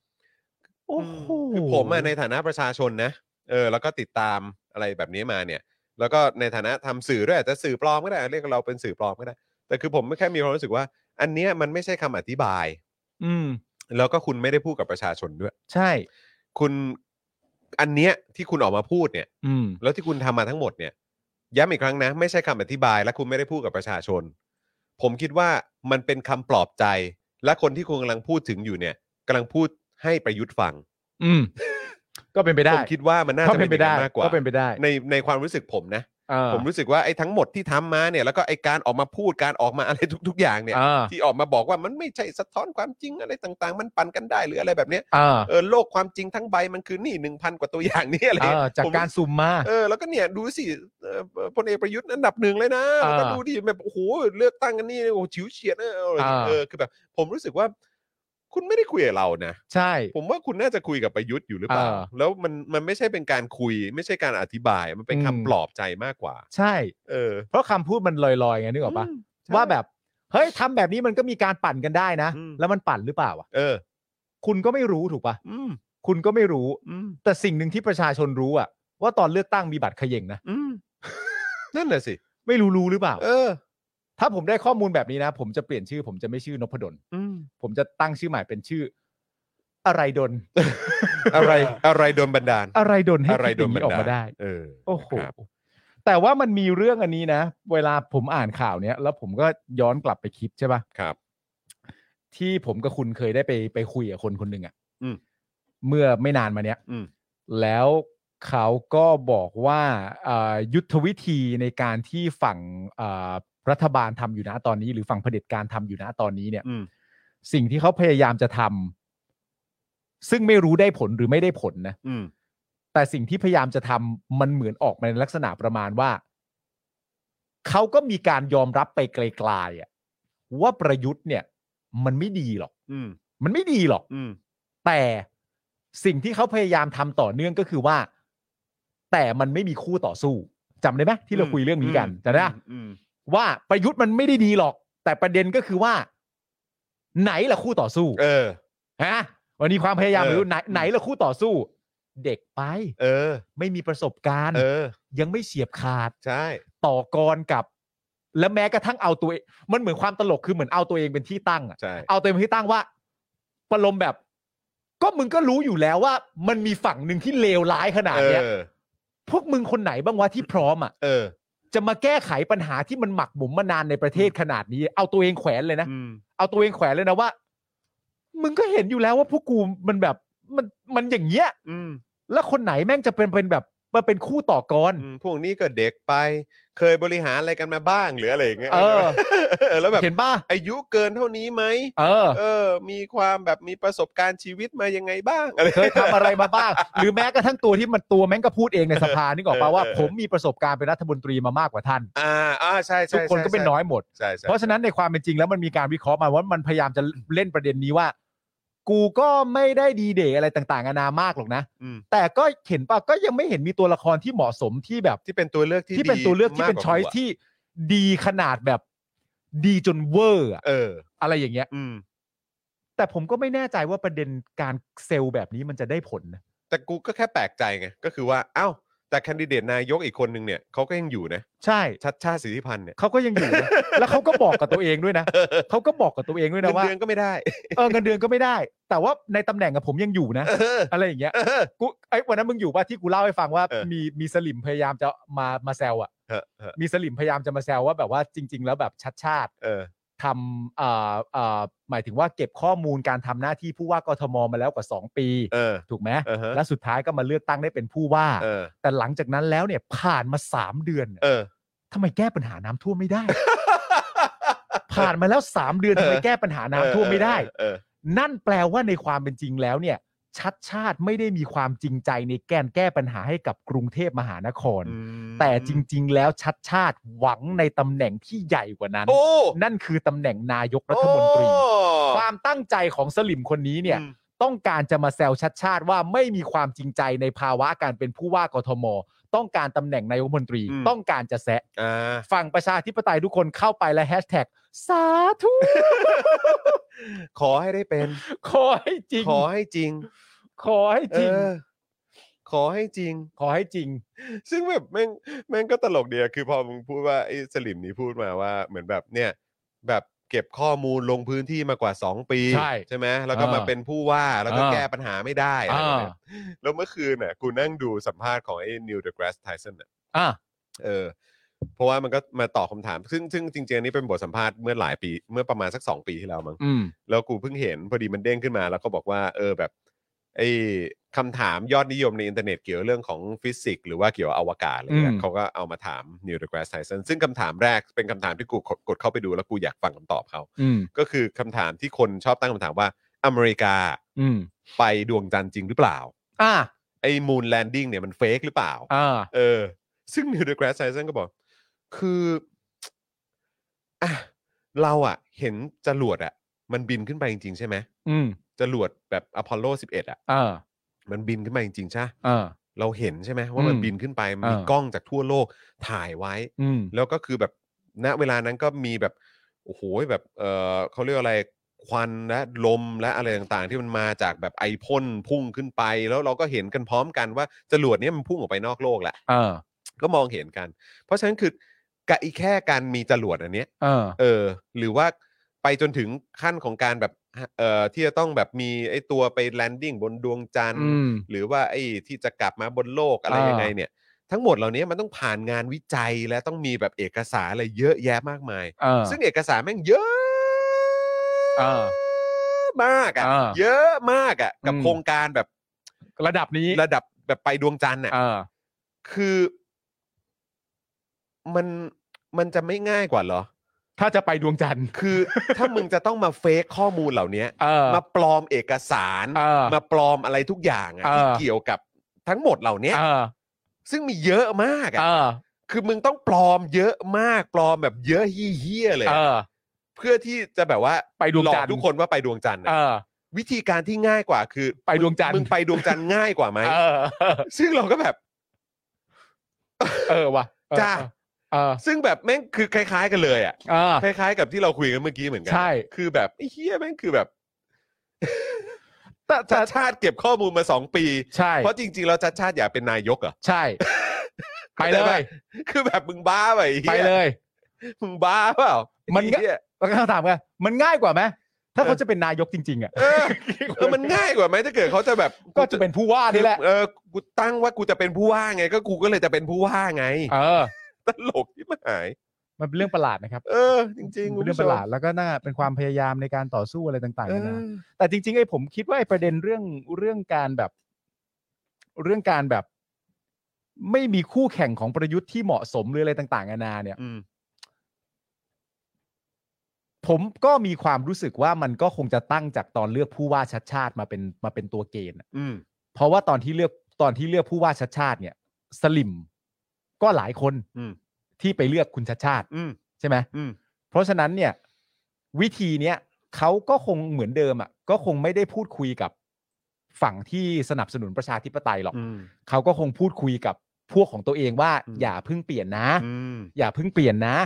Speaker 2: โอ้โห
Speaker 1: คือผมอะในฐานะประชาชนนะเออแล้วก็ติดตามอะไรแบบนี้มาเนี่ย แล้วก็ในฐานะทำสื่อด้วยอาจจะสื่อปลอมก็ได้เรียกเราเป็นสื่อปลอมก็ได้ แต่คือผมแค่มีความรู้สึกว่า อันเนี้ยมันไม่ใช่คำอธิบาย
Speaker 2: อืม
Speaker 1: แล้วก็คุณไม่ได้พูดกับประชาชนด้วย
Speaker 2: ใช่
Speaker 1: คุณอันเนี้ยที่คุณออกมาพูดเนี่ย
Speaker 2: อืม
Speaker 1: แล้วที่คุณทำมาทั้งหมดเนี่ยย้ำอีกครั้งนะ ไม่ใช่คำอธิบายและคุณไม่ได้พูดกับประชาชน ผมคิดว่ามันเป็นคำปลอบใจ และคนที่คุณกำลังพูดถึงอยู่เนี่ยกำลังพูดให้ประยุทธ์ฟัง
Speaker 2: อืม ก็เป็นไปได้
Speaker 1: ผมคิดว่ามันน่า
Speaker 2: ก็
Speaker 1: จะ
Speaker 2: เป็นไปได้
Speaker 1: อย่างนั้นมากกว่า
Speaker 2: ก็เป็นไปได้
Speaker 1: ในในความรู้สึกผมนะ
Speaker 2: เออ
Speaker 1: ผมรู้สึกว่าไอ้ทั้งหมดที่ทำมาเนี่ยแล้วก็ไอ้การออกมาพูดการออกมาอะไรทุก ๆ อย่างเนี่ย
Speaker 2: อ่า
Speaker 1: ที่ออกมาบอกว่ามันไม่ใช่สะท้อนความจริงอะไรต่างๆ มันปั่นกันได้หรืออะไรแบบเนี้ย
Speaker 2: อ่า
Speaker 1: เออโลกความจริงทั้งใบมันคือหนี่หนึ่งพันกว่าตัวอย่างนี่อะไร
Speaker 2: เออจาก
Speaker 1: ผม
Speaker 2: การสุ่มมา
Speaker 1: เออแล้วก็เนี่ยดูสิเอ่อพลเอกประยุทธ์อันดับหนึ่งเลยนะ
Speaker 2: อ่า
Speaker 1: แล้วก็ดูดิแบบโอ้โหเลือกตั้งกันนี่โอ้โหฉิวเฉียดเอออะไรอย่างเงี้ย
Speaker 2: อ่า
Speaker 1: เออคือแบบ ผมรู้สึกว่า คุณไม่ได้คุยกับเรานะ
Speaker 2: ใช่
Speaker 1: ผมว่าคุณน่าจะคุยกับประยุทธ์อยู่หรือเปล่า
Speaker 2: เออ
Speaker 1: แล้วมันมันไม่ใช่เป็นการคุย ไม่ใช่การอธิบาย มันเป็นคำ
Speaker 2: อืม
Speaker 1: ปลอบใจมากกว่า
Speaker 2: ใช่
Speaker 1: เออ
Speaker 2: เพราะคำพูดมันลอยๆไงนึกออกปะ
Speaker 1: มใช่
Speaker 2: ว่าแบบ เฮ้ยทำแบบนี้มันก็มีการปั่นกันได้นะ
Speaker 1: อืม
Speaker 2: แล้วมันปั่นหรือเปล่าอ่ะ
Speaker 1: เออ
Speaker 2: คุณก็ไม่รู้ถูกปะ
Speaker 1: อืม
Speaker 2: คุณก็ไม่รู้
Speaker 1: อืม
Speaker 2: แต่สิ่งหนึ่งที่ประชาชนรู้อ่ะ ว่าตอนเลือกตั้งมีบัตรเขย่งนะ
Speaker 1: อืมนั่นแหละสิ
Speaker 2: ไม่รู้รู้หรือเปล่า
Speaker 1: เออ
Speaker 2: ถ้าผมได้ข้อมูลแบบนี้นะ ผมจะเปลี่ยนชื่อ ผมจะไม่ชื่อนพดล
Speaker 1: อืม
Speaker 2: ผมจะตั้งชื่อใหม่เป็นชื่อ อะไรดน
Speaker 1: อะไรอะไรโดนบันดาล
Speaker 2: อะไรดนให้
Speaker 1: อะไร
Speaker 2: คิด
Speaker 1: โด
Speaker 2: อย่าน ง
Speaker 1: บั
Speaker 2: นี้
Speaker 1: น
Speaker 2: ออก
Speaker 1: ดาล
Speaker 2: มาได้
Speaker 1: เออ
Speaker 2: โอ้โห
Speaker 1: ครับ
Speaker 2: แต่ว่ามันมีเรื่องอันนี้นะ เวลาผมอ่านข่าวเนี้ย แล้วผมก็ย้อนกลับไปคิดใช่ปะ
Speaker 1: ครับ
Speaker 2: ที่ผมกับคุณเคยได้ไปไปคุยกับคนคนหนึ่งอะ
Speaker 1: อืม
Speaker 2: เมื่อไม่นานมาเนี้ย
Speaker 1: อืม
Speaker 2: แล้วเขาก็บอกว่าเอ่อยุทธวิธีในการที่ฝั่งเอ่อรัฐบาลทำอยู่นะตอนนี้ หรือฝั่งเผด็จการทำอยู่นะตอนนี้เนี่ย
Speaker 1: อืม
Speaker 2: สิ่งที่เขาพยายามจะทำซึ่งไม่รู้ได้ผลหรือไม่ได้ผลนะ
Speaker 1: อืม
Speaker 2: แต่สิ่งที่พยายามจะทำมันเหมือนออกมาในลักษณะประมาณว่า เขาก็มีการยอมรับไปไกลๆอะว่าประยุทธ์เนี่ย มันไม่ดีหรอก
Speaker 1: อืม
Speaker 2: มันไม่ดีหรอก
Speaker 1: อืม
Speaker 2: แต่สิ่งที่เขาพยายามทำต่อเนื่องก็คือว่า แต่มันไม่มีคู่ต่อสู้จำได้ไหมที่เราคุยเรื่องนี้กันจำได้ปะ
Speaker 1: อืม
Speaker 2: ว่าประยุทธ์มันไม่ได้ดีหรอก แต่ประเด็นก็คือว่า ไหนล่ะคู่ต่อสู้
Speaker 1: เออ
Speaker 2: ฮะวันนี้ความพยายาม
Speaker 1: เออ
Speaker 2: ไม่รู้ไหนไหนล่ะคู่ต่อสู้ เด็กไป
Speaker 1: เออ
Speaker 2: ไม่มีประสบการณ์
Speaker 1: เออ
Speaker 2: ยังไม่เฉียบขาด
Speaker 1: ใช่
Speaker 2: ต่อกรกับ และแม้กระทั่งเอาตัวเองมันเหมือนความตลกคือเหมือนเอาตัวเองเป็นที่ตั้งอะ
Speaker 1: ใช่
Speaker 2: เอาเต็มที่ตั้งว่าประลมแบบ ก็มึงก็รู้อยู่แล้วว่า มันมีฝั่งหนึ่งที่เลวร้ายขนาด
Speaker 1: เอ
Speaker 2: เนี้ย
Speaker 1: อ
Speaker 2: พวกมึงคนไหนบ้างวะที่พร้อมอ่ะ
Speaker 1: เออ
Speaker 2: จะมาแก้ไขปัญหาที่มันหมักหมมมานานในประเทศขนาดนี้ เอาตัวเองแขวนเลยนะ
Speaker 1: อืม
Speaker 2: เอาตัวเองแขวนเลยนะว่า มึงก็เห็นอยู่แล้วว่าพวกกูมันแบบมันมันอย่างเงี้ย
Speaker 1: อืม
Speaker 2: แล้วคนไหนแม่งจะเป็นเป็นแบบมาเป็นคู่ต่อกร
Speaker 1: อืมพวกนี้ก็เด็กไป เคยบริหารอะไรกันมาบ้างหรืออะไรอย่างเงี้ย
Speaker 2: เออ
Speaker 1: เอ อแล้วแบบ
Speaker 2: เห็นป่ะ
Speaker 1: อายุเกินเท่านี้ไหม
Speaker 2: เออ
Speaker 1: เออ มีความแบบมีประสบการณ์ชีวิตมายังไงบ้างอะไร
Speaker 2: เคยทำอะไรมา บ้าง หรือแม้กระทั่งตัวที่มันตัวแม่งก็พูดเองในสภานึกออกปะว่า
Speaker 1: เออ
Speaker 2: ผมมีประสบการณ์เป็นรัฐมนตรีมามากกว่าท่าน
Speaker 1: อ่าอ่าใช่ใช่
Speaker 2: ทุกคนก็เป็น
Speaker 1: ใช่
Speaker 2: น้อยหมด
Speaker 1: ใช่ใช่
Speaker 2: เพราะฉะนั้นในความเป็นจริงแล้วมันมีการวิเคราะห์มาว่ามันพยายามจะเล่นประเด็นนี้ว่า กูก็ไม่ได้ดีเดย์อะไรต่างๆนานามากหรอกนะ
Speaker 1: อืม
Speaker 2: แต่ก็เห็นป่ะก็ยังไม่เห็นมีตัวละครที่เหมาะสมที่แบบ
Speaker 1: ที่เป็นตัวเลือกที่
Speaker 2: ที่เป็นตัวเลือกที่เป็น
Speaker 1: มาว่า
Speaker 2: ช้อย
Speaker 1: กูะ
Speaker 2: ที่ดีขนาดแบบดีจนเวอร์อะ
Speaker 1: เออ
Speaker 2: อะไรอย่างเงี้ย
Speaker 1: อืม
Speaker 2: แต่ผมก็ไม่แน่ใจว่าประเด็นการเซลล์แบบนี้มันจะได้ผลนะ
Speaker 1: แต่กูก็แค่แปลกใจไงก็คือว่าเอ้า แต่แคนดิเดตนายกอีกคนนึงเนี่ยเขาก็ยังอยู่นะ
Speaker 2: ใช่
Speaker 1: ชัดชาติสิทธิพันธ์เนี่ย
Speaker 2: เขาก็ยังอยู่นะแล้วเขาก็บอกกับตัวเองด้วยนะเขาก็บอกกับตัวเองด้วย
Speaker 1: เงิ
Speaker 2: นะ
Speaker 1: น
Speaker 2: ว่า
Speaker 1: เดือนก็ไม่ได้
Speaker 2: เออเงินเดือนก็ไม่ได้ แต่ว่าในตำแหน่งกับผมยังอยู่นะ
Speaker 1: เออ
Speaker 2: อะไรอย่างเงี้ย
Speaker 1: เออ
Speaker 2: กูไอ้ยวันนั้นมึงอยู่ป่ะที่กูเล่าให้ฟังว่า
Speaker 1: เออ
Speaker 2: มีมีสลิมพยายามจะมามาแซวอ่ะ
Speaker 1: เออเออ
Speaker 2: มีสลิมพยายามจะมาแซวว่าแบบว่าจริง ๆ แล้วแบบชัดชาติ
Speaker 1: เออ
Speaker 2: ทำเอ่อเอ่อหมายถึงว่าเก็บข้อมูลการทำหน้าที่ผู้ว่ากทมมาแล้วกว่า 2 ปี
Speaker 1: เออ
Speaker 2: ถูกไหม
Speaker 1: อ่าฮะ
Speaker 2: แล้วสุดท้ายก็มาเลือกตั้งได้เป็นผู้ว่า
Speaker 1: เออ
Speaker 2: แต่หลังจากนั้นแล้วเนี่ยผ่านมา 3 เดือนเนี่ย
Speaker 1: เออ
Speaker 2: ทำไมแก้ปัญหาน้ำท่วมไม่ได้ ผ่านมาแล้ว 3 เดือนทำไมแก้ปัญหา น้ำท่วมไม่ได้
Speaker 1: เออ
Speaker 2: นั่นแปลว่าในความเป็นจริงแล้วเนี่ย ชัดชาติไม่ได้มีความจริงใจในแกนแก้ปัญหาให้กับกรุงเทพมหานคร
Speaker 1: เออ
Speaker 2: แต่จริง ๆ แล้วชัดชาติหวังในตำแหน่งที่ใหญ่กว่านั้น
Speaker 1: โอ้
Speaker 2: นั่นคือตำแหน่งนายกรัฐมนตรี
Speaker 1: โอ้
Speaker 2: ความตั้งใจของสลิมคนนี้เนี่ย
Speaker 1: อืม
Speaker 2: ต้องการจะมาแซวชัดชาติว่าไม่มีความจริงใจในภาวะการเป็นผู้ว่ากทม ต้องการตำแหน่งนายกรัฐมนตรี
Speaker 1: อืม
Speaker 2: ต้องการจะแซะ
Speaker 1: อ่า
Speaker 2: ฝั่งประชาธิปไตยทุกคนเข้าไปและแฮชแท็กสาธุ
Speaker 1: ขอให้ได้เป็น
Speaker 2: ขอให้จริง
Speaker 1: ขอให้จริง
Speaker 2: ขอให้จริง
Speaker 1: เออขอให้จริง
Speaker 2: ขอให้จริง
Speaker 1: ซึ่งแบบแม่งแม่งก็ตลกดีอะคือพอมึงพูดว่าไอ้สลิมนี่พูดมาว่า เหมือนแบบเนี่ย แบบเก็บข้อมูลลงพื้นที่มากว่า 2 ปี
Speaker 2: ใช่
Speaker 1: ไหมแล้วก็มา
Speaker 2: เออ
Speaker 1: เป็นผู้ว่าแล้วก็
Speaker 2: เออ
Speaker 1: แก้ปัญหาไม่ได้อะไร
Speaker 2: เออ
Speaker 1: แบบเนี้ยแล้วเมื่อคืนน่ะกูนั่งดูสัมภาษณ์ของไอ้นิวเดอะแกรสไทสันน่ะ
Speaker 2: อ่ะ
Speaker 1: เออ เพราะว่ามันก็มาตอบคำถาม ซึ่งซึ่งจริงๆอันนี่เป็นบทสัมภาษณ์เมื่อหลายปี เมื่อประมาณสัก 2 ปีที่แล้วมั้ง
Speaker 2: อืม
Speaker 1: แล้วกูเพิ่งเห็นพอดีมันเด้งขึ้นมาแล้วก็บอกว่า เออแบบไอ้คำถามยอดนิยมในอินเทอร์เน็ตเกี่ยวเรื่องของฟิสิกส์หรือว่าเกี่ยวกับอวกาศอะไรเงี้ย
Speaker 2: อืม
Speaker 1: เขาก็เอามาถาม Neil deGrasse Tyson ซึ่งคำถามแรกเป็นคำถามที่กูกดเข้าไปดูแล้วกูอยากฟังคำตอบเขา
Speaker 2: อืม
Speaker 1: ก็คือคำถามที่คนชอบตั้งคำถามว่าอเมริกา
Speaker 2: อืม
Speaker 1: ไปดวงจันทร์จริงหรือเปล่า
Speaker 2: อ่ะ
Speaker 1: ไอ้มูนแลนดิ้งเนี่ยมันเฟกหรือเปล่า
Speaker 2: อ่า
Speaker 1: เออ ซึ่งนิวเดอะแกรสไซเซนก็บอก คืออ่ะเราอะเห็นจรวดอะมันบินขึ้นไปจริงๆใช่ไหม
Speaker 2: อืม
Speaker 1: จรวดแบบอพอลโล 11 อ่ะ
Speaker 2: อ่า
Speaker 1: มันบินขึ้นมาจริงๆใช่ปะ
Speaker 2: อ่า
Speaker 1: เราเห็นใช่ไหมว่ามัน
Speaker 2: อืม
Speaker 1: บินขึ้นไป มันมี
Speaker 2: เออ
Speaker 1: กล้องจากทั่วโลกถ่ายไว้
Speaker 2: อืม
Speaker 1: แล้วก็คือแบบณเวลานั้นก็มีแบบ โอ้โหแบบเออเขาเรียกอะไรควันและลมและอะไรต่างๆ ที่มันมาจากแบบไอพ่นพุ่งขึ้นไป แล้วเราก็เห็นกันพร้อมกันว่าจรวดเนี้ยมันพุ่งออกไปนอกโลกแหละ
Speaker 2: เออ
Speaker 1: ก็มองเห็นกัน เพราะฉะนั้นคือกะอีแค่การมีจรวดอันเนี้ย
Speaker 2: เออ
Speaker 1: เออหรือว่าไปจนถึงขั้นของการแบบเอ่อที่จะต้องแบบมีไอ้ตัวไปแลนดิ้งบนดวงจันทร์
Speaker 2: อืม
Speaker 1: หรือว่าไอ้ที่จะกลับมาบนโลกอะไร
Speaker 2: อ่ายั
Speaker 1: ยังไงเนี่ย ทั้งหมดเหล่านี้มันต้องผ่านงานวิจัยและต้องมีแบบเอกสารอะไรเยอะแยะมากมาย
Speaker 2: เออ
Speaker 1: ซึ่งเอกสารแม่งเยอะ
Speaker 2: เออ
Speaker 1: มากอ่ะ
Speaker 2: อ่า
Speaker 1: เยอะมากอ่ะกับ
Speaker 2: อืม
Speaker 1: โครงการแบบ
Speaker 2: ระดับนี้
Speaker 1: ระดับแบบไปดวงจันทร์อ่ะ
Speaker 2: เออ
Speaker 1: คือมันมันจะไม่ง่ายกว่าเหรอ
Speaker 2: ถ้าจะไปดวงจันทร์
Speaker 1: คือถ้ามึงจะต้องมาเฟกข้อมูลเหล่านี้
Speaker 2: เออ
Speaker 1: มาปลอมเอกสาร
Speaker 2: เออ
Speaker 1: มาปลอมอะไรทุกอย่างอะ
Speaker 2: เออ
Speaker 1: ที่เกี่ยวกับทั้งหมดเหล่านี้
Speaker 2: เออ
Speaker 1: ซึ่งมีเยอะมาก
Speaker 2: เอ
Speaker 1: อะ
Speaker 2: อ
Speaker 1: คือมึงต้องปลอมเยอะมาก ปลอมแบบเยอะเฮี้ยๆเลย
Speaker 2: เอ
Speaker 1: อะ
Speaker 2: อ
Speaker 1: เพื่อที่จะแบบว่า
Speaker 2: ไปดวง
Speaker 1: หลอ
Speaker 2: จัน
Speaker 1: ก
Speaker 2: ทร์
Speaker 1: ทุกคนว่าไปดวงจันทร์อะ
Speaker 2: เออ
Speaker 1: วิธีการที่ง่ายกว่าคือ
Speaker 2: ไปดวงจันทร์
Speaker 1: มึงไปดวงจันทร์ง่ายกว่าไหม
Speaker 2: เออ
Speaker 1: ซึ่งเราก็แบบ
Speaker 2: เออว่ะเออ
Speaker 1: จ้า
Speaker 2: เออ
Speaker 1: ซึ่งแบบแม่งคือคล้าย ๆ กันเลยอะ
Speaker 2: เออ
Speaker 1: คล้ายๆ กับที่เราคุยกันเมื่อกี้เหมือนกั
Speaker 2: ใช่
Speaker 1: คือแบบไอ้เฮี้ยแม่งคือแบบ
Speaker 2: แต่แต่
Speaker 1: ชาติชาติเก็บข้อมูลมาสองปี
Speaker 2: ใช่
Speaker 1: เพราะจริงๆเราชาติชาติอยากเป็นนายกเหรอ
Speaker 2: ใช่ ไปเลย
Speaker 1: คือแบบมึงบ้าไปอ้หี้
Speaker 2: ไปเลย
Speaker 1: มึงบ้าเปล่า
Speaker 2: มั
Speaker 1: มัน
Speaker 2: ก็ แล้วก็ถามกันมันง่ายกว่าไหมถ้าเขาจะเป็นนายกจริง ๆ อ่ะ
Speaker 1: เออเออมันง่ายกว่าไหมถ้าเกิดเขาจะแบบ
Speaker 2: ก็จะเป็นผู้ว่านี่แหละ
Speaker 1: เออกูตั้งว่ากูจะเป็นผู้ว่าไง ก็กูก็เลยจะเป็นผู้ว่าไง
Speaker 2: เออ
Speaker 1: ตลกที่หาย
Speaker 2: มันเป็นเรื่องประหลาดนะครับ
Speaker 1: เออ จริงๆ
Speaker 2: มันเป็นเรื่องประหลาดแล้วก็น่าเป็นความพยายามในการต่อสู้อะไรต่าง
Speaker 1: เอ
Speaker 2: ๆ
Speaker 1: อ
Speaker 2: นานา แต่จริงๆไอ้ผมคิดว่าไอ้ประเด็นเรื่องเรื่องการแบบ เรื่องการแบบ ไม่มีคู่แข่งของประยุทธ์ที่เหมาะสมหรืออะไรต่างๆนานาเนี่ย
Speaker 1: อืม
Speaker 2: ผมก็มีความรู้สึกว่ามันก็คงจะตั้งจากตอนเลือกผู้ว่าชัดชาติมาเป็นมาเป็นตัวเกณฑ์อะ
Speaker 1: อืม
Speaker 2: เพราะว่าตอนที่เลือกตอนที่เลือกผู้ว่าชัดชาติ เนี่ย สลิมก็หลายคน
Speaker 1: อืม
Speaker 2: ที่ไปเลือกคุณชัดชาติ
Speaker 1: อืม
Speaker 2: ใช่ไหม
Speaker 1: อืม
Speaker 2: เพราะฉะนั้นเนี่ย วิธีเนี้ยเขาก็คงเหมือนเดิมอ่ะก็คงไม่ได้พูดคุยกับฝั่งที่สนับสนุนประชาธิปไตยหรอก
Speaker 1: อืม
Speaker 2: เขาก็คงพูดคุยกับพวกของตัวเองว่า
Speaker 1: อืม
Speaker 2: อย่าเพิ่งเปลี่ยนนะ
Speaker 1: อืม
Speaker 2: อย่าเพิ่งเปลี่ยนนะ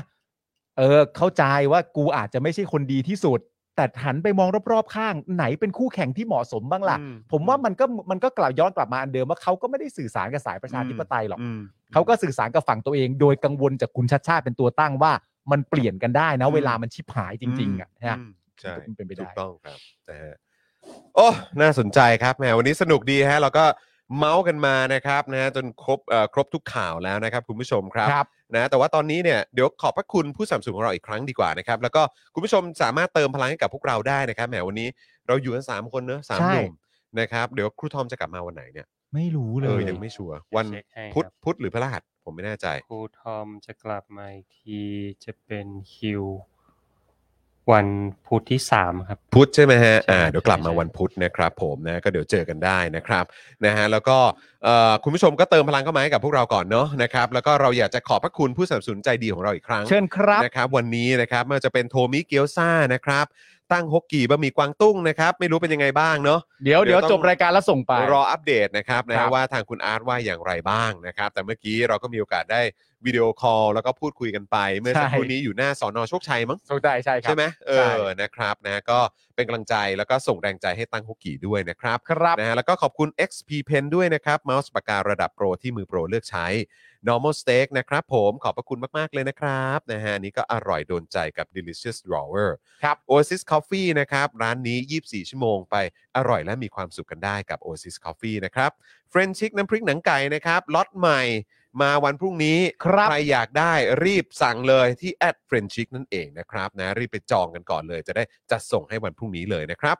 Speaker 2: เออ เข้าใจว่ากูอาจจะไม่ใช่คนดีที่สุด แต่หันไปมองรอบๆข้าง ไหนเป็นคู่แข่งที่เหมาะสมบ้างล่ะ
Speaker 1: อื
Speaker 2: ผมว่ามันก็มันก็กล่าวย้อนกลับมาอันเดิมว่าเขาก็ไม่ได้สื่อสารกับสายประชาธิปไตยหรอก
Speaker 1: อืม
Speaker 2: เขาก็สื่อสารกับฝั่งตัวเอง โดยกังวลจากคุณชัดชาติเป็นตัวตั้งว่า มันเปลี่ยนกันได้นะ
Speaker 1: อืม
Speaker 2: เวลามันชิบหายจริง ๆอ่ะนะ
Speaker 1: มใช่
Speaker 2: มันเป็นไปได้
Speaker 1: ถูกต้องครับนะฮะโอ้น่าสนใจครับแหมวันนี้สนุกดีฮะเราก็เมาส์กันมานะครับนะฮะจนครบเอ่อครบทุกข่าวแล้วนะครับ คุณผู้ชมครับ
Speaker 2: ครับ
Speaker 1: นะแต่ว่าตอนนี้เนี่ยเดี๋ยวขอบพระคุณผู้สนัมสูงของเราอีกครั้งดีกว่านะครับ แล้วก็คุณผู้ชมสามารถเติมพลังให้กับพวกเราได้นะครับแหมวันนี้เราอยู่กันสามคนเนอะสาม
Speaker 2: ใช่
Speaker 1: หนุ่มนะครับเดี๋ยวครูทอมจะกลับมาวันไหนเนี่ย
Speaker 2: ไม่รู้เล
Speaker 1: เออย ยังไม่ชัวร์วัน
Speaker 4: เช็คให้ครับ
Speaker 1: พุธพุธหรือพฤหัสผ ผมไม่แน่ใจ
Speaker 4: ครูทอมจะกลับมาอีกทีจะเป็นคิว วันพุธที่สามครับ
Speaker 1: พุธใช่ไหมฮะ
Speaker 4: ใช่
Speaker 1: อ่า
Speaker 4: ครับ
Speaker 1: เดี๋ยวกลับมา
Speaker 4: ใช่
Speaker 1: วันพุธนะครับผมนะ ก็เดี๋ยวเจอกันได้นะครับ นะฮะ แล้วก็เอ่อคุณผู้ชมก็เติมพลังเข้ามาให้กับพวกเราก่อนเนาะนะครับ แล้วก็เราอยากจะขอบพระคุณผู้สนับสนุนใจดีของเราอีกครั้ง
Speaker 2: เชิญครับ
Speaker 1: นะครับวันนี้นะครับไมันจะเป็นโทมิเกียวซ่านะครับ ตั้งฮกกี่บะหมี่กวางตุ้งนะครับ ไม่รู้เป็นยังไงบ้างเนาะ
Speaker 2: เดี๋ยวเดี๋
Speaker 1: เดี๋ย
Speaker 2: ยวว
Speaker 1: ต้อง
Speaker 2: จบรายการแล้วส่งไป
Speaker 1: รออัปเดตนะครับนะ
Speaker 2: ครั
Speaker 1: ฮะ
Speaker 2: บ
Speaker 1: ว่าทางคุณอาร์ตว่าอย่างไรบ้างนะครับ แต่เมื่อกี้เราก็มีโอกาสได้วิดีโอคอลแล้วก็พูดคุยกันไป เมื่อสักครู่นี้อยู่หน้าสอนอโชคชัยมั้ง
Speaker 2: ส่งได้ใช่ครับ
Speaker 1: ใช่ไหมเอ
Speaker 2: ใช่
Speaker 1: อนะครับนะก็เป็นกำลังใจแล้วก็ส่งแรงใจให้ตั้งฮกกี่ด้วยนะครับ
Speaker 2: ครับ
Speaker 1: นะฮะแล้วก็ขอบคุณ XP Pen ด้วยนะครับเมาส์ปากการะดับโปรที่มือโปรเลือกใช้ Normal Steak นะครับผมขอบพระคุณมาก ๆ เลยนะครับนะฮะอันนี้ก็อร่อยโดนใจกับ Delicious Drawer
Speaker 2: ครับ
Speaker 1: Oasis Coffee นะครับ ร้านนี้ 24 ชั่วโมงไปอร่อยและมีความสุขกันได้กับ Oasis Coffee นะครับ f r e n c h i c น้ำพริกหนังไก่นะครับล็อตใหม่มาวันพรุ่งนี้
Speaker 2: ครับ
Speaker 1: ใครอยากได้รีบสั่งเลยที่แอดเฟรนชิกนั่นเองนะครับนะรีบไปจองกันก่อนเลยจะได้จัดส่งให้วันพรุ่งนี้เลยนะครับ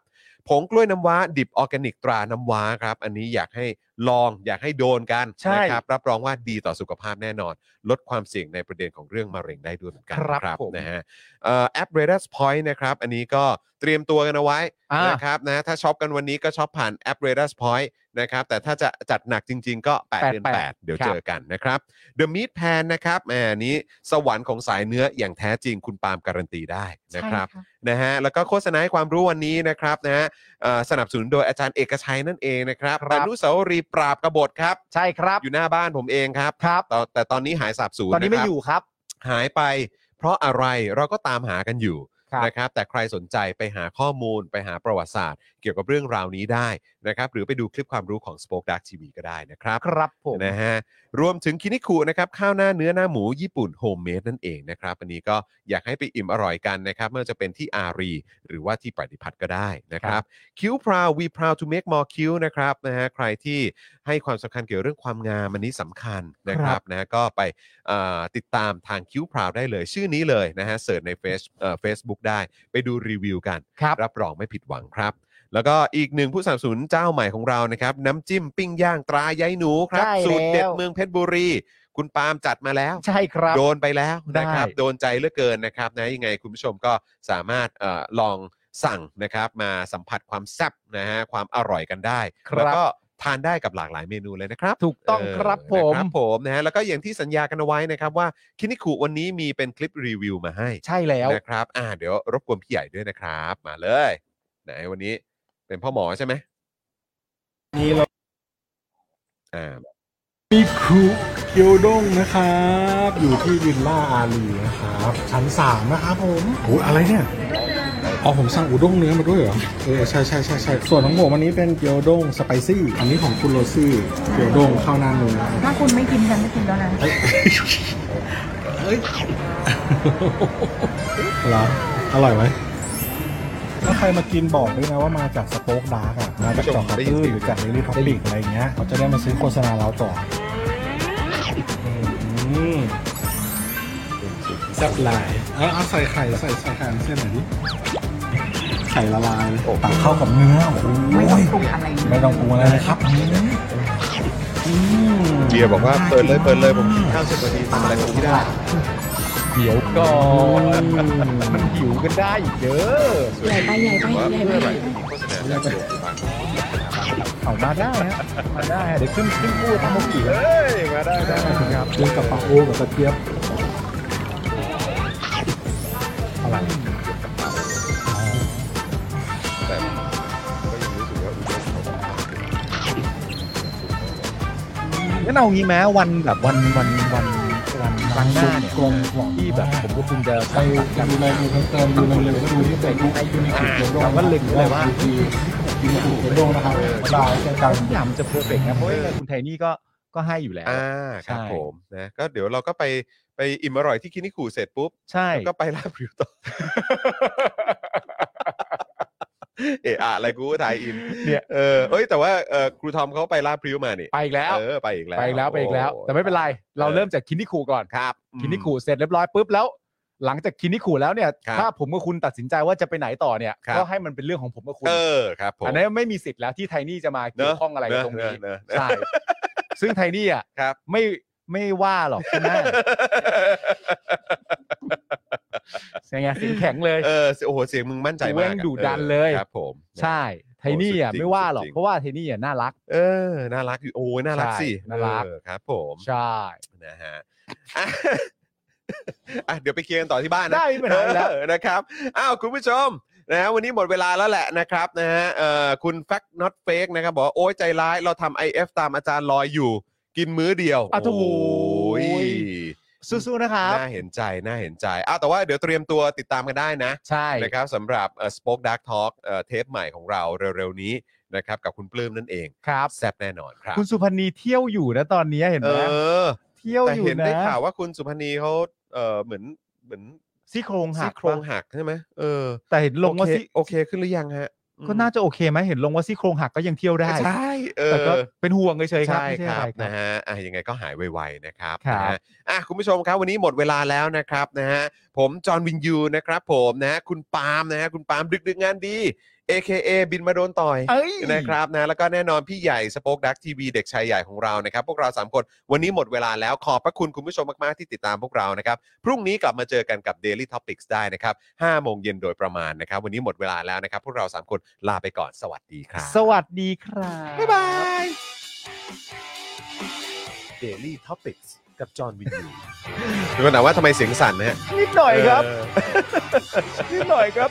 Speaker 1: ผงกล้วยน้ำว้าดิบออร์แกนิกตราน้ำว้าครับ อันนี้อยากให้ลองอยากให้โดนกัน
Speaker 2: ใช่
Speaker 1: นะครับรับรองว่าดีต่อสุขภาพแน่นอน ลดความเสี่ยงในประเด็นของเรื่องมะเร็งได้ด้วยเหมือนกันนะครับ
Speaker 2: ผม
Speaker 1: นะฮะเอ่อแอป r a d a r Point นะครับ อันนี้ก็เตรียมตัวกันเอาไว้
Speaker 2: อ่าน
Speaker 1: นะครับนะถ้าช็อปกันวันนี้ก็ช็อปผ่านแอป r a d a r Point นะครับแต่ถ้าจะจัดหนักจริง ๆ ก็8เดือนแปดเดี๋ยวเจอกันนะครับ The Meat Pan นะครับแหมอันนี้สวรรค์ของสายเนื้ออย่างแท้จริงคุณปาล์มการันตีได้นะครับ
Speaker 3: ใช่
Speaker 1: นะฮะแล้วก็โฆษณาให้ความรู้วันนี้นะครับนะฮะเอ่อสนับสนุนโดยอาจารย์เอกชัยนั่นเองนะครับ
Speaker 2: ครับ
Speaker 1: อนุสาวรีย์ปราบกบฏครับ
Speaker 2: ใช่ครับ
Speaker 1: อยู่หน้าบ้านผมเองครับ
Speaker 2: ครับ
Speaker 1: แต่แต่ตอนนี้หายสาบสูญ
Speaker 2: ตอนนี้ไม่
Speaker 1: ะครับ
Speaker 2: อยู่ครับ
Speaker 1: หายไป เพราะอะไรเราก็ตามหากันอยู่
Speaker 2: ครับ
Speaker 1: นะครับแต่ใครสนใจไปหาข้อมูลไปหาประวัติศาสตร์ เกี่ยวกับเรื่องราวนี้ได้นะครับหรือไปดูคลิปความรู้ของ Spoke Dark TV ก็ได้นะครับ
Speaker 2: ครับผม
Speaker 1: นะฮะรวมถึงคินิคุนะครับข้าวหน้าเนื้อหน้าหมูญี่ปุ่นโฮมเมดนั่นเองนะครับ อันนี้ก็อยากให้ไปอิ่มอร่อยกันนะครับไม่ว่าจะเป็นที่อารี หรือว่าที่ปฏิพัฒน์ก็ได้นะครับคิ้วพราว we proud to make more คิ้วนะครับนะฮะใครที่ให้ความสำคัญเกี่ยวเรื่องความงามอันนี้สำคัญนะครับนะฮะก็ไปเอ่อติดตามทางคิ้วพราวได้เลย ชื่อนี้เลยนะฮะเสิร์ชในเฟซเฟซบุ๊กได้ไปดูรีวิวกัน
Speaker 2: ครับ
Speaker 1: รับรองไม่ผิดหวังครับ แล้วก็อีกหนึ่งผู้สนับสนุนเจ้าใหม่ของเรานะครับ น้ำจิ้มปิ้งย่างตรายายหนูครับ
Speaker 2: ใช่แล้ว
Speaker 1: สูตรเด็ดเมืองเพชรบุรี คุณปาล์มจัดมาแล้ว
Speaker 2: ใช่ครับ
Speaker 1: โดนไปแล้วนะครับ
Speaker 2: ได้
Speaker 1: โดนใจเหลือเกินนะครับนะยังไงคุณผู้ชมก็สามารถเออลองสั่งนะครับ มาสัมผัสความแซ่บนะฮะความอร่อยกันได้
Speaker 2: ครับ
Speaker 1: แล้วก็ทานได้กับหลากหลายเมนูเลยนะครับ
Speaker 2: ถูกต้อง
Speaker 1: เ
Speaker 2: ครับผม
Speaker 1: นะครับผมนะฮะแล้วก็อย่างที่สัญญากันเอาไว้นะครับว่าคินิคุวันนี้มีเป็นคลิปรีวิวมาให้
Speaker 2: ใช่แล้ว
Speaker 1: นะครับ อ่า เดี๋ยวรบกวนพี่ใหญ่ด้วยนะครับ มาเลย ไหนวันนี้เป็นพ่อหมอใช่ไหม
Speaker 5: นี่เรา
Speaker 1: อ่า
Speaker 5: มีครูเกียวด้งนะครับ อยู่ที่วิลล่าอารีนะครับ ชั้นสามนะครับผมโอ้ยอะไรเนี่ยอ๋อผมสั่งอุด้งเนื้อมาด้วยเหรอเออใช่ใช่ใช่ใช่ส่วนของผมอันนี้เป็นเกียวด้งสไปซี่ อันนี้ของคุณโรซี่เกียวด้งข้าวหน้าเนื้อ
Speaker 6: ถ้าคุณไม่กินฉันไม่กินแล้วนะ
Speaker 5: เหรออร่อยไหมถ้าใครมากินบอกด้วยนะว่ามาจากสโป๊กดาร์กอ่ะ มาจากจอกกระตือหรือจากเรลี่ท็อปปิกอะไรเงี้ยเขาจะได้มาซื้อโฆษณาเราต่ออืมแซ่บหลายเอาเอาใส่ไข่ใส่ใส่ไข่เส้นหน่อยดิไข่ละลายเลยตักเข้ากับเนื้อโอ้ย
Speaker 6: ไม่ต้องปรุงอะไร
Speaker 5: ไม่ต้องปรุงอะไรเลยครับอืม
Speaker 1: เบียร์บอกว่าเปิดเลยเปิดเลยผมกินข้าวเสร็จพอดีทำอะไรผมไม่ได้
Speaker 2: เดี๋ยวก่อ
Speaker 5: อื
Speaker 2: น
Speaker 5: ม
Speaker 2: มันหิวกันได้อีกเด้อ
Speaker 6: ใหญ่ไปใหญ่ไป
Speaker 1: ว่า
Speaker 6: ให
Speaker 1: เพื่ออะ
Speaker 6: ญ่ไป
Speaker 1: ไรมีโฆษณาจากโรงพยาบาล
Speaker 5: เอามาได้ฮะมาได้ฮะเดี๋ยวขึ้นขึ้นพูดทั้งหมดกี่เอ้ยมาได้ได้ครับเรื่องกับปลาโอกับกระเทียบอะไร
Speaker 1: แต่ก็ยังรู้สึกว่าอุดมสมบูรณ์
Speaker 2: งั้นเอางี้ไหมวันแบบวันวันวันวันครั้งหน้าเนี่ย
Speaker 5: กลมกล่อม
Speaker 2: ที่แบบผมกับคุณจะ
Speaker 5: ไปดูในดูเติมดูในเร็วก็ดูที่เฟซบุ๊กยูนิคเดโดดียูนิคเดโดนะครับบายเจอกัน
Speaker 2: ทุกอย่างมันจะเพอร์เฟกต์นะเพราะว่ายังไงคุณไทนี่ก็ก็ให้อยู่แล้ว
Speaker 1: อ่าครับ
Speaker 2: ใช่
Speaker 1: ผมนะก็เดี๋ยวเราก็ไปไปอิ่มอร่อยที่คินิคูเสร็จปุ๊บ
Speaker 2: ใช่
Speaker 1: ก็ไปลาบริวต่อ เอะอะอะไรกูก็ถ่ายอิน
Speaker 2: เนี่ย
Speaker 1: เออเอ้ยแต่ว่าเออครูทอมเขาไปลาบริวมานี่
Speaker 2: ไปอีกแล้ว
Speaker 1: เออไปอีกแล้ว
Speaker 2: ไปอีกแล้วไปอีกแล้ว
Speaker 1: โอ้
Speaker 2: แต่ไม่เป็นไรเรา
Speaker 1: เออ
Speaker 2: เริ่มจากคินิคูก่อน
Speaker 1: ครับ
Speaker 2: คินิคูเสร็จเรียบร้อยปุ๊บแล้ว หลังจากคินิคูแล้วเนี่ย
Speaker 1: ครับ
Speaker 2: ถ้าผมกับคุณตัดสินใจว่าจะไปไหนต่อเนี่ย
Speaker 1: ครับ
Speaker 2: ก็ให้มันเป็นเรื่องของผมกับคุณ
Speaker 1: เออครับผม
Speaker 2: อันนั้นไม่มีสิท ธิ์แล้วที่ไทนี่จะมาเกี่ยวข้องอะไรกับตรงนี้
Speaker 1: เนอะเนอะเนอะ
Speaker 2: ใช่ซึ่งไทนี่อ่ะ
Speaker 1: ครับ
Speaker 2: ไม่ ไม่ว่าหรอกใช่ไหมยังไงเสียงแข็งเลย
Speaker 1: เออโอ้โหเสียงมึงมั่นใจ
Speaker 2: กู
Speaker 1: มา
Speaker 2: แม่ง
Speaker 1: กอะ
Speaker 2: ดุดัน
Speaker 1: ออ
Speaker 2: เลย
Speaker 1: ครับผม
Speaker 2: ใช่ไทนี่อ่ะ
Speaker 1: โอ้สุดจริง
Speaker 2: ไม่ว่าหรอก
Speaker 1: สุดจริง
Speaker 2: เพราะว่าไทนี่อ่ะน่ารัก
Speaker 1: เออ น่ารักอยู่โอ้ยน่ารักสิ
Speaker 2: ใช่น่ารัก
Speaker 1: เออครับ ผม
Speaker 2: ใช่
Speaker 1: นะฮะอ่ะ อ่ะเดี๋ยวไปเคลียร์กันต่อที่บ้านนะ
Speaker 2: ได้ไม่เป็นไรแล้ว
Speaker 1: เออนะครับ อ้าว คุณผู้ชมนะฮะวันนี้หมดเวลาแล้วแหละนะครับนะฮะเอ่อคุณ Fact Not Fake นะครับ บอกว่า โอ้ยใจร้ายเราทำ IF ตามอาจารย์ลอยอยู่ กินมื้อเดียว
Speaker 2: อ่ะโถ่
Speaker 1: ย
Speaker 2: สู้ๆนะครับ
Speaker 1: น่าเห็นใจ น่าเห็นใจ อ้าว แต่ว่าเดี๋ยวเตรียมตัวติดตามกันได้นะ
Speaker 2: ใช่
Speaker 1: นะครับสำหรับสป็อคดักทอล์กเทปใหม่ของเราเร็วๆนี้นะครับ กับคุณปลื้มนั่นเอง
Speaker 2: ครับ
Speaker 1: แซบแน่นอนครับ
Speaker 2: คุณสุพรรณีเที่ยวอยู่นะตอนนี้เห็น
Speaker 1: เอ
Speaker 2: ไหม
Speaker 1: อ
Speaker 2: เที่ยว
Speaker 1: แต่
Speaker 2: อยู่
Speaker 1: เห็น
Speaker 2: นะ
Speaker 1: ได้ข่าวว่าคุณสุพนีเขาเออเหมือนเหมือน
Speaker 2: ซี่โครงหั
Speaker 1: ซี่
Speaker 2: ก
Speaker 1: โครง
Speaker 2: ปะ
Speaker 1: หักใช่ไหมเออ
Speaker 2: แต่เห็นลงว่า
Speaker 1: โอเค
Speaker 2: ซี่
Speaker 1: โอเคขึ้นหรือยังฮะอืม
Speaker 2: ก็น่าจะโอเคไหมเห็นลงว่าซี่โครงหักก็ยังเที่ยวได้
Speaker 1: ใช่เออ
Speaker 2: แต่ก็เป็นห่วงเฉยๆครับ
Speaker 1: ใช่
Speaker 2: ไม่ใช่
Speaker 1: ค
Speaker 2: อะไรค
Speaker 1: รับ
Speaker 2: รับ
Speaker 1: นะฮะอ่ะยังไงก็หายไวๆนะครับ
Speaker 2: ครับ
Speaker 1: นะฮะอ่ะคุณผู้ชมครับวันนี้หมดเวลาแล้วนะครับนะฮะผมจอห์นวินยูนะครับผมนะฮะคุณปาล์มนะฮะคุณปาล์มดึกดึกๆงานดี AKA บินมาโดนต่อย
Speaker 2: เอ้ย
Speaker 1: นะครับนะแล้วก็แน่นอนพี่ใหญ่สป็อคดักทีวีเด็กชายใหญ่ของเรานะครับ พวกเรา 3 คน วันนี้หมดเวลาแล้วขอบพระคุณคุณผู้ชมมาก ๆ ที่ติดตามพวกเรานะครับ พรุ่งนี้กลับมาเจอกันกับ Daily Topics ได้นะครับ5โมงเย็นโดยประมาณนะครับ วันนี้หมดเวลาแล้วนะครับ พวกเรา 3 คนลาไปก่อนสวัสดีครับ
Speaker 2: สวัสดีครับ
Speaker 1: บ๊ายบาย Daily Topics กับจอห์นวินยูมีคนถามว่าทำไมเสียงสั่นนะฮะ
Speaker 2: นิดหน่อยครับ
Speaker 1: เออ
Speaker 2: นิดหน่อยครับ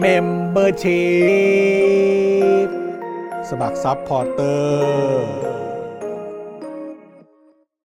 Speaker 5: เมมเบอร์ชีพสมัครซัพพอร์เตอร์